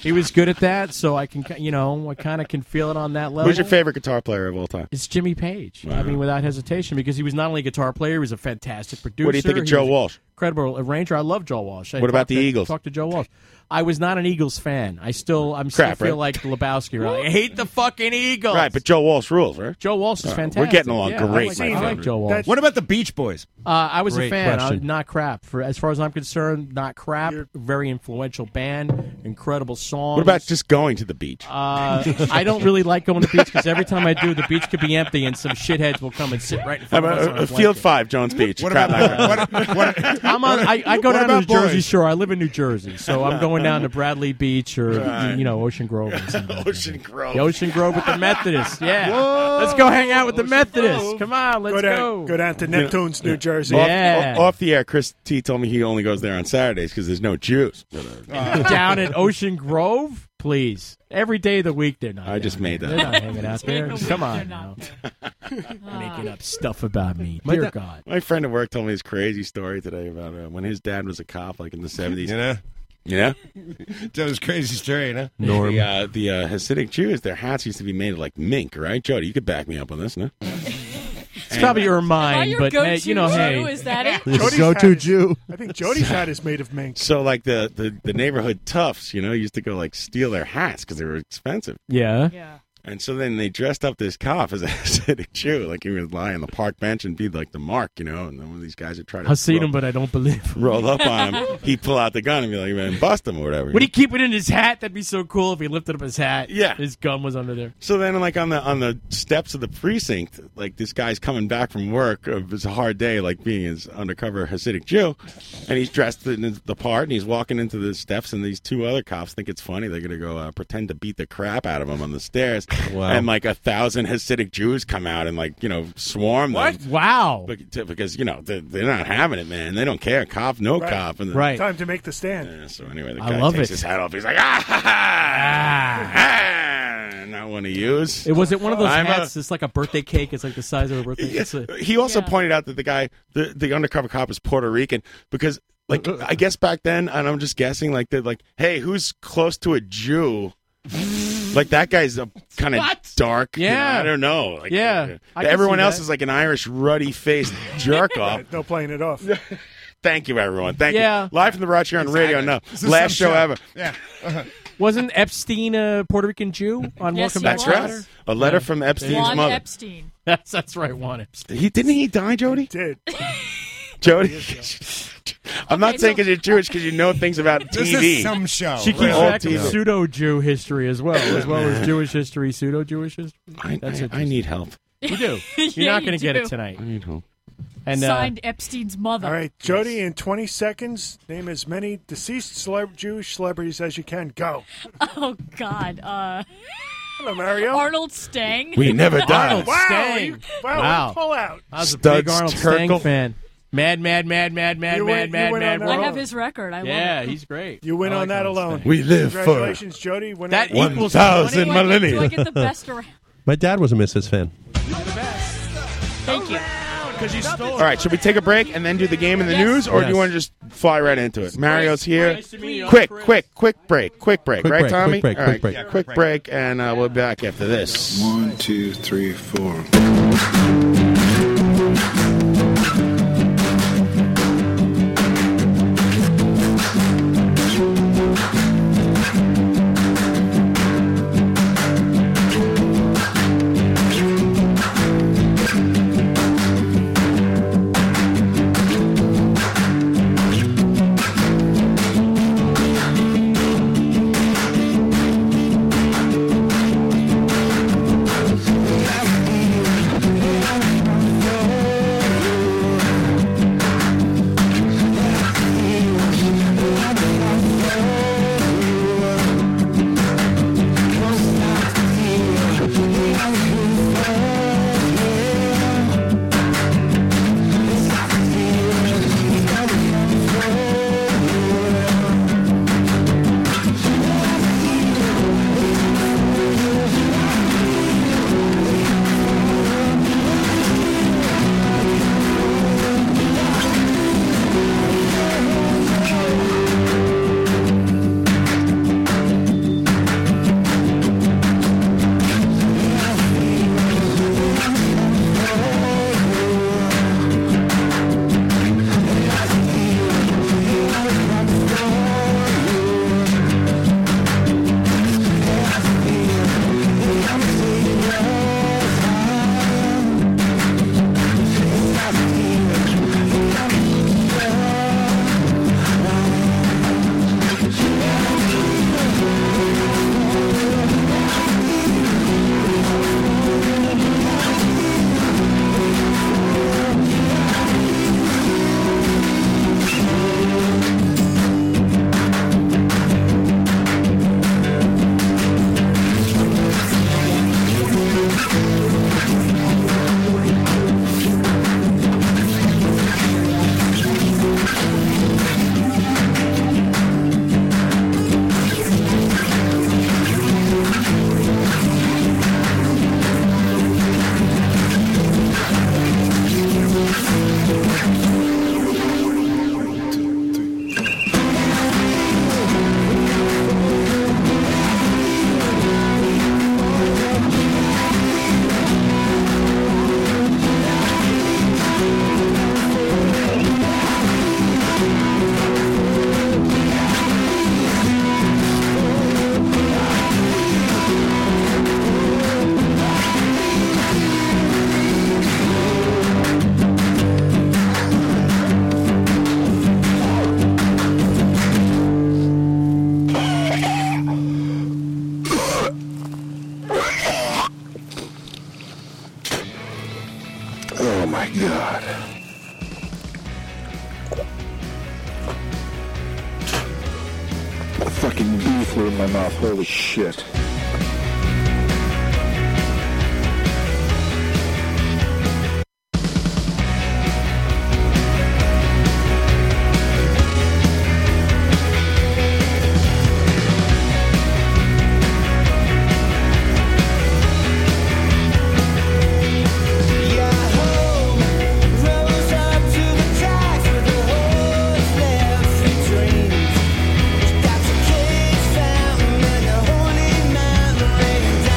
[SPEAKER 2] he was good at that. So I can, ki- you know, I kind of can feel it on that level.
[SPEAKER 11] Who's your favorite guitar player of all time?
[SPEAKER 2] It's Jimmy Page. I mean, without hesitation, because he was not only a guitar player, he was a fantastic producer.
[SPEAKER 11] What do you think of
[SPEAKER 2] He
[SPEAKER 11] Joe
[SPEAKER 2] was
[SPEAKER 11] Walsh?
[SPEAKER 2] Incredible arranger. I love Joe Walsh. I
[SPEAKER 11] What about
[SPEAKER 2] talked
[SPEAKER 11] the
[SPEAKER 2] to-
[SPEAKER 11] Eagles?
[SPEAKER 2] Talked to Joe Walsh. I was not an Eagles fan. I still, I'm still
[SPEAKER 11] Crap,
[SPEAKER 2] feel
[SPEAKER 11] right?
[SPEAKER 2] like Lebowski. Right? I hate the fucking Eagles.
[SPEAKER 11] Right, but Joe Walsh rules, right?
[SPEAKER 2] Joe Walsh is
[SPEAKER 11] All right,
[SPEAKER 2] fantastic.
[SPEAKER 11] We're getting along
[SPEAKER 2] Yeah, I
[SPEAKER 11] great.
[SPEAKER 2] like-
[SPEAKER 11] my
[SPEAKER 2] I like
[SPEAKER 11] friend.
[SPEAKER 2] Joe Walsh.
[SPEAKER 16] What about the Beach Boys?
[SPEAKER 2] Uh, I was
[SPEAKER 16] Great
[SPEAKER 2] a fan. I,
[SPEAKER 16] question.
[SPEAKER 2] not crap. For as far as I'm concerned, not crap. Very influential band. Incredible songs.
[SPEAKER 11] What about just going to the beach?
[SPEAKER 2] Uh, I don't really like going to the beach because every time I do, the beach could be empty and some shitheads will come and sit right in
[SPEAKER 11] How
[SPEAKER 2] front
[SPEAKER 11] about,
[SPEAKER 2] of us. on
[SPEAKER 11] uh,
[SPEAKER 2] a
[SPEAKER 11] field
[SPEAKER 2] blanket.
[SPEAKER 11] five, Jones Beach.
[SPEAKER 2] What
[SPEAKER 11] Crap,
[SPEAKER 2] about-
[SPEAKER 11] I-
[SPEAKER 2] *laughs* I'm on. I, I go down
[SPEAKER 16] What
[SPEAKER 2] to
[SPEAKER 16] about
[SPEAKER 2] the Jersey
[SPEAKER 16] boys?
[SPEAKER 2] Shore. I live in New Jersey, so I'm going down to Bradley Beach or you know Ocean Grove. or
[SPEAKER 10] *laughs*
[SPEAKER 2] something.
[SPEAKER 10] Oh,
[SPEAKER 11] Ocean Grove.
[SPEAKER 2] The Ocean Grove with the Methodists. Yeah, let's go hang out with the Methodists. Come on, let's
[SPEAKER 14] go
[SPEAKER 2] go.
[SPEAKER 14] down, Go down to Neptune's, New Jersey.
[SPEAKER 11] Off,
[SPEAKER 2] Yeah.
[SPEAKER 11] o- off the air, Chris T told me he only goes there on Saturdays because there's no Jews.
[SPEAKER 2] *laughs* Oh, down at Ocean Grove, please. Every day of the week, they're not.
[SPEAKER 11] I just made
[SPEAKER 2] They're not
[SPEAKER 11] that.
[SPEAKER 2] hanging out there. Come on, now. making up stuff about me.
[SPEAKER 11] My
[SPEAKER 2] Dear
[SPEAKER 11] da-
[SPEAKER 2] God.
[SPEAKER 11] My friend at work told me this crazy story today about uh, when his dad was a cop, like in the 70s.
[SPEAKER 16] *laughs* You know?
[SPEAKER 11] You know?
[SPEAKER 16] That was crazy story, you know?
[SPEAKER 11] The, uh, the uh, Hasidic Jews, their hats used to be made of like mink, right? Jody, you could back me up on this, no?
[SPEAKER 2] *laughs* It's probably your mind,
[SPEAKER 13] your
[SPEAKER 2] but hey,
[SPEAKER 13] go-to
[SPEAKER 2] you know,
[SPEAKER 13] Jew?
[SPEAKER 2] hey,
[SPEAKER 13] Is that it?
[SPEAKER 14] Jody's
[SPEAKER 11] Go
[SPEAKER 14] hat
[SPEAKER 11] to
[SPEAKER 14] is-
[SPEAKER 11] Jew.
[SPEAKER 14] I think Jody's hat is made of
[SPEAKER 11] *laughs*
[SPEAKER 14] mink.
[SPEAKER 11] So, like the, the, the neighborhood toughs, you know, used to go like steal their hats because they were expensive.
[SPEAKER 2] yeah.
[SPEAKER 11] And so then they dressed up this cop as a *laughs* Hasidic Jew, like he would lie on the park bench and be like the mark, you know. And then when these guys would try to
[SPEAKER 2] I've seen
[SPEAKER 11] roll,
[SPEAKER 2] him, but I don't believe.
[SPEAKER 11] *laughs* roll up on him, he'd pull out the gun and be like, "Man, bust him or whatever."
[SPEAKER 2] Would he keep it in his hat? That'd be so cool if he lifted up his hat.
[SPEAKER 11] Yeah.
[SPEAKER 2] his gun was under there.
[SPEAKER 11] So then, like on the on the steps of the precinct, like this guy's coming back from work. It was a hard day, like being his undercover Hasidic Jew, and he's dressed in the part, and he's walking into the steps, and these two other cops think it's funny. They're gonna go uh, pretend to beat the crap out of him on the stairs,
[SPEAKER 20] Wow.
[SPEAKER 11] and like a thousand Hasidic Jews come out and like you know swarm them.
[SPEAKER 2] Wow.
[SPEAKER 11] Bec- to- Because you know they're, they're not having it, man. They don't care, cop, no
[SPEAKER 14] Right.
[SPEAKER 11] cop, and the,
[SPEAKER 14] Time to make the stand.
[SPEAKER 11] Yeah, so anyway, the
[SPEAKER 2] I
[SPEAKER 11] guy
[SPEAKER 2] love
[SPEAKER 11] takes
[SPEAKER 2] it.
[SPEAKER 11] his hat off. He's like, ah, ha, ha, ah, not one to use.
[SPEAKER 2] It was it one of those
[SPEAKER 11] I'm a-
[SPEAKER 2] hats. It's like a birthday cake. It's like the size of a birthday. It's
[SPEAKER 11] *laughs*
[SPEAKER 2] a,
[SPEAKER 11] He also pointed out that the guy, the, the undercover cop, is Puerto Rican because, like, I guess back then, and I'm just guessing, like, they're like, hey, who's close to a Jew? like that guy's a kind of dark. you know,
[SPEAKER 2] Yeah.
[SPEAKER 11] I don't know. Like,
[SPEAKER 2] Yeah,
[SPEAKER 11] uh,
[SPEAKER 2] I can
[SPEAKER 11] everyone
[SPEAKER 2] see
[SPEAKER 11] else
[SPEAKER 2] that.
[SPEAKER 11] is like an Irish ruddy faced
[SPEAKER 2] *laughs*
[SPEAKER 11] jerk off.
[SPEAKER 14] No playing it off.
[SPEAKER 11] *laughs* Thank you, everyone. Thank
[SPEAKER 2] Yeah.
[SPEAKER 11] you. Live from the Rod here on radio. No,
[SPEAKER 16] This is
[SPEAKER 11] last
[SPEAKER 16] some
[SPEAKER 11] show, ever.
[SPEAKER 16] Yeah.
[SPEAKER 14] Uh-huh.
[SPEAKER 2] wasn't Epstein a Puerto Rican Jew on
[SPEAKER 13] Yes,
[SPEAKER 2] Welcome
[SPEAKER 13] he
[SPEAKER 2] Back?
[SPEAKER 11] That's
[SPEAKER 13] was.
[SPEAKER 11] right. A letter from Epstein's
[SPEAKER 13] Juan
[SPEAKER 11] mother.
[SPEAKER 13] Epstein.
[SPEAKER 2] That's that's right. One Epstein.
[SPEAKER 11] He didn't he die, Jody?
[SPEAKER 14] Did
[SPEAKER 11] *laughs* Jody. *laughs* I'm not saying because you're Jewish because you know things about
[SPEAKER 16] This
[SPEAKER 11] TV.
[SPEAKER 16] is some show.
[SPEAKER 2] She keeps
[SPEAKER 16] really.
[SPEAKER 11] Old
[SPEAKER 2] track of
[SPEAKER 11] TV.
[SPEAKER 2] pseudo Jew history as well, as well as Jewish history, pseudo Jewish history.
[SPEAKER 11] I,
[SPEAKER 2] That's
[SPEAKER 11] I,
[SPEAKER 2] it.
[SPEAKER 11] I need help.
[SPEAKER 2] You
[SPEAKER 14] *laughs*
[SPEAKER 2] do. You're
[SPEAKER 13] Yeah,
[SPEAKER 2] not
[SPEAKER 13] you
[SPEAKER 2] going to get
[SPEAKER 13] do.
[SPEAKER 2] it tonight.
[SPEAKER 11] I need help.
[SPEAKER 2] And uh,
[SPEAKER 13] Signed Epstein's mother. *laughs*
[SPEAKER 14] All right, Jody, in 20 seconds, name as many deceased celeb- Jewish celebrities as you can. Go.
[SPEAKER 13] Oh God. Uh,
[SPEAKER 14] Hello, Mario.
[SPEAKER 13] Arnold Stang.
[SPEAKER 11] We never die.
[SPEAKER 2] Arnold
[SPEAKER 14] Wow,
[SPEAKER 2] Stang.
[SPEAKER 14] you- wow, you pull out.
[SPEAKER 2] I was a
[SPEAKER 11] Studs
[SPEAKER 2] big Arnold Stang
[SPEAKER 11] Terkel.
[SPEAKER 2] fan. Mad, mad, mad, mad, mad,
[SPEAKER 14] You
[SPEAKER 2] mad,
[SPEAKER 14] went- you
[SPEAKER 2] mad,
[SPEAKER 14] went on
[SPEAKER 2] mad.
[SPEAKER 14] that
[SPEAKER 2] mad.
[SPEAKER 13] I have his record. I
[SPEAKER 2] yeah,
[SPEAKER 13] love it.
[SPEAKER 2] he's great.
[SPEAKER 14] You win
[SPEAKER 2] I
[SPEAKER 14] on
[SPEAKER 2] like
[SPEAKER 14] that
[SPEAKER 2] Arnold *laughs*
[SPEAKER 14] alone.
[SPEAKER 2] Stang.
[SPEAKER 11] We live for
[SPEAKER 14] Congratulations, Jody. Winner
[SPEAKER 2] That
[SPEAKER 14] of the-
[SPEAKER 2] equals
[SPEAKER 11] 1,000
[SPEAKER 2] 20.
[SPEAKER 11] millennia.
[SPEAKER 13] Do I get the
[SPEAKER 20] *laughs*
[SPEAKER 13] best around?
[SPEAKER 20] My dad was a Misfits fan.
[SPEAKER 13] Thank you.
[SPEAKER 2] Because you stole
[SPEAKER 11] All right, should we take a break and then do the game and the news, or do
[SPEAKER 20] Yes.
[SPEAKER 11] you want to just fly right into it? Mario's here.
[SPEAKER 2] Nice to meet you.
[SPEAKER 11] Quick, quick, quick break, quick break,
[SPEAKER 20] Quick
[SPEAKER 11] right,
[SPEAKER 20] break, quick
[SPEAKER 11] Tommy?
[SPEAKER 20] break,
[SPEAKER 11] All
[SPEAKER 20] quick
[SPEAKER 11] right,
[SPEAKER 20] break.
[SPEAKER 11] quick break, and uh, we'll be back after this.
[SPEAKER 10] One, two, three, four. Oh my god. A fucking bee flew in my mouth. Holy shit.
[SPEAKER 4] Dreams. Got your cage fountain and the holy man.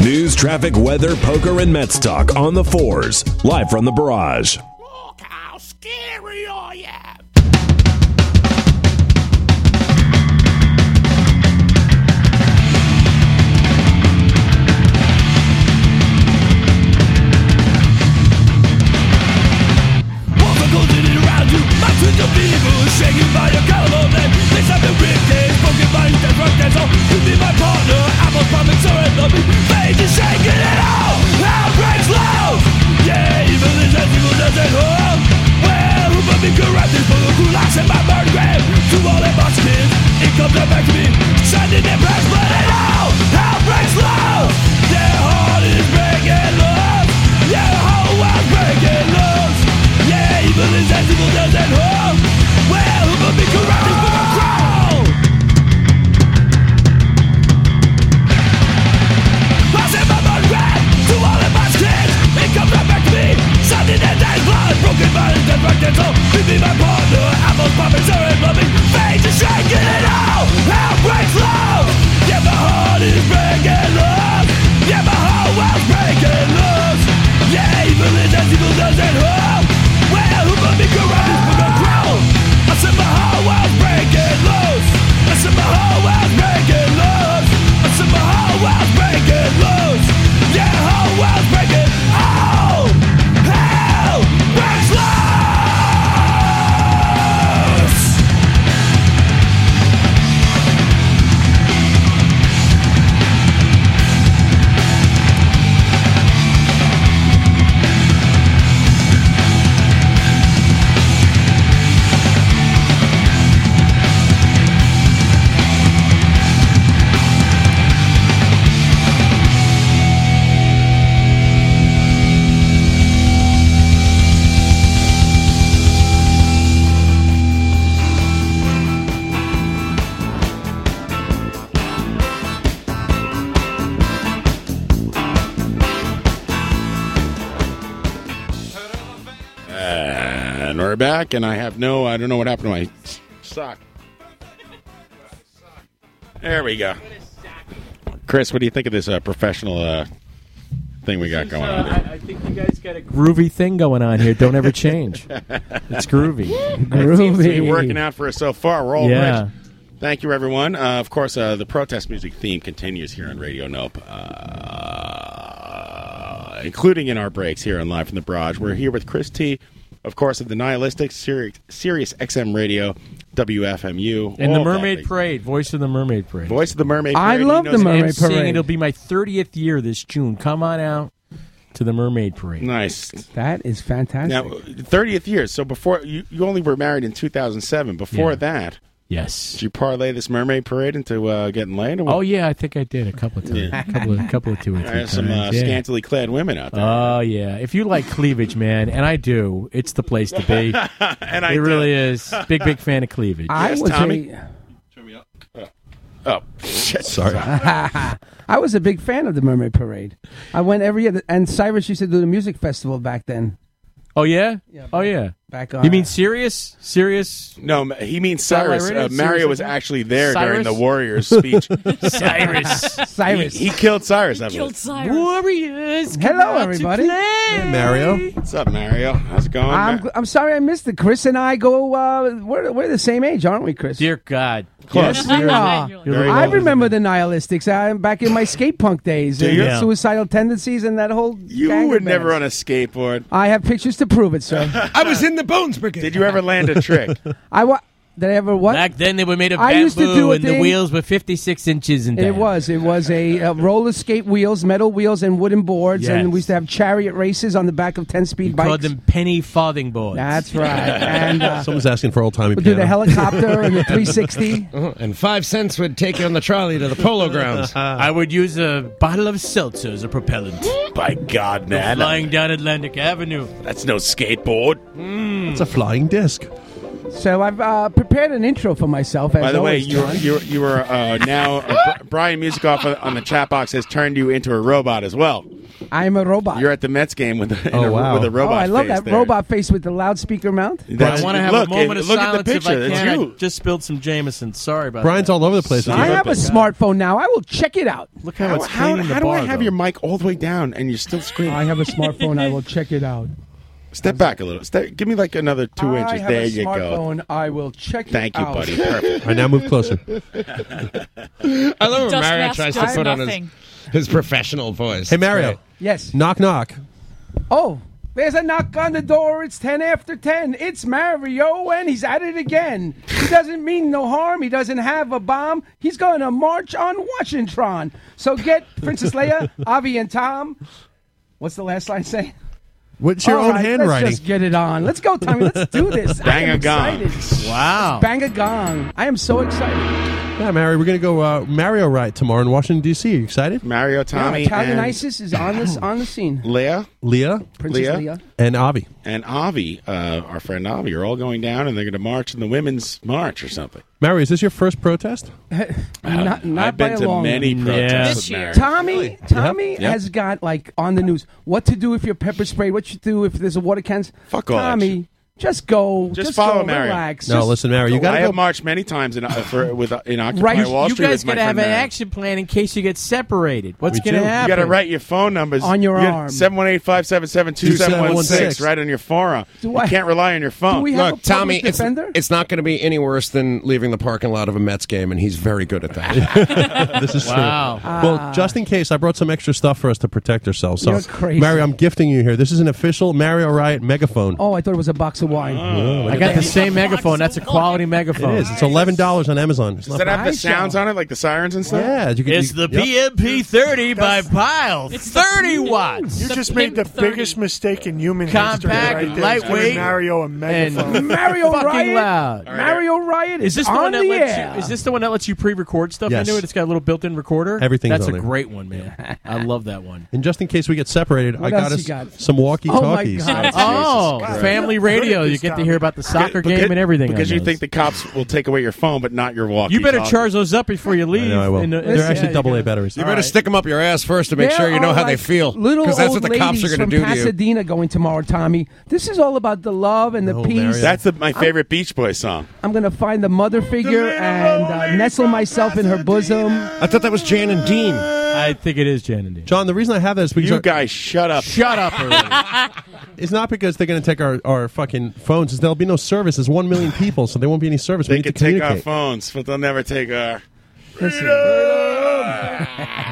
[SPEAKER 20] News, traffic, weather, poker, and Mets talk on the fours, live from the barrage.
[SPEAKER 4] Oh, And we're back, and I have no, I don't know what happened to my sock. There we go. Chris, what do you think of this uh, professional uh, thing we got going on here?
[SPEAKER 2] I think you guys got a groovy thing going on here. Don't ever change. it's
[SPEAKER 4] *laughs*
[SPEAKER 2] groovy.
[SPEAKER 4] It seems to be working out for us so far. We're all
[SPEAKER 2] Yeah.
[SPEAKER 4] rich. Thank you, everyone. Uh, of course, uh, the protest music theme continues here on Radio Nope, uh, including in our breaks here on Live from the Barrage. We're here with Chris T, of course, of the Nihilistic, Sirius, Sirius XM Radio, WFMU.
[SPEAKER 2] And the
[SPEAKER 4] all that
[SPEAKER 2] Mermaid Parade, voice of the Mermaid Parade.
[SPEAKER 4] Voice of the Mermaid
[SPEAKER 2] I
[SPEAKER 4] Parade,
[SPEAKER 2] love
[SPEAKER 4] he
[SPEAKER 2] the
[SPEAKER 4] knows
[SPEAKER 2] Mermaid
[SPEAKER 4] everything.
[SPEAKER 2] Parade. It'll be my 30th year this June. Come on out to the Mermaid Parade.
[SPEAKER 4] Nice.
[SPEAKER 17] That is fantastic.
[SPEAKER 4] Now, 30th year. So before you, you only were married in 2007. Before
[SPEAKER 2] Yeah.
[SPEAKER 4] that,
[SPEAKER 2] yes,
[SPEAKER 4] did you parlay this mermaid parade into uh, getting laid? or what?
[SPEAKER 2] Oh yeah, I think I did a couple of times.
[SPEAKER 4] Yeah.
[SPEAKER 2] A couple of, couple
[SPEAKER 4] *laughs*
[SPEAKER 2] of two or three
[SPEAKER 4] There's some uh,
[SPEAKER 2] times, yeah.
[SPEAKER 4] scantily clad women out there.
[SPEAKER 2] Oh yeah, if you like cleavage, man, and I do, it's the place to be.
[SPEAKER 4] *laughs* And I
[SPEAKER 2] it
[SPEAKER 4] do.
[SPEAKER 2] really is. Big big fan of cleavage.
[SPEAKER 17] I was a-
[SPEAKER 4] Oh, shit.
[SPEAKER 17] *laughs* I was a big fan of the Mermaid Parade. I went every year, and Cyrus used to do the music festival back then.
[SPEAKER 2] Oh yeah, oh yeah.
[SPEAKER 17] Back
[SPEAKER 2] You
[SPEAKER 17] on-
[SPEAKER 2] mean serious? Serious?
[SPEAKER 4] No, ma- he means Cyrus.
[SPEAKER 2] Satellite radio?
[SPEAKER 4] Uh, Mario
[SPEAKER 2] Cyrus
[SPEAKER 4] was
[SPEAKER 2] FM?
[SPEAKER 4] actually there during
[SPEAKER 2] Cyrus?
[SPEAKER 4] the
[SPEAKER 11] *laughs*
[SPEAKER 4] Warriors speech.
[SPEAKER 2] Cyrus.
[SPEAKER 17] Cyrus.
[SPEAKER 4] He, he killed Cyrus. I believe.
[SPEAKER 11] Cyrus.
[SPEAKER 2] Warriors.
[SPEAKER 17] Hello, everybody.
[SPEAKER 4] Mario. What's up, Mario? How's it going?
[SPEAKER 17] I'm,
[SPEAKER 4] Ma-
[SPEAKER 17] gl- I'm sorry I missed it. Chris and I go. Uh, we're, we're the same age, aren't we, Chris?
[SPEAKER 2] Dear God.
[SPEAKER 17] *laughs* Yes, we are. I remember the Nihilistics. I'm back in my skate punk days,
[SPEAKER 4] Do
[SPEAKER 17] and
[SPEAKER 4] you?
[SPEAKER 17] the suicidal tendencies, and that whole.
[SPEAKER 4] you
[SPEAKER 17] gang
[SPEAKER 4] were
[SPEAKER 17] of
[SPEAKER 4] never
[SPEAKER 17] bands.
[SPEAKER 4] on a skateboard.
[SPEAKER 17] I have pictures to prove
[SPEAKER 11] *laughs*
[SPEAKER 17] it, sir.
[SPEAKER 4] I was in the Bones Brigade. Did you ever land a
[SPEAKER 16] *laughs*
[SPEAKER 4] trick?
[SPEAKER 17] I wa- did I ever what?
[SPEAKER 2] Back then they were made of
[SPEAKER 17] I
[SPEAKER 2] bamboo
[SPEAKER 17] used to do a
[SPEAKER 2] and the
[SPEAKER 17] thing-
[SPEAKER 2] wheels were 56 inches in
[SPEAKER 17] It
[SPEAKER 2] diameter.
[SPEAKER 17] was. It was a, uh roller skate wheels, metal wheels, and wooden boards, and
[SPEAKER 2] Yes.
[SPEAKER 17] we used to have chariot races on the back of ten speed bikes.
[SPEAKER 2] Called them penny farthing boards.
[SPEAKER 17] That's right. And uh,
[SPEAKER 22] Someone's asking for old timey
[SPEAKER 17] we'll do the
[SPEAKER 22] piano.
[SPEAKER 17] helicopter
[SPEAKER 20] *laughs*
[SPEAKER 17] and the three sixty.
[SPEAKER 16] Uh-huh. And five cents would take you on the trolley to the polo grounds.
[SPEAKER 2] *laughs* I would use a bottle of seltzer as a propellant.
[SPEAKER 4] By God,
[SPEAKER 2] Go
[SPEAKER 4] man.
[SPEAKER 2] Flying down Atlantic Avenue.
[SPEAKER 4] That's no skateboard.
[SPEAKER 22] It's a flying disc.
[SPEAKER 17] So I've uh, prepared an intro for myself. As
[SPEAKER 11] By the way,
[SPEAKER 17] always,
[SPEAKER 11] you
[SPEAKER 17] John.
[SPEAKER 11] you you are uh, *laughs* now uh, Bri- Brian Musikoff on- on the chat box has turned you into a robot as well.
[SPEAKER 17] I'm a robot.
[SPEAKER 11] You're at the Mets game with a, in
[SPEAKER 17] Oh,
[SPEAKER 11] a-
[SPEAKER 17] wow.
[SPEAKER 11] with a robot.
[SPEAKER 17] Oh, I love
[SPEAKER 11] face
[SPEAKER 17] that
[SPEAKER 11] there.
[SPEAKER 17] robot face with the loudspeaker mount.
[SPEAKER 11] That's-
[SPEAKER 2] I want to have
[SPEAKER 11] look,
[SPEAKER 2] a moment
[SPEAKER 11] and
[SPEAKER 2] of
[SPEAKER 11] look at
[SPEAKER 2] silence
[SPEAKER 11] the picture.
[SPEAKER 2] if I
[SPEAKER 11] It's
[SPEAKER 2] can.
[SPEAKER 11] you.
[SPEAKER 2] I just spilled some Jameson. Sorry about
[SPEAKER 20] Brian's
[SPEAKER 2] that.
[SPEAKER 20] all over the place.
[SPEAKER 17] I have a smartphone now. I will check it out.
[SPEAKER 2] Look
[SPEAKER 11] How, how, how do I have your mic all the way down and you're still screaming?
[SPEAKER 17] I have a smartphone. I will check
[SPEAKER 11] *laughs*
[SPEAKER 17] it out.
[SPEAKER 11] Step back a little. Step, give me like another two
[SPEAKER 17] I
[SPEAKER 11] inches.
[SPEAKER 17] have
[SPEAKER 11] There
[SPEAKER 17] a
[SPEAKER 11] you go.
[SPEAKER 17] smartphone. I will check it
[SPEAKER 11] Thank you,
[SPEAKER 17] out. *laughs*
[SPEAKER 11] buddy. Perfect.
[SPEAKER 20] I now move
[SPEAKER 16] *laughs*
[SPEAKER 20] closer.
[SPEAKER 16] I love when
[SPEAKER 17] Dust
[SPEAKER 16] Oh, Mario
[SPEAKER 17] mask
[SPEAKER 16] tries to
[SPEAKER 17] does
[SPEAKER 16] put on his,
[SPEAKER 17] nothing.
[SPEAKER 16] his professional voice.
[SPEAKER 20] Hey, Mario.
[SPEAKER 17] Yes.
[SPEAKER 20] Knock, knock.
[SPEAKER 17] Oh, there's a knock on the door. It's 10 after 10. It's Mario, and he's at it again. He doesn't mean no harm. He doesn't have a bomb. He's going to march on Washington. So get Princess Leia, Avi, and Tom. What's the last line say?
[SPEAKER 20] What's your
[SPEAKER 17] All
[SPEAKER 20] own
[SPEAKER 17] right,
[SPEAKER 20] handwriting?
[SPEAKER 17] Let's just get it on. Let's go, Tommy. Let's do this. I am excited.
[SPEAKER 20] Wow.
[SPEAKER 17] Bang a gong. I am so excited.
[SPEAKER 20] Yeah, Mario, we're going to go uh, Mario right tomorrow in Washington, D.C. Are you excited?
[SPEAKER 11] Mario,
[SPEAKER 17] Now, Italian ISIS is on this on the scene.
[SPEAKER 11] Leah,
[SPEAKER 20] Leah,
[SPEAKER 17] Princess Leah. Leah.
[SPEAKER 20] and Avi.
[SPEAKER 11] and Avi, uh, our friend Avi, are all going down and they're going to march in the women's march or something.
[SPEAKER 20] Mario, is this your first protest?
[SPEAKER 17] Not, not
[SPEAKER 11] I've been
[SPEAKER 17] by a
[SPEAKER 11] to
[SPEAKER 17] long
[SPEAKER 11] many
[SPEAKER 17] way.
[SPEAKER 11] protests Yeah. with This year. Mary.
[SPEAKER 17] Tommy,
[SPEAKER 11] Really?
[SPEAKER 17] Tommy
[SPEAKER 11] Yep. Yep.
[SPEAKER 17] has got like on the news what to do if you're pepper sprayed, what you do if there's a water can. Fuck
[SPEAKER 11] all that
[SPEAKER 17] Tommy, just go. Just,
[SPEAKER 11] Just, follow
[SPEAKER 17] go,
[SPEAKER 11] Mario.
[SPEAKER 17] Relax.
[SPEAKER 20] No,
[SPEAKER 17] Just-
[SPEAKER 20] listen, Mario, you got
[SPEAKER 11] I
[SPEAKER 20] to
[SPEAKER 11] have
[SPEAKER 20] go.
[SPEAKER 11] marched many times in uh, for, with uh, in Occupy
[SPEAKER 2] Right,
[SPEAKER 11] Wall
[SPEAKER 2] you
[SPEAKER 11] Street.
[SPEAKER 2] guys
[SPEAKER 11] with my
[SPEAKER 2] gotta have
[SPEAKER 11] friend
[SPEAKER 2] an
[SPEAKER 11] Mario.
[SPEAKER 2] action plan in case you get separated. What's
[SPEAKER 11] We
[SPEAKER 2] going
[SPEAKER 11] do.
[SPEAKER 2] to happen?
[SPEAKER 11] You got to write your phone numbers
[SPEAKER 2] On your arm.
[SPEAKER 11] 718-577-2716 right on your forearm.
[SPEAKER 17] Do I-
[SPEAKER 11] you can't rely on your phone.
[SPEAKER 16] Look, Tommy, it's, it's not going to be any worse than leaving the parking lot of a Mets game, and he's very good at
[SPEAKER 20] *laughs*
[SPEAKER 16] that.
[SPEAKER 20] this is true.
[SPEAKER 17] Ah.
[SPEAKER 20] Well, just in case, I brought some extra stuff for us to protect ourselves. So,
[SPEAKER 17] You're crazy.
[SPEAKER 20] Mario, I'm gifting you here. This is an official Mario Riot megaphone. Oh,
[SPEAKER 17] Oh, I thought it was a box of wine.
[SPEAKER 20] look
[SPEAKER 2] I
[SPEAKER 20] at
[SPEAKER 2] got the
[SPEAKER 20] that.
[SPEAKER 2] same megaphone. That's a quality megaphone.
[SPEAKER 20] It is. It's eleven dollars on Amazon. It's
[SPEAKER 11] Does
[SPEAKER 20] not
[SPEAKER 11] that have
[SPEAKER 20] bad.
[SPEAKER 11] the sounds on it, like the sirens and stuff?
[SPEAKER 20] Yeah, you can-
[SPEAKER 2] It's
[SPEAKER 20] you-
[SPEAKER 2] the
[SPEAKER 20] yep.
[SPEAKER 2] PMP 30 by Pile.
[SPEAKER 14] It's
[SPEAKER 2] 30 watts.
[SPEAKER 14] You just made the biggest mistake in human history.
[SPEAKER 2] Compact,
[SPEAKER 14] Right there.
[SPEAKER 2] lightweight,
[SPEAKER 14] Give Mario a megaphone.
[SPEAKER 2] *laughs*
[SPEAKER 17] Mario
[SPEAKER 2] fucking
[SPEAKER 17] Riot.
[SPEAKER 2] loud.
[SPEAKER 17] Mario Riot
[SPEAKER 2] Is
[SPEAKER 17] is,
[SPEAKER 2] this the
[SPEAKER 17] on
[SPEAKER 2] one that
[SPEAKER 17] the
[SPEAKER 2] lets
[SPEAKER 17] air.
[SPEAKER 2] you? Is this the one that lets you pre-record stuff
[SPEAKER 20] Yes.
[SPEAKER 2] into it? It's got a little built-in recorder.
[SPEAKER 20] Everything's
[SPEAKER 2] That's
[SPEAKER 20] on
[SPEAKER 2] a
[SPEAKER 20] it.
[SPEAKER 2] great one, man. *laughs* I love that one.
[SPEAKER 20] And just in case we get separated,
[SPEAKER 2] What
[SPEAKER 20] I
[SPEAKER 2] else
[SPEAKER 20] got
[SPEAKER 2] you
[SPEAKER 20] us
[SPEAKER 2] got?
[SPEAKER 20] some walkie talkies.
[SPEAKER 2] Oh, family radio. You get to hear about the soccer
[SPEAKER 11] Because-
[SPEAKER 2] game and everything. on
[SPEAKER 11] Because you
[SPEAKER 2] those.
[SPEAKER 11] think the cops will take away your phone, but not your walkie.
[SPEAKER 2] you better charge those up before you leave.
[SPEAKER 20] know I will.
[SPEAKER 2] in the-
[SPEAKER 20] They're
[SPEAKER 2] Yeah,
[SPEAKER 20] actually
[SPEAKER 2] you
[SPEAKER 20] double A
[SPEAKER 2] gotta-
[SPEAKER 20] batteries.
[SPEAKER 16] You better stick them up your ass first to make
[SPEAKER 17] There
[SPEAKER 16] sure you know
[SPEAKER 17] are,
[SPEAKER 16] how they
[SPEAKER 17] like,
[SPEAKER 16] feel.
[SPEAKER 17] Little
[SPEAKER 16] Because that's
[SPEAKER 17] old
[SPEAKER 16] what the cops are
[SPEAKER 17] ladies
[SPEAKER 16] going
[SPEAKER 17] from
[SPEAKER 16] to do to you.
[SPEAKER 17] Pasadena going tomorrow, Tommy. This is all about the love and the peace.
[SPEAKER 11] That's the, my favorite Beach Boys song.
[SPEAKER 17] I'm gonna find the mother figure and uh, nestle myself in her bosom.
[SPEAKER 20] I thought that was Jan and Dean.
[SPEAKER 2] I think it is Jan and Dean.
[SPEAKER 20] John, the reason I have that is because
[SPEAKER 11] You
[SPEAKER 20] *laughs*
[SPEAKER 11] guys, shut up.
[SPEAKER 2] Shut up.
[SPEAKER 20] It's not because they're going to take our, our fucking phones. There'll be no service. There's one million people, so there won't be any service. we
[SPEAKER 11] They
[SPEAKER 20] need
[SPEAKER 11] could
[SPEAKER 20] to
[SPEAKER 11] take our
[SPEAKER 20] communicate.
[SPEAKER 11] phones, but they'll never take our.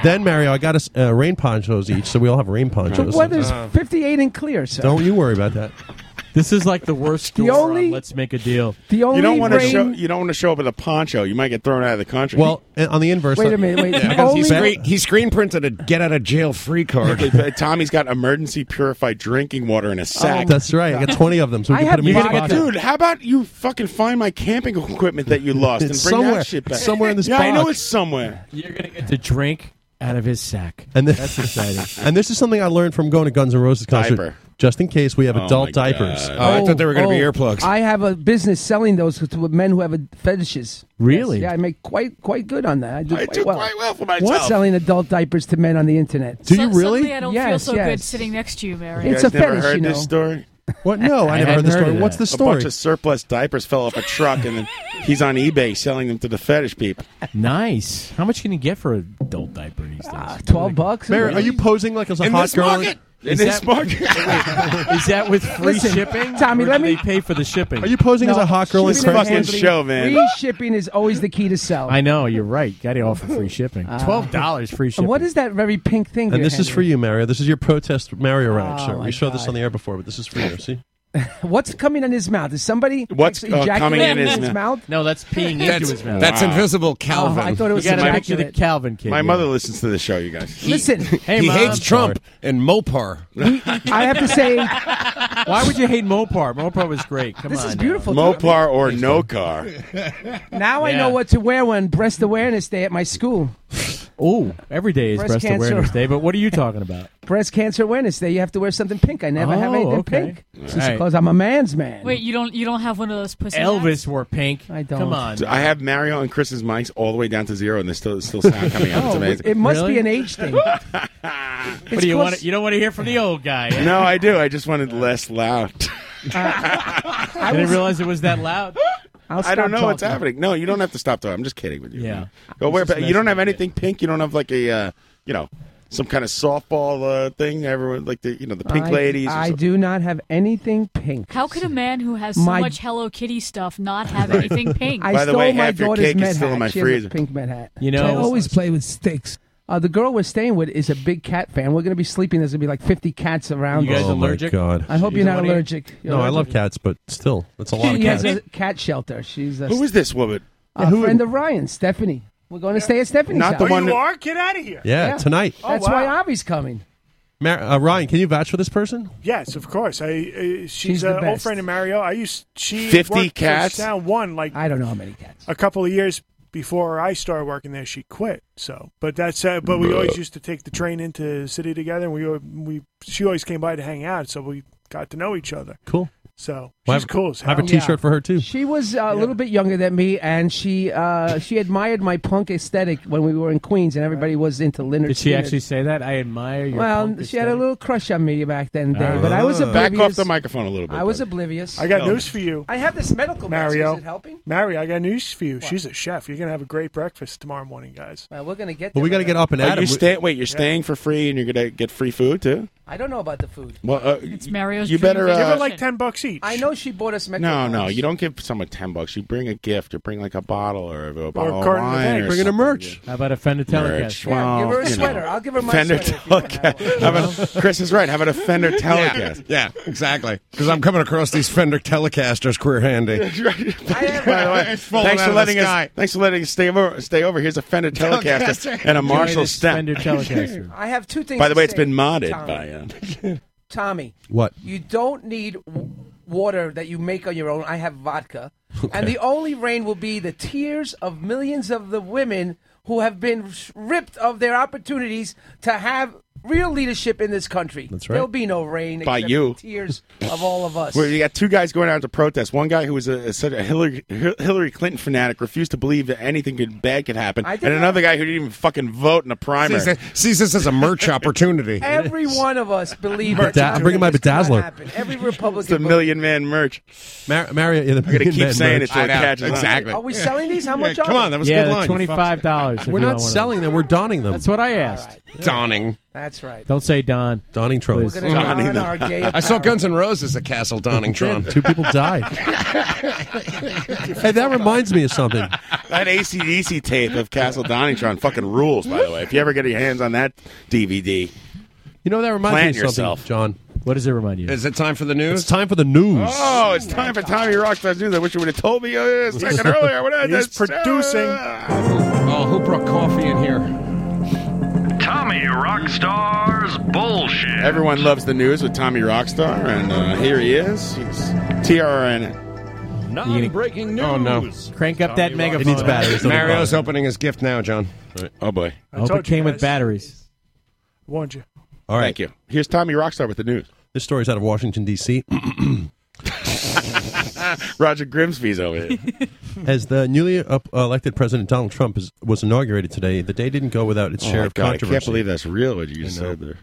[SPEAKER 20] then Mario, I got us uh, rain ponchos each, so we all have rain
[SPEAKER 17] The
[SPEAKER 20] ponchos.
[SPEAKER 17] weather's
[SPEAKER 11] *laughs*
[SPEAKER 13] Uh,
[SPEAKER 17] 58 and clear, sir.
[SPEAKER 20] Don't you worry about that.
[SPEAKER 2] Uh, This is like the worst
[SPEAKER 17] The
[SPEAKER 2] door on
[SPEAKER 17] only-
[SPEAKER 2] Let's Make a Deal.
[SPEAKER 17] The only
[SPEAKER 11] you don't want to
[SPEAKER 17] rain-
[SPEAKER 11] show. You don't want to show up with a poncho. You might get thrown out of the country.
[SPEAKER 20] Well, and on the inverse, uh,
[SPEAKER 17] Wait a minute,
[SPEAKER 20] *laughs*
[SPEAKER 17] wait.
[SPEAKER 16] Yeah,
[SPEAKER 17] The
[SPEAKER 16] because
[SPEAKER 17] only-
[SPEAKER 16] he, screen, he screen printed a get out of jail free
[SPEAKER 17] *laughs*
[SPEAKER 16] card.
[SPEAKER 11] Okay, but *laughs* Tommy's got emergency purified drinking water in a sack.
[SPEAKER 20] that's right. I got twenty of them, so
[SPEAKER 17] Oh
[SPEAKER 20] we
[SPEAKER 17] I
[SPEAKER 20] can
[SPEAKER 17] have
[SPEAKER 20] put them in each
[SPEAKER 17] vodka.
[SPEAKER 20] pocket.
[SPEAKER 11] Dude, how about you fucking find my camping equipment that you lost and bring
[SPEAKER 20] It's somewhere.
[SPEAKER 11] that shit back?
[SPEAKER 20] It's somewhere in this
[SPEAKER 11] Yeah, I
[SPEAKER 20] box.
[SPEAKER 11] know it's somewhere.
[SPEAKER 2] You're gonna get to drink out of his sack.
[SPEAKER 20] And this,
[SPEAKER 2] That's exciting.
[SPEAKER 20] *laughs* *laughs* And this is something I learned from going to Guns N' Roses concert.
[SPEAKER 11] Diaper.
[SPEAKER 20] Just in case we have
[SPEAKER 11] Oh
[SPEAKER 20] adult
[SPEAKER 11] my
[SPEAKER 20] diapers.
[SPEAKER 11] God.
[SPEAKER 16] Oh, I thought they were going to be
[SPEAKER 17] Oh,
[SPEAKER 16] earplugs.
[SPEAKER 17] I have a business selling those to men who have a fetishes.
[SPEAKER 2] Really?
[SPEAKER 17] Yes, yeah, I make quite quite good on that. I do,
[SPEAKER 11] I
[SPEAKER 17] quite,
[SPEAKER 11] do
[SPEAKER 17] well.
[SPEAKER 11] quite well for myself. What?
[SPEAKER 17] Selling adult diapers to men on the internet.
[SPEAKER 20] Do you really?
[SPEAKER 13] Suddenly I don't feel
[SPEAKER 17] Yes,
[SPEAKER 13] so
[SPEAKER 17] yes.
[SPEAKER 13] good sitting next to you, Mary.
[SPEAKER 11] You
[SPEAKER 17] It's
[SPEAKER 11] guys
[SPEAKER 17] a
[SPEAKER 11] never
[SPEAKER 17] fetish,
[SPEAKER 11] heard
[SPEAKER 17] you know.
[SPEAKER 11] this story? *laughs*
[SPEAKER 20] What? No, Oh, I,
[SPEAKER 2] I
[SPEAKER 20] never heard
[SPEAKER 2] hadn't
[SPEAKER 20] the
[SPEAKER 2] heard
[SPEAKER 20] story.
[SPEAKER 2] of that.
[SPEAKER 20] What's the
[SPEAKER 2] A
[SPEAKER 11] A
[SPEAKER 20] story?
[SPEAKER 11] bunch of surplus diapers fell off a truck, and then he's on eBay selling them to the fetish people.
[SPEAKER 2] nice. How much can you get for an adult diaper these days?
[SPEAKER 17] Uh, Twelve bucks.
[SPEAKER 20] Mary, are you posing like as a
[SPEAKER 16] In
[SPEAKER 20] hot
[SPEAKER 16] this
[SPEAKER 20] girl?
[SPEAKER 16] market?
[SPEAKER 11] In
[SPEAKER 2] Is
[SPEAKER 11] this
[SPEAKER 2] that-
[SPEAKER 20] *laughs*
[SPEAKER 11] market,
[SPEAKER 2] Is that with free
[SPEAKER 17] Listen,
[SPEAKER 2] shipping?
[SPEAKER 17] Tommy,
[SPEAKER 2] Or do
[SPEAKER 17] let me-
[SPEAKER 2] they pay for the shipping.
[SPEAKER 20] Are you posing as
[SPEAKER 17] No,
[SPEAKER 20] a hot girl in
[SPEAKER 17] shipping and
[SPEAKER 20] Craigslist?
[SPEAKER 11] fucking
[SPEAKER 17] handling-
[SPEAKER 11] show, man.
[SPEAKER 17] Free shipping is always the key to sell.
[SPEAKER 2] I know you're right. Got it all for free shipping. Twelve dollars free shipping.
[SPEAKER 17] And what is that very pink thing?
[SPEAKER 20] And
[SPEAKER 17] you're
[SPEAKER 20] this is for
[SPEAKER 17] handling?
[SPEAKER 20] you, Mario. This is your protest Mario Ranch.
[SPEAKER 17] Oh,
[SPEAKER 20] sir.
[SPEAKER 17] my
[SPEAKER 20] We showed this
[SPEAKER 17] God.
[SPEAKER 20] on the air before, but this is for
[SPEAKER 17] *laughs*
[SPEAKER 20] you. See?
[SPEAKER 17] What's coming in his mouth? Is somebody
[SPEAKER 11] What's,
[SPEAKER 17] actually
[SPEAKER 11] uh, coming
[SPEAKER 17] ejaculating
[SPEAKER 11] in his mouth?
[SPEAKER 2] No, that's peeing into
[SPEAKER 16] That's,
[SPEAKER 2] his mouth.
[SPEAKER 16] that's
[SPEAKER 11] Wow.
[SPEAKER 16] invisible Calvin.
[SPEAKER 17] Oh, I thought it
[SPEAKER 2] you
[SPEAKER 17] was
[SPEAKER 2] got to back to the
[SPEAKER 17] immaculate.
[SPEAKER 2] Calvin kid.
[SPEAKER 11] my
[SPEAKER 2] yeah.
[SPEAKER 11] mother listens to the show. You guys,
[SPEAKER 17] Listen,
[SPEAKER 2] Hey,
[SPEAKER 16] he
[SPEAKER 2] Mom.
[SPEAKER 16] hates Trump and
[SPEAKER 17] *laughs*
[SPEAKER 16] Mopar.
[SPEAKER 17] I have to say
[SPEAKER 2] *laughs* Why would you hate Mopar? Mopar was great. Come
[SPEAKER 17] this
[SPEAKER 2] on.
[SPEAKER 17] is beautiful.
[SPEAKER 11] Mopar or no car?
[SPEAKER 2] *laughs*
[SPEAKER 17] Now I
[SPEAKER 2] Yeah.
[SPEAKER 17] know what to wear when Breast Awareness Day at my school.
[SPEAKER 2] Oh, every day is
[SPEAKER 17] Breast
[SPEAKER 2] Breast
[SPEAKER 17] cancer.
[SPEAKER 2] Awareness Day. But what are you talking about?
[SPEAKER 17] Breast Cancer Awareness Day. You have to wear something pink. I never have
[SPEAKER 2] Oh,
[SPEAKER 17] anything
[SPEAKER 2] okay.
[SPEAKER 17] pink
[SPEAKER 2] All
[SPEAKER 17] since
[SPEAKER 2] right.
[SPEAKER 17] because I'm a man's man.
[SPEAKER 13] Wait, you don't you don't have one of those pussy hats?
[SPEAKER 2] Elvis wore pink.
[SPEAKER 17] I don't.
[SPEAKER 13] Come on.
[SPEAKER 11] So I have Mario and Chris's mics all the way down to zero, and there's still still sound coming out. It's
[SPEAKER 17] Oh,
[SPEAKER 11] amazing.
[SPEAKER 17] *laughs* it must be an
[SPEAKER 2] *laughs*
[SPEAKER 17] age thing. what
[SPEAKER 11] *laughs*
[SPEAKER 2] What do you want? You don't want to hear from the old guy. eh?
[SPEAKER 11] No, I do. I just wanted less
[SPEAKER 20] *laughs*
[SPEAKER 11] loud.
[SPEAKER 2] I didn't realize it was that loud.
[SPEAKER 11] I don't know what's happening. No, you don't have to stop talking. I'm just kidding with you.
[SPEAKER 2] Yeah.
[SPEAKER 11] Go where?
[SPEAKER 2] just
[SPEAKER 11] But you don't have
[SPEAKER 2] messing
[SPEAKER 11] anything pink. You don't have like a, uh, you know, some kind of softball uh, thing. Everyone like the, you know, the pink
[SPEAKER 17] I,
[SPEAKER 11] ladies. or
[SPEAKER 17] I
[SPEAKER 11] something.
[SPEAKER 17] do not have anything pink.
[SPEAKER 13] How could a man who has so
[SPEAKER 17] My-
[SPEAKER 13] much Hello Kitty stuff not have
[SPEAKER 11] Right.
[SPEAKER 13] anything pink?
[SPEAKER 17] I
[SPEAKER 11] By the
[SPEAKER 17] stole
[SPEAKER 11] way,
[SPEAKER 17] my
[SPEAKER 11] half your
[SPEAKER 17] daughter's
[SPEAKER 11] cake is
[SPEAKER 17] med
[SPEAKER 11] still
[SPEAKER 17] hat.
[SPEAKER 11] in my
[SPEAKER 17] She has a
[SPEAKER 11] freezer.
[SPEAKER 17] pink med hat.
[SPEAKER 2] You know- I always
[SPEAKER 17] play with sticks. Uh, the girl we're staying with is a big cat fan. We're going to be sleeping. There's going to be like 50 cats around.
[SPEAKER 20] You guys
[SPEAKER 17] us.
[SPEAKER 20] Oh, my allergic? God.
[SPEAKER 17] I hope
[SPEAKER 20] She's
[SPEAKER 17] you're not
[SPEAKER 20] one of you?
[SPEAKER 17] allergic. You're
[SPEAKER 20] No, I
[SPEAKER 17] allergic.
[SPEAKER 20] love cats, but still,
[SPEAKER 17] *laughs*
[SPEAKER 20] that's a lot of
[SPEAKER 17] She has
[SPEAKER 20] cats.
[SPEAKER 17] a cat shelter. She's a,
[SPEAKER 11] Who is this woman?
[SPEAKER 17] a friend of Ryan, Stephanie. We're going to stay at Stephanie's
[SPEAKER 11] Not the
[SPEAKER 17] house.
[SPEAKER 11] one that- Oh, you
[SPEAKER 14] are? Get out of here.
[SPEAKER 20] Yeah, tonight. Oh,
[SPEAKER 17] That's
[SPEAKER 14] wow.
[SPEAKER 17] why Avi's coming.
[SPEAKER 20] Mar- uh, Ryan, can you vouch for this person?
[SPEAKER 14] Yes, of course. I uh, she's,
[SPEAKER 17] She's the
[SPEAKER 14] an old
[SPEAKER 17] best.
[SPEAKER 14] friend of Mario. I used she
[SPEAKER 20] 50
[SPEAKER 14] worked for
[SPEAKER 20] cats?
[SPEAKER 14] Sound One like
[SPEAKER 17] I don't know how many cats.
[SPEAKER 14] a couple of years before I started working there. She quit. So, but that's uh, but we always used to take the train into the city together, and we al- we she always came by to hang out, so we got to know each other.
[SPEAKER 20] Cool.
[SPEAKER 14] So she's
[SPEAKER 20] Well, I have-
[SPEAKER 14] cool as
[SPEAKER 20] I have a
[SPEAKER 14] hell.
[SPEAKER 20] T-shirt for her too.
[SPEAKER 17] Um, She was uh, a little bit younger than me, and she uh, she admired my punk aesthetic when we were in Queens, and everybody was into Leonard.
[SPEAKER 2] Did she
[SPEAKER 17] Skinner.
[SPEAKER 2] actually say that? I admire your.
[SPEAKER 17] Well,
[SPEAKER 2] punk
[SPEAKER 17] she had a
[SPEAKER 2] aesthetic.
[SPEAKER 17] little crush on me back then, Dave,
[SPEAKER 2] Ah.
[SPEAKER 17] but I was
[SPEAKER 2] Back
[SPEAKER 17] oblivious.
[SPEAKER 11] off the microphone a little bit,
[SPEAKER 17] I was
[SPEAKER 11] buddy.
[SPEAKER 17] oblivious.
[SPEAKER 14] I got news for you.
[SPEAKER 17] I have this medical mask.
[SPEAKER 14] Mario,
[SPEAKER 17] Is it helping?
[SPEAKER 14] Mario, I got news for you. She's a chef. You're gonna have a great breakfast tomorrow morning, guys.
[SPEAKER 17] Well, we're gonna get.
[SPEAKER 20] Well, we got to get up and
[SPEAKER 11] Are
[SPEAKER 20] at
[SPEAKER 11] you
[SPEAKER 20] it.
[SPEAKER 11] stay- wait, you're staying for free, and you're gonna get free food too.
[SPEAKER 17] I don't know about the food.
[SPEAKER 11] Well, uh,
[SPEAKER 13] it's Mario's.
[SPEAKER 11] You
[SPEAKER 13] dream
[SPEAKER 11] better.
[SPEAKER 13] vacation.
[SPEAKER 11] Uh,
[SPEAKER 14] ten bucks each.
[SPEAKER 17] I know she bought us. Mexican
[SPEAKER 11] no, no,
[SPEAKER 17] rice.
[SPEAKER 11] you don't give someone ten bucks. You bring a gift. You bring like a bottle or a, a
[SPEAKER 14] a
[SPEAKER 11] bottle of
[SPEAKER 14] carton of
[SPEAKER 11] Oh, wine.
[SPEAKER 14] eggs.
[SPEAKER 11] Or
[SPEAKER 14] Bring in a
[SPEAKER 11] something.
[SPEAKER 14] merch.
[SPEAKER 2] How about a Fender Telecast?
[SPEAKER 11] Merch. Well,
[SPEAKER 17] give her a
[SPEAKER 11] you know.
[SPEAKER 17] sweater. I'll give her my
[SPEAKER 11] Fender
[SPEAKER 17] sweater.
[SPEAKER 11] *laughs* Telecast. How about- Chris is right. How about a Fender
[SPEAKER 16] Yeah,
[SPEAKER 11] Telecast?
[SPEAKER 16] yeah, exactly. Because I'm coming across these Fender Telecasters queer
[SPEAKER 11] *laughs*
[SPEAKER 17] *laughs*
[SPEAKER 16] handy.
[SPEAKER 11] By the way,
[SPEAKER 16] It's falling
[SPEAKER 11] thanks
[SPEAKER 16] out
[SPEAKER 11] for
[SPEAKER 16] of the
[SPEAKER 11] letting us.
[SPEAKER 16] sky.
[SPEAKER 11] Thanks for letting us stay over. Stay over. Here's a Fender Telecaster
[SPEAKER 16] Telecaster.
[SPEAKER 11] and a
[SPEAKER 16] Enjoy
[SPEAKER 11] Marshall
[SPEAKER 16] this
[SPEAKER 11] stem.
[SPEAKER 2] Fender
[SPEAKER 11] *laughs*
[SPEAKER 2] Telecaster.
[SPEAKER 17] I have two things.
[SPEAKER 11] By the
[SPEAKER 17] to
[SPEAKER 11] way, it's
[SPEAKER 17] say,
[SPEAKER 11] been modded
[SPEAKER 17] Tommy.
[SPEAKER 11] by. Uh,
[SPEAKER 17] *laughs* Tommy.
[SPEAKER 20] What?
[SPEAKER 17] You don't need w- water that you make on your own. I have vodka.
[SPEAKER 20] Okay.
[SPEAKER 17] And the only rain will be the tears of millions of the women who have been ripped of their opportunities to have real leadership in this country. That's
[SPEAKER 11] right.
[SPEAKER 17] There'll be no rain
[SPEAKER 11] By
[SPEAKER 17] except
[SPEAKER 11] you.
[SPEAKER 17] the tears of all of us.
[SPEAKER 11] Where you got two guys going out to protest. One guy who was a, such a Hillary, Hillary Clinton fanatic refused to believe that anything could, bad could happen,
[SPEAKER 17] I
[SPEAKER 11] and
[SPEAKER 17] think I-
[SPEAKER 11] another guy who didn't even fucking vote in a primary.
[SPEAKER 16] Sees, that- sees this as
[SPEAKER 11] *laughs*
[SPEAKER 16] a merch opportunity.
[SPEAKER 17] Every one of us believe
[SPEAKER 20] Bedaz-
[SPEAKER 17] that
[SPEAKER 20] I'm bringing my
[SPEAKER 17] this cannot
[SPEAKER 20] bedazzler.
[SPEAKER 17] happen. Every
[SPEAKER 11] It's a
[SPEAKER 17] Republican.
[SPEAKER 11] million man merch.
[SPEAKER 20] Mar- Mario, yeah, the
[SPEAKER 11] I'm gonna
[SPEAKER 20] Million
[SPEAKER 11] keep
[SPEAKER 20] Man
[SPEAKER 11] saying
[SPEAKER 20] merch.
[SPEAKER 11] it till it catches on.
[SPEAKER 16] Exactly.
[SPEAKER 17] Are Oh, we selling these? How much are
[SPEAKER 16] come
[SPEAKER 17] they?
[SPEAKER 16] on, that was
[SPEAKER 2] yeah,
[SPEAKER 16] a good
[SPEAKER 2] they're
[SPEAKER 16] line.
[SPEAKER 2] twenty-five dollars.
[SPEAKER 20] We're not selling them. We're donning them.
[SPEAKER 2] That's what I asked.
[SPEAKER 16] Donning.
[SPEAKER 17] That's right.
[SPEAKER 2] Don't say Don.
[SPEAKER 20] Donning Trump.
[SPEAKER 17] We're gonna don
[SPEAKER 16] Donning them.
[SPEAKER 17] our gay
[SPEAKER 16] *laughs* I saw
[SPEAKER 17] apparel.
[SPEAKER 16] Guns N' Roses at Castle Doningtron.
[SPEAKER 20] Two people died.
[SPEAKER 17] *laughs*
[SPEAKER 20] hey, that reminds me of something.
[SPEAKER 11] That ACDC tape of Castle Doningtron fucking rules, by the way. If you ever get your hands on that DVD,
[SPEAKER 20] You know that reminds
[SPEAKER 11] Plan
[SPEAKER 20] me of something,
[SPEAKER 11] yourself.
[SPEAKER 20] John.
[SPEAKER 2] What does it remind you?
[SPEAKER 16] Is it time for the news?
[SPEAKER 20] It's time for the news.
[SPEAKER 11] oh, it's time for Tommy Rockstar's news. I wish you would have told me uh, a
[SPEAKER 16] *laughs*
[SPEAKER 11] second earlier. What
[SPEAKER 14] He's producing.
[SPEAKER 16] Oh, who brought coffee in here?
[SPEAKER 6] Tommy Rockstar's bullshit.
[SPEAKER 11] *laughs* Everyone loves the news with Tommy Rockstar, and uh, here he is. He's TRN.
[SPEAKER 6] Non-breaking news.
[SPEAKER 16] Oh, no.
[SPEAKER 2] Crank up that megaphone.
[SPEAKER 20] It needs batteries. doesn't
[SPEAKER 16] Mario's
[SPEAKER 20] bother.
[SPEAKER 16] opening his gift now, John.
[SPEAKER 11] Oh boy!
[SPEAKER 2] I hope
[SPEAKER 14] told
[SPEAKER 2] it came
[SPEAKER 14] you
[SPEAKER 2] with
[SPEAKER 14] guys.
[SPEAKER 2] batteries.
[SPEAKER 14] Warned you.
[SPEAKER 20] All right.
[SPEAKER 11] Thank you. Here's Tommy Rockstar with the news.
[SPEAKER 20] This story's out of Washington, D.C.
[SPEAKER 11] *laughs* Roger Grimsby's over here.
[SPEAKER 20] *clears throat* As the newly up, elected President Donald Trump is, was inaugurated today, the day didn't go without its
[SPEAKER 11] Oh,
[SPEAKER 20] share
[SPEAKER 11] my
[SPEAKER 20] of
[SPEAKER 11] God, I
[SPEAKER 20] controversy.
[SPEAKER 11] can't believe that's real. What you said there.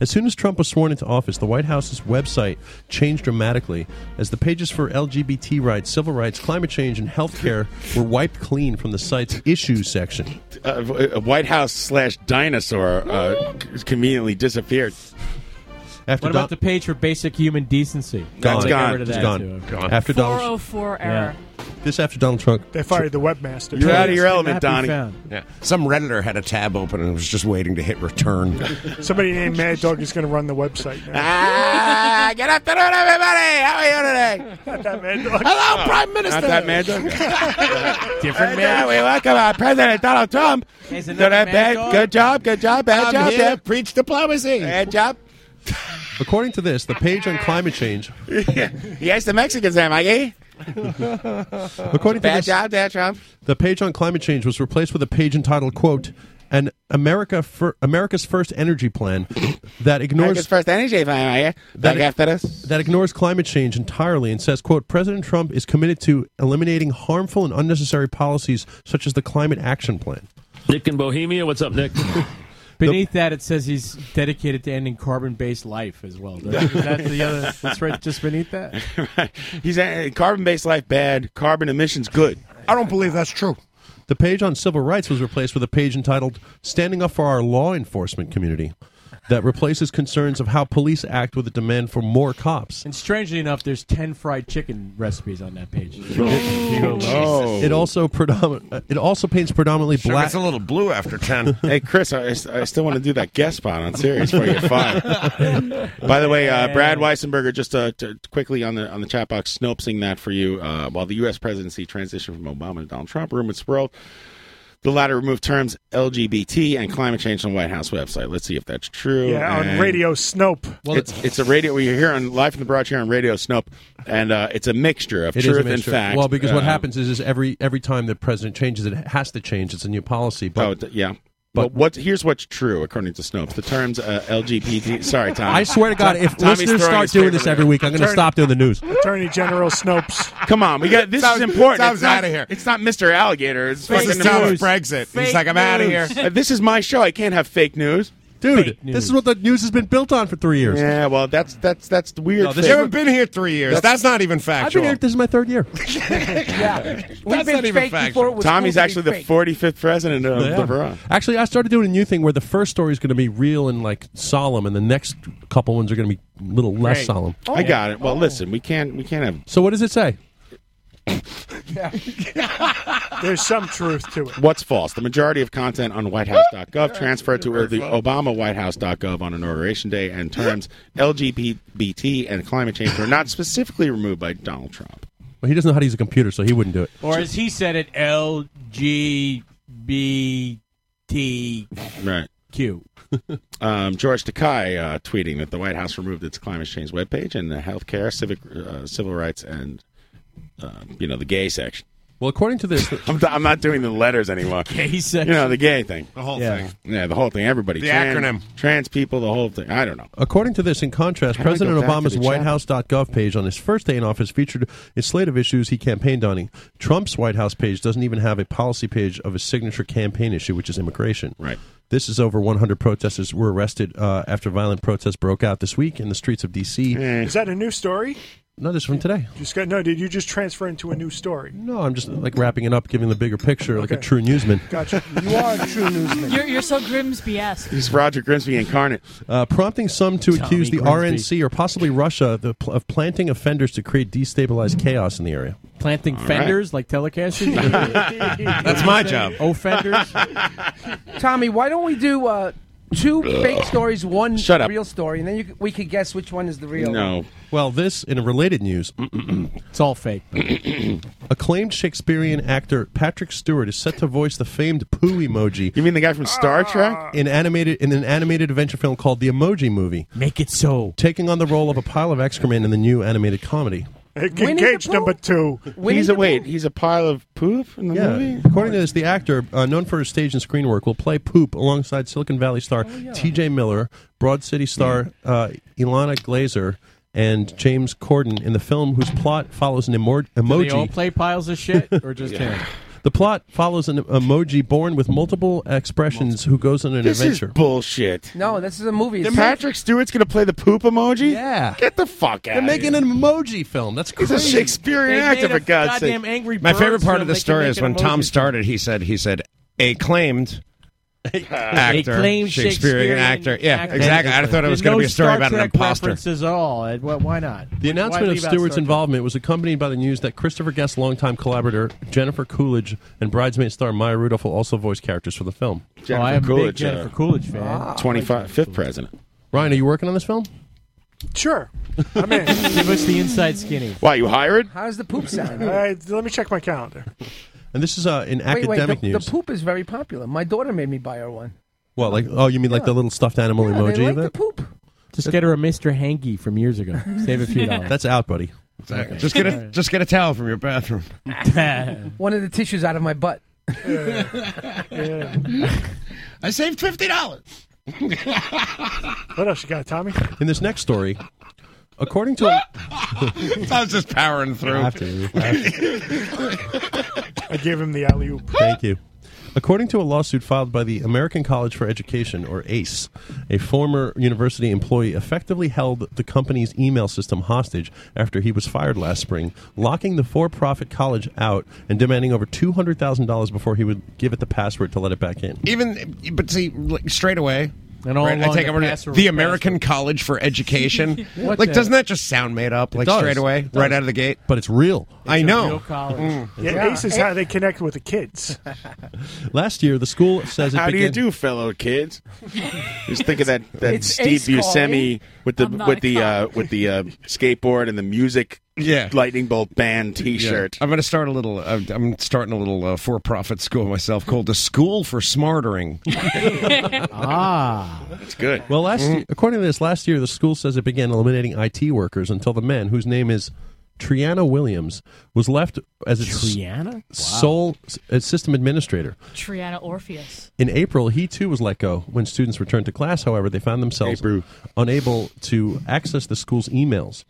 [SPEAKER 20] As soon as Trump was sworn into office, the White House's website changed dramatically as the pages for LGBT rights, civil rights, climate change, and healthcare were wiped clean from the site's issues section.
[SPEAKER 11] Uh, v- uh, White House slash dinosaur uh, c- conveniently disappeared.
[SPEAKER 20] After
[SPEAKER 2] What about the page for basic human decency?
[SPEAKER 11] That's
[SPEAKER 2] They got rid of
[SPEAKER 20] It's
[SPEAKER 2] that,
[SPEAKER 20] gone.
[SPEAKER 2] too.
[SPEAKER 20] After Donald,
[SPEAKER 13] 404
[SPEAKER 2] Yeah.
[SPEAKER 13] error.
[SPEAKER 20] this after Donald Trump.
[SPEAKER 14] They fired the webmaster.
[SPEAKER 11] You're out of your
[SPEAKER 2] Could
[SPEAKER 11] element,
[SPEAKER 2] not be
[SPEAKER 11] Donnie.
[SPEAKER 2] found.
[SPEAKER 16] Yeah. Some Redditor had a tab open and was just waiting to hit return.
[SPEAKER 14] Somebody named Mad Dog is going to run the website. Now.
[SPEAKER 11] Ah, good afternoon, everybody. How are you today?
[SPEAKER 14] Not that Mad Dog.
[SPEAKER 16] Hello, Prime Minister.
[SPEAKER 11] Oh, Not that mad *laughs*
[SPEAKER 16] *laughs*
[SPEAKER 11] dog.
[SPEAKER 2] Different
[SPEAKER 11] Yeah,
[SPEAKER 2] man.
[SPEAKER 11] we welcome our President Donald Trump.
[SPEAKER 2] There's
[SPEAKER 11] Did
[SPEAKER 2] another
[SPEAKER 11] I
[SPEAKER 2] mad
[SPEAKER 11] bad-
[SPEAKER 2] dog.
[SPEAKER 11] Good job, good job, bad
[SPEAKER 16] I'm
[SPEAKER 11] job,
[SPEAKER 16] here to
[SPEAKER 11] yeah.
[SPEAKER 16] preach diplomacy.
[SPEAKER 11] bad job.
[SPEAKER 20] According to this, the page on climate change.
[SPEAKER 11] *laughs* Yes, the Mexicans there, Mikey.
[SPEAKER 20] According to
[SPEAKER 11] Bad
[SPEAKER 20] this,
[SPEAKER 11] job there, Trump.
[SPEAKER 20] the page on climate change was replaced with a page entitled "quote an America fir- America's first
[SPEAKER 11] *coughs*
[SPEAKER 20] energy plan that ignores
[SPEAKER 11] America's first energy plan. I guess. Like after this.
[SPEAKER 20] that ignores climate change entirely and says, quote, President Trump is committed to eliminating harmful and unnecessary policies such as the climate action plan.
[SPEAKER 8] Nick in Bohemia, what's up, Nick?
[SPEAKER 2] Beneath that, it says he's dedicated to ending carbon-based life as well.
[SPEAKER 11] *laughs*
[SPEAKER 2] That's, that's the other. That's right, just beneath that.
[SPEAKER 11] He's uh, carbon-based life bad, carbon emissions good.
[SPEAKER 20] I don't believe that's true. The page on civil rights was replaced with a page entitled Standing Up for Our Law Enforcement Community that replaces concerns of how police act with a demand for more cops.
[SPEAKER 2] And strangely enough, there's ten fried chicken recipes on that page.
[SPEAKER 20] It also predomin- uh, it also paints predominantly
[SPEAKER 11] Sure,
[SPEAKER 20] black
[SPEAKER 11] it's a little blue after 10. *laughs* hey, Chris, I, I still want to do that guest spot on Sirius for you. Fine.
[SPEAKER 20] *laughs*
[SPEAKER 11] By the way, uh, Brad Weissenberger, just uh, to, quickly on the on the chat box, snopesing that for you. Uh, while the U.S. presidency transitioned from Obama to Donald Trump, rumors swirled. The latter removed terms LGBT and climate change on the White House website. Let's see if that's true.
[SPEAKER 14] Yeah, on
[SPEAKER 11] And-
[SPEAKER 14] Radio Snope.
[SPEAKER 11] it's, it's a radio. We're here on live from the broad here on Radio Snope, and uh, it's a mixture of
[SPEAKER 20] It is a
[SPEAKER 11] truth and
[SPEAKER 20] mixture.
[SPEAKER 11] fact.
[SPEAKER 20] Well, because what
[SPEAKER 11] Uh,
[SPEAKER 20] happens is, is every every time the president changes, it has to change. It's a new policy. But
[SPEAKER 11] oh, th- yeah. But what here's what's true according to Snopes. The terms uh, LGBT. Sorry, Tom.
[SPEAKER 20] I swear to God,
[SPEAKER 11] Tom-
[SPEAKER 20] if
[SPEAKER 11] Tommy's throwing
[SPEAKER 20] listeners start
[SPEAKER 11] his
[SPEAKER 20] doing
[SPEAKER 11] paper
[SPEAKER 20] this every
[SPEAKER 11] down.
[SPEAKER 20] week, I'm going to
[SPEAKER 11] Turn-
[SPEAKER 20] stop doing the news.
[SPEAKER 14] Attorney General Snopes.
[SPEAKER 11] Come on, we got this
[SPEAKER 14] Tom's-
[SPEAKER 11] is important.
[SPEAKER 14] Tom's
[SPEAKER 11] It's not-
[SPEAKER 14] outta here.
[SPEAKER 11] It's not Mr. Alligator. It's
[SPEAKER 14] This
[SPEAKER 11] fucking
[SPEAKER 14] is Tom's
[SPEAKER 11] news.
[SPEAKER 14] Brexit. He's like, I'm
[SPEAKER 11] news.
[SPEAKER 14] outta here.
[SPEAKER 11] Uh, This is my show. I can't have fake news.
[SPEAKER 20] Dude, this is what the news has been built on for three years.
[SPEAKER 11] Yeah, well, that's that's that's the weird.
[SPEAKER 20] No,
[SPEAKER 11] thing.
[SPEAKER 20] this You haven't
[SPEAKER 15] been here three years. That's not even
[SPEAKER 20] I've been
[SPEAKER 15] factual.
[SPEAKER 20] here. This is my third year.
[SPEAKER 15] That's not even factual.
[SPEAKER 11] Tommy's actually the 45th president of
[SPEAKER 20] Yeah.
[SPEAKER 11] the Verona.
[SPEAKER 20] Actually, I started doing a new thing where the first story is going to be real and like solemn, and the next couple ones are going to be a little less solemn.
[SPEAKER 11] I got
[SPEAKER 20] Oh.
[SPEAKER 11] it. Well, listen, we can't we can't have
[SPEAKER 20] So, what does it say?
[SPEAKER 14] *laughs* There's some truth to it.
[SPEAKER 11] What's false? The majority of content on
[SPEAKER 14] *laughs*
[SPEAKER 11] WhiteHouse.gov transferred to the Obama WhiteHouse.gov on inauguration day, and terms LGBT and climate change were not specifically removed by Donald Trump.
[SPEAKER 20] Well, he doesn't know how to use a computer, so he wouldn't do it.
[SPEAKER 2] Or as he said it, L G B T
[SPEAKER 11] Right.
[SPEAKER 2] Q.
[SPEAKER 11] *laughs* Um, George Takai uh, tweeting that the White House removed its climate change webpage and the healthcare, civic, uh, civil rights, and uh, you know the gay section.
[SPEAKER 20] Well, according to this,
[SPEAKER 11] *laughs* I'm, I'm not doing the letters
[SPEAKER 20] *laughs*
[SPEAKER 11] anymore.
[SPEAKER 2] Gay section.
[SPEAKER 11] You know the gay thing, the
[SPEAKER 15] whole
[SPEAKER 2] Yeah. thing.
[SPEAKER 11] Yeah, the whole thing. Everybody.
[SPEAKER 15] The
[SPEAKER 11] Tran-
[SPEAKER 15] acronym.
[SPEAKER 11] Trans people. The whole thing. I don't know.
[SPEAKER 20] According to this, in contrast,
[SPEAKER 11] How do I go
[SPEAKER 20] President
[SPEAKER 11] back to
[SPEAKER 20] Obama's
[SPEAKER 11] the
[SPEAKER 20] WhiteHouse.gov page on his first day in office featured a slate of issues he campaigned on. Trump's White House page doesn't even have a policy page of his signature campaign issue, which is immigration.
[SPEAKER 11] Right.
[SPEAKER 20] This is over 100 protesters were arrested uh, after violent protests broke out this week in the streets of D.C.
[SPEAKER 14] Is that a new story?
[SPEAKER 20] No, this is from today.
[SPEAKER 14] Just got no. Did you just transfer into a new story?
[SPEAKER 20] No, I'm just like wrapping it up, giving the bigger picture, like a true newsman. *laughs*
[SPEAKER 14] Gotcha. You are a true newsman.
[SPEAKER 13] You're, you're so Grimsby-esque.
[SPEAKER 11] He's Roger Grimsby incarnate.
[SPEAKER 20] uh, prompting some to
[SPEAKER 11] Tommy
[SPEAKER 20] accuse the
[SPEAKER 11] Grimsby.
[SPEAKER 20] RNC or possibly Russia the, pl- of planting offenders to create destabilized chaos in the area.
[SPEAKER 2] Planting
[SPEAKER 20] All right.
[SPEAKER 2] fenders like Oh, telecasters.
[SPEAKER 20] *laughs* That's my job.
[SPEAKER 2] Offenders.
[SPEAKER 17] Tommy, why don't we do uh, two
[SPEAKER 20] Ugh.
[SPEAKER 17] fake stories, one
[SPEAKER 20] Shut up.
[SPEAKER 17] real story, and then you, c- we could guess which one is the real. one.
[SPEAKER 20] Well, this in
[SPEAKER 11] *clears throat*
[SPEAKER 20] related news,
[SPEAKER 2] it's all fake.
[SPEAKER 20] Acclaimed Shakespearean actor Patrick Stewart is set to voice the famed poo emoji.
[SPEAKER 11] You mean the guy from
[SPEAKER 17] Ah.
[SPEAKER 11] Star Trek?
[SPEAKER 20] In animated in an animated adventure film called The Emoji Movie.
[SPEAKER 2] Make it so.
[SPEAKER 20] Taking on the role of a pile of excrement in the new animated comedy.
[SPEAKER 14] Engage number two.
[SPEAKER 11] he's a wait. He's a pile of poop in the
[SPEAKER 20] Yeah.
[SPEAKER 11] movie.
[SPEAKER 20] According to this, the actor, uh, known for his stage and screen work, will play Poop alongside Silicon Valley star
[SPEAKER 11] Oh,
[SPEAKER 20] T.J. Miller, Broad City star uh, Ilana Glazer, and James Corden in the film, whose plot follows an emo-
[SPEAKER 2] Do they all
[SPEAKER 20] emoji.
[SPEAKER 2] play piles of shit or just him?
[SPEAKER 20] the plot follows an emoji born with multiple expressions who goes on an
[SPEAKER 11] This is
[SPEAKER 20] adventure.
[SPEAKER 11] bullshit.
[SPEAKER 17] No, this is a movie.
[SPEAKER 11] Then Patrick Stewart's gonna play the poop emoji?
[SPEAKER 20] Yeah.
[SPEAKER 11] Get the fuck out.
[SPEAKER 20] They're making an emoji film. That's
[SPEAKER 11] He's
[SPEAKER 20] crazy.
[SPEAKER 11] a Shakespearean actor, for God's sake.
[SPEAKER 16] My favorite part of the story is when Tom started. He said, "He said acclaimed."
[SPEAKER 20] *laughs*
[SPEAKER 16] Actor,
[SPEAKER 2] Acclaimed
[SPEAKER 16] Shakespearean actor. Yeah,
[SPEAKER 2] actor.
[SPEAKER 16] exactly. I thought it
[SPEAKER 2] There's
[SPEAKER 16] was going to
[SPEAKER 2] no
[SPEAKER 16] be a story
[SPEAKER 2] Star
[SPEAKER 16] about an
[SPEAKER 2] Trek
[SPEAKER 16] imposter.
[SPEAKER 2] references at all. Ed. Why- Why not?
[SPEAKER 20] The
[SPEAKER 2] Why
[SPEAKER 20] announcement of
[SPEAKER 2] leave out
[SPEAKER 20] Stewart's
[SPEAKER 2] Star Trek?
[SPEAKER 20] involvement was accompanied by the news that Christopher Guest's longtime collaborator Jennifer Coolidge and Bridesmaid star Maya Rudolph will also voice characters for the film.
[SPEAKER 11] Jennifer Oh, I am a big Coolidge, uh, Jennifer
[SPEAKER 2] Coolidge fan.
[SPEAKER 11] 25 fifth president.
[SPEAKER 20] Ryan, are you working on this film?
[SPEAKER 14] Sure. I'm in.
[SPEAKER 2] Give us the inside skinny.
[SPEAKER 11] Why you hired?
[SPEAKER 17] How does the poop sound?
[SPEAKER 14] *laughs* All right, let me check my calendar.
[SPEAKER 20] And this is uh, in
[SPEAKER 17] wait, wait.
[SPEAKER 20] academic
[SPEAKER 17] the,
[SPEAKER 20] news.
[SPEAKER 17] the poop is very popular. My daughter made me buy her
[SPEAKER 13] *laughs*
[SPEAKER 17] one.
[SPEAKER 20] What, like, oh, you mean like the little stuffed animal
[SPEAKER 17] Yeah, they
[SPEAKER 20] emoji?
[SPEAKER 17] like
[SPEAKER 20] of
[SPEAKER 17] the
[SPEAKER 20] it?
[SPEAKER 17] poop.
[SPEAKER 2] Just get her a Mr. Hanky from years ago. Save a few dollars.
[SPEAKER 20] That's out, buddy.
[SPEAKER 16] Exactly. Just get a just get a towel from your bathroom.
[SPEAKER 17] one of the tissues out of my butt. *laughs*
[SPEAKER 1] I saved fifty
[SPEAKER 14] *laughs*
[SPEAKER 1] dollars.
[SPEAKER 14] What else you got, Tommy?
[SPEAKER 20] In this next story,
[SPEAKER 11] *laughs*
[SPEAKER 20] according to
[SPEAKER 11] Tom's just powering through.
[SPEAKER 20] I have to. I have to.
[SPEAKER 14] I gave him the alley oop.
[SPEAKER 20] Thank you. According to a lawsuit filed by the American College for Education, or ACE, a former university employee effectively held the company's email system hostage after he was fired last spring, locking the for profit college out and demanding over $200,000 before he would give it the password to let it back in.
[SPEAKER 16] Even, but see, like, straight away.
[SPEAKER 20] And all
[SPEAKER 16] I
[SPEAKER 20] along
[SPEAKER 16] take
[SPEAKER 20] the
[SPEAKER 16] over to-
[SPEAKER 20] password
[SPEAKER 16] the
[SPEAKER 20] was
[SPEAKER 16] American College for Education.
[SPEAKER 20] *laughs* What
[SPEAKER 16] like,
[SPEAKER 20] the-
[SPEAKER 16] doesn't that just sound made up?
[SPEAKER 20] It
[SPEAKER 16] Like
[SPEAKER 20] does.
[SPEAKER 16] straight away,
[SPEAKER 20] It does.
[SPEAKER 16] right out of the gate.
[SPEAKER 20] But it's real.
[SPEAKER 16] I know.
[SPEAKER 11] Mm.
[SPEAKER 14] Yeah, Ace is how they connect with the kids.
[SPEAKER 20] Last year, the school says it
[SPEAKER 11] How do you
[SPEAKER 20] began-
[SPEAKER 11] do, fellow kids? Just think of
[SPEAKER 14] *laughs*
[SPEAKER 11] that, that
[SPEAKER 14] It's
[SPEAKER 11] Steve
[SPEAKER 14] Ace
[SPEAKER 11] Buscemi
[SPEAKER 14] calling.
[SPEAKER 11] with the
[SPEAKER 14] I'm not
[SPEAKER 11] with
[SPEAKER 14] a
[SPEAKER 11] the uh, with the uh, skateboard and the music
[SPEAKER 16] Yeah.
[SPEAKER 11] lightning bolt band T-shirt.
[SPEAKER 16] I'm going to start a little. I'm, I'm starting a little uh, for-profit school myself called the School for Smartering.
[SPEAKER 20] *laughs* ah,
[SPEAKER 11] that's good.
[SPEAKER 20] Well, last year, according to this, last year the school says it began eliminating IT workers until the man, whose name is Triana Williams, was left as its
[SPEAKER 13] Triana? Wow.
[SPEAKER 20] sole s- uh, system administrator.
[SPEAKER 13] Triana Orpheus.
[SPEAKER 20] In April, he too was let go. When students returned to class, however, they found themselves unable to access the school's emails.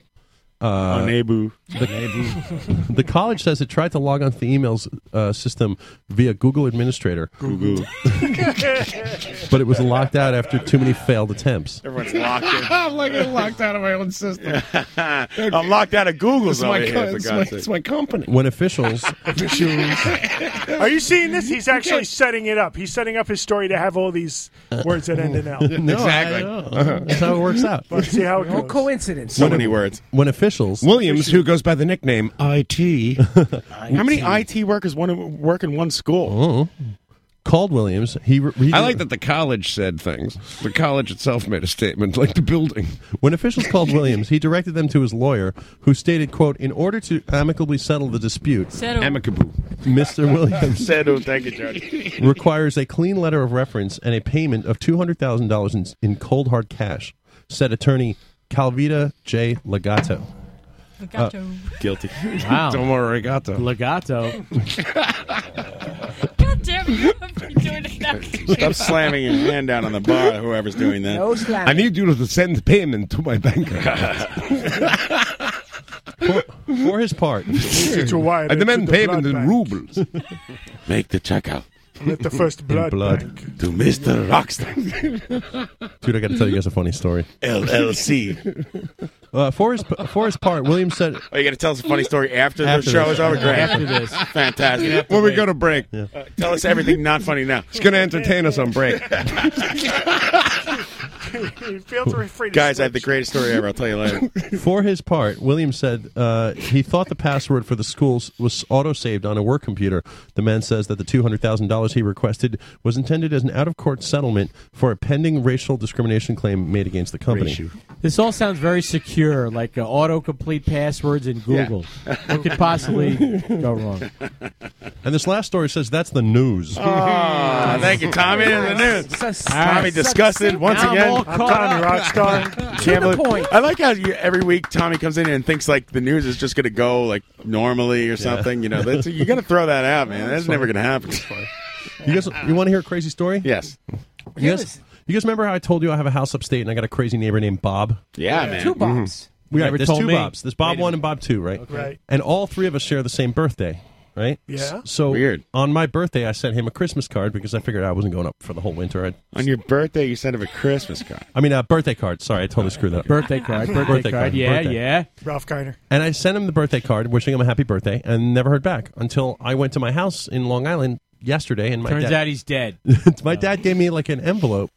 [SPEAKER 20] Uh,
[SPEAKER 11] Unable.
[SPEAKER 20] The, *laughs* the college says it tried to log onto the emails uh, system via Google Administrator. Google. *laughs* but it was locked out after too many failed attempts.
[SPEAKER 11] Everyone's locked *laughs* in.
[SPEAKER 16] *laughs* I'm like I'm locked *laughs* out of my own system.
[SPEAKER 11] I'm locked out of Google's
[SPEAKER 16] It's my,
[SPEAKER 11] over
[SPEAKER 16] co-
[SPEAKER 11] here. For
[SPEAKER 16] it's, my,
[SPEAKER 11] God's
[SPEAKER 16] it's
[SPEAKER 11] sake.
[SPEAKER 16] my company.
[SPEAKER 20] *laughs* When officials *laughs*
[SPEAKER 14] Are you seeing this? He's actually setting it up. He's setting up his story to have all these words that end in L.
[SPEAKER 20] *laughs* No, I know. That's how it *laughs* works out.
[SPEAKER 14] Let's see how it
[SPEAKER 17] No
[SPEAKER 14] goes.
[SPEAKER 17] coincidence.
[SPEAKER 20] When- When officials
[SPEAKER 16] Williams, who goes by the nickname
[SPEAKER 20] *laughs*
[SPEAKER 11] *laughs*
[SPEAKER 16] IT,
[SPEAKER 11] How many IT workers want to work in one school?
[SPEAKER 20] Oh. called Williams, he, re- he
[SPEAKER 16] I like that the college said things. The college itself made a statement, like the building.
[SPEAKER 20] When officials *laughs* called Williams, he directed them to his lawyer, who stated, "quote In order to amicably settle the dispute,
[SPEAKER 13] Settle.
[SPEAKER 16] amicable,
[SPEAKER 20] *laughs* Mr.
[SPEAKER 11] *laughs*
[SPEAKER 20] Williams
[SPEAKER 11] Said, oh, thank you, Judge.
[SPEAKER 20] requires a clean letter of reference and a payment of two hundred thousand dollars in, in cold hard cash," said attorney Calvita J. Legato. Uh,
[SPEAKER 13] Legato.
[SPEAKER 11] Guilty.
[SPEAKER 2] Wow.
[SPEAKER 16] Tomorrow regatta.
[SPEAKER 2] Legato.
[SPEAKER 13] God *laughs* damn it, I've been doing it now.
[SPEAKER 11] *laughs* Stop slamming your hand down on the bar. Whoever's doing that.
[SPEAKER 13] No slamming.
[SPEAKER 16] I need you to send payment to my bank account.
[SPEAKER 20] For, for his part,
[SPEAKER 14] It's a wire.
[SPEAKER 16] I demand
[SPEAKER 14] It's a
[SPEAKER 16] payment
[SPEAKER 14] blood bank.
[SPEAKER 16] in rubles.
[SPEAKER 13] *laughs*
[SPEAKER 11] Make the check out
[SPEAKER 14] Let the first blood,
[SPEAKER 20] blood.
[SPEAKER 14] bank.
[SPEAKER 11] to Mr. Rockstar
[SPEAKER 20] dude, I got to tell you guys a funny story.
[SPEAKER 11] LLC.
[SPEAKER 20] Uh, for his for his part, Williams said,
[SPEAKER 11] Are Oh, you going to tell us a funny story after,
[SPEAKER 20] After
[SPEAKER 11] the show
[SPEAKER 20] this.
[SPEAKER 11] is over? Great.
[SPEAKER 20] After this.
[SPEAKER 11] *laughs* Fantastic.
[SPEAKER 16] when we go to break,
[SPEAKER 11] Uh, tell us everything not funny now.
[SPEAKER 16] it's going to entertain us on break.
[SPEAKER 14] he *laughs* failed to
[SPEAKER 11] *laughs*
[SPEAKER 14] refrain.
[SPEAKER 11] Guys, I have the greatest story ever. I'll tell you later.
[SPEAKER 20] For his part, Williams said uh, he thought the password for the schools was auto-saved on a work computer. The man says that the $200,000 he requested was intended as an out-of-court settlement for a pending racial discrimination claim made against the company.
[SPEAKER 2] This all sounds very secure, like uh, autocomplete passwords in Google. What could possibly go wrong?
[SPEAKER 20] And this last story says that's the news.
[SPEAKER 11] *laughs* Ah, thank you, Tommy. In the news. Tommy disgusted *laughs* once
[SPEAKER 2] Now I'm
[SPEAKER 11] again.
[SPEAKER 2] all caught up.
[SPEAKER 14] Tommy
[SPEAKER 4] *laughs*
[SPEAKER 14] Rockstar.
[SPEAKER 11] Can't believe- I like how you, every week Tommy comes in and thinks like the news is just going to go like normally or something. You know, that's, you got to throw that out, man. That's, never going to happen.
[SPEAKER 20] You guys, you want to hear a crazy story?
[SPEAKER 11] yes.
[SPEAKER 20] You guys, you guys remember how I told you I have a house upstate and I got a crazy neighbor named Bob?
[SPEAKER 11] Yeah, man.
[SPEAKER 17] Two bombs.
[SPEAKER 20] We
[SPEAKER 2] You Mm-hmm.
[SPEAKER 20] right,
[SPEAKER 2] never
[SPEAKER 20] there's
[SPEAKER 2] told
[SPEAKER 20] two
[SPEAKER 2] me.
[SPEAKER 20] Bobs. There's Bob one and Bob two, right?
[SPEAKER 14] Right.
[SPEAKER 20] And all three of us share the same birthday, right?
[SPEAKER 14] Yeah.
[SPEAKER 20] S- So
[SPEAKER 11] Weird.
[SPEAKER 20] on my birthday, I sent him a Christmas card because I figured I wasn't going up for the whole winter. I'd,
[SPEAKER 11] On your birthday, you sent him a Christmas card.
[SPEAKER 20] I mean, a birthday card. Sorry, I totally screwed that
[SPEAKER 2] *laughs*
[SPEAKER 20] up.
[SPEAKER 2] Birthday card. Birthday,
[SPEAKER 20] Birthday
[SPEAKER 2] card.
[SPEAKER 20] card,
[SPEAKER 2] Yeah,
[SPEAKER 20] birthday.
[SPEAKER 2] yeah.
[SPEAKER 14] Ralph Kiner.
[SPEAKER 20] And I sent him the birthday card, wishing him a happy birthday, and never heard back until I went to my house in Long Island yesterday. And my
[SPEAKER 2] Turns
[SPEAKER 20] dad,
[SPEAKER 2] out he's dead.
[SPEAKER 20] *laughs* my dad gave me like an envelope,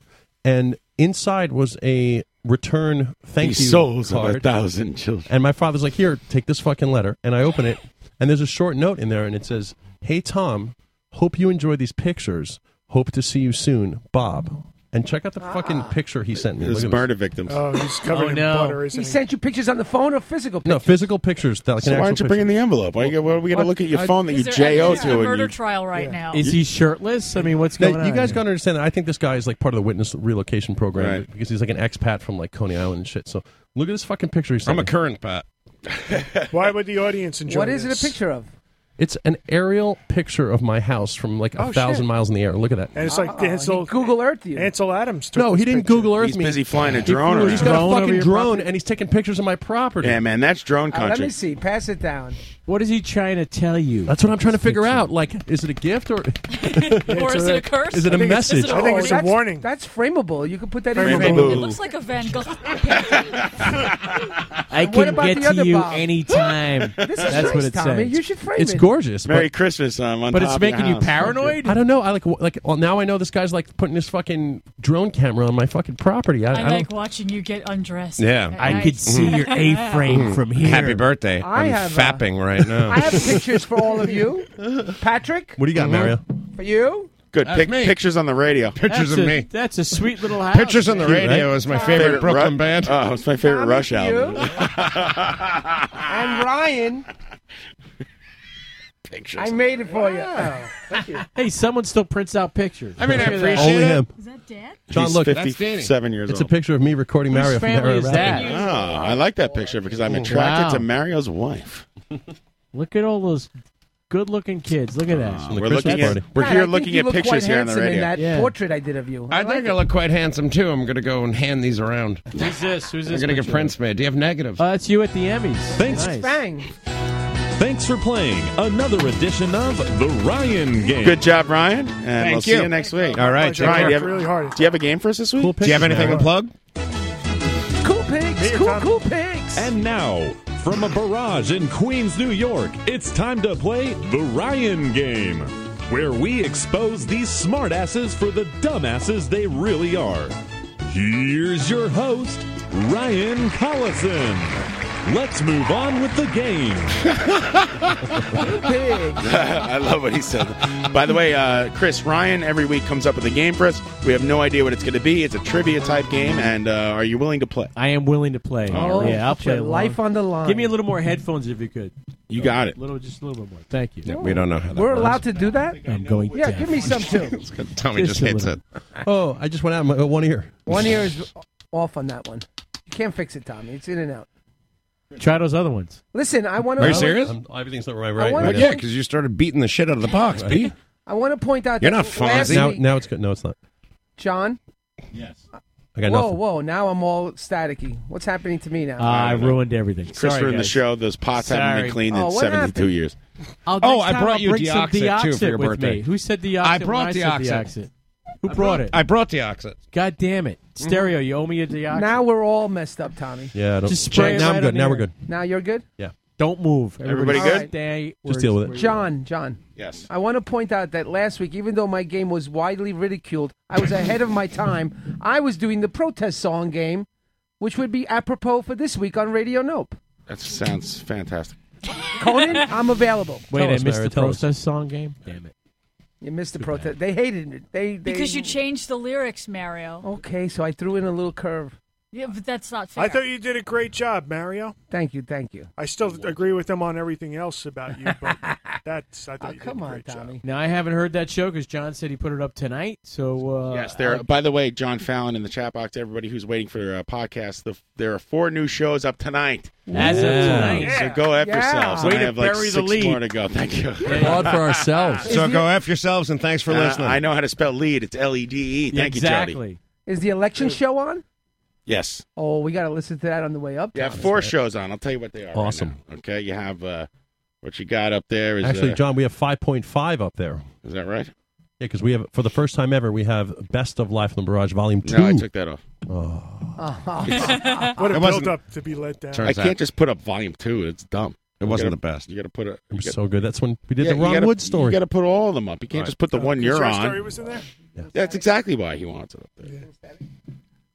[SPEAKER 20] and inside was a return thank
[SPEAKER 11] These
[SPEAKER 20] you
[SPEAKER 11] souls of a
[SPEAKER 20] card.
[SPEAKER 11] thousand children.
[SPEAKER 20] And my father's like, "Here, take this fucking letter." And I open it, and there's a short note in there, and it says, "Hey Tom, hope you enjoy these pictures. Hope to see you soon, Bob." And check out the fucking picture he sent me.
[SPEAKER 11] There's
[SPEAKER 20] Look at
[SPEAKER 11] murder victims.
[SPEAKER 14] Oh, he's covered
[SPEAKER 2] Oh,
[SPEAKER 14] in
[SPEAKER 2] no.
[SPEAKER 14] butter,
[SPEAKER 17] He
[SPEAKER 14] isn't he?
[SPEAKER 17] sent you pictures on the phone or physical
[SPEAKER 20] this. No,
[SPEAKER 17] pictures?
[SPEAKER 20] physical pictures. That, like
[SPEAKER 11] so why
[SPEAKER 20] an actual
[SPEAKER 11] aren't you
[SPEAKER 20] picture.
[SPEAKER 11] bringing the envelope? Why, you- why are we going to look at your
[SPEAKER 20] I-
[SPEAKER 11] phone that you
[SPEAKER 13] Uh, Is there
[SPEAKER 11] J.O.
[SPEAKER 13] actually
[SPEAKER 11] to?
[SPEAKER 13] a
[SPEAKER 11] And
[SPEAKER 13] murder
[SPEAKER 11] you,
[SPEAKER 13] trial right now?
[SPEAKER 2] Is he shirtless? I mean, what's going
[SPEAKER 20] Now,
[SPEAKER 2] on?
[SPEAKER 20] you guys
[SPEAKER 2] here?
[SPEAKER 20] got to understand that I think this guy is like part of the witness relocation program
[SPEAKER 11] Right.
[SPEAKER 20] because he's like an expat from like Coney Island and shit. So look at this fucking picture he sent.
[SPEAKER 16] I'm a
[SPEAKER 20] me.
[SPEAKER 16] current pat.
[SPEAKER 14] *laughs* Why would the audience enjoy
[SPEAKER 17] What is it
[SPEAKER 14] this?
[SPEAKER 17] a picture of?
[SPEAKER 20] It's an aerial picture of my house from like a
[SPEAKER 14] Oh,
[SPEAKER 20] thousand
[SPEAKER 14] shit.
[SPEAKER 20] miles in the air. Look at that.
[SPEAKER 14] And it's like Ansel
[SPEAKER 17] Ah, Google Earth you.
[SPEAKER 14] Ansel Adams. Took
[SPEAKER 20] No, he
[SPEAKER 14] this
[SPEAKER 20] didn't
[SPEAKER 14] picture.
[SPEAKER 20] Google Earth
[SPEAKER 11] He's
[SPEAKER 20] me.
[SPEAKER 11] busy flying a
[SPEAKER 20] He
[SPEAKER 11] drone
[SPEAKER 20] flew-
[SPEAKER 11] around.
[SPEAKER 20] He's got
[SPEAKER 11] Drone
[SPEAKER 20] a
[SPEAKER 11] over
[SPEAKER 20] fucking
[SPEAKER 11] your
[SPEAKER 20] drone,
[SPEAKER 11] property?
[SPEAKER 20] and he's taking pictures of my property.
[SPEAKER 11] Yeah, man, that's drone
[SPEAKER 17] Uh, let
[SPEAKER 11] country.
[SPEAKER 17] me see. Pass it down.
[SPEAKER 2] What is he trying to tell you?
[SPEAKER 20] That's what I'm trying to figure out. Like, is it a gift or,
[SPEAKER 13] Or is it a curse?
[SPEAKER 20] *laughs* Is it a
[SPEAKER 13] I think it's-
[SPEAKER 20] message?
[SPEAKER 13] is it a I think it's a
[SPEAKER 17] That's-
[SPEAKER 13] warning.
[SPEAKER 17] That's frameable. You could put that in.
[SPEAKER 13] It
[SPEAKER 20] Frameable.
[SPEAKER 13] looks like a Van
[SPEAKER 17] *laughs*
[SPEAKER 13] Gogh painting.
[SPEAKER 2] I
[SPEAKER 17] What
[SPEAKER 2] can
[SPEAKER 17] about
[SPEAKER 2] get
[SPEAKER 17] the
[SPEAKER 2] to
[SPEAKER 17] other
[SPEAKER 2] you
[SPEAKER 17] Bob?
[SPEAKER 11] *laughs*
[SPEAKER 2] anytime.
[SPEAKER 17] This is
[SPEAKER 2] That's
[SPEAKER 17] nice,
[SPEAKER 2] what it
[SPEAKER 17] Tommy.
[SPEAKER 2] says.
[SPEAKER 17] You should frame
[SPEAKER 20] It's
[SPEAKER 17] it.
[SPEAKER 20] gorgeous.
[SPEAKER 11] Merry
[SPEAKER 20] but-
[SPEAKER 11] Christmas. I'm on
[SPEAKER 20] but
[SPEAKER 11] top
[SPEAKER 20] it's
[SPEAKER 11] of your
[SPEAKER 20] making you
[SPEAKER 11] house.
[SPEAKER 2] paranoid?
[SPEAKER 20] I don't know. I like w- like well, now I know this guy's like putting his fucking drone camera on my fucking property. I,
[SPEAKER 13] I,
[SPEAKER 20] I,
[SPEAKER 13] like
[SPEAKER 20] don't.
[SPEAKER 13] watching you get undressed. at
[SPEAKER 2] I
[SPEAKER 13] night.
[SPEAKER 2] could see
[SPEAKER 13] *laughs*
[SPEAKER 2] your A-frame from here.
[SPEAKER 16] Happy birthday!
[SPEAKER 17] I
[SPEAKER 16] I'm
[SPEAKER 17] have a-
[SPEAKER 16] fapping right now.
[SPEAKER 17] I have pictures for all of you. Patrick,
[SPEAKER 16] What do you got, Mario?
[SPEAKER 17] for you.
[SPEAKER 11] Good.
[SPEAKER 17] That's
[SPEAKER 11] Pic-
[SPEAKER 17] me.
[SPEAKER 11] *laughs* pictures on the radio.
[SPEAKER 16] Pictures That's of a- me.
[SPEAKER 2] That's a sweet little house.
[SPEAKER 16] Pictures on the radio is my favorite Brooklyn
[SPEAKER 11] Ru-
[SPEAKER 16] band.
[SPEAKER 11] Oh, it's my favorite Rush album.
[SPEAKER 17] and Ryan.
[SPEAKER 11] Pictures.
[SPEAKER 17] I made it for
[SPEAKER 13] Ah,
[SPEAKER 17] you. Oh.
[SPEAKER 2] Hey, someone still prints out pictures.
[SPEAKER 17] I mean, I
[SPEAKER 2] Look at that.
[SPEAKER 17] appreciate Only it. him.
[SPEAKER 13] Is that Dad?
[SPEAKER 20] John,
[SPEAKER 11] He's
[SPEAKER 20] look,
[SPEAKER 11] 57 years
[SPEAKER 20] It's
[SPEAKER 11] old.
[SPEAKER 20] a picture of me recording
[SPEAKER 2] Whose
[SPEAKER 20] Mario from
[SPEAKER 2] family
[SPEAKER 20] Arrow
[SPEAKER 2] is
[SPEAKER 20] Rabbit.
[SPEAKER 11] Oh, I like that picture because I'm
[SPEAKER 2] Ooh,
[SPEAKER 11] attracted
[SPEAKER 2] wow.
[SPEAKER 11] to Mario's wife.
[SPEAKER 2] *laughs* Look at all those good-looking kids. Look at that.
[SPEAKER 11] Oh, we're looking at, we're
[SPEAKER 17] God, I
[SPEAKER 11] here
[SPEAKER 17] think
[SPEAKER 11] looking
[SPEAKER 17] you
[SPEAKER 11] at
[SPEAKER 17] look
[SPEAKER 11] pictures
[SPEAKER 17] quite
[SPEAKER 11] here on the
[SPEAKER 17] handsome
[SPEAKER 11] radio.
[SPEAKER 17] In that portrait I did of you.
[SPEAKER 16] I think I look quite handsome too. I'm gonna go and hand these around.
[SPEAKER 2] Who's this? Who's
[SPEAKER 16] I'm gonna get prints made. Do you have negatives?
[SPEAKER 2] Uh, it's you at the Emmys.
[SPEAKER 5] Thanks.
[SPEAKER 2] Nice.
[SPEAKER 17] Bang.
[SPEAKER 5] Thanks for playing another edition of The Ryan Game.
[SPEAKER 11] Good job, Ryan. And
[SPEAKER 5] Thank
[SPEAKER 11] we'll see
[SPEAKER 5] you.
[SPEAKER 11] you next week.
[SPEAKER 5] All right,
[SPEAKER 11] Ryan,
[SPEAKER 5] take
[SPEAKER 11] do you
[SPEAKER 5] care.
[SPEAKER 11] have,
[SPEAKER 5] Really
[SPEAKER 14] hard.
[SPEAKER 11] Do you have a game for us this week?
[SPEAKER 5] Cool
[SPEAKER 11] do you have
[SPEAKER 5] pictures,
[SPEAKER 11] anything to
[SPEAKER 5] Mario.
[SPEAKER 11] plug?
[SPEAKER 17] Cool pigs. Cool, cool
[SPEAKER 14] *laughs*
[SPEAKER 17] pigs.
[SPEAKER 5] And now, from a barrage in Queens, New York, it's time to play The Ryan Game, where we expose these smartasses for the dumbasses they really are. Here's your host, Ryan Collison. Let's move on with the game.
[SPEAKER 11] *laughs* I love what he said. By the way, uh, Chris Ryan every week comes up with a game for us. We have no idea what it's going to be. It's a trivia type game, and uh, are you willing to play? Oh,
[SPEAKER 2] I am willing to play.
[SPEAKER 11] All right.
[SPEAKER 2] Yeah, I'll
[SPEAKER 11] Put
[SPEAKER 2] play.
[SPEAKER 11] your
[SPEAKER 2] along.
[SPEAKER 17] life on the line.
[SPEAKER 2] Give me a little more headphones if you could.
[SPEAKER 11] You got it.
[SPEAKER 2] Little, just a little bit more. Thank you.
[SPEAKER 16] we don't know how that
[SPEAKER 17] We're
[SPEAKER 16] works.
[SPEAKER 17] allowed to do that.
[SPEAKER 2] I'm going.
[SPEAKER 17] Yeah, give me some too.
[SPEAKER 16] Tommy just,
[SPEAKER 2] Just a
[SPEAKER 16] hits
[SPEAKER 2] little.
[SPEAKER 16] it.
[SPEAKER 20] Oh, I just went out my, uh, one ear.
[SPEAKER 17] One ear is off on that one. You can't fix it, Tommy. It's in and out.
[SPEAKER 2] Try those other ones.
[SPEAKER 17] Listen, I want to.
[SPEAKER 16] Are you serious?
[SPEAKER 20] I'm, everything's over my
[SPEAKER 17] I
[SPEAKER 20] right.
[SPEAKER 17] wanna-
[SPEAKER 20] right
[SPEAKER 16] yeah, because you started beating the shit out of the box, B.
[SPEAKER 17] I want to point out.
[SPEAKER 16] You're
[SPEAKER 17] that
[SPEAKER 16] not
[SPEAKER 17] last
[SPEAKER 16] Fonzie.
[SPEAKER 20] now,
[SPEAKER 17] week-
[SPEAKER 20] now it's good. No, it's not.
[SPEAKER 17] John.
[SPEAKER 20] I got
[SPEAKER 17] whoa,
[SPEAKER 20] nothing.
[SPEAKER 17] whoa! Now I'm all staticky. What's happening to me now?
[SPEAKER 2] Uh, I ruined everything.
[SPEAKER 11] Chris
[SPEAKER 2] Sorry,
[SPEAKER 11] ruined the
[SPEAKER 2] guys.
[SPEAKER 11] show. Those pots haven't
[SPEAKER 2] Sorry.
[SPEAKER 11] been cleaned
[SPEAKER 2] Oh,
[SPEAKER 11] in
[SPEAKER 2] what
[SPEAKER 11] 72
[SPEAKER 2] happened?
[SPEAKER 11] years.
[SPEAKER 2] I'll,
[SPEAKER 16] Oh,
[SPEAKER 2] next
[SPEAKER 16] I
[SPEAKER 2] time
[SPEAKER 16] brought
[SPEAKER 2] I'll
[SPEAKER 16] you
[SPEAKER 2] bring some
[SPEAKER 16] Deoxit, too, for
[SPEAKER 2] Deoxit
[SPEAKER 16] your
[SPEAKER 2] with
[SPEAKER 16] birthday.
[SPEAKER 2] Me. Who said Deoxit?
[SPEAKER 16] I
[SPEAKER 2] when
[SPEAKER 16] brought
[SPEAKER 2] I said
[SPEAKER 16] Deoxit.
[SPEAKER 2] Deoxit? Who
[SPEAKER 16] I
[SPEAKER 2] brought
[SPEAKER 16] brought-
[SPEAKER 2] it?
[SPEAKER 16] I brought Deoxit.
[SPEAKER 2] God damn it. Stereo, you owe me a Deoxit.
[SPEAKER 17] Now we're all messed up, Tommy.
[SPEAKER 20] Yeah, I don't.
[SPEAKER 2] Just spray it
[SPEAKER 20] now
[SPEAKER 2] right
[SPEAKER 20] I'm good.
[SPEAKER 2] on
[SPEAKER 20] Now
[SPEAKER 2] the
[SPEAKER 20] we're
[SPEAKER 2] air.
[SPEAKER 20] good.
[SPEAKER 17] Now you're good.
[SPEAKER 20] Yeah.
[SPEAKER 2] Don't move.
[SPEAKER 11] Everybody
[SPEAKER 17] All
[SPEAKER 11] good?
[SPEAKER 17] right.
[SPEAKER 2] Stay
[SPEAKER 20] Just deal with it.
[SPEAKER 17] John, John.
[SPEAKER 11] Yes.
[SPEAKER 17] I want to point out that last week, even though my game was widely ridiculed, I was ahead of my time. I was doing the protest song game, which would be apropos for this week on Radio Nope.
[SPEAKER 11] That sounds fantastic.
[SPEAKER 17] Conan, I'm available.
[SPEAKER 2] Wait,
[SPEAKER 20] Tell
[SPEAKER 2] I
[SPEAKER 20] us,
[SPEAKER 2] missed
[SPEAKER 20] Mary,
[SPEAKER 2] the
[SPEAKER 20] tell us.
[SPEAKER 2] process song game? Damn it.
[SPEAKER 17] You missed the protest. They hated it. They,
[SPEAKER 13] *laughs*
[SPEAKER 17] they
[SPEAKER 13] Because you changed the lyrics, Mario.
[SPEAKER 17] Okay, so I threw in a little curve.
[SPEAKER 13] Yeah, but that's not fair.
[SPEAKER 14] I thought you did a great job, Mario.
[SPEAKER 17] Thank you, thank you.
[SPEAKER 14] I still agree with them on everything else about you,
[SPEAKER 17] *laughs*
[SPEAKER 14] but that's I thought you
[SPEAKER 17] Ah, come
[SPEAKER 14] did a
[SPEAKER 17] on,
[SPEAKER 14] great job.
[SPEAKER 2] Now, I haven't heard that show because John said he put it up tonight. So, uh,
[SPEAKER 11] Yes, there. Are, by the way, John Fallon in the chat box. Everybody who's waiting for a podcast, the, there are four new shows up tonight.
[SPEAKER 2] As of tonight.
[SPEAKER 11] So go after
[SPEAKER 2] Yeah.
[SPEAKER 11] yourselves.
[SPEAKER 2] Way
[SPEAKER 11] I
[SPEAKER 2] to
[SPEAKER 11] have like
[SPEAKER 2] bury the
[SPEAKER 11] six
[SPEAKER 2] lead.
[SPEAKER 11] more to go. Thank you.
[SPEAKER 16] Applaud for ourselves.
[SPEAKER 17] So Is the- go
[SPEAKER 16] F yourselves and thanks for
[SPEAKER 11] Uh,
[SPEAKER 16] listening.
[SPEAKER 11] I know how to spell lead. It's L E D E. Thank you, Jody.
[SPEAKER 17] Is the election show on?
[SPEAKER 11] Yes.
[SPEAKER 17] Oh, we got to listen to that on the way up.
[SPEAKER 11] You have
[SPEAKER 17] Tom.
[SPEAKER 11] four shows on. I'll tell you what they are. right
[SPEAKER 20] Awesome.
[SPEAKER 11] now, okay, you have uh, what you got up there. Is
[SPEAKER 20] Actually,
[SPEAKER 11] uh,
[SPEAKER 20] John, we have 5.5 up there.
[SPEAKER 11] Is that right?
[SPEAKER 20] Yeah, because we have for the first time ever we have Best of Life in the Barrage Volume Two.
[SPEAKER 11] No, I took that off.
[SPEAKER 20] Oh.
[SPEAKER 14] What a
[SPEAKER 11] It wasn't-
[SPEAKER 14] build up to be let down.
[SPEAKER 11] I can't just put up volume two. It's dumb.
[SPEAKER 16] It
[SPEAKER 11] You
[SPEAKER 16] wasn't
[SPEAKER 11] gotta-
[SPEAKER 16] the best.
[SPEAKER 11] You got to put a.
[SPEAKER 20] It
[SPEAKER 11] you
[SPEAKER 20] was
[SPEAKER 11] gotta-
[SPEAKER 20] so good. That's when we did
[SPEAKER 11] Yeah,
[SPEAKER 20] the
[SPEAKER 11] you
[SPEAKER 20] Ron
[SPEAKER 11] gotta-
[SPEAKER 20] Wood story.
[SPEAKER 11] You got to put all of them up. You can't
[SPEAKER 20] Right. Uh,
[SPEAKER 11] just put the one
[SPEAKER 14] Because
[SPEAKER 11] you're
[SPEAKER 14] your
[SPEAKER 11] on.
[SPEAKER 14] story was in there.
[SPEAKER 11] That's exactly why he wants it up there.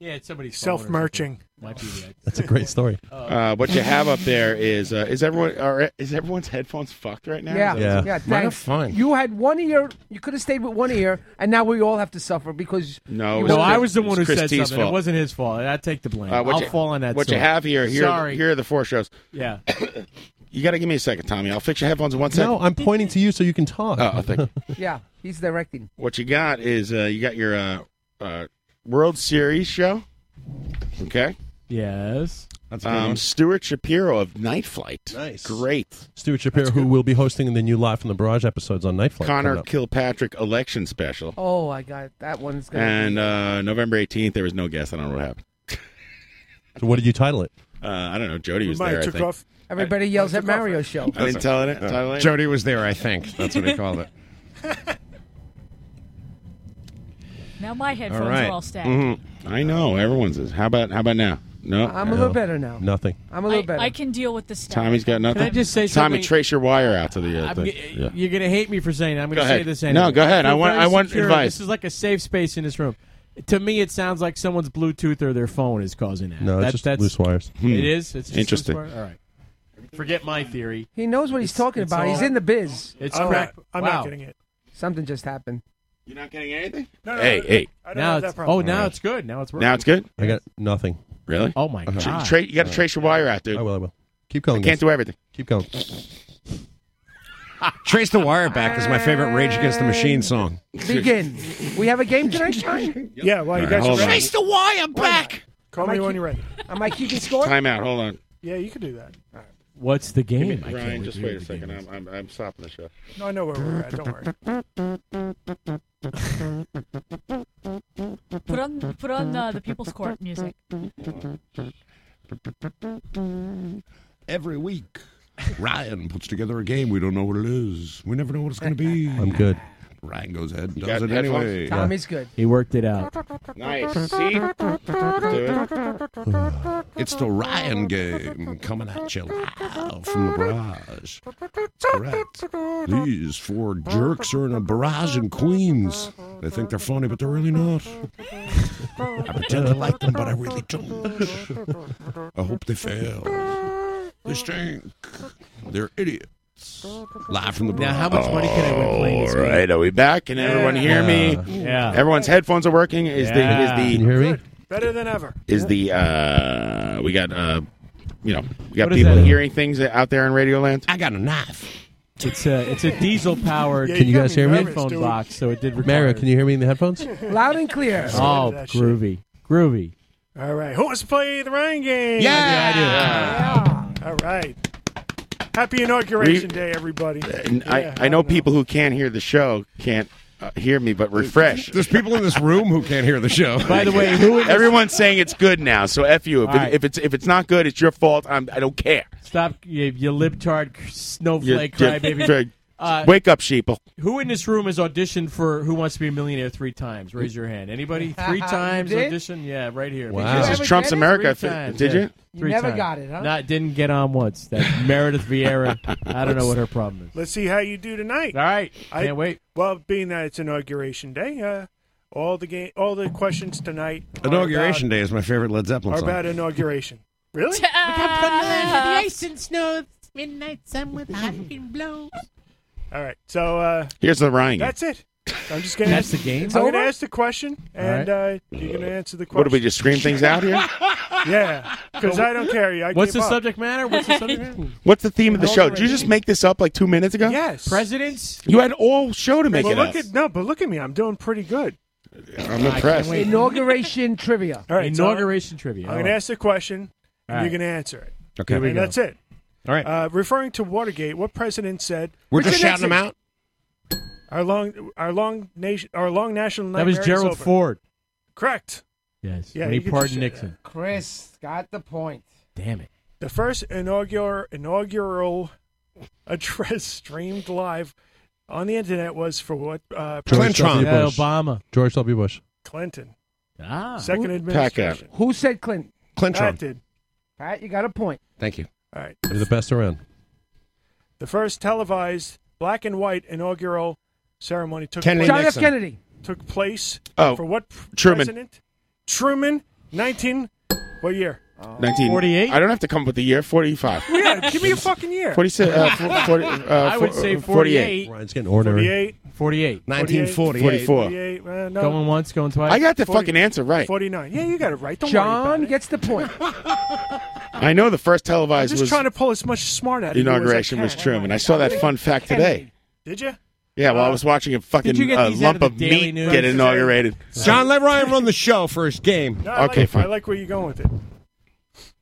[SPEAKER 2] Yeah, it's somebody's phone or something.
[SPEAKER 14] Self-merching.
[SPEAKER 2] Might be that.
[SPEAKER 20] That's a great story.
[SPEAKER 11] Uh, what you have up there is uh, is everyone are, is everyone's headphones fucked right now?
[SPEAKER 17] Yeah,
[SPEAKER 11] Is
[SPEAKER 17] yeah,
[SPEAKER 11] that-
[SPEAKER 17] thanks. You had one ear. You could have stayed with one ear, and now we all have to suffer because
[SPEAKER 11] No,
[SPEAKER 17] you
[SPEAKER 11] Oh, it was
[SPEAKER 2] No,
[SPEAKER 17] were-
[SPEAKER 11] Chris-
[SPEAKER 2] I was the one
[SPEAKER 11] it's
[SPEAKER 2] who
[SPEAKER 11] Chris
[SPEAKER 2] said
[SPEAKER 11] T's
[SPEAKER 2] something.
[SPEAKER 11] fault.
[SPEAKER 2] It wasn't his fault. I take the blame.
[SPEAKER 11] Uh, what
[SPEAKER 2] I'll
[SPEAKER 11] you-
[SPEAKER 2] fall on that.
[SPEAKER 11] What you
[SPEAKER 2] sword.
[SPEAKER 11] have here, here, are the-
[SPEAKER 2] Sorry.
[SPEAKER 11] here are the four shows.
[SPEAKER 2] Yeah.
[SPEAKER 11] *coughs* You got to give me a second, Tommy. I'll fix your headphones in one second.
[SPEAKER 20] No, I'm pointing to you so you can talk.
[SPEAKER 11] Oh, thank you.
[SPEAKER 17] Yeah, he's directing.
[SPEAKER 11] What you got is uh, you got your uh, uh, World Series show. Okay.
[SPEAKER 2] Yes.
[SPEAKER 11] That's
[SPEAKER 20] a good one.
[SPEAKER 11] um, Stuart Shapiro of Night Flight.
[SPEAKER 20] Nice.
[SPEAKER 11] Great.
[SPEAKER 20] *laughs* Stuart Shapiro, who will be hosting the new Live from the Barrage episodes on Night Flight. coming
[SPEAKER 11] Connor
[SPEAKER 20] up.
[SPEAKER 11] Kilpatrick election special.
[SPEAKER 17] Oh, I got it. that one's good.
[SPEAKER 11] And uh, November 18th, there was no guest. I don't know what happened. *laughs*
[SPEAKER 20] so what did you title it?
[SPEAKER 11] Uh, I don't know. Jody was there, I think.
[SPEAKER 17] Everybody yells at Mario Show.
[SPEAKER 11] I didn't tell it. Title it.
[SPEAKER 16] Jody was there, I think. That's what he called it.
[SPEAKER 13] Now my headphones are all stacked.
[SPEAKER 17] Mm-hmm.
[SPEAKER 11] Mhm. I know. Everyone's is. How about how about now? Uh, No.
[SPEAKER 13] I'm a little No. better now.
[SPEAKER 20] Nothing.
[SPEAKER 17] I'm
[SPEAKER 13] a little better. I can deal with the stack.
[SPEAKER 11] Tommy's got nothing.
[SPEAKER 13] Can I just say
[SPEAKER 11] Tommy,
[SPEAKER 13] something?
[SPEAKER 11] trace your wire out to the. Uh,
[SPEAKER 2] I'm
[SPEAKER 11] thing.
[SPEAKER 2] g-
[SPEAKER 11] Yeah.
[SPEAKER 2] You're going to hate me for saying it. I'm
[SPEAKER 11] Go
[SPEAKER 2] going to say
[SPEAKER 11] ahead.
[SPEAKER 2] this
[SPEAKER 11] No,
[SPEAKER 2] anyway.
[SPEAKER 11] go ahead. I
[SPEAKER 2] feel
[SPEAKER 11] want-
[SPEAKER 2] very
[SPEAKER 11] I want
[SPEAKER 2] secure.
[SPEAKER 11] advice.
[SPEAKER 2] This is like a safe space in this room. To me, it sounds like someone's Bluetooth or their phone is causing that.
[SPEAKER 20] No, it's
[SPEAKER 2] That's-
[SPEAKER 20] just
[SPEAKER 2] that's-
[SPEAKER 20] loose wires. Hmm.
[SPEAKER 2] It is. It's just
[SPEAKER 20] Interesting.
[SPEAKER 2] Loose wire? All right. Forget my theory.
[SPEAKER 17] He knows what he's
[SPEAKER 2] It's-
[SPEAKER 17] talking
[SPEAKER 2] it's
[SPEAKER 17] about. He's
[SPEAKER 2] all-
[SPEAKER 17] in the biz.
[SPEAKER 2] It's I'm crap.
[SPEAKER 14] not- I'm not Wow. getting
[SPEAKER 17] it. Something just happened.
[SPEAKER 11] You're not getting anything?
[SPEAKER 14] No,
[SPEAKER 11] Hey, hey.
[SPEAKER 2] Now it's, oh, now it's good. Now it's working.
[SPEAKER 11] Now it's good.
[SPEAKER 20] I got nothing.
[SPEAKER 11] Really?
[SPEAKER 2] Oh my
[SPEAKER 11] Tra-
[SPEAKER 2] God.
[SPEAKER 11] tra- you got to trace your wire out, dude.
[SPEAKER 20] I will. I will. Keep going.
[SPEAKER 11] I can't
[SPEAKER 20] guys.
[SPEAKER 11] do everything.
[SPEAKER 20] Keep going.
[SPEAKER 16] *laughs* Trace the Wire Back is my favorite Rage Against the Machine song.
[SPEAKER 17] Begin. we have a game tonight, Sean?
[SPEAKER 14] Yeah, well, you
[SPEAKER 16] All right,
[SPEAKER 14] guys
[SPEAKER 16] hold on.
[SPEAKER 14] Trace
[SPEAKER 17] the wire back.
[SPEAKER 14] Call me when you're ready.
[SPEAKER 17] I'm like, you can score.
[SPEAKER 11] Time out. Hold on.
[SPEAKER 14] Yeah, you can do that.
[SPEAKER 2] What's the game? I can't
[SPEAKER 11] Ryan,
[SPEAKER 2] wait
[SPEAKER 11] just
[SPEAKER 2] to hear
[SPEAKER 11] wait a
[SPEAKER 2] the
[SPEAKER 11] second.
[SPEAKER 2] game.
[SPEAKER 11] I'm, I'm, I'm stopping the show.
[SPEAKER 14] No, I know where we're at. Don't worry.
[SPEAKER 13] Put on put on uh, the People's Court music.
[SPEAKER 7] Every week, Ryan puts together a game. We don't know what it is. We never know what it's going to be.
[SPEAKER 20] I'm good.
[SPEAKER 7] Ryan goes ahead and
[SPEAKER 20] You
[SPEAKER 7] does
[SPEAKER 20] got
[SPEAKER 7] it
[SPEAKER 20] headphones?
[SPEAKER 7] anyway.
[SPEAKER 17] Tommy's good.
[SPEAKER 2] He worked it out.
[SPEAKER 11] Nice. See? Do it.
[SPEAKER 7] It's the Ryan game coming at you live from the barrage. That's correct. These four jerks are in a barrage in Queens. They think they're funny, but they're really not. I pretend I like them, but I really don't. I hope they fail. They stink. They're idiots. Live from the barrage.
[SPEAKER 2] Now, how much money can I win playing this
[SPEAKER 11] All right, are we back? Can everyone hear me?
[SPEAKER 2] Yeah.
[SPEAKER 11] Everyone's headphones are working. Is the
[SPEAKER 2] Yeah.
[SPEAKER 11] is the
[SPEAKER 2] Can you hear me?
[SPEAKER 14] Better than ever.
[SPEAKER 11] is the uh we got uh you know we got
[SPEAKER 2] What is
[SPEAKER 11] people
[SPEAKER 2] that?
[SPEAKER 11] hearing things out there in Radio Land.
[SPEAKER 7] I got a knife.
[SPEAKER 2] It's a it's a diesel powered.
[SPEAKER 20] Yeah, you Can you got guys me hear me? nervous,
[SPEAKER 2] Headphone
[SPEAKER 20] dude.
[SPEAKER 2] box, so it did. Require
[SPEAKER 20] Mario, can you hear me in the headphones?
[SPEAKER 17] Loud and
[SPEAKER 14] *laughs*
[SPEAKER 17] clear.
[SPEAKER 2] Oh,
[SPEAKER 14] That shit.
[SPEAKER 2] groovy, groovy.
[SPEAKER 14] All right. Who wants to play the Ryan game?
[SPEAKER 2] Yeah!
[SPEAKER 14] Yeah. All right. Happy inauguration
[SPEAKER 11] Re-
[SPEAKER 14] day, everybody.
[SPEAKER 11] And I I know people who can't hear the show can't uh, hear me, but refresh.
[SPEAKER 16] There's people in this room who can't hear the show.
[SPEAKER 11] By the way,
[SPEAKER 16] *laughs*
[SPEAKER 11] who everyone's saying it's good now, so f you. If,
[SPEAKER 2] All right.
[SPEAKER 11] if it's if it's not good, it's your fault. I'm, I don't care.
[SPEAKER 2] Stop, you, you libtard c-
[SPEAKER 11] You-
[SPEAKER 2] snowflake
[SPEAKER 11] you-
[SPEAKER 2] crybaby. Uh,
[SPEAKER 11] Wake up, sheeple.
[SPEAKER 2] Who in this room has auditioned for Who Wants to Be a Millionaire three times? Raise your hand. Anybody?
[SPEAKER 14] *laughs*
[SPEAKER 11] *laughs*
[SPEAKER 2] Three
[SPEAKER 17] You
[SPEAKER 2] times
[SPEAKER 17] did?
[SPEAKER 2] audition? Yeah, right here.
[SPEAKER 11] Wow. This is Did you Trump's ever get it? America.
[SPEAKER 2] Three times,
[SPEAKER 11] Did
[SPEAKER 2] yeah.
[SPEAKER 11] you?
[SPEAKER 17] You
[SPEAKER 2] Three
[SPEAKER 17] never
[SPEAKER 2] times.
[SPEAKER 17] got it, huh?
[SPEAKER 2] Not, didn't get on once. That Meredith Vieira. I don't know what her problem is.
[SPEAKER 14] Let's see how you do tonight. All
[SPEAKER 2] right.
[SPEAKER 14] I,
[SPEAKER 2] Can't wait.
[SPEAKER 14] Well, being that it's inauguration day, uh, all the game, all the questions tonight.
[SPEAKER 2] Oh,
[SPEAKER 14] are
[SPEAKER 16] Inauguration Day is my favorite Led Zeppelin
[SPEAKER 14] about, are about
[SPEAKER 16] song.
[SPEAKER 14] inauguration. Really?
[SPEAKER 23] the ice and snow, midnight sun with hot wind blows.
[SPEAKER 14] All right. So uh,
[SPEAKER 11] Here's the Ryan. game.
[SPEAKER 14] that's it. I'm just gonna.
[SPEAKER 11] That's the game?
[SPEAKER 14] I'm gonna
[SPEAKER 11] Over?
[SPEAKER 14] ask the question,
[SPEAKER 11] All
[SPEAKER 14] and uh, you're gonna answer the question.
[SPEAKER 11] What do we just scream things out here?
[SPEAKER 14] Yeah, because I don't care. I
[SPEAKER 2] What's
[SPEAKER 14] gave
[SPEAKER 2] the
[SPEAKER 14] up.
[SPEAKER 2] subject matter? What's the subject matter?
[SPEAKER 14] *laughs*
[SPEAKER 11] What's the theme of the show? Did you just make this up like two minutes ago?
[SPEAKER 14] Yes.
[SPEAKER 2] Presidents?
[SPEAKER 11] You had all show to make
[SPEAKER 14] well,
[SPEAKER 11] it
[SPEAKER 14] look
[SPEAKER 11] up.
[SPEAKER 14] at no, but look at me. I'm doing pretty good.
[SPEAKER 11] I'm impressed.
[SPEAKER 17] Inauguration trivia.
[SPEAKER 14] All right, so
[SPEAKER 2] Inauguration trivia.
[SPEAKER 14] I'm going to ask the question, and
[SPEAKER 2] All
[SPEAKER 14] you're
[SPEAKER 2] right.
[SPEAKER 14] going to answer it.
[SPEAKER 2] Okay. Here we
[SPEAKER 14] and
[SPEAKER 2] go.
[SPEAKER 14] that's it.
[SPEAKER 16] All right.
[SPEAKER 14] Uh, referring to Watergate, what president said?
[SPEAKER 16] We're just
[SPEAKER 14] Richard
[SPEAKER 16] shouting 'em
[SPEAKER 14] Nixon. Our long, our long nation, our long national
[SPEAKER 2] That was
[SPEAKER 14] nightmare is
[SPEAKER 2] Gerald
[SPEAKER 14] over.
[SPEAKER 2] Ford.
[SPEAKER 14] Correct.
[SPEAKER 2] Yes.
[SPEAKER 14] Yeah,
[SPEAKER 2] when he
[SPEAKER 14] you could
[SPEAKER 2] pardoned
[SPEAKER 14] just-
[SPEAKER 2] Nixon.
[SPEAKER 17] Chris got the point.
[SPEAKER 2] Damn it.
[SPEAKER 14] The first inaugural inaugural address *laughs* streamed live on the internet was for what? Uh,
[SPEAKER 20] George W.
[SPEAKER 2] Yeah,
[SPEAKER 20] Bush.
[SPEAKER 2] Obama.
[SPEAKER 20] George W. Bush.
[SPEAKER 14] Clinton.
[SPEAKER 2] Ah.
[SPEAKER 14] Second
[SPEAKER 20] Who-
[SPEAKER 14] administration.
[SPEAKER 17] Who said Clinton?
[SPEAKER 14] Clinton.
[SPEAKER 20] Trump.
[SPEAKER 14] Pat did.
[SPEAKER 17] Pat, you got a point.
[SPEAKER 16] Thank you.
[SPEAKER 14] All right.
[SPEAKER 20] They're the best around.
[SPEAKER 14] The first televised black and white inaugural ceremony took
[SPEAKER 20] Kennedy
[SPEAKER 14] place.
[SPEAKER 20] John F. Nixon.
[SPEAKER 17] Kennedy.
[SPEAKER 14] took place.
[SPEAKER 11] Oh,
[SPEAKER 14] for what
[SPEAKER 11] Truman.
[SPEAKER 14] president? Truman, nineteen. What year?
[SPEAKER 11] Oh. 1948. I don't have to come up with the year. 45.
[SPEAKER 14] *laughs* Yeah, give me a fucking year.
[SPEAKER 11] 46, uh,
[SPEAKER 14] *laughs*
[SPEAKER 11] fo- 40, uh,
[SPEAKER 14] I would
[SPEAKER 11] fo-
[SPEAKER 14] say
[SPEAKER 11] 48.
[SPEAKER 20] Ryan's getting ordinary.
[SPEAKER 14] 48.
[SPEAKER 2] 48.
[SPEAKER 11] 1948. 44.
[SPEAKER 14] 48, uh, no.
[SPEAKER 2] Going once, going twice.
[SPEAKER 11] I got the fucking answer right.
[SPEAKER 14] Forty-nine. Yeah, you got it right. Don't worry about
[SPEAKER 17] John
[SPEAKER 14] it.
[SPEAKER 17] gets the point.
[SPEAKER 11] I know the first
[SPEAKER 14] I'm
[SPEAKER 11] televised
[SPEAKER 14] just
[SPEAKER 11] was
[SPEAKER 14] trying to pull as much smart out of you as I
[SPEAKER 11] inauguration was
[SPEAKER 14] can.
[SPEAKER 11] Truman. I saw that fun fact today.
[SPEAKER 14] Did you?
[SPEAKER 11] Yeah, well, I was watching a fucking
[SPEAKER 14] you get
[SPEAKER 11] uh,
[SPEAKER 14] these out
[SPEAKER 11] lump
[SPEAKER 14] of
[SPEAKER 11] of
[SPEAKER 14] the Daily
[SPEAKER 11] meat
[SPEAKER 14] News?
[SPEAKER 11] get inaugurated.
[SPEAKER 16] John, let Ryan run the show for his game.
[SPEAKER 14] No, I
[SPEAKER 11] Okay,
[SPEAKER 14] like,
[SPEAKER 11] fine.
[SPEAKER 14] I like where you're going with it.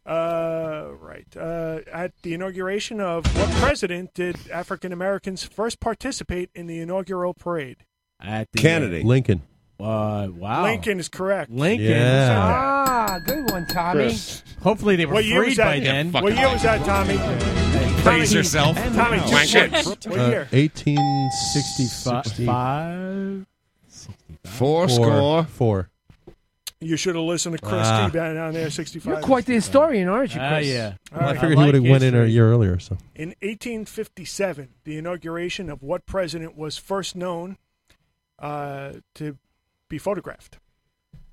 [SPEAKER 14] Uh, Uh, right. Uh, at the inauguration of what president did African Americans first participate in the inaugural parade?
[SPEAKER 2] At the
[SPEAKER 16] Kennedy.
[SPEAKER 20] Lincoln.
[SPEAKER 2] Uh, wow.
[SPEAKER 14] Lincoln is correct.
[SPEAKER 2] Lincoln.
[SPEAKER 17] Ah, good one, Tommy.
[SPEAKER 2] Chris. Hopefully they were
[SPEAKER 14] What year
[SPEAKER 2] freed
[SPEAKER 14] was that?
[SPEAKER 2] by then.
[SPEAKER 14] What year was that, Tommy?
[SPEAKER 2] Praise
[SPEAKER 14] Tommy-
[SPEAKER 2] yourself.
[SPEAKER 14] Tommy,
[SPEAKER 2] Wow.
[SPEAKER 14] just
[SPEAKER 2] Shit.
[SPEAKER 14] what- What
[SPEAKER 20] Uh,
[SPEAKER 14] year?
[SPEAKER 20] 1865.
[SPEAKER 14] Four
[SPEAKER 20] Four.
[SPEAKER 14] score.
[SPEAKER 20] Four.
[SPEAKER 14] You should have listened to Chris
[SPEAKER 20] Ah.
[SPEAKER 14] T down down there, 65.
[SPEAKER 17] You're quite the historian, aren't you, Chris?
[SPEAKER 14] Ah, yeah.
[SPEAKER 20] Well, I figured he would have went in a year earlier. So
[SPEAKER 14] In 1857, the inauguration of what president was first known uh, to be photographed?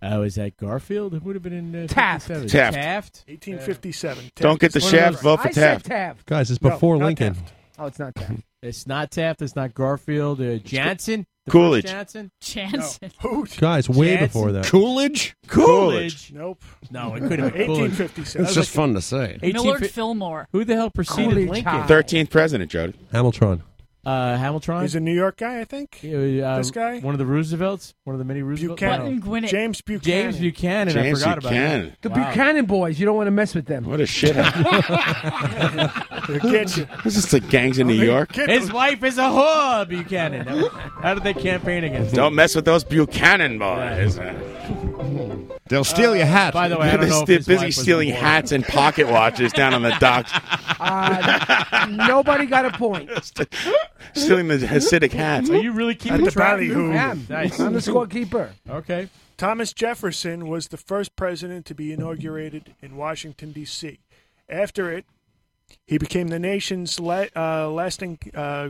[SPEAKER 2] Oh, is that Garfield? It would have been in uh,
[SPEAKER 14] Taft.
[SPEAKER 2] 57.
[SPEAKER 11] Taft.
[SPEAKER 14] 1857.
[SPEAKER 11] Don't get the shaft vote for Taft.
[SPEAKER 20] Guys, it's before
[SPEAKER 2] not
[SPEAKER 20] Lincoln.
[SPEAKER 17] Oh, it's not Taft.
[SPEAKER 2] *laughs* It's not Taft. It's not Garfield. Uh, Johnson. The first
[SPEAKER 20] Coolidge.
[SPEAKER 2] Johnson.
[SPEAKER 13] Johnson.
[SPEAKER 20] Guys, way
[SPEAKER 2] Jansen?
[SPEAKER 20] before that.
[SPEAKER 16] Coolidge?
[SPEAKER 2] Coolidge.
[SPEAKER 14] Nope.
[SPEAKER 2] No,
[SPEAKER 20] *laughs*
[SPEAKER 2] it couldn't have been Coolidge.
[SPEAKER 14] 1857.
[SPEAKER 16] It's just fun to say.
[SPEAKER 13] Millard Fillmore.
[SPEAKER 2] Who the hell preceded
[SPEAKER 13] Coolidge
[SPEAKER 2] Lincoln?
[SPEAKER 13] High.
[SPEAKER 11] 13th president, Jody.
[SPEAKER 20] Hamilton.
[SPEAKER 2] Uh, Hamilton.
[SPEAKER 14] He's a New York guy, I think.
[SPEAKER 2] uh,
[SPEAKER 14] this guy?
[SPEAKER 2] One of the Roosevelts. One of the many Roosevelts.
[SPEAKER 14] Buchanan.
[SPEAKER 2] No.
[SPEAKER 14] James Buchanan.
[SPEAKER 2] James Buchanan.
[SPEAKER 11] James
[SPEAKER 2] I forgot
[SPEAKER 11] Buchanan.
[SPEAKER 2] about
[SPEAKER 17] The
[SPEAKER 2] that.
[SPEAKER 17] Buchanan boys, you don't want to mess with them.
[SPEAKER 11] What a shithead. this is the gangs in New York.
[SPEAKER 2] His wife is a whore, Buchanan. How did they campaign against
[SPEAKER 11] *laughs*
[SPEAKER 2] him?
[SPEAKER 11] Don't mess with those Buchanan boys. They'll
[SPEAKER 16] steal your hat.
[SPEAKER 2] By the way, I don't
[SPEAKER 11] They're
[SPEAKER 2] know if
[SPEAKER 11] still
[SPEAKER 2] his wife
[SPEAKER 11] busy
[SPEAKER 2] was
[SPEAKER 11] stealing
[SPEAKER 2] born.
[SPEAKER 11] hats and pocket watches down on the
[SPEAKER 2] *laughs*
[SPEAKER 11] docks,
[SPEAKER 17] *laughs* Uh, nobody got a point.
[SPEAKER 11] stealing the Hasidic hats.
[SPEAKER 2] Are you really keeping
[SPEAKER 14] At the
[SPEAKER 2] track?
[SPEAKER 14] ballyhoo.
[SPEAKER 17] I am.
[SPEAKER 2] Nice.
[SPEAKER 17] I'm the scorekeeper.
[SPEAKER 2] Okay.
[SPEAKER 14] Thomas Jefferson was the first president to be inaugurated in Washington, D.C. After it, he became the nation's la- uh, lasting. Uh,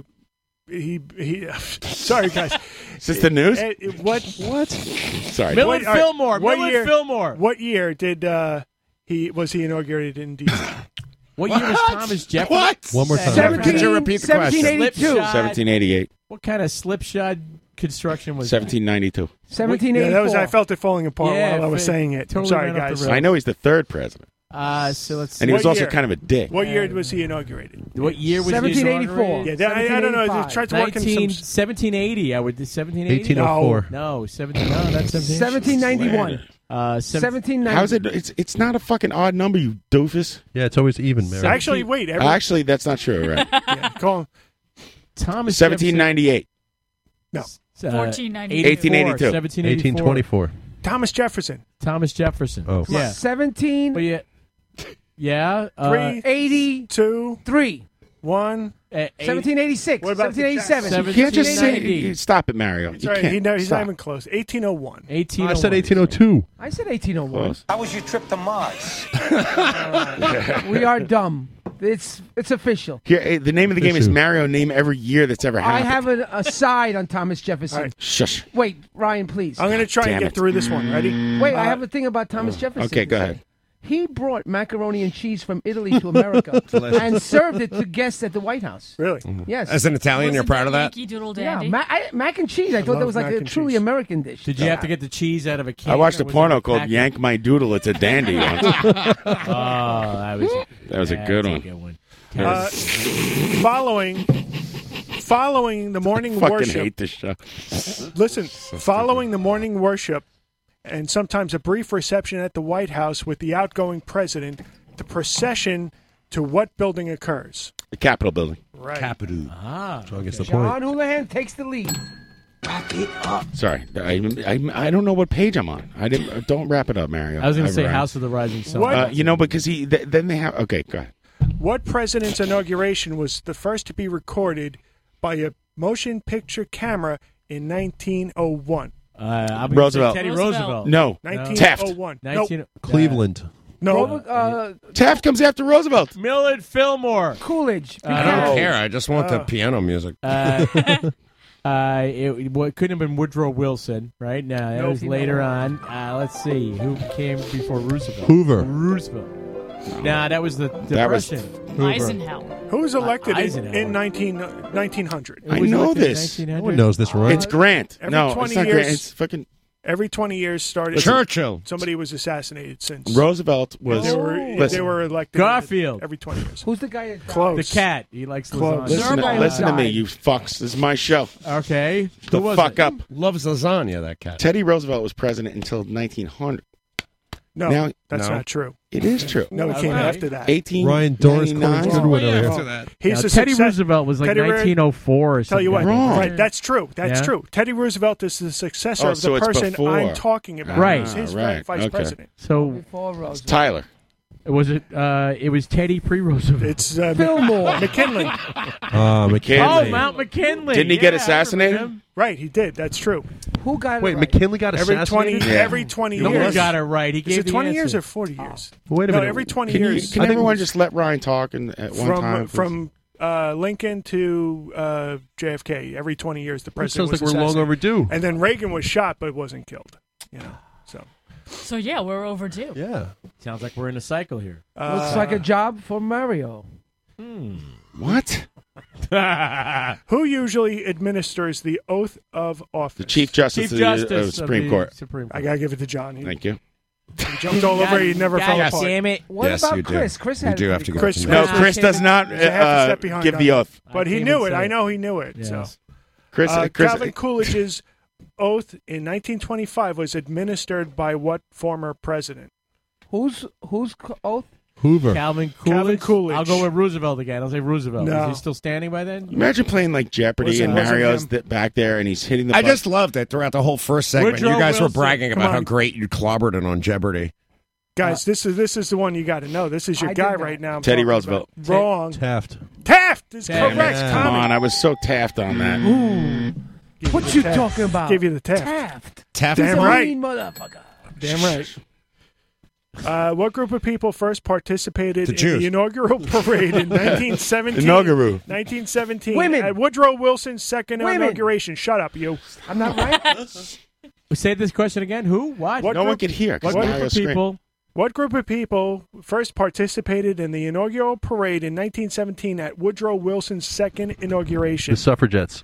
[SPEAKER 14] he he. *laughs* sorry, guys.
[SPEAKER 11] Is this the news?
[SPEAKER 14] Uh, uh, what what?
[SPEAKER 11] Sorry.
[SPEAKER 2] Millard
[SPEAKER 14] all right,
[SPEAKER 2] Fillmore, Millard Fillmore.
[SPEAKER 14] What year did uh, he was he inaugurated in D.C.?
[SPEAKER 2] *laughs* What year was Thomas Jefferson?
[SPEAKER 20] One more time.
[SPEAKER 11] Could you repeat the question?
[SPEAKER 2] Slipshod.
[SPEAKER 11] 1788.
[SPEAKER 2] What kind of slipshod construction was that?
[SPEAKER 11] 1792.
[SPEAKER 14] Yeah, that was, I felt it falling apart
[SPEAKER 2] Yeah,
[SPEAKER 14] while I was
[SPEAKER 2] it
[SPEAKER 14] saying it.
[SPEAKER 2] totally
[SPEAKER 14] sorry,
[SPEAKER 2] went off the
[SPEAKER 14] guys.
[SPEAKER 2] rails.
[SPEAKER 11] I know he's the third president.
[SPEAKER 2] Uh, so let's
[SPEAKER 11] And he was also kind of a dick.
[SPEAKER 14] What year was he inaugurated?
[SPEAKER 2] What year was he 1784. inaugurated?
[SPEAKER 14] Yeah, that, I, I don't know. I tried to work in
[SPEAKER 2] 19
[SPEAKER 14] some
[SPEAKER 2] 1780, I would 1780.
[SPEAKER 20] 1804.
[SPEAKER 2] No, no, 17 No, that's
[SPEAKER 17] 1791.
[SPEAKER 2] Uh, seven-
[SPEAKER 11] How's it? It's it's not a fucking odd number, you doofus.
[SPEAKER 20] Yeah, it's always even,
[SPEAKER 14] Mary. Actually, wait, every-
[SPEAKER 11] Actually, that's not true, right?
[SPEAKER 14] *laughs* yeah, call him.
[SPEAKER 2] Thomas
[SPEAKER 11] Seventeen ninety eight.
[SPEAKER 14] No.
[SPEAKER 2] Jefferson, uh,
[SPEAKER 14] 1492.
[SPEAKER 11] 1882.
[SPEAKER 2] 1784.
[SPEAKER 14] Thomas Jefferson.
[SPEAKER 2] Thomas Jefferson. Oh, yeah.
[SPEAKER 17] 17.
[SPEAKER 2] But yeah. Yeah. Uh,
[SPEAKER 14] Three,
[SPEAKER 17] eighty,
[SPEAKER 14] two,
[SPEAKER 17] three,
[SPEAKER 14] one.
[SPEAKER 2] Uh,
[SPEAKER 17] 1786.
[SPEAKER 14] What about the
[SPEAKER 17] 1787.
[SPEAKER 11] You can't just say. Stop it, Mario.
[SPEAKER 14] It's
[SPEAKER 11] you
[SPEAKER 14] all right.
[SPEAKER 11] can't.
[SPEAKER 14] He, no, he's
[SPEAKER 11] Stop.
[SPEAKER 14] not even close. 1801.
[SPEAKER 20] I said 1802.
[SPEAKER 17] I said 1801.
[SPEAKER 11] Close.
[SPEAKER 17] How was your trip to Mars? *laughs* we are dumb. It's it's official.
[SPEAKER 11] Here, eh, the name of the game is Mario. Name every year that's ever
[SPEAKER 17] I
[SPEAKER 11] happened.
[SPEAKER 17] have an aside on Thomas Jefferson.
[SPEAKER 11] Shush.
[SPEAKER 17] Wait, Ryan, please.
[SPEAKER 14] I'm going to try
[SPEAKER 11] Damn
[SPEAKER 14] and get
[SPEAKER 11] it.
[SPEAKER 14] through this one. Ready?
[SPEAKER 17] Wait,
[SPEAKER 14] Uh,
[SPEAKER 17] I have a thing about Thomas Jefferson.
[SPEAKER 11] Okay,
[SPEAKER 17] to
[SPEAKER 11] go
[SPEAKER 17] say.
[SPEAKER 11] ahead.
[SPEAKER 17] He brought macaroni and cheese from Italy to
[SPEAKER 16] *laughs*
[SPEAKER 17] America and served it to guests at the White House. Mm-hmm.
[SPEAKER 14] Really?
[SPEAKER 17] Yes.
[SPEAKER 16] Mm-hmm. As an Italian, you're proud of that?
[SPEAKER 13] Doodle
[SPEAKER 17] Yeah, ma- I, mac and cheese. I, thought that
[SPEAKER 14] love
[SPEAKER 17] was like
[SPEAKER 14] mac
[SPEAKER 17] a
[SPEAKER 14] and
[SPEAKER 17] truly American dish.
[SPEAKER 2] Did you have to get the cheese out of a can?
[SPEAKER 11] I watched
[SPEAKER 2] or
[SPEAKER 11] a
[SPEAKER 2] was it
[SPEAKER 11] porno called
[SPEAKER 2] packet?
[SPEAKER 11] "Yank My Doodle." It's a dandy. once.
[SPEAKER 2] *laughs*
[SPEAKER 14] *laughs*
[SPEAKER 2] Oh, that was
[SPEAKER 11] *laughs* That was a
[SPEAKER 2] that's
[SPEAKER 11] good one.
[SPEAKER 14] Uh, following, following the morning
[SPEAKER 11] fucking
[SPEAKER 14] worship.
[SPEAKER 11] hate this show.
[SPEAKER 14] Listen, following the morning worship and sometimes a brief reception at the White House with the outgoing president, the procession to what building occurs?
[SPEAKER 11] The Capitol building.
[SPEAKER 14] Right.
[SPEAKER 16] Capital.
[SPEAKER 2] Ah.
[SPEAKER 16] So I guess the
[SPEAKER 17] John
[SPEAKER 16] point.
[SPEAKER 17] Houlihan takes the lead.
[SPEAKER 11] Sorry, I, I, I don't know what page I'm on. I didn't. Don't wrap it up, Mario.
[SPEAKER 2] I was going to say
[SPEAKER 11] ran.
[SPEAKER 2] House of the Rising Sun.
[SPEAKER 14] What?
[SPEAKER 11] Uh, you know, because he th- then they have. Okay, go ahead.
[SPEAKER 14] What president's inauguration was the first to be recorded by a motion picture camera in 1901?
[SPEAKER 2] Uh, I'm gonna
[SPEAKER 11] Roosevelt.
[SPEAKER 2] say Teddy Roosevelt.
[SPEAKER 11] No.
[SPEAKER 14] 1901.
[SPEAKER 2] No.
[SPEAKER 14] Nope.
[SPEAKER 2] 19
[SPEAKER 20] Cleveland.
[SPEAKER 14] No.
[SPEAKER 17] Uh,
[SPEAKER 16] Mm.
[SPEAKER 11] Taft comes after Roosevelt.
[SPEAKER 2] Millard Fillmore.
[SPEAKER 17] Coolidge.
[SPEAKER 2] Uh,
[SPEAKER 16] I don't care. I just want the
[SPEAKER 2] Oh.
[SPEAKER 16] piano music.
[SPEAKER 2] Uh, *laughs* uh, it, it- well, it couldn't have been Woodrow Wilson, right? No, that
[SPEAKER 14] Nope.
[SPEAKER 2] was later on. Uh, let's see who came before Roosevelt.
[SPEAKER 20] Hoover.
[SPEAKER 2] Roosevelt. Nah, that was the
[SPEAKER 11] That was-
[SPEAKER 2] Depression.
[SPEAKER 13] Eisenhower.
[SPEAKER 14] Who was elected in,
[SPEAKER 2] Eisenhower.
[SPEAKER 14] in 19, 1900?
[SPEAKER 11] I know this.
[SPEAKER 20] No one knows this, Ryan.
[SPEAKER 11] It's Grant.
[SPEAKER 14] Every
[SPEAKER 11] no,
[SPEAKER 14] 20
[SPEAKER 11] it's not
[SPEAKER 14] years,
[SPEAKER 11] Grant. It's fucking
[SPEAKER 14] Every 20 years started.
[SPEAKER 16] Churchill.
[SPEAKER 14] Somebody was assassinated since.
[SPEAKER 11] Roosevelt was.
[SPEAKER 14] They were,
[SPEAKER 11] listen,
[SPEAKER 14] they were elected
[SPEAKER 2] Oh. Garfield.
[SPEAKER 14] every 20 years.
[SPEAKER 17] Who's the guy? that-
[SPEAKER 2] The
[SPEAKER 14] Close.
[SPEAKER 2] cat. He likes lasagna.
[SPEAKER 14] Close.
[SPEAKER 11] listen, to,
[SPEAKER 17] Zerbo
[SPEAKER 11] listen to me,
[SPEAKER 17] died.
[SPEAKER 11] you fucks. This is my show.
[SPEAKER 2] Okay.
[SPEAKER 11] The
[SPEAKER 2] Who was
[SPEAKER 11] fuck
[SPEAKER 2] it?
[SPEAKER 11] up.
[SPEAKER 16] Loves lasagna, that cat.
[SPEAKER 11] Teddy Roosevelt was president until 1900.
[SPEAKER 14] No,
[SPEAKER 11] Now-
[SPEAKER 14] that's
[SPEAKER 11] No.
[SPEAKER 14] not true.
[SPEAKER 11] It is true.
[SPEAKER 14] No, it came
[SPEAKER 11] Okay.
[SPEAKER 14] after that.
[SPEAKER 11] 18
[SPEAKER 20] Ryan Doris Corey's Goodwin over here.
[SPEAKER 14] He's
[SPEAKER 2] Now,
[SPEAKER 14] a
[SPEAKER 2] Teddy
[SPEAKER 14] success-
[SPEAKER 2] Roosevelt was like
[SPEAKER 14] Teddy Roosevelt-
[SPEAKER 2] 1904 or
[SPEAKER 14] Tell
[SPEAKER 2] something.
[SPEAKER 14] you what,
[SPEAKER 2] I think,
[SPEAKER 14] right? That's true. That's
[SPEAKER 2] Yeah?
[SPEAKER 14] true. Teddy Roosevelt is the successor
[SPEAKER 11] Oh,
[SPEAKER 14] of the
[SPEAKER 11] so it's
[SPEAKER 14] person
[SPEAKER 11] before. Ah,
[SPEAKER 14] I'm talking about.
[SPEAKER 2] Right.
[SPEAKER 14] He's his
[SPEAKER 11] right.
[SPEAKER 14] vice
[SPEAKER 11] Okay.
[SPEAKER 14] president.
[SPEAKER 2] So
[SPEAKER 11] Tyler.
[SPEAKER 2] Was it? Uh, it was Teddy pre Roosevelt.
[SPEAKER 14] It's uh, *laughs*
[SPEAKER 2] Fillmore
[SPEAKER 14] McKinley.
[SPEAKER 20] Uh, McKinley.
[SPEAKER 2] Oh, Mount McKinley.
[SPEAKER 11] Didn't he get
[SPEAKER 2] Yeah, I remember
[SPEAKER 11] assassinated?
[SPEAKER 2] him.
[SPEAKER 14] Right, he did. That's true.
[SPEAKER 17] Who got
[SPEAKER 20] Wait, McKinley got
[SPEAKER 14] every
[SPEAKER 20] assassinated?
[SPEAKER 14] twenty
[SPEAKER 20] Yeah.
[SPEAKER 14] every twenty
[SPEAKER 20] No one
[SPEAKER 14] years?
[SPEAKER 20] got it right. He
[SPEAKER 14] Is
[SPEAKER 20] gave
[SPEAKER 14] it
[SPEAKER 20] the
[SPEAKER 14] twenty years
[SPEAKER 20] answer.
[SPEAKER 14] or forty years?
[SPEAKER 20] Oh, Wait a
[SPEAKER 14] no,
[SPEAKER 20] minute.
[SPEAKER 14] every twenty
[SPEAKER 11] Can you-
[SPEAKER 14] years.
[SPEAKER 11] can everyone just let Ryan talk and at one
[SPEAKER 14] from
[SPEAKER 11] time? please?
[SPEAKER 14] from uh, Lincoln to uh, JFK? Every twenty years, the president
[SPEAKER 20] sounds
[SPEAKER 14] was
[SPEAKER 20] like we're long
[SPEAKER 14] assassinated.
[SPEAKER 20] overdue.
[SPEAKER 14] And then Reagan was shot but wasn't killed. You know, so
[SPEAKER 13] So yeah, we're overdue.
[SPEAKER 20] Yeah. Uh,
[SPEAKER 2] Sounds like we're in a cycle here.
[SPEAKER 14] uh,
[SPEAKER 17] Looks like a job for Mario.
[SPEAKER 16] Hmm.
[SPEAKER 11] What?
[SPEAKER 14] *laughs* Who usually administers the oath of office?
[SPEAKER 11] The Chief Justice Chief of the- of Justice the Supreme of the Court.
[SPEAKER 2] Supreme
[SPEAKER 14] I gotta give it to John. He,
[SPEAKER 11] Thank you.
[SPEAKER 14] he jumped all over. He never fell apart.
[SPEAKER 17] What
[SPEAKER 11] Yes,
[SPEAKER 17] about
[SPEAKER 11] you do.
[SPEAKER 17] Chris? Chris
[SPEAKER 11] You
[SPEAKER 17] had
[SPEAKER 11] do
[SPEAKER 17] it
[SPEAKER 11] have
[SPEAKER 17] pretty
[SPEAKER 11] to give
[SPEAKER 17] close.
[SPEAKER 11] it to Chris- No, Chris does not,
[SPEAKER 14] He's a half
[SPEAKER 11] uh,
[SPEAKER 14] a step behind
[SPEAKER 11] give
[SPEAKER 14] on
[SPEAKER 11] the
[SPEAKER 14] it.
[SPEAKER 11] oath.
[SPEAKER 14] But
[SPEAKER 11] I
[SPEAKER 14] he
[SPEAKER 11] can't
[SPEAKER 14] knew
[SPEAKER 11] even
[SPEAKER 14] it.
[SPEAKER 11] say
[SPEAKER 14] I
[SPEAKER 11] it.
[SPEAKER 14] know he knew it. So,
[SPEAKER 11] Yes. Chris-
[SPEAKER 14] uh,
[SPEAKER 11] Chris-
[SPEAKER 14] Calvin Coolidge's oath in 1925 was administered by what former president?
[SPEAKER 17] Who's who's oath?
[SPEAKER 20] Hoover.
[SPEAKER 2] Calvin Coolidge. I'll go with Roosevelt again. I'll say Roosevelt.
[SPEAKER 14] No.
[SPEAKER 2] Is he still standing by then?
[SPEAKER 11] Imagine playing like Jeopardy
[SPEAKER 2] Wasn't-
[SPEAKER 11] and
[SPEAKER 2] wasn't
[SPEAKER 11] Mario's
[SPEAKER 2] him.
[SPEAKER 11] th- back there, and he's hitting the.
[SPEAKER 16] I
[SPEAKER 11] button.
[SPEAKER 16] just loved it throughout the whole first segment.
[SPEAKER 11] Woodrow
[SPEAKER 16] you guys were
[SPEAKER 11] Wilson.
[SPEAKER 16] bragging
[SPEAKER 11] Come
[SPEAKER 16] about how
[SPEAKER 11] on.
[SPEAKER 16] great you clobbered it on Jeopardy.
[SPEAKER 14] Guys, this is this is the one you got to know. This is your guy right now. I'm
[SPEAKER 11] Teddy
[SPEAKER 14] talking
[SPEAKER 11] Roosevelt.
[SPEAKER 14] about. Wrong.
[SPEAKER 20] Taft.
[SPEAKER 14] Taft is
[SPEAKER 11] Damn it.
[SPEAKER 14] correct.
[SPEAKER 11] Come on, I was so taffed on that.
[SPEAKER 17] What
[SPEAKER 14] you
[SPEAKER 17] you
[SPEAKER 14] the Taft.
[SPEAKER 17] talking about?
[SPEAKER 14] Give you the Taft.
[SPEAKER 17] Taft.
[SPEAKER 11] Taft
[SPEAKER 14] Damn
[SPEAKER 17] He's a
[SPEAKER 14] right.
[SPEAKER 17] mean motherfucker.
[SPEAKER 14] Damn right. *laughs* Uh, what group of people first participated
[SPEAKER 11] The
[SPEAKER 14] in
[SPEAKER 11] Jews. *laughs*
[SPEAKER 14] the inaugural parade in 1917?
[SPEAKER 11] Inaugural.
[SPEAKER 14] 1917.
[SPEAKER 17] Women.
[SPEAKER 14] At Uh, Woodrow Wilson's second
[SPEAKER 17] Women.
[SPEAKER 14] inauguration. Shut up, you.
[SPEAKER 17] I'm not *laughs* right.
[SPEAKER 2] Say this question again. Who? What?
[SPEAKER 14] What group-
[SPEAKER 2] What group of people?
[SPEAKER 14] What group of people first participated in the inaugural parade in 1917 at Woodrow Wilson's second inauguration?
[SPEAKER 20] The suffragettes.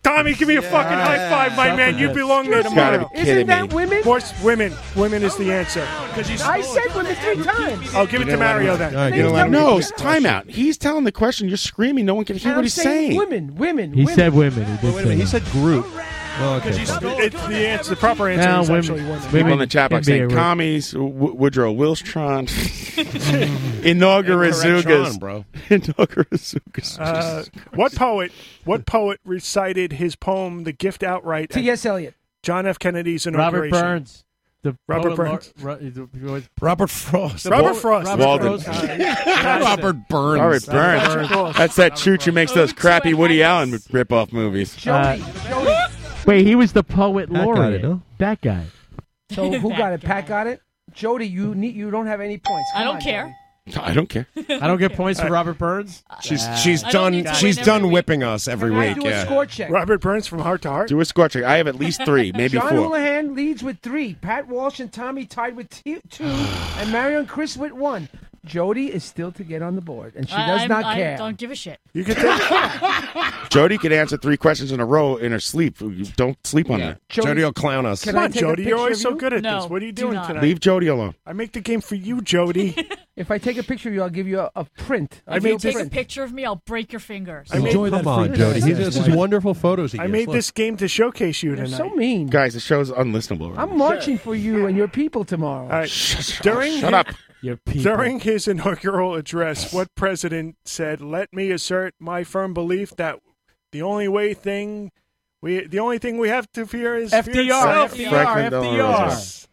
[SPEAKER 14] Tommy, give me a fucking high five, my man. You
[SPEAKER 20] Suffragettes.
[SPEAKER 14] belong there
[SPEAKER 20] You gotta be
[SPEAKER 14] tomorrow.
[SPEAKER 20] Isn't kidding that me.
[SPEAKER 14] women? Of course, women. Women is the answer.
[SPEAKER 17] I said women three times.
[SPEAKER 14] I'll give
[SPEAKER 11] You
[SPEAKER 14] it to
[SPEAKER 11] didn't let
[SPEAKER 14] Mario
[SPEAKER 11] him-
[SPEAKER 14] then.
[SPEAKER 11] All right, you didn't let him- no, it's timeout. He's telling the question. You're screaming. No one can hear
[SPEAKER 17] And
[SPEAKER 11] what
[SPEAKER 17] I'm
[SPEAKER 11] he's
[SPEAKER 17] saying
[SPEAKER 11] saying.
[SPEAKER 17] women, women,
[SPEAKER 2] He
[SPEAKER 17] women.
[SPEAKER 2] said women. He did say that.
[SPEAKER 20] group.
[SPEAKER 14] It's the answer. The proper answer
[SPEAKER 2] Now,
[SPEAKER 14] is
[SPEAKER 2] women-
[SPEAKER 14] actually women.
[SPEAKER 11] People in the chat
[SPEAKER 2] Women
[SPEAKER 11] box
[SPEAKER 2] can be
[SPEAKER 11] saying
[SPEAKER 2] a-
[SPEAKER 11] commies, w- Woodrow Wilson,
[SPEAKER 14] *laughs*
[SPEAKER 11] inaugurazugas,
[SPEAKER 14] Incorrect Tron,
[SPEAKER 11] *laughs*
[SPEAKER 14] bro.
[SPEAKER 11] inaugurazugas.
[SPEAKER 14] Uh, what poet? What poet recited his poem "The Gift" outright?
[SPEAKER 17] T.S. Eliot.
[SPEAKER 14] John F. Kennedy's
[SPEAKER 2] Robert
[SPEAKER 14] inauguration.
[SPEAKER 2] Burns. The
[SPEAKER 14] Robert
[SPEAKER 2] poet
[SPEAKER 14] Burns.
[SPEAKER 2] lar- ro- the- the-
[SPEAKER 16] Robert Frost.
[SPEAKER 2] the
[SPEAKER 14] Robert
[SPEAKER 2] poet-
[SPEAKER 14] Frost.
[SPEAKER 2] Robert
[SPEAKER 11] Walden.
[SPEAKER 2] Frost.
[SPEAKER 14] *laughs*
[SPEAKER 16] Robert Burns.
[SPEAKER 11] Robert Burns. That's that choo-choo makes those crappy Woody Allen rip-off movies.
[SPEAKER 2] Uh, wait, he was the poet
[SPEAKER 11] guy,
[SPEAKER 2] laureate. That guy.
[SPEAKER 17] So who got it? Pat got it. Jody, you need you don't have any points.
[SPEAKER 13] I
[SPEAKER 17] Come
[SPEAKER 13] don't
[SPEAKER 17] on,
[SPEAKER 13] care.
[SPEAKER 17] Jody.
[SPEAKER 11] I don't care.
[SPEAKER 2] I don't get points for Robert Burns.
[SPEAKER 16] She's
[SPEAKER 2] Ah.
[SPEAKER 16] she's
[SPEAKER 2] I don't
[SPEAKER 16] done
[SPEAKER 2] need to
[SPEAKER 16] she's
[SPEAKER 2] win every
[SPEAKER 16] done whipping us every
[SPEAKER 17] Can I
[SPEAKER 16] week.
[SPEAKER 17] do a
[SPEAKER 16] yeah.
[SPEAKER 17] score check?
[SPEAKER 14] Robert Burns from Heart to Heart.
[SPEAKER 11] Do a score check. I have at least
[SPEAKER 17] *laughs*
[SPEAKER 11] three, maybe
[SPEAKER 17] John
[SPEAKER 11] four.
[SPEAKER 17] Houlihan leads with three. Pat Walsh and Tommy tied with t- two, and Mario and Chris with one. Jody is still to get on the board, and she
[SPEAKER 13] I-
[SPEAKER 17] does
[SPEAKER 13] I'm-
[SPEAKER 17] not
[SPEAKER 13] I
[SPEAKER 17] care.
[SPEAKER 13] don't give a shit.
[SPEAKER 14] You can take
[SPEAKER 11] Jody could answer three questions in a row in her sleep. Don't sleep on that.
[SPEAKER 17] Jody- Jody
[SPEAKER 11] will clown us.
[SPEAKER 14] Come on, Jody. You're always so good at this. What are you doing tonight?
[SPEAKER 11] Leave Jody alone.
[SPEAKER 14] I make the game for you, Jody.
[SPEAKER 13] *laughs*
[SPEAKER 17] If I take a picture of you, I'll give you a, a print.
[SPEAKER 14] I
[SPEAKER 17] I'll give
[SPEAKER 14] mean,
[SPEAKER 17] you
[SPEAKER 14] take
[SPEAKER 13] Take
[SPEAKER 17] print.
[SPEAKER 13] a picture of me, I'll break your fingers.
[SPEAKER 14] I made-
[SPEAKER 20] Enjoy that Come on, free Jody. He process. has his wonderful photos he
[SPEAKER 14] I
[SPEAKER 20] gets.
[SPEAKER 14] made
[SPEAKER 20] Look.
[SPEAKER 14] this game to showcase you tonight.
[SPEAKER 17] so mean.
[SPEAKER 11] Guys, the show's unlistenable.
[SPEAKER 17] I'm marching for you and your people tomorrow.
[SPEAKER 14] All right. During
[SPEAKER 11] Shut up.
[SPEAKER 2] Your
[SPEAKER 14] During his inaugural address, what president said, "Let me assert my firm belief that the only way thing we the only thing we have to fear is fear
[SPEAKER 2] FDR,
[SPEAKER 14] itself."
[SPEAKER 2] FDR,
[SPEAKER 11] Franklin Delano
[SPEAKER 2] FDR.
[SPEAKER 11] Roosevelt.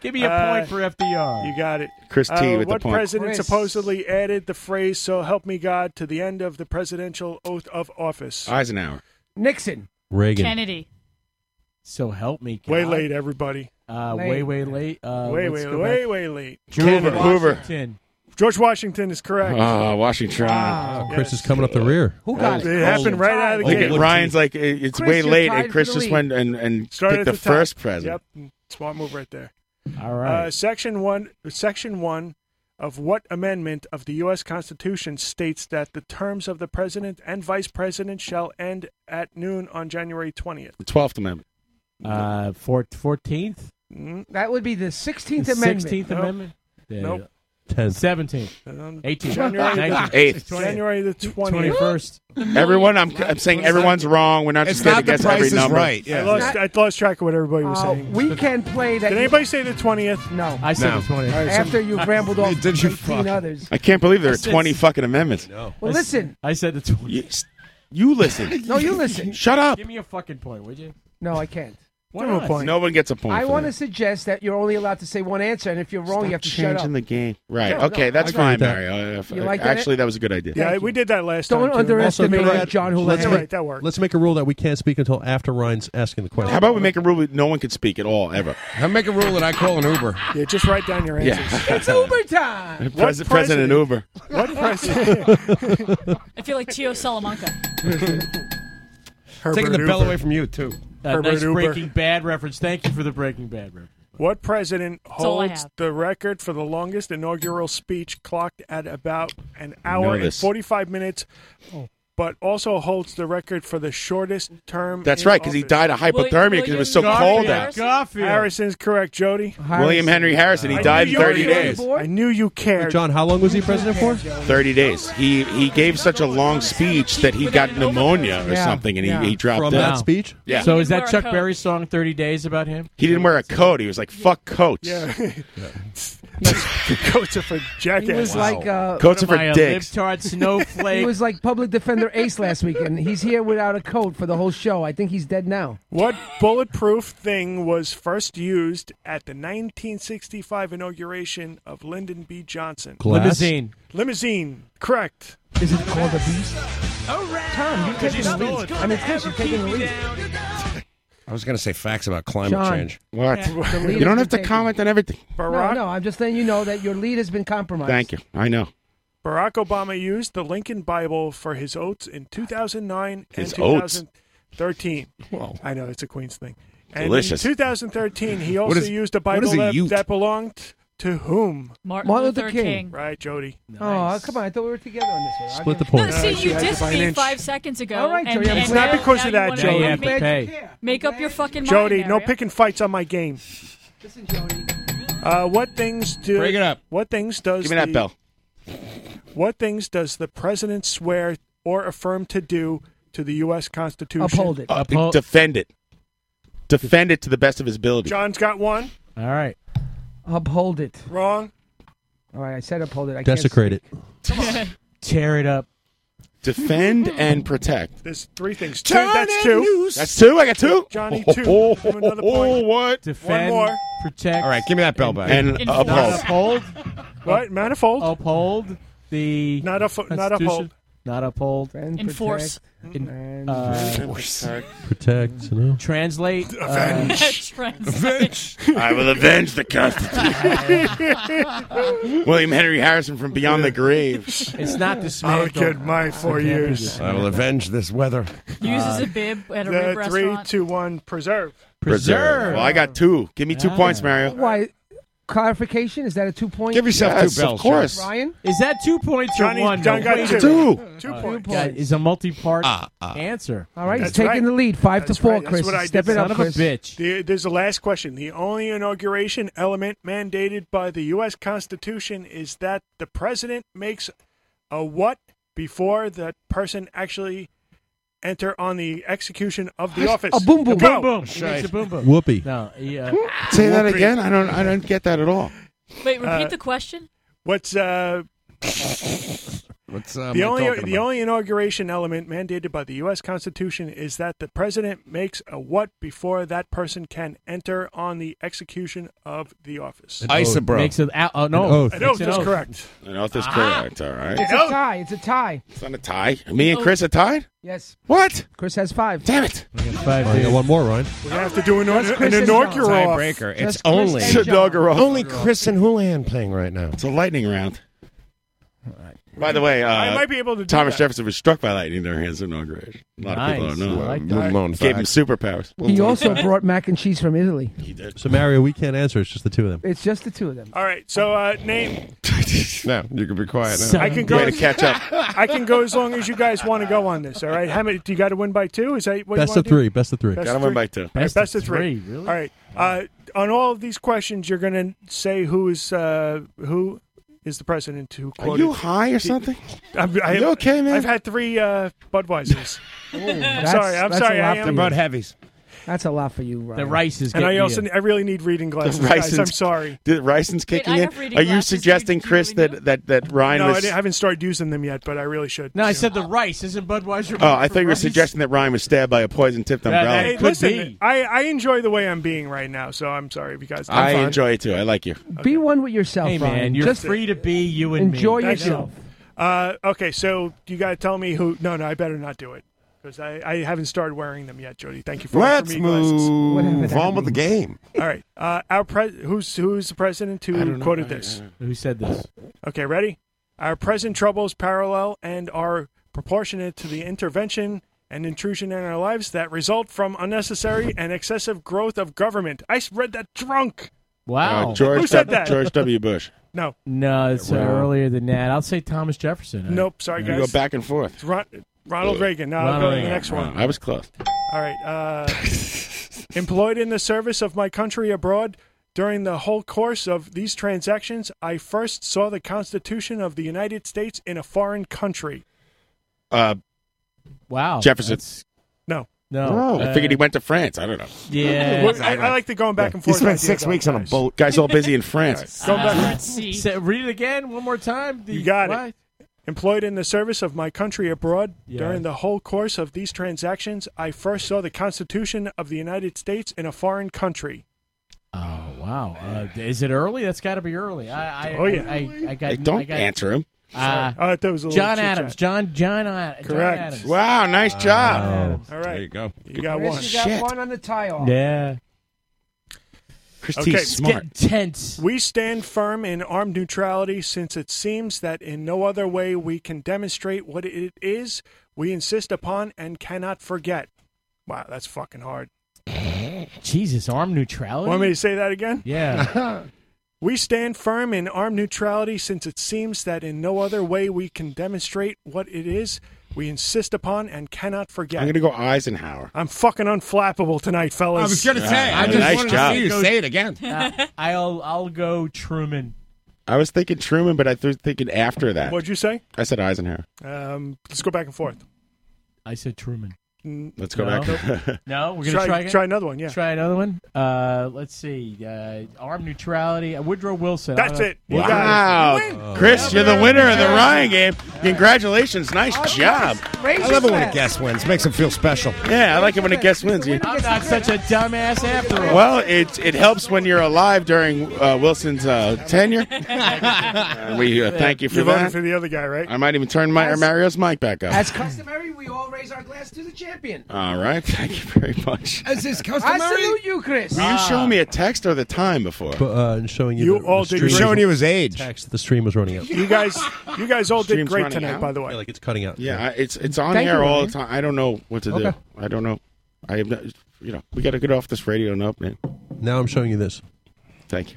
[SPEAKER 2] Give me a
[SPEAKER 14] Uh,
[SPEAKER 2] point for FDR.
[SPEAKER 14] You got it.
[SPEAKER 11] Chris T
[SPEAKER 14] Uh,
[SPEAKER 11] with the
[SPEAKER 14] what
[SPEAKER 11] point.
[SPEAKER 14] president
[SPEAKER 2] Chris.
[SPEAKER 14] supposedly added the phrase "So help me God" to the end of the presidential oath of office?
[SPEAKER 11] Eisenhower.
[SPEAKER 17] Nixon.
[SPEAKER 20] Reagan.
[SPEAKER 13] Kennedy.
[SPEAKER 2] So help me. God.
[SPEAKER 14] Way late, everybody.
[SPEAKER 2] Uh, way, way late. Uh,
[SPEAKER 14] way,
[SPEAKER 2] let's
[SPEAKER 14] way,
[SPEAKER 2] go
[SPEAKER 14] way,
[SPEAKER 2] back.
[SPEAKER 14] way late.
[SPEAKER 11] Hoover. Hoover.
[SPEAKER 2] Washington.
[SPEAKER 14] George Washington is correct.
[SPEAKER 11] Ah, Washington.
[SPEAKER 20] Chris is coming up the rear.
[SPEAKER 17] Who
[SPEAKER 14] got it? It happened right out of the
[SPEAKER 11] Look at
[SPEAKER 14] gate.
[SPEAKER 11] Ryan's like it- it's
[SPEAKER 14] Chris,
[SPEAKER 11] way
[SPEAKER 14] you're
[SPEAKER 11] late,
[SPEAKER 14] tied
[SPEAKER 11] and
[SPEAKER 14] for
[SPEAKER 11] Chris
[SPEAKER 14] the
[SPEAKER 11] just
[SPEAKER 14] lead.
[SPEAKER 11] went and and
[SPEAKER 14] Started
[SPEAKER 11] picked the,
[SPEAKER 14] at top.
[SPEAKER 11] first president.
[SPEAKER 14] Yep, smart move right there.
[SPEAKER 2] All right.
[SPEAKER 14] Uh, section one, section one of what amendment of the U.S. Constitution states that the terms of the president and vice president shall end at noon on January twentieth?
[SPEAKER 11] The Twelfth Amendment.
[SPEAKER 2] Uh, four, 14th?
[SPEAKER 14] Mm,
[SPEAKER 17] That would be the 16th
[SPEAKER 2] The
[SPEAKER 17] Amendment.
[SPEAKER 2] 16th
[SPEAKER 14] Nope.
[SPEAKER 2] Amendment? Yeah.
[SPEAKER 14] Nope. Um,
[SPEAKER 20] 10th.
[SPEAKER 2] 17th. 18th.
[SPEAKER 14] January the-
[SPEAKER 2] 19th.
[SPEAKER 11] *laughs* Eighth.
[SPEAKER 14] January the 20th.
[SPEAKER 2] 21st.
[SPEAKER 11] Everyone, I'm, I'm saying everyone's wrong. We're not just going to guess every number.
[SPEAKER 14] I lost, I lost track of what everybody was
[SPEAKER 17] Uh,
[SPEAKER 14] saying.
[SPEAKER 17] we can play that.
[SPEAKER 14] Did anybody say the 20th?
[SPEAKER 17] No.
[SPEAKER 2] I
[SPEAKER 11] said No. the 20th.
[SPEAKER 14] All right, so-
[SPEAKER 17] After
[SPEAKER 14] *laughs*
[SPEAKER 17] you've rambled off 18 others.
[SPEAKER 11] I can't believe there are
[SPEAKER 17] That's it.
[SPEAKER 11] 20 fucking amendments.
[SPEAKER 17] Well, listen.
[SPEAKER 2] I said the 20th.
[SPEAKER 11] You, you listen.
[SPEAKER 17] No, *laughs* you listen.
[SPEAKER 11] Shut up.
[SPEAKER 2] Give me a fucking point, would you?
[SPEAKER 17] No, I can't.
[SPEAKER 2] Why Give him a not? point.
[SPEAKER 11] No one gets a point.
[SPEAKER 17] I
[SPEAKER 11] for
[SPEAKER 17] want
[SPEAKER 11] that.
[SPEAKER 17] to suggest that you're only allowed to say one answer, and if you're wrong, you have to shut up.
[SPEAKER 11] changing the game. Right.
[SPEAKER 17] No,
[SPEAKER 11] okay,
[SPEAKER 17] no, I
[SPEAKER 11] that's
[SPEAKER 17] agree
[SPEAKER 11] fine,
[SPEAKER 17] with that.
[SPEAKER 11] Mario.
[SPEAKER 17] You like that?
[SPEAKER 11] Actually, that was a good idea.
[SPEAKER 14] Yeah, we did that last
[SPEAKER 17] Don't
[SPEAKER 14] time. too.
[SPEAKER 17] underestimate
[SPEAKER 14] You're right.
[SPEAKER 17] John
[SPEAKER 14] That's
[SPEAKER 17] Houlihan.
[SPEAKER 14] right. That worked.
[SPEAKER 20] Let's make a rule that we can't speak until after Ryan's asking the question.
[SPEAKER 11] How about we make a rule that no one can speak at all, ever?
[SPEAKER 20] I make a rule that I call an Uber?
[SPEAKER 14] Yeah, just write down your answers.
[SPEAKER 11] Yeah. *laughs*
[SPEAKER 17] It's Uber time.
[SPEAKER 11] Pres- President, Uber.
[SPEAKER 14] What
[SPEAKER 13] president? *laughs* I feel like Tio Salamanca.
[SPEAKER 14] Herbert
[SPEAKER 16] Taking the bell
[SPEAKER 14] Hoover.
[SPEAKER 16] away from you too.
[SPEAKER 2] Uh,
[SPEAKER 14] Herbert
[SPEAKER 2] nice
[SPEAKER 14] Hoover.
[SPEAKER 2] Breaking Bad reference. Thank you for the Breaking Bad reference.
[SPEAKER 14] What president
[SPEAKER 2] all I
[SPEAKER 14] holds
[SPEAKER 2] have.
[SPEAKER 14] the record for the longest inaugural speech clocked at about an hour and
[SPEAKER 11] Notice.
[SPEAKER 14] 45 minutes, but also holds the record for the shortest term?
[SPEAKER 11] That's
[SPEAKER 14] in
[SPEAKER 11] right, 'cause he
[SPEAKER 14] office?
[SPEAKER 11] died of hypothermia 'cause it William was so Garfield. cold out.
[SPEAKER 2] Garfield.
[SPEAKER 14] Harrison's correct, Jody.
[SPEAKER 11] William Henry Harrison. He
[SPEAKER 14] I
[SPEAKER 11] died
[SPEAKER 14] knew
[SPEAKER 11] in
[SPEAKER 14] you
[SPEAKER 11] 30
[SPEAKER 14] were on the
[SPEAKER 11] days.
[SPEAKER 14] board. I knew you cared. *laughs*
[SPEAKER 20] John, how long was he president for?
[SPEAKER 11] 30 days. He he gave such a long speech that he got pneumonia or
[SPEAKER 2] Yeah.
[SPEAKER 11] something, and
[SPEAKER 2] Yeah.
[SPEAKER 11] he, he dropped
[SPEAKER 20] From
[SPEAKER 11] out.
[SPEAKER 20] that speech?
[SPEAKER 11] Yeah.
[SPEAKER 2] So is
[SPEAKER 11] Wear
[SPEAKER 2] that
[SPEAKER 11] a
[SPEAKER 2] Chuck
[SPEAKER 11] coat.
[SPEAKER 2] Berry's song "30 Days" about him?
[SPEAKER 11] He didn't wear a coat. He was like, fuck coats.
[SPEAKER 14] Yeah. Coats are for jackasses.
[SPEAKER 17] He was like uh,
[SPEAKER 11] Coats are for dicks.
[SPEAKER 14] *laughs*
[SPEAKER 17] *laughs* He was like public defender Ace last weekend. He's here without a coat for the whole show. I think he's dead now.
[SPEAKER 14] What bulletproof thing was first used at the 1965 inauguration of Lyndon B. Johnson?
[SPEAKER 2] Glass? Limousine.
[SPEAKER 14] Limousine, correct.
[SPEAKER 17] Is it called a beast? Tom, you're taking the lead. I mean, Chris, you're taking the lead.
[SPEAKER 16] *laughs* I was going to say facts about climate
[SPEAKER 17] John.
[SPEAKER 16] change.
[SPEAKER 11] What?
[SPEAKER 17] The lead
[SPEAKER 11] you
[SPEAKER 17] has
[SPEAKER 11] don't
[SPEAKER 17] been
[SPEAKER 11] have to
[SPEAKER 17] taken.
[SPEAKER 11] comment on everything.
[SPEAKER 17] No, no, I'm just letting you know that your lead has been compromised.
[SPEAKER 11] Thank you. I know.
[SPEAKER 14] Barack Obama used the Lincoln Bible for his oaths in 2009
[SPEAKER 11] His
[SPEAKER 14] and
[SPEAKER 11] oaths?
[SPEAKER 14] 2013. I know it's a Queens thing. And
[SPEAKER 11] Delicious.
[SPEAKER 14] in 2013, he also
[SPEAKER 11] *laughs* What is-
[SPEAKER 14] used a
[SPEAKER 11] what
[SPEAKER 14] Bible
[SPEAKER 11] is a
[SPEAKER 14] that,
[SPEAKER 11] ute?
[SPEAKER 14] that belonged to whom?
[SPEAKER 13] Martin,
[SPEAKER 17] Martin Luther Luther King. King.
[SPEAKER 14] Right, Jody.
[SPEAKER 17] Oh, come on. I thought we were together on this one. I'll
[SPEAKER 20] Split
[SPEAKER 17] give-
[SPEAKER 20] the
[SPEAKER 13] No,
[SPEAKER 20] point.
[SPEAKER 13] see, you
[SPEAKER 14] Yeah, it's
[SPEAKER 13] dissed
[SPEAKER 14] by an
[SPEAKER 13] me
[SPEAKER 14] inch.
[SPEAKER 13] five seconds ago.
[SPEAKER 17] All right,
[SPEAKER 13] and-
[SPEAKER 17] Jody, I'm
[SPEAKER 13] and
[SPEAKER 14] glad-
[SPEAKER 13] now-
[SPEAKER 14] It's not because
[SPEAKER 13] now
[SPEAKER 14] of
[SPEAKER 13] you
[SPEAKER 14] that,
[SPEAKER 13] wanna
[SPEAKER 14] Jody.
[SPEAKER 13] make-
[SPEAKER 14] You have to
[SPEAKER 13] make-
[SPEAKER 14] pay.
[SPEAKER 13] Make up your fucking mind.
[SPEAKER 14] Jody, no
[SPEAKER 13] Mario.
[SPEAKER 14] picking fights on my game. Uh, what things do?
[SPEAKER 11] Break it up.
[SPEAKER 14] What things does?
[SPEAKER 11] Give me that
[SPEAKER 14] the-
[SPEAKER 11] bell.
[SPEAKER 14] What things does the president swear or affirm to do to the U.S. Constitution?
[SPEAKER 17] Uphold it.
[SPEAKER 11] Defend it. Defend it to the best of his ability.
[SPEAKER 14] John's got one
[SPEAKER 2] All right.
[SPEAKER 17] Uphold it.
[SPEAKER 14] wrong.
[SPEAKER 17] All right, I said uphold it. I
[SPEAKER 20] Desecrate it.
[SPEAKER 17] *laughs*
[SPEAKER 2] Tear it up.
[SPEAKER 11] Defend and protect.
[SPEAKER 14] There's three things. Two, that's two.
[SPEAKER 11] That's two. I got two.
[SPEAKER 14] Johnny,
[SPEAKER 11] Oh,
[SPEAKER 14] two.
[SPEAKER 11] Oh,
[SPEAKER 14] Give him
[SPEAKER 11] *laughs*
[SPEAKER 14] another
[SPEAKER 11] oh,
[SPEAKER 14] point.
[SPEAKER 11] what?
[SPEAKER 2] Defend.
[SPEAKER 14] One more.
[SPEAKER 2] Protect.
[SPEAKER 16] All right, give me that bell back.
[SPEAKER 11] And
[SPEAKER 14] Enforce.
[SPEAKER 11] uphold.
[SPEAKER 2] Uphold.
[SPEAKER 14] What? Manifold.
[SPEAKER 2] Uphold the.
[SPEAKER 14] Not up. Not
[SPEAKER 2] Constitution.
[SPEAKER 14] uphold.
[SPEAKER 2] Not uphold.
[SPEAKER 17] And
[SPEAKER 13] Enforce.
[SPEAKER 2] In, uh,
[SPEAKER 20] Protect. You know?
[SPEAKER 14] *laughs*
[SPEAKER 2] translate. Uh,
[SPEAKER 13] That's right.
[SPEAKER 11] I will avenge the Constitution. William Henry Harrison from Beyond the Grave.
[SPEAKER 2] it's not
[SPEAKER 14] I'll
[SPEAKER 2] dismantled.
[SPEAKER 14] get my four years.
[SPEAKER 16] I will avenge this weather.
[SPEAKER 13] Uses a bib at a rib
[SPEAKER 14] The three,
[SPEAKER 13] restaurant.
[SPEAKER 14] two, one. Preserve.
[SPEAKER 2] Preserve.
[SPEAKER 11] Well, I got two. Give me two points, Mario.
[SPEAKER 17] Why? Clarification? Is that a two point?
[SPEAKER 16] Give yourself
[SPEAKER 11] Yes,
[SPEAKER 16] two bells.
[SPEAKER 11] of course.
[SPEAKER 17] Ryan?
[SPEAKER 2] Is that two points
[SPEAKER 14] Johnny,
[SPEAKER 2] or one?
[SPEAKER 14] John
[SPEAKER 2] No,
[SPEAKER 14] got
[SPEAKER 2] wait
[SPEAKER 14] two.
[SPEAKER 2] a minute.
[SPEAKER 14] Two
[SPEAKER 2] Uh,
[SPEAKER 14] points.
[SPEAKER 2] God, Is a multi-part
[SPEAKER 16] Ah, ah.
[SPEAKER 2] answer.
[SPEAKER 17] All right, he's
[SPEAKER 14] That's
[SPEAKER 17] taking
[SPEAKER 14] right.
[SPEAKER 17] the lead, five
[SPEAKER 14] That's
[SPEAKER 17] to four.
[SPEAKER 14] right. That's
[SPEAKER 17] Chris,
[SPEAKER 14] what I
[SPEAKER 17] step
[SPEAKER 14] did.
[SPEAKER 17] it up,
[SPEAKER 2] Son of a
[SPEAKER 17] Chris.
[SPEAKER 2] bitch.
[SPEAKER 14] The, there's the last question. The only inauguration element mandated by the U.S. Constitution is that the president makes a what before the person actually enter on the execution of the office.
[SPEAKER 17] A boom boom.
[SPEAKER 14] Go.
[SPEAKER 2] Boom. He makes a boom boom.
[SPEAKER 20] Whoopee.
[SPEAKER 2] No, he, uh,
[SPEAKER 11] Say that again. I don't. I don't get that at all.
[SPEAKER 13] Wait, repeat
[SPEAKER 14] Uh,
[SPEAKER 2] *laughs*
[SPEAKER 13] the question.
[SPEAKER 14] What's uh,
[SPEAKER 16] What's uh,
[SPEAKER 14] the
[SPEAKER 16] Mike
[SPEAKER 14] only
[SPEAKER 16] talking
[SPEAKER 14] the
[SPEAKER 16] about?
[SPEAKER 14] only inauguration element mandated by the U.S. Constitution is that the president makes a what before that person can enter on the execution of the office.
[SPEAKER 16] Isobro.
[SPEAKER 2] Makes it out. Oh, no.
[SPEAKER 20] An oath.
[SPEAKER 14] I
[SPEAKER 2] Makes
[SPEAKER 14] know
[SPEAKER 2] an
[SPEAKER 14] that's
[SPEAKER 2] oath.
[SPEAKER 14] correct.
[SPEAKER 11] I know if that's correct. All right.
[SPEAKER 17] It's a tie. It's a tie.
[SPEAKER 11] It's not a tie. Me and Chris are tied.
[SPEAKER 17] Yes,
[SPEAKER 11] What?
[SPEAKER 17] Chris has five.
[SPEAKER 11] Damn it!
[SPEAKER 2] We got five
[SPEAKER 20] All right, I
[SPEAKER 2] days.
[SPEAKER 20] got one more, Ryan.
[SPEAKER 14] We're gonna have to do an,
[SPEAKER 17] That's
[SPEAKER 14] an
[SPEAKER 17] Chris and John.
[SPEAKER 14] inaugural off.
[SPEAKER 16] Tiebreaker. It's
[SPEAKER 17] Just Chris
[SPEAKER 16] only
[SPEAKER 17] and John.
[SPEAKER 16] only Chris and Houlihan playing right now.
[SPEAKER 11] It's a lightning round. By the way, uh,
[SPEAKER 14] I might be able to. do
[SPEAKER 11] Thomas
[SPEAKER 14] that.
[SPEAKER 11] Jefferson was struck by lightning during his inauguration. A lot of
[SPEAKER 2] Nice.
[SPEAKER 11] people don't know.
[SPEAKER 2] I like
[SPEAKER 16] Little
[SPEAKER 2] that.
[SPEAKER 16] known
[SPEAKER 11] Gave him
[SPEAKER 16] fact.
[SPEAKER 11] superpowers.
[SPEAKER 17] He also brought mac and cheese from Italy.
[SPEAKER 11] He did.
[SPEAKER 20] So Mario, we can't answer. It's just the two of them.
[SPEAKER 17] It's just the two of them.
[SPEAKER 14] All right, so uh, name
[SPEAKER 16] No, you can be quiet now.
[SPEAKER 2] Son
[SPEAKER 14] I can
[SPEAKER 2] of
[SPEAKER 14] go.
[SPEAKER 11] Way to catch
[SPEAKER 14] *laughs*
[SPEAKER 11] up.
[SPEAKER 14] I can go as long as you guys want to go on this. All right, how many? Do you got to win by two? Is that what you
[SPEAKER 20] Best
[SPEAKER 14] wanna
[SPEAKER 20] of three. Best of three.
[SPEAKER 14] Best-
[SPEAKER 11] Got him back to.
[SPEAKER 14] Do? All right,
[SPEAKER 2] Best,
[SPEAKER 14] best of three.
[SPEAKER 2] Really?
[SPEAKER 14] All right. Uh, on all of these questions, you're going to say who is uh, who is the president who
[SPEAKER 11] Are
[SPEAKER 14] quoted.
[SPEAKER 11] you high or something?
[SPEAKER 14] *laughs* I'm, I,
[SPEAKER 11] you okay, man?
[SPEAKER 14] I've had three uh, Budweisers. I'm
[SPEAKER 9] That's-
[SPEAKER 14] sorry. I'm
[SPEAKER 9] that's
[SPEAKER 14] sorry.
[SPEAKER 9] a
[SPEAKER 14] I
[SPEAKER 9] lot
[SPEAKER 14] am.
[SPEAKER 9] for you. They're both
[SPEAKER 11] heavies.
[SPEAKER 9] That's a lot for you, Ryan.
[SPEAKER 14] And I also I really need reading
[SPEAKER 11] *laughs*
[SPEAKER 14] glasses. guys. I'm sorry.
[SPEAKER 11] Did Rison's kicking
[SPEAKER 14] I
[SPEAKER 11] in?
[SPEAKER 14] have
[SPEAKER 11] Are
[SPEAKER 14] reading
[SPEAKER 11] you
[SPEAKER 14] glasses.
[SPEAKER 11] suggesting, Chris, that, that, that Ryan
[SPEAKER 14] no, I,
[SPEAKER 11] was.
[SPEAKER 14] didn't- I haven't started using them yet, but I really should.
[SPEAKER 2] No, I said the rice. Isn't Budweiser?
[SPEAKER 11] Oh, I thought you were suggesting that Ryan was stabbed by a poison tipped umbrella.
[SPEAKER 14] hey, listen, I, I enjoy the way I'm being right now, so I'm sorry if you guys.
[SPEAKER 11] I enjoy it too. I like you.
[SPEAKER 9] Be one with yourself,
[SPEAKER 2] Hey, man,
[SPEAKER 9] Ryan.
[SPEAKER 2] you're
[SPEAKER 9] Just
[SPEAKER 2] free to be you and me.
[SPEAKER 9] enjoy
[SPEAKER 14] Thank you.
[SPEAKER 9] yourself.
[SPEAKER 14] Uh, okay, so you got to tell me who. No, no, I better not do it because I, I haven't started wearing them yet, Jody. Thank you for
[SPEAKER 7] Let's
[SPEAKER 14] offering me glasses.
[SPEAKER 7] move on with the game.
[SPEAKER 14] All right, uh, our pres who's who's the president who quoted this?
[SPEAKER 2] Who said this?
[SPEAKER 14] Okay, ready? Our present troubles parallel and are proportionate to the intervention and intrusion in our lives that result from unnecessary and excessive growth of government. I s- read that drunk.
[SPEAKER 2] Wow.
[SPEAKER 11] Uh, George,
[SPEAKER 14] Who said
[SPEAKER 11] W-
[SPEAKER 14] that?
[SPEAKER 11] George W. Bush.
[SPEAKER 14] No.
[SPEAKER 2] No, it's uh,
[SPEAKER 11] Wow.
[SPEAKER 2] earlier than that. I'll say Thomas Jefferson.
[SPEAKER 14] Nope, sorry,
[SPEAKER 11] You
[SPEAKER 14] guys.
[SPEAKER 11] go back and forth.
[SPEAKER 14] It's Ron- Ronald
[SPEAKER 11] Ugh.
[SPEAKER 14] Reagan. Now I'll
[SPEAKER 11] Ronald
[SPEAKER 14] go to the
[SPEAKER 11] Reagan.
[SPEAKER 14] next one.
[SPEAKER 11] I was close.
[SPEAKER 14] All right. Uh, employed in the service of my country abroad, during the whole course of these transactions, I first saw the Constitution of the United States in a foreign country.
[SPEAKER 11] Uh,
[SPEAKER 2] wow.
[SPEAKER 11] Jefferson.
[SPEAKER 14] No.
[SPEAKER 11] No. I figured he went to France. I don't know.
[SPEAKER 2] Yeah.
[SPEAKER 14] Well, I, I like the going back and forth. idea, though.
[SPEAKER 11] on a boat. Guys, all
[SPEAKER 14] *laughs*
[SPEAKER 11] busy in France.
[SPEAKER 9] Uh,
[SPEAKER 14] Going back.
[SPEAKER 2] Say- read it again one more time. The-
[SPEAKER 14] You got
[SPEAKER 2] what?
[SPEAKER 14] it. Employed in the service of my country abroad,
[SPEAKER 2] Yeah.
[SPEAKER 14] during the whole course of these transactions, I first saw the Constitution of the United States in a foreign country.
[SPEAKER 2] Oh wow. Uh, is it early? That's got to be early. I, I,
[SPEAKER 14] Oh, yeah.
[SPEAKER 2] I, I, I got.
[SPEAKER 11] Hey, don't
[SPEAKER 2] I got,
[SPEAKER 11] answer him.
[SPEAKER 2] Uh,
[SPEAKER 14] Sorry. Oh, that was a little
[SPEAKER 2] John
[SPEAKER 14] chit-chat.
[SPEAKER 2] Adams. John John, uh, John
[SPEAKER 14] Correct.
[SPEAKER 2] Adams. Uh, oh.
[SPEAKER 11] Wow, nice job.
[SPEAKER 14] All right. There you
[SPEAKER 11] go.
[SPEAKER 14] You got
[SPEAKER 9] Chris,
[SPEAKER 14] one.
[SPEAKER 9] you got one on the tie off.
[SPEAKER 2] Yeah.
[SPEAKER 11] Christy's smart.
[SPEAKER 2] tense.
[SPEAKER 14] We stand firm in armed neutrality since it seems that in no other way we can demonstrate what it is we insist upon and cannot forget. Wow, that's fucking hard.
[SPEAKER 2] Jesus, arm neutrality.
[SPEAKER 14] Want me to say that again?
[SPEAKER 2] Oh, Yeah.
[SPEAKER 14] *laughs* we stand firm in armed neutrality since it seems that in no other way we can demonstrate what it is we insist upon and cannot forget.
[SPEAKER 11] I'm going to go Eisenhower.
[SPEAKER 14] I'm fucking unflappable tonight,
[SPEAKER 12] I
[SPEAKER 14] fellas.
[SPEAKER 12] was gonna say, I
[SPEAKER 11] just Nice wanted to job. see you say
[SPEAKER 12] it again.
[SPEAKER 17] *laughs*
[SPEAKER 2] Uh, I'll I'll go Truman.
[SPEAKER 11] I was thinking Truman, but I was thinking after that.
[SPEAKER 14] What'd you say?
[SPEAKER 11] I said Eisenhower.
[SPEAKER 14] Um, let's go back and forth. Mm,
[SPEAKER 2] I said Truman.
[SPEAKER 11] Let's go
[SPEAKER 2] No.
[SPEAKER 11] *laughs* back.
[SPEAKER 2] No, we're gonna
[SPEAKER 14] Try-
[SPEAKER 2] try again?
[SPEAKER 14] try another one, yeah.
[SPEAKER 2] Try another one. Uh, let's see. Uh, arm neutrality. Uh, Woodrow Wilson. I
[SPEAKER 14] That's
[SPEAKER 2] don't know.
[SPEAKER 14] it. You
[SPEAKER 11] Wow. Chris, you're the winner of the Ryan game. Congratulations. Nice job.
[SPEAKER 9] raise
[SPEAKER 2] I love it when a glass.
[SPEAKER 11] guest wins. Makes them feel special. Yeah, I like it when a guest wins. You-
[SPEAKER 2] I'm not such a dumbass after all.
[SPEAKER 11] Well, it, it
[SPEAKER 2] *laughs*
[SPEAKER 11] helps when you're alive during uh, Wilson's uh, tenure. And we uh, thank you for
[SPEAKER 14] You're voting
[SPEAKER 11] that.
[SPEAKER 14] for the other guy, right?
[SPEAKER 11] I might even turn my, Mario's mic back up. *laughs*
[SPEAKER 9] As customary, we all raise our glass to the champion.
[SPEAKER 11] All right. Thank you very much.
[SPEAKER 9] As is customary. *laughs* I salute you, Chris.
[SPEAKER 11] Were you
[SPEAKER 2] Ah.
[SPEAKER 14] Ah.
[SPEAKER 11] showing me a text or the time before?
[SPEAKER 20] But, uh, and showing you,
[SPEAKER 11] You
[SPEAKER 20] the,
[SPEAKER 11] all
[SPEAKER 20] the
[SPEAKER 11] did great. Showing you his age.
[SPEAKER 20] Text the stream was running out.
[SPEAKER 14] You guys, you guys all did
[SPEAKER 11] Stream's
[SPEAKER 14] great
[SPEAKER 11] running
[SPEAKER 14] tonight,
[SPEAKER 11] out?
[SPEAKER 14] by the way.
[SPEAKER 20] like it's cutting out.
[SPEAKER 11] Yeah, I- it's it's on
[SPEAKER 14] Thank
[SPEAKER 11] air
[SPEAKER 14] you,
[SPEAKER 11] all
[SPEAKER 14] Ryan.
[SPEAKER 11] the time. I don't know what to do.
[SPEAKER 14] Okay.
[SPEAKER 11] I don't know. I have, not, you know, we got to get off this radio and up, man.
[SPEAKER 20] Now I'm showing you this.
[SPEAKER 11] Thank you.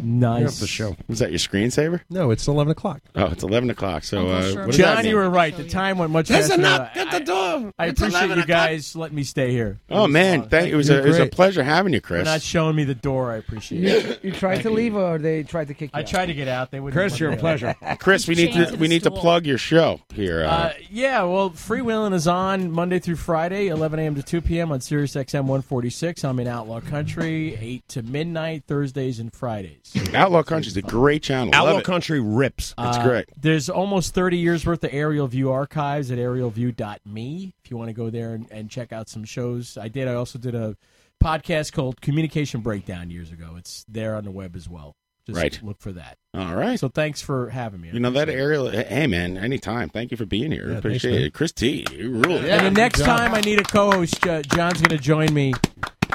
[SPEAKER 2] Nice.
[SPEAKER 20] You're off the show.
[SPEAKER 11] Is that your screensaver?
[SPEAKER 20] No, it's 11 o'clock.
[SPEAKER 11] Oh, it's eleven o'clock. So, uh, what does that
[SPEAKER 2] John,
[SPEAKER 11] mean?
[SPEAKER 2] you were right. The time went much
[SPEAKER 4] There's a
[SPEAKER 2] faster. than
[SPEAKER 4] knock
[SPEAKER 2] I-
[SPEAKER 4] at the door.
[SPEAKER 2] I
[SPEAKER 4] It's
[SPEAKER 2] appreciate
[SPEAKER 4] 11
[SPEAKER 2] you
[SPEAKER 4] o'clock.
[SPEAKER 2] guys letting me stay here.
[SPEAKER 11] Oh man, thank, it was a,
[SPEAKER 2] You're
[SPEAKER 11] it was a
[SPEAKER 2] great.
[SPEAKER 11] pleasure having you,
[SPEAKER 2] For
[SPEAKER 11] Chris.
[SPEAKER 2] not showing me the door. I appreciate
[SPEAKER 9] You,
[SPEAKER 2] it.
[SPEAKER 9] you tried
[SPEAKER 2] Thank
[SPEAKER 9] to
[SPEAKER 2] you.
[SPEAKER 9] leave, or they tried to kick you.
[SPEAKER 2] I tried to get out. They wouldn't. let me out.
[SPEAKER 11] Chris, we need
[SPEAKER 2] Chained
[SPEAKER 11] to
[SPEAKER 2] the
[SPEAKER 11] we need to
[SPEAKER 2] stool.
[SPEAKER 11] plug your show here. Uh,
[SPEAKER 2] Uh, yeah, well, Freewheeling is on Monday through Friday, 11 a.m. to 2 p.m. on Sirius XM 146. I'm in Outlaw Country, 8 to midnight, Thursdays and Fridays.
[SPEAKER 11] Outlaw Country's a great channel.
[SPEAKER 2] Outlaw
[SPEAKER 11] Country rips. It's
[SPEAKER 2] Uh,
[SPEAKER 11] great.
[SPEAKER 2] There's almost 30 years worth of aerial view archives at aerialview.me if you want to go there and, and check out some shows. I did. I also did a podcast called Communication Breakdown years ago. It's there on the web as well. Just
[SPEAKER 11] Right.
[SPEAKER 2] look for that.
[SPEAKER 11] All right.
[SPEAKER 2] So thanks for having me.
[SPEAKER 11] You know that aerial. eh, Hey man, anytime. Thank you for being here.
[SPEAKER 2] Yeah,
[SPEAKER 11] Appreciate
[SPEAKER 2] thanks, man.
[SPEAKER 11] it, Chris T. You rule.
[SPEAKER 2] and the next time I need a co-host, uh, John's going to join me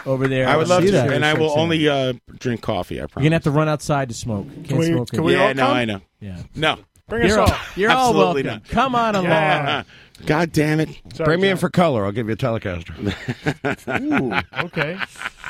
[SPEAKER 2] over there.
[SPEAKER 11] I would love
[SPEAKER 2] See
[SPEAKER 11] to,
[SPEAKER 2] that.
[SPEAKER 11] and I will only uh, drink coffee. I
[SPEAKER 2] You're
[SPEAKER 11] promise.
[SPEAKER 2] gonna have to run outside to smoke. Can't
[SPEAKER 11] we-
[SPEAKER 2] smoke
[SPEAKER 11] can
[SPEAKER 2] in
[SPEAKER 11] we
[SPEAKER 2] here.
[SPEAKER 11] all Yeah, no, come? I know.
[SPEAKER 2] Yeah.
[SPEAKER 11] Bring us
[SPEAKER 2] you're
[SPEAKER 11] all.
[SPEAKER 2] You're all
[SPEAKER 11] Absolutely
[SPEAKER 2] welcome.
[SPEAKER 11] not.
[SPEAKER 2] Come on along.
[SPEAKER 11] Yeah. God damn it.
[SPEAKER 16] Sorry, Bring me in for color. I'll give you a
[SPEAKER 11] *laughs*
[SPEAKER 16] Telecaster.
[SPEAKER 2] okay.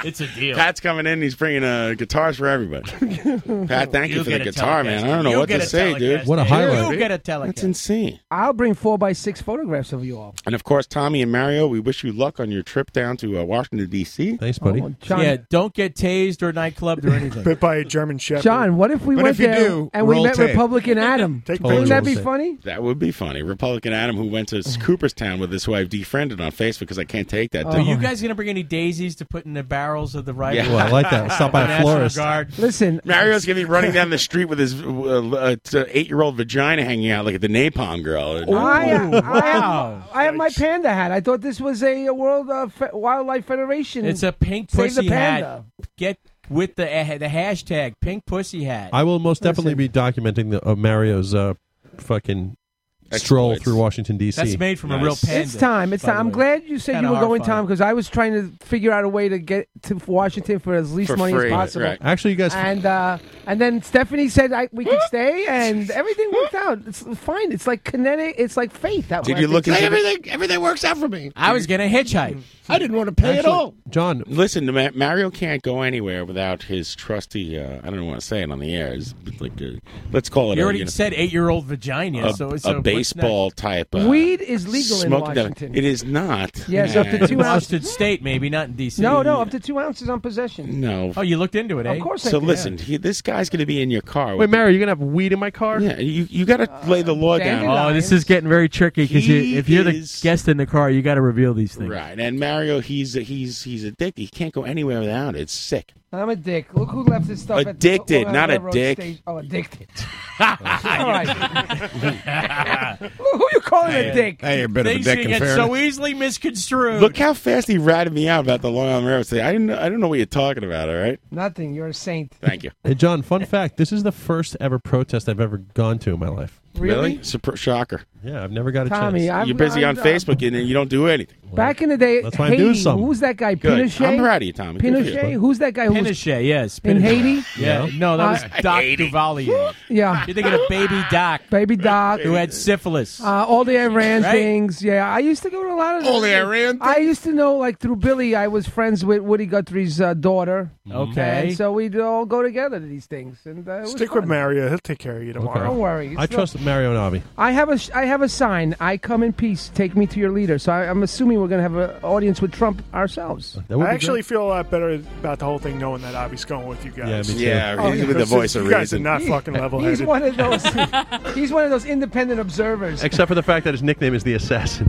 [SPEAKER 2] It's a deal.
[SPEAKER 11] Pat's coming in. He's bringing uh, guitars for everybody.
[SPEAKER 2] *laughs*
[SPEAKER 11] Pat, thank you
[SPEAKER 24] You'll
[SPEAKER 11] for the
[SPEAKER 24] get a
[SPEAKER 11] guitar, man. I don't know
[SPEAKER 24] You'll
[SPEAKER 11] what
[SPEAKER 24] get
[SPEAKER 11] to
[SPEAKER 24] a
[SPEAKER 11] say, dude.
[SPEAKER 24] Telecaster. What a You'll highlight. get a
[SPEAKER 11] That's
[SPEAKER 24] Telecaster.
[SPEAKER 11] insane.
[SPEAKER 17] I'll bring four by six photographs of you all.
[SPEAKER 11] And of course, Tommy and Mario, we wish you luck on your trip down to uh, Washington D.C.
[SPEAKER 20] Thanks,
[SPEAKER 11] buddy.
[SPEAKER 2] Yeah, don't get tased or nightclubbed
[SPEAKER 11] *laughs*
[SPEAKER 2] or anything.
[SPEAKER 14] Bit by a German shepherd.
[SPEAKER 17] John, what if we
[SPEAKER 14] But
[SPEAKER 17] went
[SPEAKER 14] if you
[SPEAKER 17] there
[SPEAKER 14] do,
[SPEAKER 17] and we
[SPEAKER 11] roll
[SPEAKER 17] met
[SPEAKER 11] tape. *laughs*
[SPEAKER 17] Republican Adam? Wouldn't that be funny?
[SPEAKER 11] That would be funny. Republican Adam, who went to Cooperstown with his wife, defriended on Facebook because I can't take that.
[SPEAKER 2] Are
[SPEAKER 11] dude.
[SPEAKER 2] Oh. you guys gonna bring any daisies to put in the barrels of the rifle?
[SPEAKER 11] Yeah. Ooh, I like that. Stop by a
[SPEAKER 2] *laughs* The National
[SPEAKER 11] florist.
[SPEAKER 2] Guard.
[SPEAKER 17] Listen,
[SPEAKER 11] Mario's gonna be
[SPEAKER 25] *laughs*
[SPEAKER 11] running down the street with his uh, uh, eight-year-old vagina hanging out like the napalm girl.
[SPEAKER 17] I, I, have, I have my panda hat. I thought this was a, a World uh, Fe- Wildlife Federation.
[SPEAKER 2] It's a pink
[SPEAKER 17] Save
[SPEAKER 2] pussy
[SPEAKER 17] the panda.
[SPEAKER 2] hat. Get with the uh, the hashtag pink pussy hat.
[SPEAKER 20] I will most definitely be documenting the, uh, Mario's uh, fucking stroll through Washington D.C.
[SPEAKER 2] That's made from a real panda.
[SPEAKER 17] It's time. It's
[SPEAKER 2] by
[SPEAKER 17] time.
[SPEAKER 2] the
[SPEAKER 17] I'm
[SPEAKER 2] way.
[SPEAKER 17] glad you said
[SPEAKER 2] Kinda
[SPEAKER 17] you were
[SPEAKER 2] hard
[SPEAKER 17] going,
[SPEAKER 2] find.
[SPEAKER 17] Tom, because I was trying to figure out a way to get to Washington for as least
[SPEAKER 20] For
[SPEAKER 17] money
[SPEAKER 20] free,
[SPEAKER 17] as possible.
[SPEAKER 20] right. Actually, you guys-
[SPEAKER 17] and uh, and then Stephanie said I, we could stay, and everything worked out. It's fine. It's like kinetic. It's like faith. That
[SPEAKER 26] Did
[SPEAKER 17] way I
[SPEAKER 26] you look
[SPEAKER 17] think-
[SPEAKER 26] into Everything- everything works out for me.
[SPEAKER 2] I was gonna hitchhike.
[SPEAKER 14] Mm-hmm.
[SPEAKER 26] I didn't want to pay at all.
[SPEAKER 20] John,
[SPEAKER 11] listen to Ma- Mario. Can't go anywhere without his trusty. Uh, I don't want to say it on the air. It's like a, let's call it.
[SPEAKER 2] You
[SPEAKER 11] a,
[SPEAKER 2] already
[SPEAKER 11] know,
[SPEAKER 2] said eight year old vagina.
[SPEAKER 11] a,
[SPEAKER 2] so it's
[SPEAKER 11] a baseball type. Uh,
[SPEAKER 17] Weed is legal in
[SPEAKER 11] smoking gun.
[SPEAKER 17] Washington.
[SPEAKER 11] It is not.
[SPEAKER 17] Yes, up to
[SPEAKER 11] Man.
[SPEAKER 17] two ounces.
[SPEAKER 2] state, maybe not in D.C.
[SPEAKER 17] No, no, up to two ounces on possession.
[SPEAKER 11] No.
[SPEAKER 2] Oh, you looked into it, eh?
[SPEAKER 17] Of course I
[SPEAKER 11] So
[SPEAKER 17] did.
[SPEAKER 11] listen, he, this guy's going to be in your car.
[SPEAKER 20] Wait, Mary, you're gonna have weed in my car?
[SPEAKER 11] Yeah, you you got
[SPEAKER 17] Uh,
[SPEAKER 11] to lay the law down.
[SPEAKER 25] Oh, this is getting very tricky because
[SPEAKER 11] He
[SPEAKER 25] you, if you're the
[SPEAKER 11] is-
[SPEAKER 25] guest in the car, you got to reveal these things.
[SPEAKER 11] Right, and Mario, he's he's he's addicted. He can't go anywhere without it. It's sick.
[SPEAKER 17] I'm a dick. Look who left his stuff. at the-
[SPEAKER 11] Addicted,
[SPEAKER 17] Long
[SPEAKER 11] not
[SPEAKER 17] Island Railroad
[SPEAKER 11] addict.
[SPEAKER 17] Station. Oh, addicted. All right. who you calling a dick?
[SPEAKER 11] Hey, you're a bit of a
[SPEAKER 2] Things
[SPEAKER 11] dick
[SPEAKER 2] can
[SPEAKER 11] in
[SPEAKER 2] get
[SPEAKER 11] fairness.
[SPEAKER 2] so easily misconstrued.
[SPEAKER 11] Look how fast he ratted me out about the Long Island Railroad. Say, I didn't I don't know what you're talking about. All right,
[SPEAKER 17] Nothing. You're a saint.
[SPEAKER 11] thank you.
[SPEAKER 20] Hey, John, fun fact this is the first ever protest I've ever gone to in my life.
[SPEAKER 17] Really?
[SPEAKER 11] Surpr- shocker.
[SPEAKER 20] Yeah, I've never got a
[SPEAKER 17] Tommy,
[SPEAKER 20] chance.
[SPEAKER 17] I've-
[SPEAKER 11] you're busy
[SPEAKER 17] I've-
[SPEAKER 11] on Facebook and you don't do anything.
[SPEAKER 17] Back in the day,
[SPEAKER 11] That's why I'm doing
[SPEAKER 17] Haiti,
[SPEAKER 11] something.
[SPEAKER 17] who's that guy?
[SPEAKER 11] Good.
[SPEAKER 17] Pinochet.
[SPEAKER 11] I'm proud of you, Tommy. Good for you.
[SPEAKER 17] Pinochet. Who's that guy? Who was,
[SPEAKER 2] Pinochet, yes.
[SPEAKER 17] In
[SPEAKER 2] Pinochet.
[SPEAKER 17] Haiti?
[SPEAKER 2] Yeah.
[SPEAKER 17] Yeah.
[SPEAKER 2] No, that was
[SPEAKER 11] *laughs*
[SPEAKER 17] Uh,
[SPEAKER 2] Doc Duvalier.
[SPEAKER 17] Yeah.
[SPEAKER 2] You're thinking of Baby Doc.
[SPEAKER 17] Baby Doc.
[SPEAKER 2] Who had syphilis.
[SPEAKER 17] uh, all the Iran
[SPEAKER 2] Right?
[SPEAKER 17] things. Yeah, I used to go to a lot of
[SPEAKER 2] All the Iran
[SPEAKER 17] I used to know, like through Billy, I was friends with Woody Guthrie's uh, daughter.
[SPEAKER 2] Okay.
[SPEAKER 17] and so we'd all go together to these things. And uh, it was
[SPEAKER 14] Stick
[SPEAKER 17] fun.
[SPEAKER 14] with Mario. He'll take care of you tomorrow.
[SPEAKER 17] Don't worry. It's
[SPEAKER 20] I
[SPEAKER 17] not-
[SPEAKER 20] trust Mario and Avi.
[SPEAKER 17] I have a sh- I have a sign. I come in peace. Take me to your leader. So I, I'm assuming we're going to have an audience with Trump ourselves.
[SPEAKER 14] I actually feel a lot better about the whole thing knowing that Avi's going with you guys. Oh,
[SPEAKER 11] me too. Yeah, he's with the
[SPEAKER 14] Because
[SPEAKER 11] voice of
[SPEAKER 14] You guys are
[SPEAKER 11] reason.
[SPEAKER 14] not
[SPEAKER 11] He- *laughs*
[SPEAKER 14] fucking level
[SPEAKER 17] He's
[SPEAKER 14] headed.
[SPEAKER 17] one of those. he's one of those independent observers.
[SPEAKER 20] Except for the fact that his nickname is the Assassin.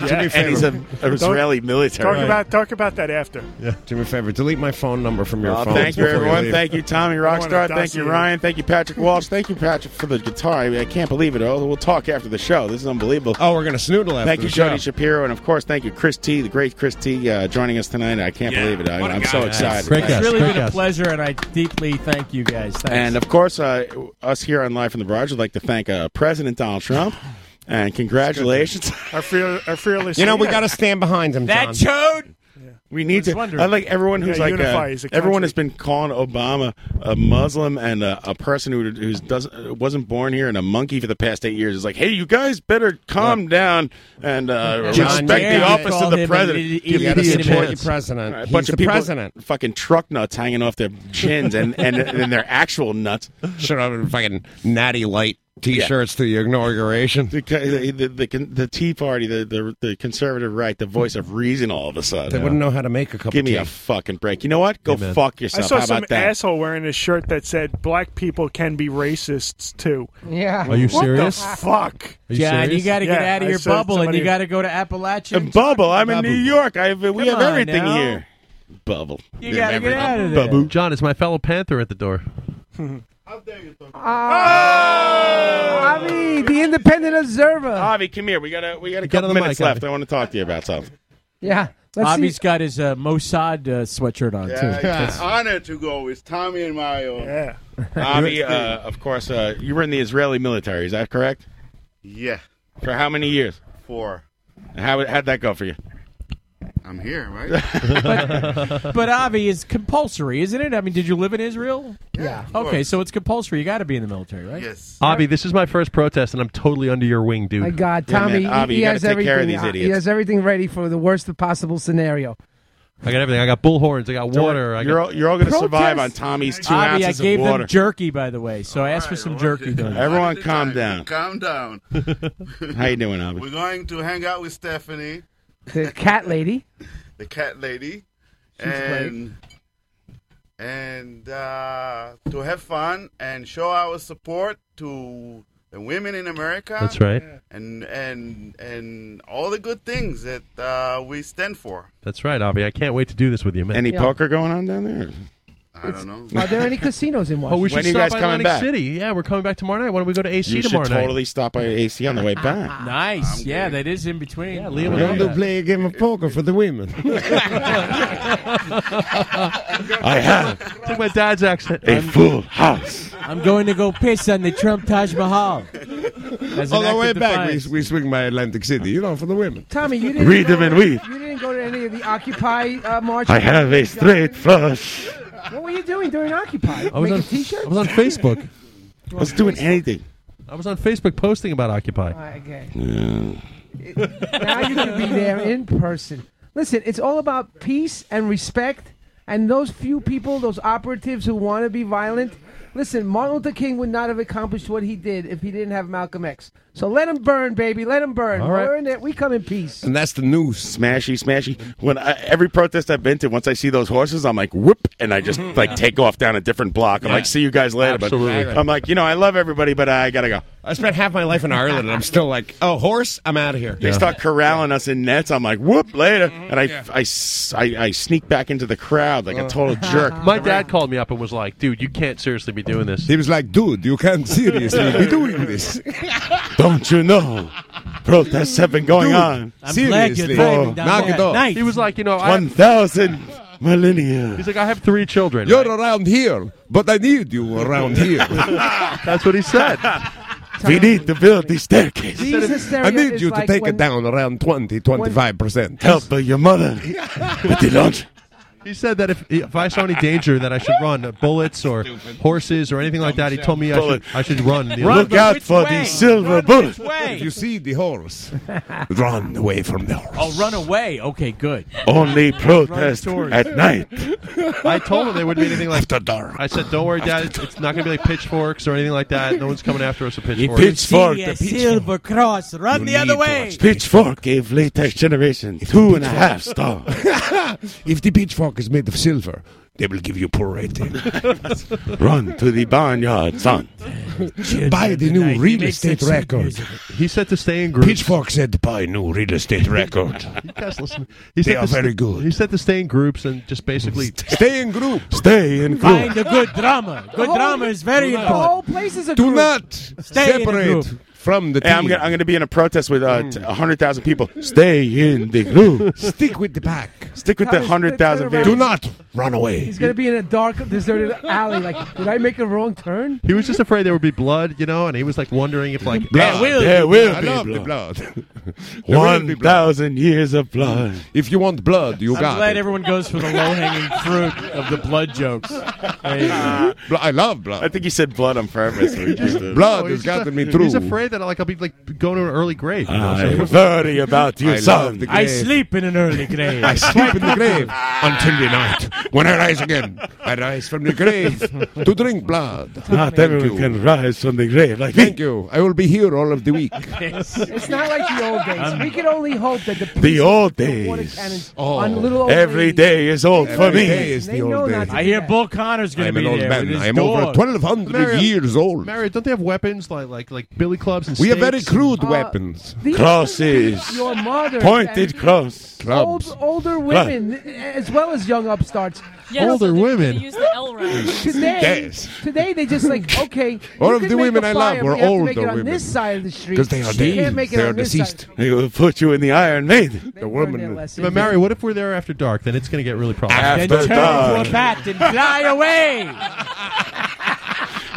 [SPEAKER 14] Do me a
[SPEAKER 11] and he's a,
[SPEAKER 14] favor.
[SPEAKER 11] an Israeli military.
[SPEAKER 14] Talk about talk about that after.
[SPEAKER 20] Yeah.
[SPEAKER 16] Do me a favor. Delete my phone number from your
[SPEAKER 11] Well,
[SPEAKER 16] phone.
[SPEAKER 11] Uh, thank you, everyone. thank you, Tommy
[SPEAKER 14] I want a
[SPEAKER 11] Rockstar. Thank you,
[SPEAKER 14] dossier.
[SPEAKER 11] Ryan. Thank you, Patrick Walsh. Thank you, Patrick, for the guitar. I, mean, I can't believe it. Oh, we'll talk after the show. This is unbelievable.
[SPEAKER 16] Oh, we're gonna snoodle after
[SPEAKER 11] Thank
[SPEAKER 16] the
[SPEAKER 11] you, Jody
[SPEAKER 16] show.
[SPEAKER 11] Shapiro, and of course, thank you, Chris T, the great Chris T, uh, joining us tonight. I can't believe it. I,
[SPEAKER 2] What a
[SPEAKER 11] I'm
[SPEAKER 2] guy.
[SPEAKER 11] so excited.
[SPEAKER 2] It's really been a pleasure, and I deeply thank you guys. Thanks.
[SPEAKER 11] And of course, uh, us here on Live from the Barrage would like to thank uh, President Donald
[SPEAKER 16] *laughs*
[SPEAKER 11] Trump, and congratulations.
[SPEAKER 14] Our, fear, our fearless.
[SPEAKER 16] You know, we
[SPEAKER 14] *laughs*
[SPEAKER 16] got to stand behind him,
[SPEAKER 11] That
[SPEAKER 16] John.
[SPEAKER 2] toad.
[SPEAKER 11] We need to.
[SPEAKER 14] wondering.
[SPEAKER 11] I like everyone who's
[SPEAKER 14] Yeah,
[SPEAKER 11] like
[SPEAKER 14] unify
[SPEAKER 11] uh,
[SPEAKER 14] as a
[SPEAKER 11] everyone
[SPEAKER 14] country.
[SPEAKER 11] has been calling Obama a Muslim and a, a person who who's doesn't wasn't born here and a monkey for the past eight years. It's like, hey, you guys better calm down and uh,
[SPEAKER 16] John,
[SPEAKER 11] respect
[SPEAKER 16] you
[SPEAKER 11] the
[SPEAKER 16] gotta
[SPEAKER 11] office
[SPEAKER 16] call
[SPEAKER 11] of the
[SPEAKER 16] him
[SPEAKER 11] president.
[SPEAKER 16] an idiot. You gotta Give him a support chance. the president.
[SPEAKER 11] A
[SPEAKER 16] He's
[SPEAKER 11] bunch
[SPEAKER 16] the
[SPEAKER 11] of people,
[SPEAKER 16] president.
[SPEAKER 11] fucking truck nuts hanging off their chins and and, and their actual nuts.
[SPEAKER 16] Shut up and fucking natty light t-shirts to the inauguration.
[SPEAKER 11] The, the, the, the, the Tea Party, the, the the conservative right, the voice of reason. All of a sudden,
[SPEAKER 16] They wouldn't know how to make a cup
[SPEAKER 11] Give
[SPEAKER 16] of
[SPEAKER 11] me
[SPEAKER 16] tea.
[SPEAKER 11] a fucking break. You know what? Go
[SPEAKER 16] Amen.
[SPEAKER 11] fuck
[SPEAKER 14] I
[SPEAKER 11] yourself.
[SPEAKER 14] saw
[SPEAKER 11] How
[SPEAKER 14] some
[SPEAKER 11] about that?
[SPEAKER 14] asshole wearing a shirt that said "Black people can be racists too."
[SPEAKER 17] Yeah.
[SPEAKER 20] Are you
[SPEAKER 14] What
[SPEAKER 20] serious?
[SPEAKER 14] The fuck,
[SPEAKER 20] Are you John, serious?
[SPEAKER 2] you got to get
[SPEAKER 14] Yeah,
[SPEAKER 2] out of
[SPEAKER 14] I
[SPEAKER 2] your
[SPEAKER 14] saw
[SPEAKER 2] bubble, and
[SPEAKER 14] somebody-
[SPEAKER 2] you got to *laughs* go to Appalachia. and
[SPEAKER 11] Bubble.
[SPEAKER 2] talk
[SPEAKER 11] I'm
[SPEAKER 2] to
[SPEAKER 11] in New
[SPEAKER 2] Babu.
[SPEAKER 11] York. I have, we
[SPEAKER 2] Come
[SPEAKER 11] have
[SPEAKER 2] on
[SPEAKER 11] everything
[SPEAKER 2] now.
[SPEAKER 11] here. Bubble.
[SPEAKER 2] You gotta get out of there.
[SPEAKER 20] John, it's my fellow Panther at
[SPEAKER 2] *laughs*
[SPEAKER 20] the door.
[SPEAKER 4] Oh!
[SPEAKER 17] Ah. Avi, the independent observer.
[SPEAKER 11] Avi, come here. We got a we got a
[SPEAKER 2] Get on
[SPEAKER 11] couple
[SPEAKER 2] the
[SPEAKER 11] minutes
[SPEAKER 2] mic,
[SPEAKER 11] left.
[SPEAKER 2] Avi.
[SPEAKER 11] I want to talk to you about something.
[SPEAKER 17] Yeah. Let's
[SPEAKER 2] Avi's
[SPEAKER 17] see.
[SPEAKER 2] got his uh, Mossad uh, sweatshirt on too.
[SPEAKER 19] It's an honor to go with Tommy and Mario. Yeah.
[SPEAKER 11] Avi, uh, of course, uh, you were in the Israeli military. Is that correct?
[SPEAKER 19] Yeah.
[SPEAKER 11] For how many years?
[SPEAKER 19] Four.
[SPEAKER 11] And How how'd that go for you?
[SPEAKER 19] I'm here, right?
[SPEAKER 2] *laughs* but, but Avi is compulsory, isn't it? I mean, did you live in Israel?
[SPEAKER 19] Yeah. of
[SPEAKER 2] Okay,
[SPEAKER 19] course.
[SPEAKER 2] so it's compulsory. You got to be in the military, right?
[SPEAKER 19] Yes.
[SPEAKER 20] Avi, this is my first protest, and I'm totally under your wing, dude.
[SPEAKER 17] My God, Tommy, he, has everything. he has everything ready for the worst possible scenario.
[SPEAKER 20] I got everything. I got bullhorns. I got water. I
[SPEAKER 11] You're
[SPEAKER 20] got-
[SPEAKER 11] all, you're all going to survive on Tommy's two
[SPEAKER 2] Avi, I
[SPEAKER 11] ounces
[SPEAKER 2] gave
[SPEAKER 11] of water.
[SPEAKER 2] them jerky, by the way. So I asked for some jerky. during the-
[SPEAKER 11] Everyone, calm down.
[SPEAKER 19] *laughs* Calm down.
[SPEAKER 11] How you doing, Avi?
[SPEAKER 19] We're going to hang out with Stephanie,
[SPEAKER 20] *laughs*
[SPEAKER 17] The cat lady.
[SPEAKER 19] the cat lady,
[SPEAKER 17] She's
[SPEAKER 19] and and uh, to have fun and show our support to the women in America.
[SPEAKER 20] That's right.
[SPEAKER 19] And and and all the good things that uh, we stand for.
[SPEAKER 20] That's right, Avi. I can't wait to do this with you, man.
[SPEAKER 11] Any
[SPEAKER 19] Yeah. poker
[SPEAKER 11] going on down there?
[SPEAKER 19] I don't know.
[SPEAKER 17] Are there any casinos in Washington?
[SPEAKER 20] *laughs* Oh, we should
[SPEAKER 11] When are you
[SPEAKER 20] stop
[SPEAKER 11] guys
[SPEAKER 20] by
[SPEAKER 11] coming
[SPEAKER 20] Atlantic
[SPEAKER 11] back?
[SPEAKER 20] City. Yeah, we're coming back tomorrow night. Why don't we go to AC
[SPEAKER 11] you should
[SPEAKER 20] tomorrow
[SPEAKER 11] totally
[SPEAKER 20] night?
[SPEAKER 11] stop by AC on the way back.
[SPEAKER 2] Nice. Yeah, that is in between. Yeah,
[SPEAKER 20] Liam
[SPEAKER 16] We're going to play a game of poker for the women. *laughs*
[SPEAKER 20] I
[SPEAKER 16] have.
[SPEAKER 20] It's like my dad's accent.
[SPEAKER 16] A full house.
[SPEAKER 2] I'm going to go piss on the Trump Taj Mahal. As an
[SPEAKER 16] On
[SPEAKER 2] act
[SPEAKER 16] the
[SPEAKER 2] of
[SPEAKER 16] way back, we,
[SPEAKER 2] defiance.
[SPEAKER 16] we swing by Atlantic City, you know, for the women.
[SPEAKER 17] Tommy, you didn't
[SPEAKER 16] Read
[SPEAKER 17] go-
[SPEAKER 16] them and weep.
[SPEAKER 17] You didn't go to any of the Occupy uh, marches.
[SPEAKER 16] I have a straight flush.
[SPEAKER 17] What were you doing during Occupy?
[SPEAKER 20] I was
[SPEAKER 17] Making
[SPEAKER 20] on
[SPEAKER 17] t-shirts.
[SPEAKER 20] I was
[SPEAKER 11] *laughs*
[SPEAKER 20] on Facebook.
[SPEAKER 17] I was doing
[SPEAKER 11] anything.
[SPEAKER 20] I was on Facebook posting about Occupy.
[SPEAKER 17] All right, okay.
[SPEAKER 11] Yeah.
[SPEAKER 17] now you can be there in person. Listen, it's all about peace and respect. And those few people, those operatives who want to be violent, listen, Martin Luther King would not have accomplished what he did if he didn't have Malcolm X. So let him burn, baby. Let him burn.
[SPEAKER 11] All right.
[SPEAKER 17] We're in it. We come in peace.
[SPEAKER 11] And that's the news. Smashy, smashy. When I, every protest I've been to, once I see those horses, I'm like whoop, and I just like take off down a different block. I'm
[SPEAKER 27] Yeah.
[SPEAKER 11] like, see you guys later.
[SPEAKER 27] Absolutely.
[SPEAKER 11] But I'm like, you know, I love everybody, but I gotta go.
[SPEAKER 27] I spent half my life in Ireland, and I'm still like, oh, horse, I'm out of here.
[SPEAKER 11] They start corralling us in nets. I'm like whoop later,
[SPEAKER 20] Mm-hmm.
[SPEAKER 11] and I, I s- I- I sneak back into the crowd like
[SPEAKER 20] Uh.
[SPEAKER 11] a total jerk.
[SPEAKER 16] *laughs*
[SPEAKER 20] My dad called me up and was like, "Dude, you can't seriously be doing this."
[SPEAKER 16] He was like, dude, you can't seriously be doing this.
[SPEAKER 11] *laughs* Don't you know? Protests have been going
[SPEAKER 16] Dude,
[SPEAKER 11] on.
[SPEAKER 16] I'm glad you're seriously. driving down Knock there it at off. night.
[SPEAKER 20] He was like, "You know, I
[SPEAKER 11] One
[SPEAKER 20] have,
[SPEAKER 11] thousand millennia.
[SPEAKER 20] he's like, I have three children."
[SPEAKER 16] You're around here, but I need you around here.
[SPEAKER 20] *laughs* That's what he said.
[SPEAKER 16] we need to build this staircase.
[SPEAKER 17] These hysteria
[SPEAKER 16] I need
[SPEAKER 17] is
[SPEAKER 16] you to
[SPEAKER 17] like
[SPEAKER 16] take
[SPEAKER 17] when-
[SPEAKER 16] it down around 20, 25%. Help your *laughs* mother with the lunch.
[SPEAKER 20] He said that if if I saw any danger that I should run, uh, bullets or horses or anything like that, he told me I should,
[SPEAKER 16] Bullet.
[SPEAKER 20] I should
[SPEAKER 16] *laughs*
[SPEAKER 20] run. The
[SPEAKER 16] Look out for the silver bullet.
[SPEAKER 2] way?
[SPEAKER 16] If you see the horse, run away from the horse.
[SPEAKER 2] *laughs* Oh, run away. Okay, good.
[SPEAKER 16] Only protest
[SPEAKER 2] towards-
[SPEAKER 16] at night.
[SPEAKER 20] I told him there wouldn't be anything like
[SPEAKER 16] After dark.
[SPEAKER 20] I said, "Don't worry, Dad. It's not going to be like pitchforks or anything like that. No one's coming after us with pitchforks."
[SPEAKER 16] pitchfork, the
[SPEAKER 2] silver cross. Run the other way.
[SPEAKER 16] Pitchfork gave latex generation two and a half *laughs* stars. if the pitchfork is made of silver, they will give you poor rating.
[SPEAKER 11] Run to the barnyard, son.
[SPEAKER 16] buy the new real estate record.
[SPEAKER 20] He said to stay in groups.
[SPEAKER 16] Pitchfork said buy new real estate *laughs* record.
[SPEAKER 20] You guys listen.
[SPEAKER 16] They
[SPEAKER 20] said
[SPEAKER 16] are
[SPEAKER 20] to st-
[SPEAKER 16] very good.
[SPEAKER 20] He said to stay in groups and just basically
[SPEAKER 16] *laughs* Stay in group. Stay in
[SPEAKER 2] Find
[SPEAKER 16] group.
[SPEAKER 2] a good drama. Good
[SPEAKER 17] The whole-
[SPEAKER 2] drama is very
[SPEAKER 17] The whole
[SPEAKER 2] important.
[SPEAKER 17] place is a
[SPEAKER 16] Do
[SPEAKER 17] group.
[SPEAKER 16] not
[SPEAKER 2] Stay in the
[SPEAKER 16] separate
[SPEAKER 2] group.
[SPEAKER 16] from the
[SPEAKER 11] Hey, I'm
[SPEAKER 16] team. Mm.
[SPEAKER 11] gonna, I'm gonna be in a protest with uh, t- 100,000 people. Stay in the group.
[SPEAKER 16] Stick with the pack.
[SPEAKER 11] Stick with the 100,000 people.
[SPEAKER 16] Do not run away.
[SPEAKER 17] He's gonna be in a dark, deserted alley. Like, did I make a wrong turn?
[SPEAKER 20] He was just afraid there would be blood, you know, and he was like wondering if like
[SPEAKER 16] Blood.
[SPEAKER 20] There will
[SPEAKER 16] I
[SPEAKER 20] be
[SPEAKER 16] love
[SPEAKER 11] *laughs*
[SPEAKER 20] blood.
[SPEAKER 16] the blood. There will be
[SPEAKER 11] One
[SPEAKER 16] blood.
[SPEAKER 11] thousand years of blood.
[SPEAKER 16] If you want blood, you
[SPEAKER 2] I'm
[SPEAKER 16] got
[SPEAKER 2] glad
[SPEAKER 16] it.
[SPEAKER 2] everyone goes for the low hanging fruit of the blood jokes.
[SPEAKER 16] *laughs*
[SPEAKER 2] Hey,
[SPEAKER 16] Blo- I love blood.
[SPEAKER 11] I think he said blood on purpose. when he just did it.
[SPEAKER 16] *laughs* blood
[SPEAKER 20] Oh,
[SPEAKER 16] has
[SPEAKER 20] he's
[SPEAKER 16] gotten
[SPEAKER 20] just-
[SPEAKER 16] me through.
[SPEAKER 20] He's afraid that like I'll be like going to an early grave. you know, so-
[SPEAKER 11] I worry about you,
[SPEAKER 16] I love
[SPEAKER 11] son.
[SPEAKER 16] the
[SPEAKER 2] I
[SPEAKER 16] grave.
[SPEAKER 2] sleep in an early
[SPEAKER 11] *laughs*
[SPEAKER 2] grave.
[SPEAKER 16] I sleep in the grave until the night when I rise again. I rise from the grave to drink blood.
[SPEAKER 11] *laughs* Not everyone can rise from the grave like me.
[SPEAKER 16] Thank you. I will be here all of the week.
[SPEAKER 17] It's not like the old days. we can only hope that the
[SPEAKER 11] The old
[SPEAKER 17] water
[SPEAKER 11] days.
[SPEAKER 17] cannons
[SPEAKER 16] Oh.
[SPEAKER 17] on little old
[SPEAKER 11] Every
[SPEAKER 17] ladies-
[SPEAKER 11] day is old for
[SPEAKER 16] Every
[SPEAKER 11] me.
[SPEAKER 16] day is
[SPEAKER 17] They
[SPEAKER 16] the
[SPEAKER 17] know
[SPEAKER 16] old
[SPEAKER 17] not
[SPEAKER 16] days.
[SPEAKER 17] to
[SPEAKER 2] I hear Bull Connor's going
[SPEAKER 16] Oh, I'm
[SPEAKER 2] to
[SPEAKER 16] an
[SPEAKER 2] be
[SPEAKER 16] old
[SPEAKER 2] there.
[SPEAKER 16] man.
[SPEAKER 2] with his
[SPEAKER 16] I am
[SPEAKER 2] dog.
[SPEAKER 16] over
[SPEAKER 20] *laughs*
[SPEAKER 16] 1,200
[SPEAKER 20] Mario-
[SPEAKER 16] years old.
[SPEAKER 20] Mary, don't they have weapons like like like billy clubs and
[SPEAKER 16] We have very
[SPEAKER 20] stakes?
[SPEAKER 16] crude
[SPEAKER 17] Uh,
[SPEAKER 16] weapons.
[SPEAKER 17] These-
[SPEAKER 11] Crosses.
[SPEAKER 17] Your mother.
[SPEAKER 11] Pointed cross.
[SPEAKER 16] Clubs.
[SPEAKER 17] Old, older women, as well as young upstarts.
[SPEAKER 4] Yes,
[SPEAKER 20] Older
[SPEAKER 4] so they-
[SPEAKER 20] women.
[SPEAKER 4] They use the L round.
[SPEAKER 17] Today,
[SPEAKER 16] Yes.
[SPEAKER 17] today they just like okay.
[SPEAKER 16] All
[SPEAKER 17] you
[SPEAKER 16] of
[SPEAKER 17] can
[SPEAKER 16] the
[SPEAKER 17] make
[SPEAKER 16] women
[SPEAKER 17] a
[SPEAKER 16] I love
[SPEAKER 17] fire,
[SPEAKER 16] were
[SPEAKER 17] but you have to make
[SPEAKER 16] older
[SPEAKER 17] it on
[SPEAKER 16] women.
[SPEAKER 17] this side of the street
[SPEAKER 16] 'Cause they are
[SPEAKER 17] You
[SPEAKER 16] dead.
[SPEAKER 17] can't make it
[SPEAKER 16] They are
[SPEAKER 17] on this
[SPEAKER 16] deceased.
[SPEAKER 17] Side.
[SPEAKER 11] They will put you in the Iron Maiden.
[SPEAKER 16] The
[SPEAKER 17] Learn their
[SPEAKER 16] woman.
[SPEAKER 17] lesson.
[SPEAKER 20] But Mary, what if we're there after dark? Then it's going to get really problematic.
[SPEAKER 2] Then
[SPEAKER 11] After
[SPEAKER 2] turn into
[SPEAKER 11] dark
[SPEAKER 2] a bat and fly away.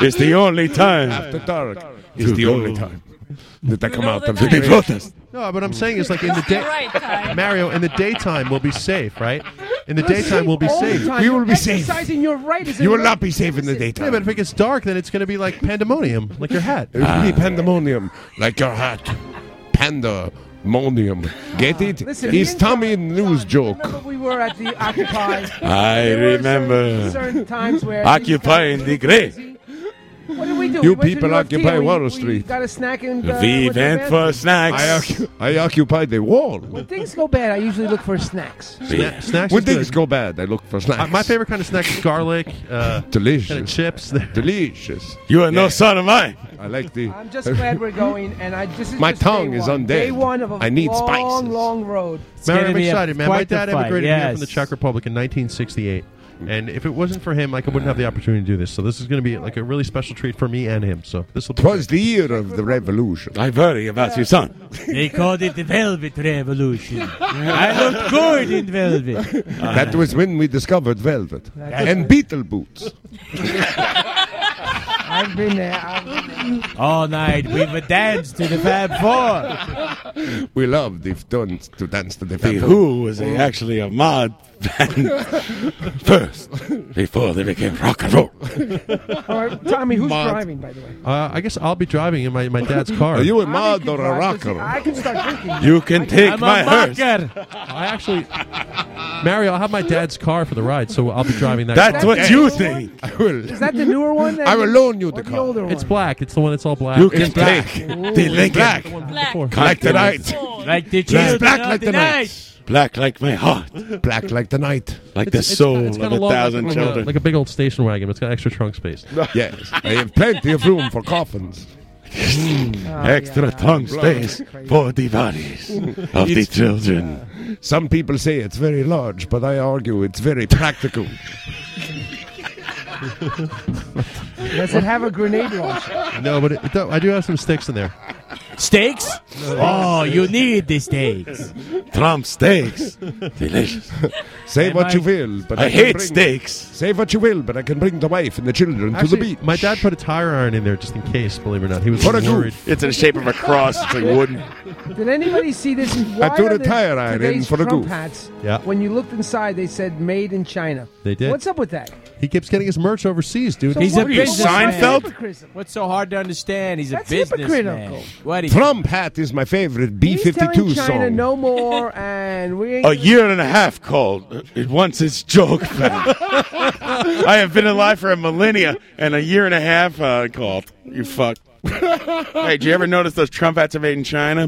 [SPEAKER 11] is the only time.
[SPEAKER 16] After dark is the only time that I come out of the
[SPEAKER 11] They
[SPEAKER 16] grave.
[SPEAKER 11] protest.
[SPEAKER 20] No, but I'm saying is like in the day,
[SPEAKER 28] You're right, Ty.
[SPEAKER 20] Mario. In the daytime, we'll be safe, right? In the daytime, we'll be
[SPEAKER 17] All the
[SPEAKER 20] safe.
[SPEAKER 17] time. You're Exercising your right is an right.
[SPEAKER 20] be safe in the daytime. Yeah, but if it gets dark, then it's going to be like pandemonium, like your hat.
[SPEAKER 16] It would be pandemonium, like your hat. Pandemonium. Get it?
[SPEAKER 17] Listen,
[SPEAKER 16] It's
[SPEAKER 17] the
[SPEAKER 16] Tommy news joke.
[SPEAKER 17] Remember we were at
[SPEAKER 16] *laughs*
[SPEAKER 17] the Occupy.
[SPEAKER 16] I
[SPEAKER 17] certain
[SPEAKER 16] remember.
[SPEAKER 17] times
[SPEAKER 20] *laughs*
[SPEAKER 17] where
[SPEAKER 16] Occupying the grave.
[SPEAKER 17] What did we do?
[SPEAKER 16] You
[SPEAKER 17] We went to
[SPEAKER 16] people
[SPEAKER 17] New York
[SPEAKER 16] occupy
[SPEAKER 17] Theater. We-
[SPEAKER 16] Water
[SPEAKER 17] we
[SPEAKER 16] Street.
[SPEAKER 17] Got a snack and uh,
[SPEAKER 16] We
[SPEAKER 17] went to the
[SPEAKER 16] went for
[SPEAKER 17] bathroom.
[SPEAKER 16] snacks. I, occu- I occupied the wall.
[SPEAKER 17] When things go bad, I usually look for
[SPEAKER 20] *laughs*
[SPEAKER 17] snacks.
[SPEAKER 20] snacks
[SPEAKER 16] when
[SPEAKER 20] is good.
[SPEAKER 16] things go bad, I look for snacks.
[SPEAKER 20] Uh, my favorite kind of snack is garlic. Uh,
[SPEAKER 16] *laughs* Delicious.
[SPEAKER 20] Kind of chips.
[SPEAKER 16] Delicious.
[SPEAKER 11] You are no son of mine.
[SPEAKER 16] I like the.
[SPEAKER 17] I'm just glad we're going, and I this is
[SPEAKER 16] My
[SPEAKER 17] just day
[SPEAKER 16] tongue is
[SPEAKER 17] one.
[SPEAKER 16] undead.
[SPEAKER 17] Day one of a
[SPEAKER 16] I need
[SPEAKER 17] long,
[SPEAKER 16] spices.
[SPEAKER 17] long road.
[SPEAKER 20] Mario, I'm excited, man. My dad immigrated here from the
[SPEAKER 16] yes.
[SPEAKER 20] Czech Republic in 1968. And if it wasn't for him, like, I wouldn't have the opportunity to do this. So this is going to be like a really special treat for me and him. So this will be
[SPEAKER 16] *laughs* Twas the year of the revolution.
[SPEAKER 11] I worry about your son.
[SPEAKER 2] They called it the Velvet Revolution. *laughs* I look good in velvet. *laughs*
[SPEAKER 16] Uh, that was when we discovered velvet
[SPEAKER 2] That's-
[SPEAKER 16] and beetle boots.
[SPEAKER 17] I've been there. I've been there.
[SPEAKER 2] All night we would dance to the Fab Four.
[SPEAKER 16] *laughs* We loved the dance to dance to the
[SPEAKER 11] The
[SPEAKER 16] Velvet.
[SPEAKER 11] Who was a, actually a mod
[SPEAKER 16] *laughs*
[SPEAKER 11] band first, before they became rock and roll.
[SPEAKER 20] *laughs*
[SPEAKER 17] All right, Tommy, who's
[SPEAKER 20] Mont.
[SPEAKER 17] driving, by the way?
[SPEAKER 20] Uh, I guess I'll be driving in my, my dad's car.
[SPEAKER 16] Are you a
[SPEAKER 17] Tommy
[SPEAKER 16] mod
[SPEAKER 17] can
[SPEAKER 16] or a
[SPEAKER 17] drive, 'cause
[SPEAKER 16] rocker?
[SPEAKER 17] I can start drinking.
[SPEAKER 11] You can take
[SPEAKER 20] I'm a
[SPEAKER 11] my hearse.
[SPEAKER 20] I actually, Mario, I'll have my dad's car for the ride, so I'll be driving that.
[SPEAKER 11] That's
[SPEAKER 20] car.
[SPEAKER 11] what you think.
[SPEAKER 16] I will.
[SPEAKER 17] Is that the newer one? that
[SPEAKER 20] I will
[SPEAKER 17] you-
[SPEAKER 20] loan you
[SPEAKER 17] or
[SPEAKER 20] the
[SPEAKER 17] the older one.
[SPEAKER 20] It's black. It's the one that's all black.
[SPEAKER 11] You can take the Lincoln.
[SPEAKER 20] Black.
[SPEAKER 11] Like the night.
[SPEAKER 2] Like the
[SPEAKER 11] Black,
[SPEAKER 2] children
[SPEAKER 11] black
[SPEAKER 2] of
[SPEAKER 11] like
[SPEAKER 2] the
[SPEAKER 11] the
[SPEAKER 2] night.
[SPEAKER 11] Black like my heart.
[SPEAKER 16] Black like the night.
[SPEAKER 11] Like
[SPEAKER 20] It's-
[SPEAKER 11] the
[SPEAKER 20] it's
[SPEAKER 11] soul
[SPEAKER 20] got- it's got
[SPEAKER 11] of a
[SPEAKER 20] long-
[SPEAKER 11] thousand
[SPEAKER 20] like
[SPEAKER 11] children.
[SPEAKER 20] A, like a big old station wagon. It's got extra trunk
[SPEAKER 11] *laughs*
[SPEAKER 20] space.
[SPEAKER 16] yes, I have plenty of room for coffins.
[SPEAKER 11] *laughs*
[SPEAKER 20] Mm. Oh,
[SPEAKER 11] Extra tongue space for the bodies of the
[SPEAKER 16] It's-
[SPEAKER 11] children.
[SPEAKER 16] Some people say it's very large, but I argue it's
[SPEAKER 11] *laughs*
[SPEAKER 16] very practical.
[SPEAKER 20] *laughs*
[SPEAKER 17] Does it have a grenade launcher?
[SPEAKER 20] No, but it, it, don't- I do have some sticks in there.
[SPEAKER 2] Steaks? Oh, you need the steaks.
[SPEAKER 11] Trump steaks. Delicious.
[SPEAKER 16] Say
[SPEAKER 20] Am
[SPEAKER 16] what
[SPEAKER 20] I-
[SPEAKER 16] you will, but I,
[SPEAKER 11] I hate
[SPEAKER 16] steaks. Say what you will, but I can bring the wife and the children to the
[SPEAKER 20] Actually,
[SPEAKER 16] beach.
[SPEAKER 20] my dad put a tire iron in there just in case. Believe it or not, he was
[SPEAKER 16] What a
[SPEAKER 20] worried.
[SPEAKER 11] It's in the shape of a *laughs* cross. It's like wooden.
[SPEAKER 17] Did anybody see this? Why
[SPEAKER 20] threw
[SPEAKER 17] are
[SPEAKER 20] the tire
[SPEAKER 17] the,
[SPEAKER 20] iron in
[SPEAKER 17] today's
[SPEAKER 20] for the
[SPEAKER 17] Trump
[SPEAKER 20] goof.
[SPEAKER 17] hats?
[SPEAKER 20] Yeah.
[SPEAKER 17] When you looked inside, they said "Made in China."
[SPEAKER 20] They did.
[SPEAKER 17] What's up with that?
[SPEAKER 20] He keeps getting his merch overseas, dude.
[SPEAKER 17] So He's what a are you, businessman. Seinfeld?
[SPEAKER 2] What's so hard to understand? He's
[SPEAKER 17] That's
[SPEAKER 2] a businessman.
[SPEAKER 17] hypocritical.
[SPEAKER 2] What he
[SPEAKER 16] Trump hat is my favorite
[SPEAKER 17] He's telling
[SPEAKER 16] B52
[SPEAKER 17] China
[SPEAKER 16] song.
[SPEAKER 17] no more, and we ain't
[SPEAKER 11] A
[SPEAKER 17] *laughs*
[SPEAKER 11] year and a half called. It once its joke found. I have been alive for a millennia and a year and a half uh, called. You fuck. hey, did you ever notice those Trump hats are made in China?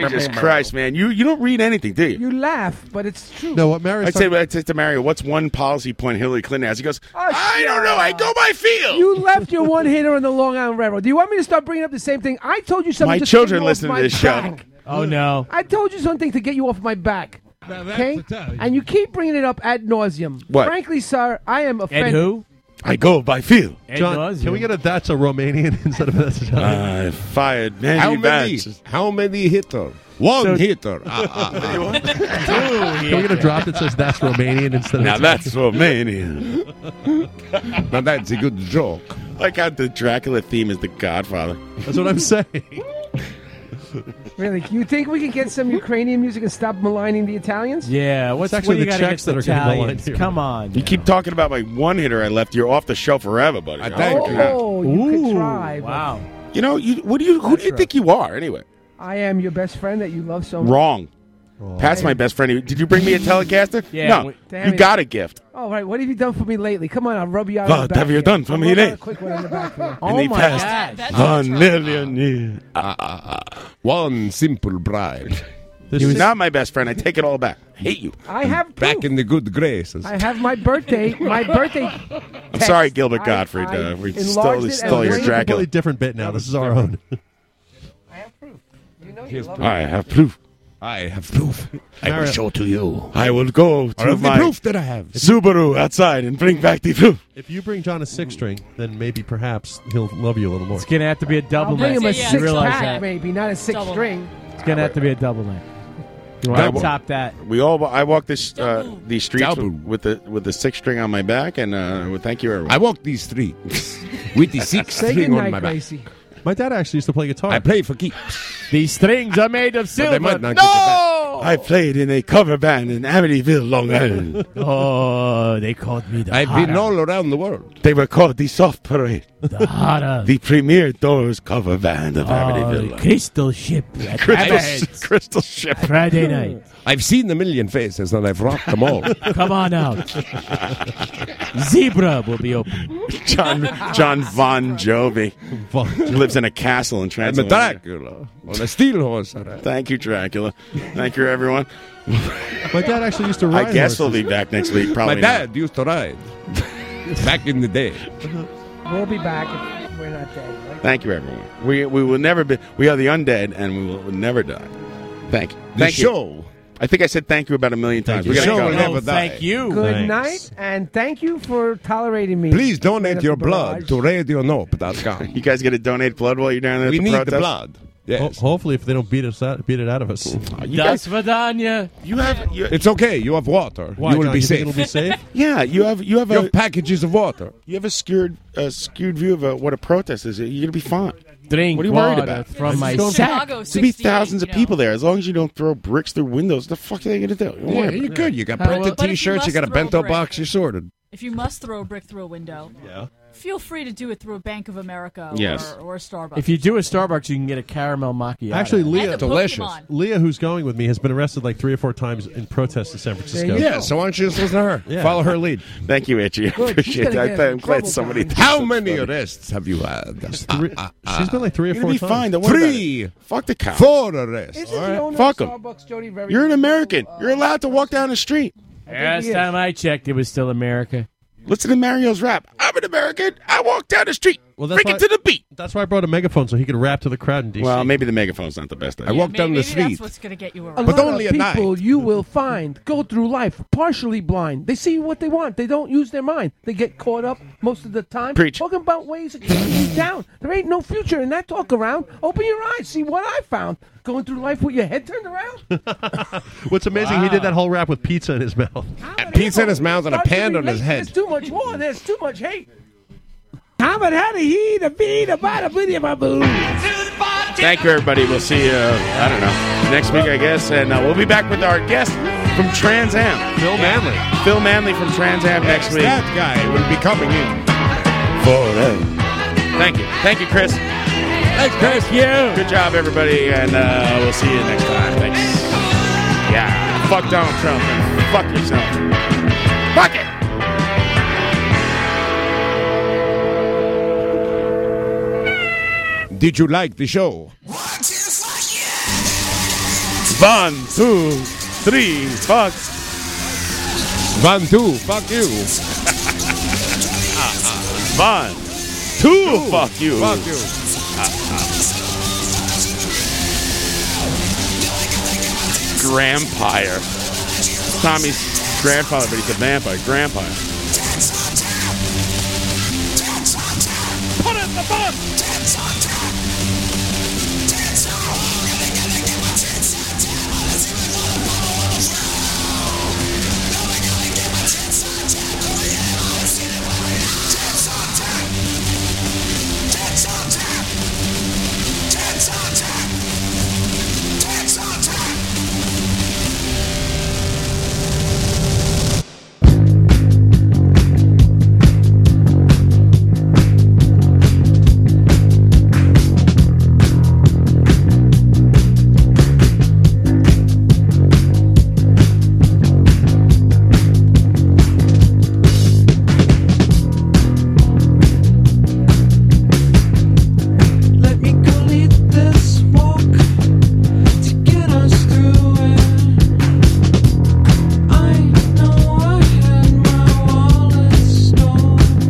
[SPEAKER 11] Jesus Christ, man. You you don't read anything, do you?
[SPEAKER 17] You laugh, but it's true.
[SPEAKER 20] No, what Mario?
[SPEAKER 11] I say, I say to Mario, what's one policy point Hillary Clinton has? He goes,
[SPEAKER 17] I
[SPEAKER 11] don't know. I go by feel.
[SPEAKER 17] Oh, You left your one hitter on the Long Island Railroad. Do you want me to start bringing up the same thing? I told you something.
[SPEAKER 11] my
[SPEAKER 17] just to get
[SPEAKER 11] children
[SPEAKER 17] you off
[SPEAKER 11] listen
[SPEAKER 17] my
[SPEAKER 11] to this show.
[SPEAKER 17] back.
[SPEAKER 2] Oh no!
[SPEAKER 17] I told you something to get you off my back. Okay, and you keep bringing it up ad nauseum.
[SPEAKER 11] What?
[SPEAKER 17] Frankly, sir, I am offended.
[SPEAKER 11] I go by feel.
[SPEAKER 20] John, can we get a that's a Romanian *laughs* instead of that's Italian?
[SPEAKER 11] I fired many
[SPEAKER 16] How many?
[SPEAKER 11] batches.
[SPEAKER 16] How many hitter? One
[SPEAKER 20] So-
[SPEAKER 16] hitter. Ah, ah,
[SPEAKER 11] *laughs*
[SPEAKER 16] ah.
[SPEAKER 20] can we get a drop that says that's Romanian instead of
[SPEAKER 11] Ah, Now
[SPEAKER 20] Italian?
[SPEAKER 11] that's Romania.
[SPEAKER 16] now that's a good joke.
[SPEAKER 11] like how the Dracula theme is the Godfather.
[SPEAKER 20] That's what I'm saying.
[SPEAKER 17] Really, you think we can get some Ukrainian music and stop maligning the Italians?
[SPEAKER 2] Yeah, what's
[SPEAKER 20] actually
[SPEAKER 2] what do you
[SPEAKER 20] the
[SPEAKER 2] gotta
[SPEAKER 20] Czechs
[SPEAKER 2] get
[SPEAKER 20] that are gonna be
[SPEAKER 2] Italians?
[SPEAKER 20] lying here.
[SPEAKER 2] Come on.
[SPEAKER 11] You keep talking about my one hitter I left. You're off the show forever, buddy.
[SPEAKER 16] I thank you.
[SPEAKER 17] Oh, you could try. but
[SPEAKER 2] Wow.
[SPEAKER 11] You know, you what do you who do you think you are anyway?
[SPEAKER 17] I am your best friend that you love so much.
[SPEAKER 11] Wrong. Pat's my best friend. Did you bring me a Telecaster?
[SPEAKER 2] Yeah,
[SPEAKER 11] no.
[SPEAKER 2] we-
[SPEAKER 17] Damn
[SPEAKER 11] you
[SPEAKER 17] it.
[SPEAKER 11] got a gift.
[SPEAKER 17] All right, what have you done for me lately? Come on, I'll rub you out.
[SPEAKER 11] What
[SPEAKER 17] on the back
[SPEAKER 11] have you
[SPEAKER 17] here.
[SPEAKER 11] done for
[SPEAKER 17] I'll
[SPEAKER 11] me
[SPEAKER 17] rub you out
[SPEAKER 11] lately?
[SPEAKER 17] a Quick one on the back here.
[SPEAKER 11] *laughs* And
[SPEAKER 2] Oh
[SPEAKER 11] he
[SPEAKER 2] my
[SPEAKER 11] passed
[SPEAKER 2] God. That's
[SPEAKER 11] a millionaire.
[SPEAKER 16] Ah, One simple bribe.
[SPEAKER 20] This
[SPEAKER 11] He was
[SPEAKER 20] is-
[SPEAKER 11] not my best friend. I take it all back. I hate you.
[SPEAKER 17] I have proof.
[SPEAKER 16] Back in the good graces.
[SPEAKER 17] I have my birthday. My birthday.
[SPEAKER 11] I'm sorry, Gilbert
[SPEAKER 17] I-
[SPEAKER 11] Gottfried.
[SPEAKER 17] I
[SPEAKER 11] uh, we
[SPEAKER 17] enlarged
[SPEAKER 11] stole,
[SPEAKER 17] it
[SPEAKER 11] stole
[SPEAKER 17] and
[SPEAKER 11] your
[SPEAKER 17] raised-
[SPEAKER 11] Dracula.
[SPEAKER 20] completely different bit now. This is our own.
[SPEAKER 17] I have proof. You know you
[SPEAKER 16] Here's
[SPEAKER 17] love
[SPEAKER 16] proof.
[SPEAKER 17] me.
[SPEAKER 11] I have proof.
[SPEAKER 16] I have proof. I will
[SPEAKER 20] Mario-
[SPEAKER 16] show to you.
[SPEAKER 11] I will go
[SPEAKER 16] Or
[SPEAKER 11] to
[SPEAKER 16] of the
[SPEAKER 11] my
[SPEAKER 16] proof that I have.
[SPEAKER 11] Subaru outside and bring back the proof.
[SPEAKER 20] If you bring John a six string, then maybe perhaps he'll love you a little more.
[SPEAKER 2] It's gonna have to be a double
[SPEAKER 17] I'll bring
[SPEAKER 2] neck.
[SPEAKER 17] him a
[SPEAKER 2] You
[SPEAKER 17] six
[SPEAKER 2] realize
[SPEAKER 17] pack,
[SPEAKER 2] that.
[SPEAKER 17] maybe not a six
[SPEAKER 4] Double.
[SPEAKER 17] string.
[SPEAKER 2] It's gonna have to be a double neck. You want
[SPEAKER 11] Double.
[SPEAKER 2] to top that?
[SPEAKER 11] We all. I walked this uh, these streets
[SPEAKER 16] Double.
[SPEAKER 11] with, with the with the six string on my back, and uh, well, thank you everyone. *laughs*
[SPEAKER 16] I walk these streets with the six
[SPEAKER 17] Say
[SPEAKER 16] string on
[SPEAKER 17] goodnight,
[SPEAKER 16] my back.
[SPEAKER 17] Gracie.
[SPEAKER 20] My dad actually used to play guitar. I
[SPEAKER 16] play for keeps.
[SPEAKER 29] These strings are made
[SPEAKER 11] *laughs*
[SPEAKER 29] of
[SPEAKER 11] they
[SPEAKER 29] silver.
[SPEAKER 11] might not get
[SPEAKER 29] no!
[SPEAKER 11] I played in a cover band in Amityville, Long Island.
[SPEAKER 2] oh, they called me the
[SPEAKER 11] I've
[SPEAKER 2] horror.
[SPEAKER 11] been all
[SPEAKER 16] around the world.
[SPEAKER 11] They were called the Soft Parade. *laughs*
[SPEAKER 2] The horror.
[SPEAKER 11] The premier Doors cover band of Amityville.
[SPEAKER 2] Crystal ship. at
[SPEAKER 11] Crystal,
[SPEAKER 2] Abbott's
[SPEAKER 11] Crystal Ship.
[SPEAKER 2] Friday night.
[SPEAKER 16] I've seen the million faces and I've rocked
[SPEAKER 2] *laughs*
[SPEAKER 16] them all.
[SPEAKER 2] Come on out. Zebra will be open.
[SPEAKER 11] *laughs* John John Von Jovi lives in a castle in
[SPEAKER 16] I'm a
[SPEAKER 11] Transylvania.
[SPEAKER 16] Dracula on a steel horse.
[SPEAKER 11] Thank you, Dracula. Thank you, everyone.
[SPEAKER 20] My dad actually used to ride.
[SPEAKER 11] I guess we'll be back next week. Probably
[SPEAKER 16] My
[SPEAKER 11] not.
[SPEAKER 16] dad used to ride back in the day.
[SPEAKER 17] We'll be back if we're not dead. Right?
[SPEAKER 11] Thank you, everyone. We we will never be. We are the undead, and we will never die. Thank you.
[SPEAKER 16] The
[SPEAKER 11] Thank you.
[SPEAKER 16] show.
[SPEAKER 11] I think I said thank you about a million times.
[SPEAKER 16] you.
[SPEAKER 11] We gotta
[SPEAKER 16] Show
[SPEAKER 11] go.
[SPEAKER 16] will never No, die. thank
[SPEAKER 2] you.
[SPEAKER 17] Good night, and thank you for tolerating me.
[SPEAKER 16] Please donate your
[SPEAKER 17] Barrage.
[SPEAKER 16] blood to RadioNope.com.
[SPEAKER 11] *laughs* You guys gonna donate blood while you're down there? at
[SPEAKER 16] We
[SPEAKER 11] the
[SPEAKER 16] need the
[SPEAKER 11] protest?
[SPEAKER 16] blood.
[SPEAKER 20] Ho- hopefully, if they don't beat us out, beat it out of us.
[SPEAKER 11] You guys-
[SPEAKER 2] Svidania.
[SPEAKER 11] You have. You,
[SPEAKER 16] It's okay. You have water.
[SPEAKER 20] Why,
[SPEAKER 16] you will
[SPEAKER 20] John,
[SPEAKER 16] be
[SPEAKER 20] you
[SPEAKER 16] safe.
[SPEAKER 20] think it'll be safe?
[SPEAKER 16] *laughs*
[SPEAKER 11] yeah, you have. You have
[SPEAKER 16] You
[SPEAKER 11] a.
[SPEAKER 16] have packages of water.
[SPEAKER 11] You have a skewed, uh, skewed view of uh what a protest is. You're gonna be fine.
[SPEAKER 29] Drink
[SPEAKER 11] what are you
[SPEAKER 29] water
[SPEAKER 11] worried about?
[SPEAKER 29] from
[SPEAKER 11] It's
[SPEAKER 29] my
[SPEAKER 11] going-
[SPEAKER 29] sack.
[SPEAKER 11] There's gonna be thousands of people there. As long as you don't throw bricks through windows, the fuck are they gonna do? Don't worry
[SPEAKER 16] Yeah,
[SPEAKER 11] about
[SPEAKER 16] you're
[SPEAKER 11] it.
[SPEAKER 16] good. You got
[SPEAKER 11] How-
[SPEAKER 16] printed
[SPEAKER 13] But if you
[SPEAKER 16] T-shirts. You
[SPEAKER 13] must
[SPEAKER 16] got a
[SPEAKER 13] throw a
[SPEAKER 16] bento
[SPEAKER 13] brick.
[SPEAKER 16] box. You're sorted.
[SPEAKER 13] If you must throw a brick through a window, yeah. feel free to do it through a Bank of America
[SPEAKER 20] Yes.
[SPEAKER 13] or, or a Starbucks.
[SPEAKER 29] If you do a Starbucks, you can get a caramel macchiato.
[SPEAKER 20] Actually, Leah,
[SPEAKER 13] And the Delicious. Pokemon.
[SPEAKER 20] Leah, who's going with me, has been arrested like three or four times in protest in San Francisco.
[SPEAKER 16] Yeah, so why don't you just listen to her?
[SPEAKER 20] Yeah.
[SPEAKER 16] Follow her lead.
[SPEAKER 11] Thank you, Itchy. I appreciate
[SPEAKER 16] gonna
[SPEAKER 11] that.
[SPEAKER 16] get
[SPEAKER 11] I'm
[SPEAKER 16] in
[SPEAKER 11] glad
[SPEAKER 16] trouble,
[SPEAKER 11] somebody.
[SPEAKER 16] Brian. How
[SPEAKER 11] many
[SPEAKER 16] arrests have you had? Ah,
[SPEAKER 20] Three- she's been like three or
[SPEAKER 11] You're
[SPEAKER 20] four
[SPEAKER 11] gonna be
[SPEAKER 20] times.
[SPEAKER 11] fine. Don't worry
[SPEAKER 16] Three.
[SPEAKER 11] about it. Fuck the cops.
[SPEAKER 16] Four arrests.
[SPEAKER 17] Isn't the owner
[SPEAKER 11] Fuck
[SPEAKER 17] of
[SPEAKER 11] 'em.
[SPEAKER 17] Starbucks, Jody, very
[SPEAKER 11] You're an American. You're allowed to walk down the street.
[SPEAKER 29] Last time I checked, it was still America.
[SPEAKER 11] Listen to Mario's rap. I'm an American. I walk down the street.
[SPEAKER 20] Well,
[SPEAKER 11] Freaking to the beat.
[SPEAKER 20] That's why I brought a megaphone so he could rap to the crowd in D.C.
[SPEAKER 11] Well, maybe the megaphone's not the best idea.
[SPEAKER 20] I walked
[SPEAKER 13] May- maybe that's what's going to get you
[SPEAKER 17] A
[SPEAKER 13] around.
[SPEAKER 17] lot of people you will find go through life partially blind. They see what they want. They don't use their mind. They get caught up most of the time
[SPEAKER 11] Preach.
[SPEAKER 17] talking about ways of keeping you down. There ain't no future in that talk around. Open your eyes, see what I found. Going through life with your head turned around.
[SPEAKER 20] What's amazing, he did that whole rap with pizza in his mouth.
[SPEAKER 16] *laughs* Pizza in his mouth and a
[SPEAKER 17] Start to
[SPEAKER 16] panda on
[SPEAKER 17] relate.
[SPEAKER 16] his head.
[SPEAKER 17] There's too much war. There's too much hate. How about how to heat a beat about a video my boo.
[SPEAKER 11] Thank you, everybody. We'll see you, uh, I don't know, next week, I guess. And uh, we'll be back with our guest from Trans Am. Phil Manley. Phil Manley from Trans Am next week.
[SPEAKER 16] That guy will be coming in.
[SPEAKER 11] Forever. Thank you. Thank you, Chris. Thanks, Chris. You. Good job, everybody. And uh, we'll see you next time. Thanks. Yeah. Fuck Donald Trump and fuck yourself. *laughs* Fuck it.
[SPEAKER 16] Did you like the show?
[SPEAKER 11] One, two, three, fuck.
[SPEAKER 16] One, two, fuck you.
[SPEAKER 11] One, two, fuck you.
[SPEAKER 16] Fuck you.
[SPEAKER 11] Grampire. Tommy's grandfather, but he's a vampire. Grampire.
[SPEAKER 4] Put it in the book! Let me go lead this walk to get us through it. I know I had my wallet stolen,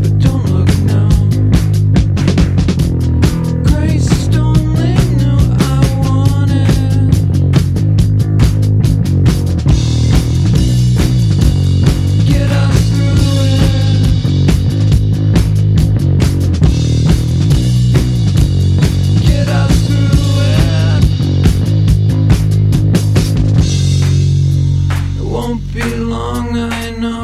[SPEAKER 4] but don't look now. Grace only knew I wanted. Get us through it. Get us through it. It won't be long, I know.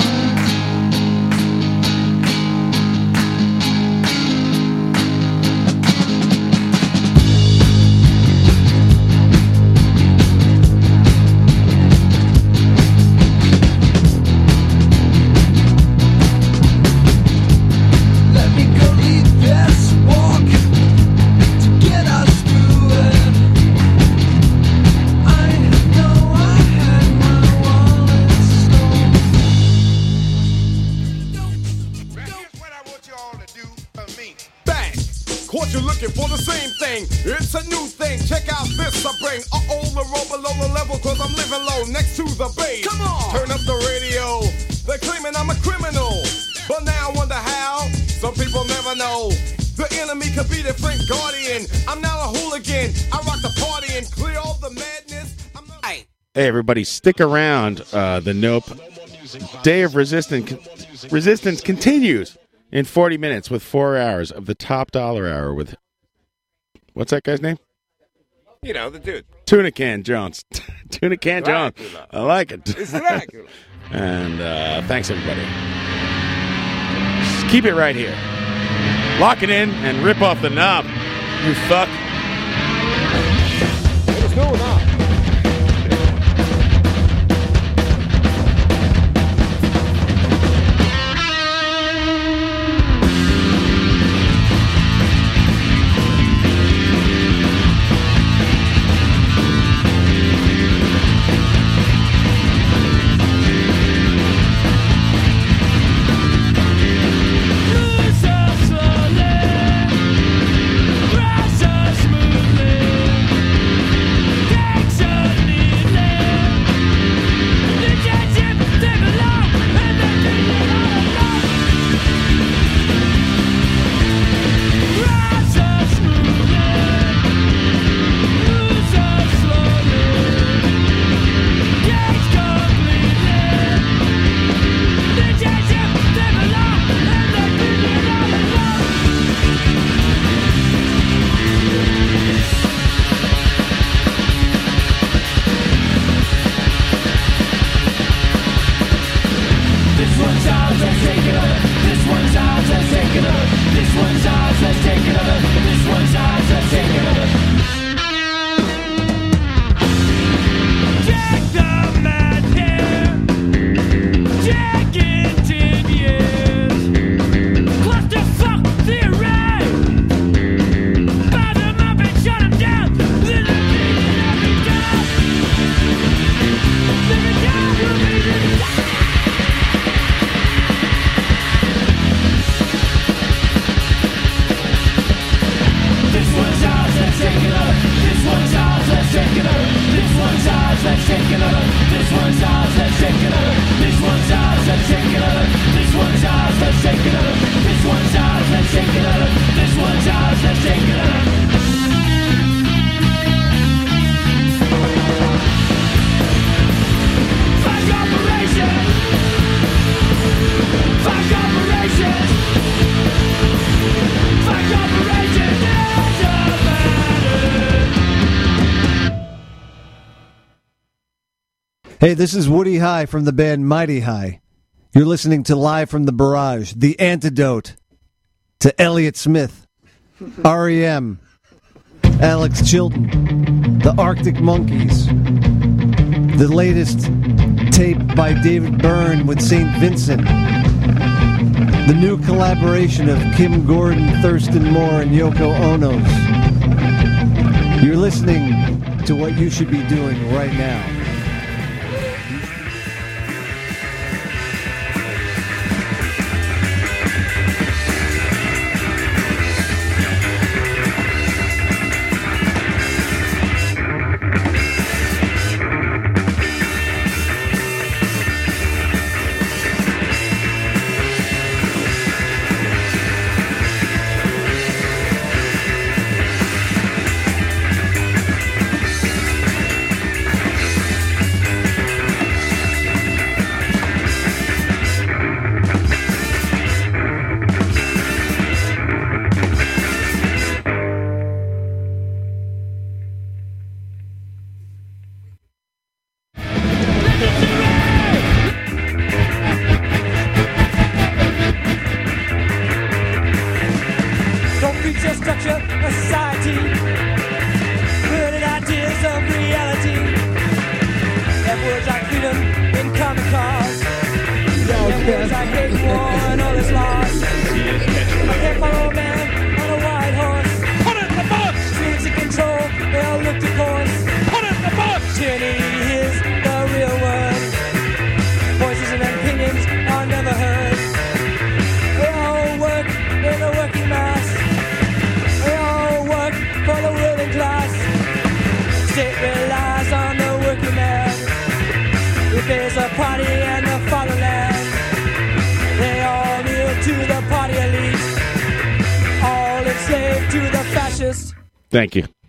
[SPEAKER 3] You're looking for the same thing. It's a new thing. Check out this I bring. Uh oh, the roll below the level, cause I'm living low next to the base. Come on. Turn up the radio. They're claiming I'm a criminal. But now I wonder how. Some people never know. The enemy could be the Frank Guardian. I'm now a hooligan. I rock the party and clear all the madness. I'm not.
[SPEAKER 11] Hey, everybody, stick around. Uh, the Nope Day of Resistance Resistance continues in 40 minutes with four hours of the Top Dollar Hour with what's that guy's name?
[SPEAKER 18] You know, the dude.
[SPEAKER 11] Tuna Can Jones. *laughs* Tuna Can Jones.
[SPEAKER 18] Dracula.
[SPEAKER 11] I like it.
[SPEAKER 18] It's Dracula.
[SPEAKER 11] *laughs* and uh, thanks everybody. Just keep it right here. Lock it in and rip off the knob. You fuck.
[SPEAKER 3] What's going on?
[SPEAKER 4] This one's ours, let's take it over. This one's ours, let's take it over. This one's ours, let's take it over. This one's ours, let's take it over. Jack the mad hair. Jack in ten years. Clusterfuck theory. Bob him up and shut him down. Let him be, let him be down. Let him down, let him be down. This one's ours, let's take it up. This one's ours, let's take it up. This one's ours, let's take it up. This one's ours, let's take it up. This one's ours, let's take it up. This one's ours, let's take it up. This one's ours, let's take it up. This one's ours, let's take it up. Fuck operation. Fuck operation. Fuck operation.
[SPEAKER 30] Hey, this is Woody High from the band Mighty High. You're listening to Live from the Barrage, the antidote to Elliott Smith, REM, Alex Chilton, the Arctic Monkeys, the latest tape by David Byrne with St. Vincent, the new collaboration of Kim Gordon, Thurston Moore, and Yoko Onos. You're listening to what you should be doing right now.
[SPEAKER 4] Don't preach a structure, a society. Burning ideas of reality. That words like freedom in common cause. That words like hate, war, and all its laws. I can't follow a man on a white horse. Put it in the box! Dreams of control, they all look to course. Put it in the box! Tyranny is the real word. Voices and opinions are never heard. They all work in the working mass. They all
[SPEAKER 31] to the fascists.
[SPEAKER 4] Thank you.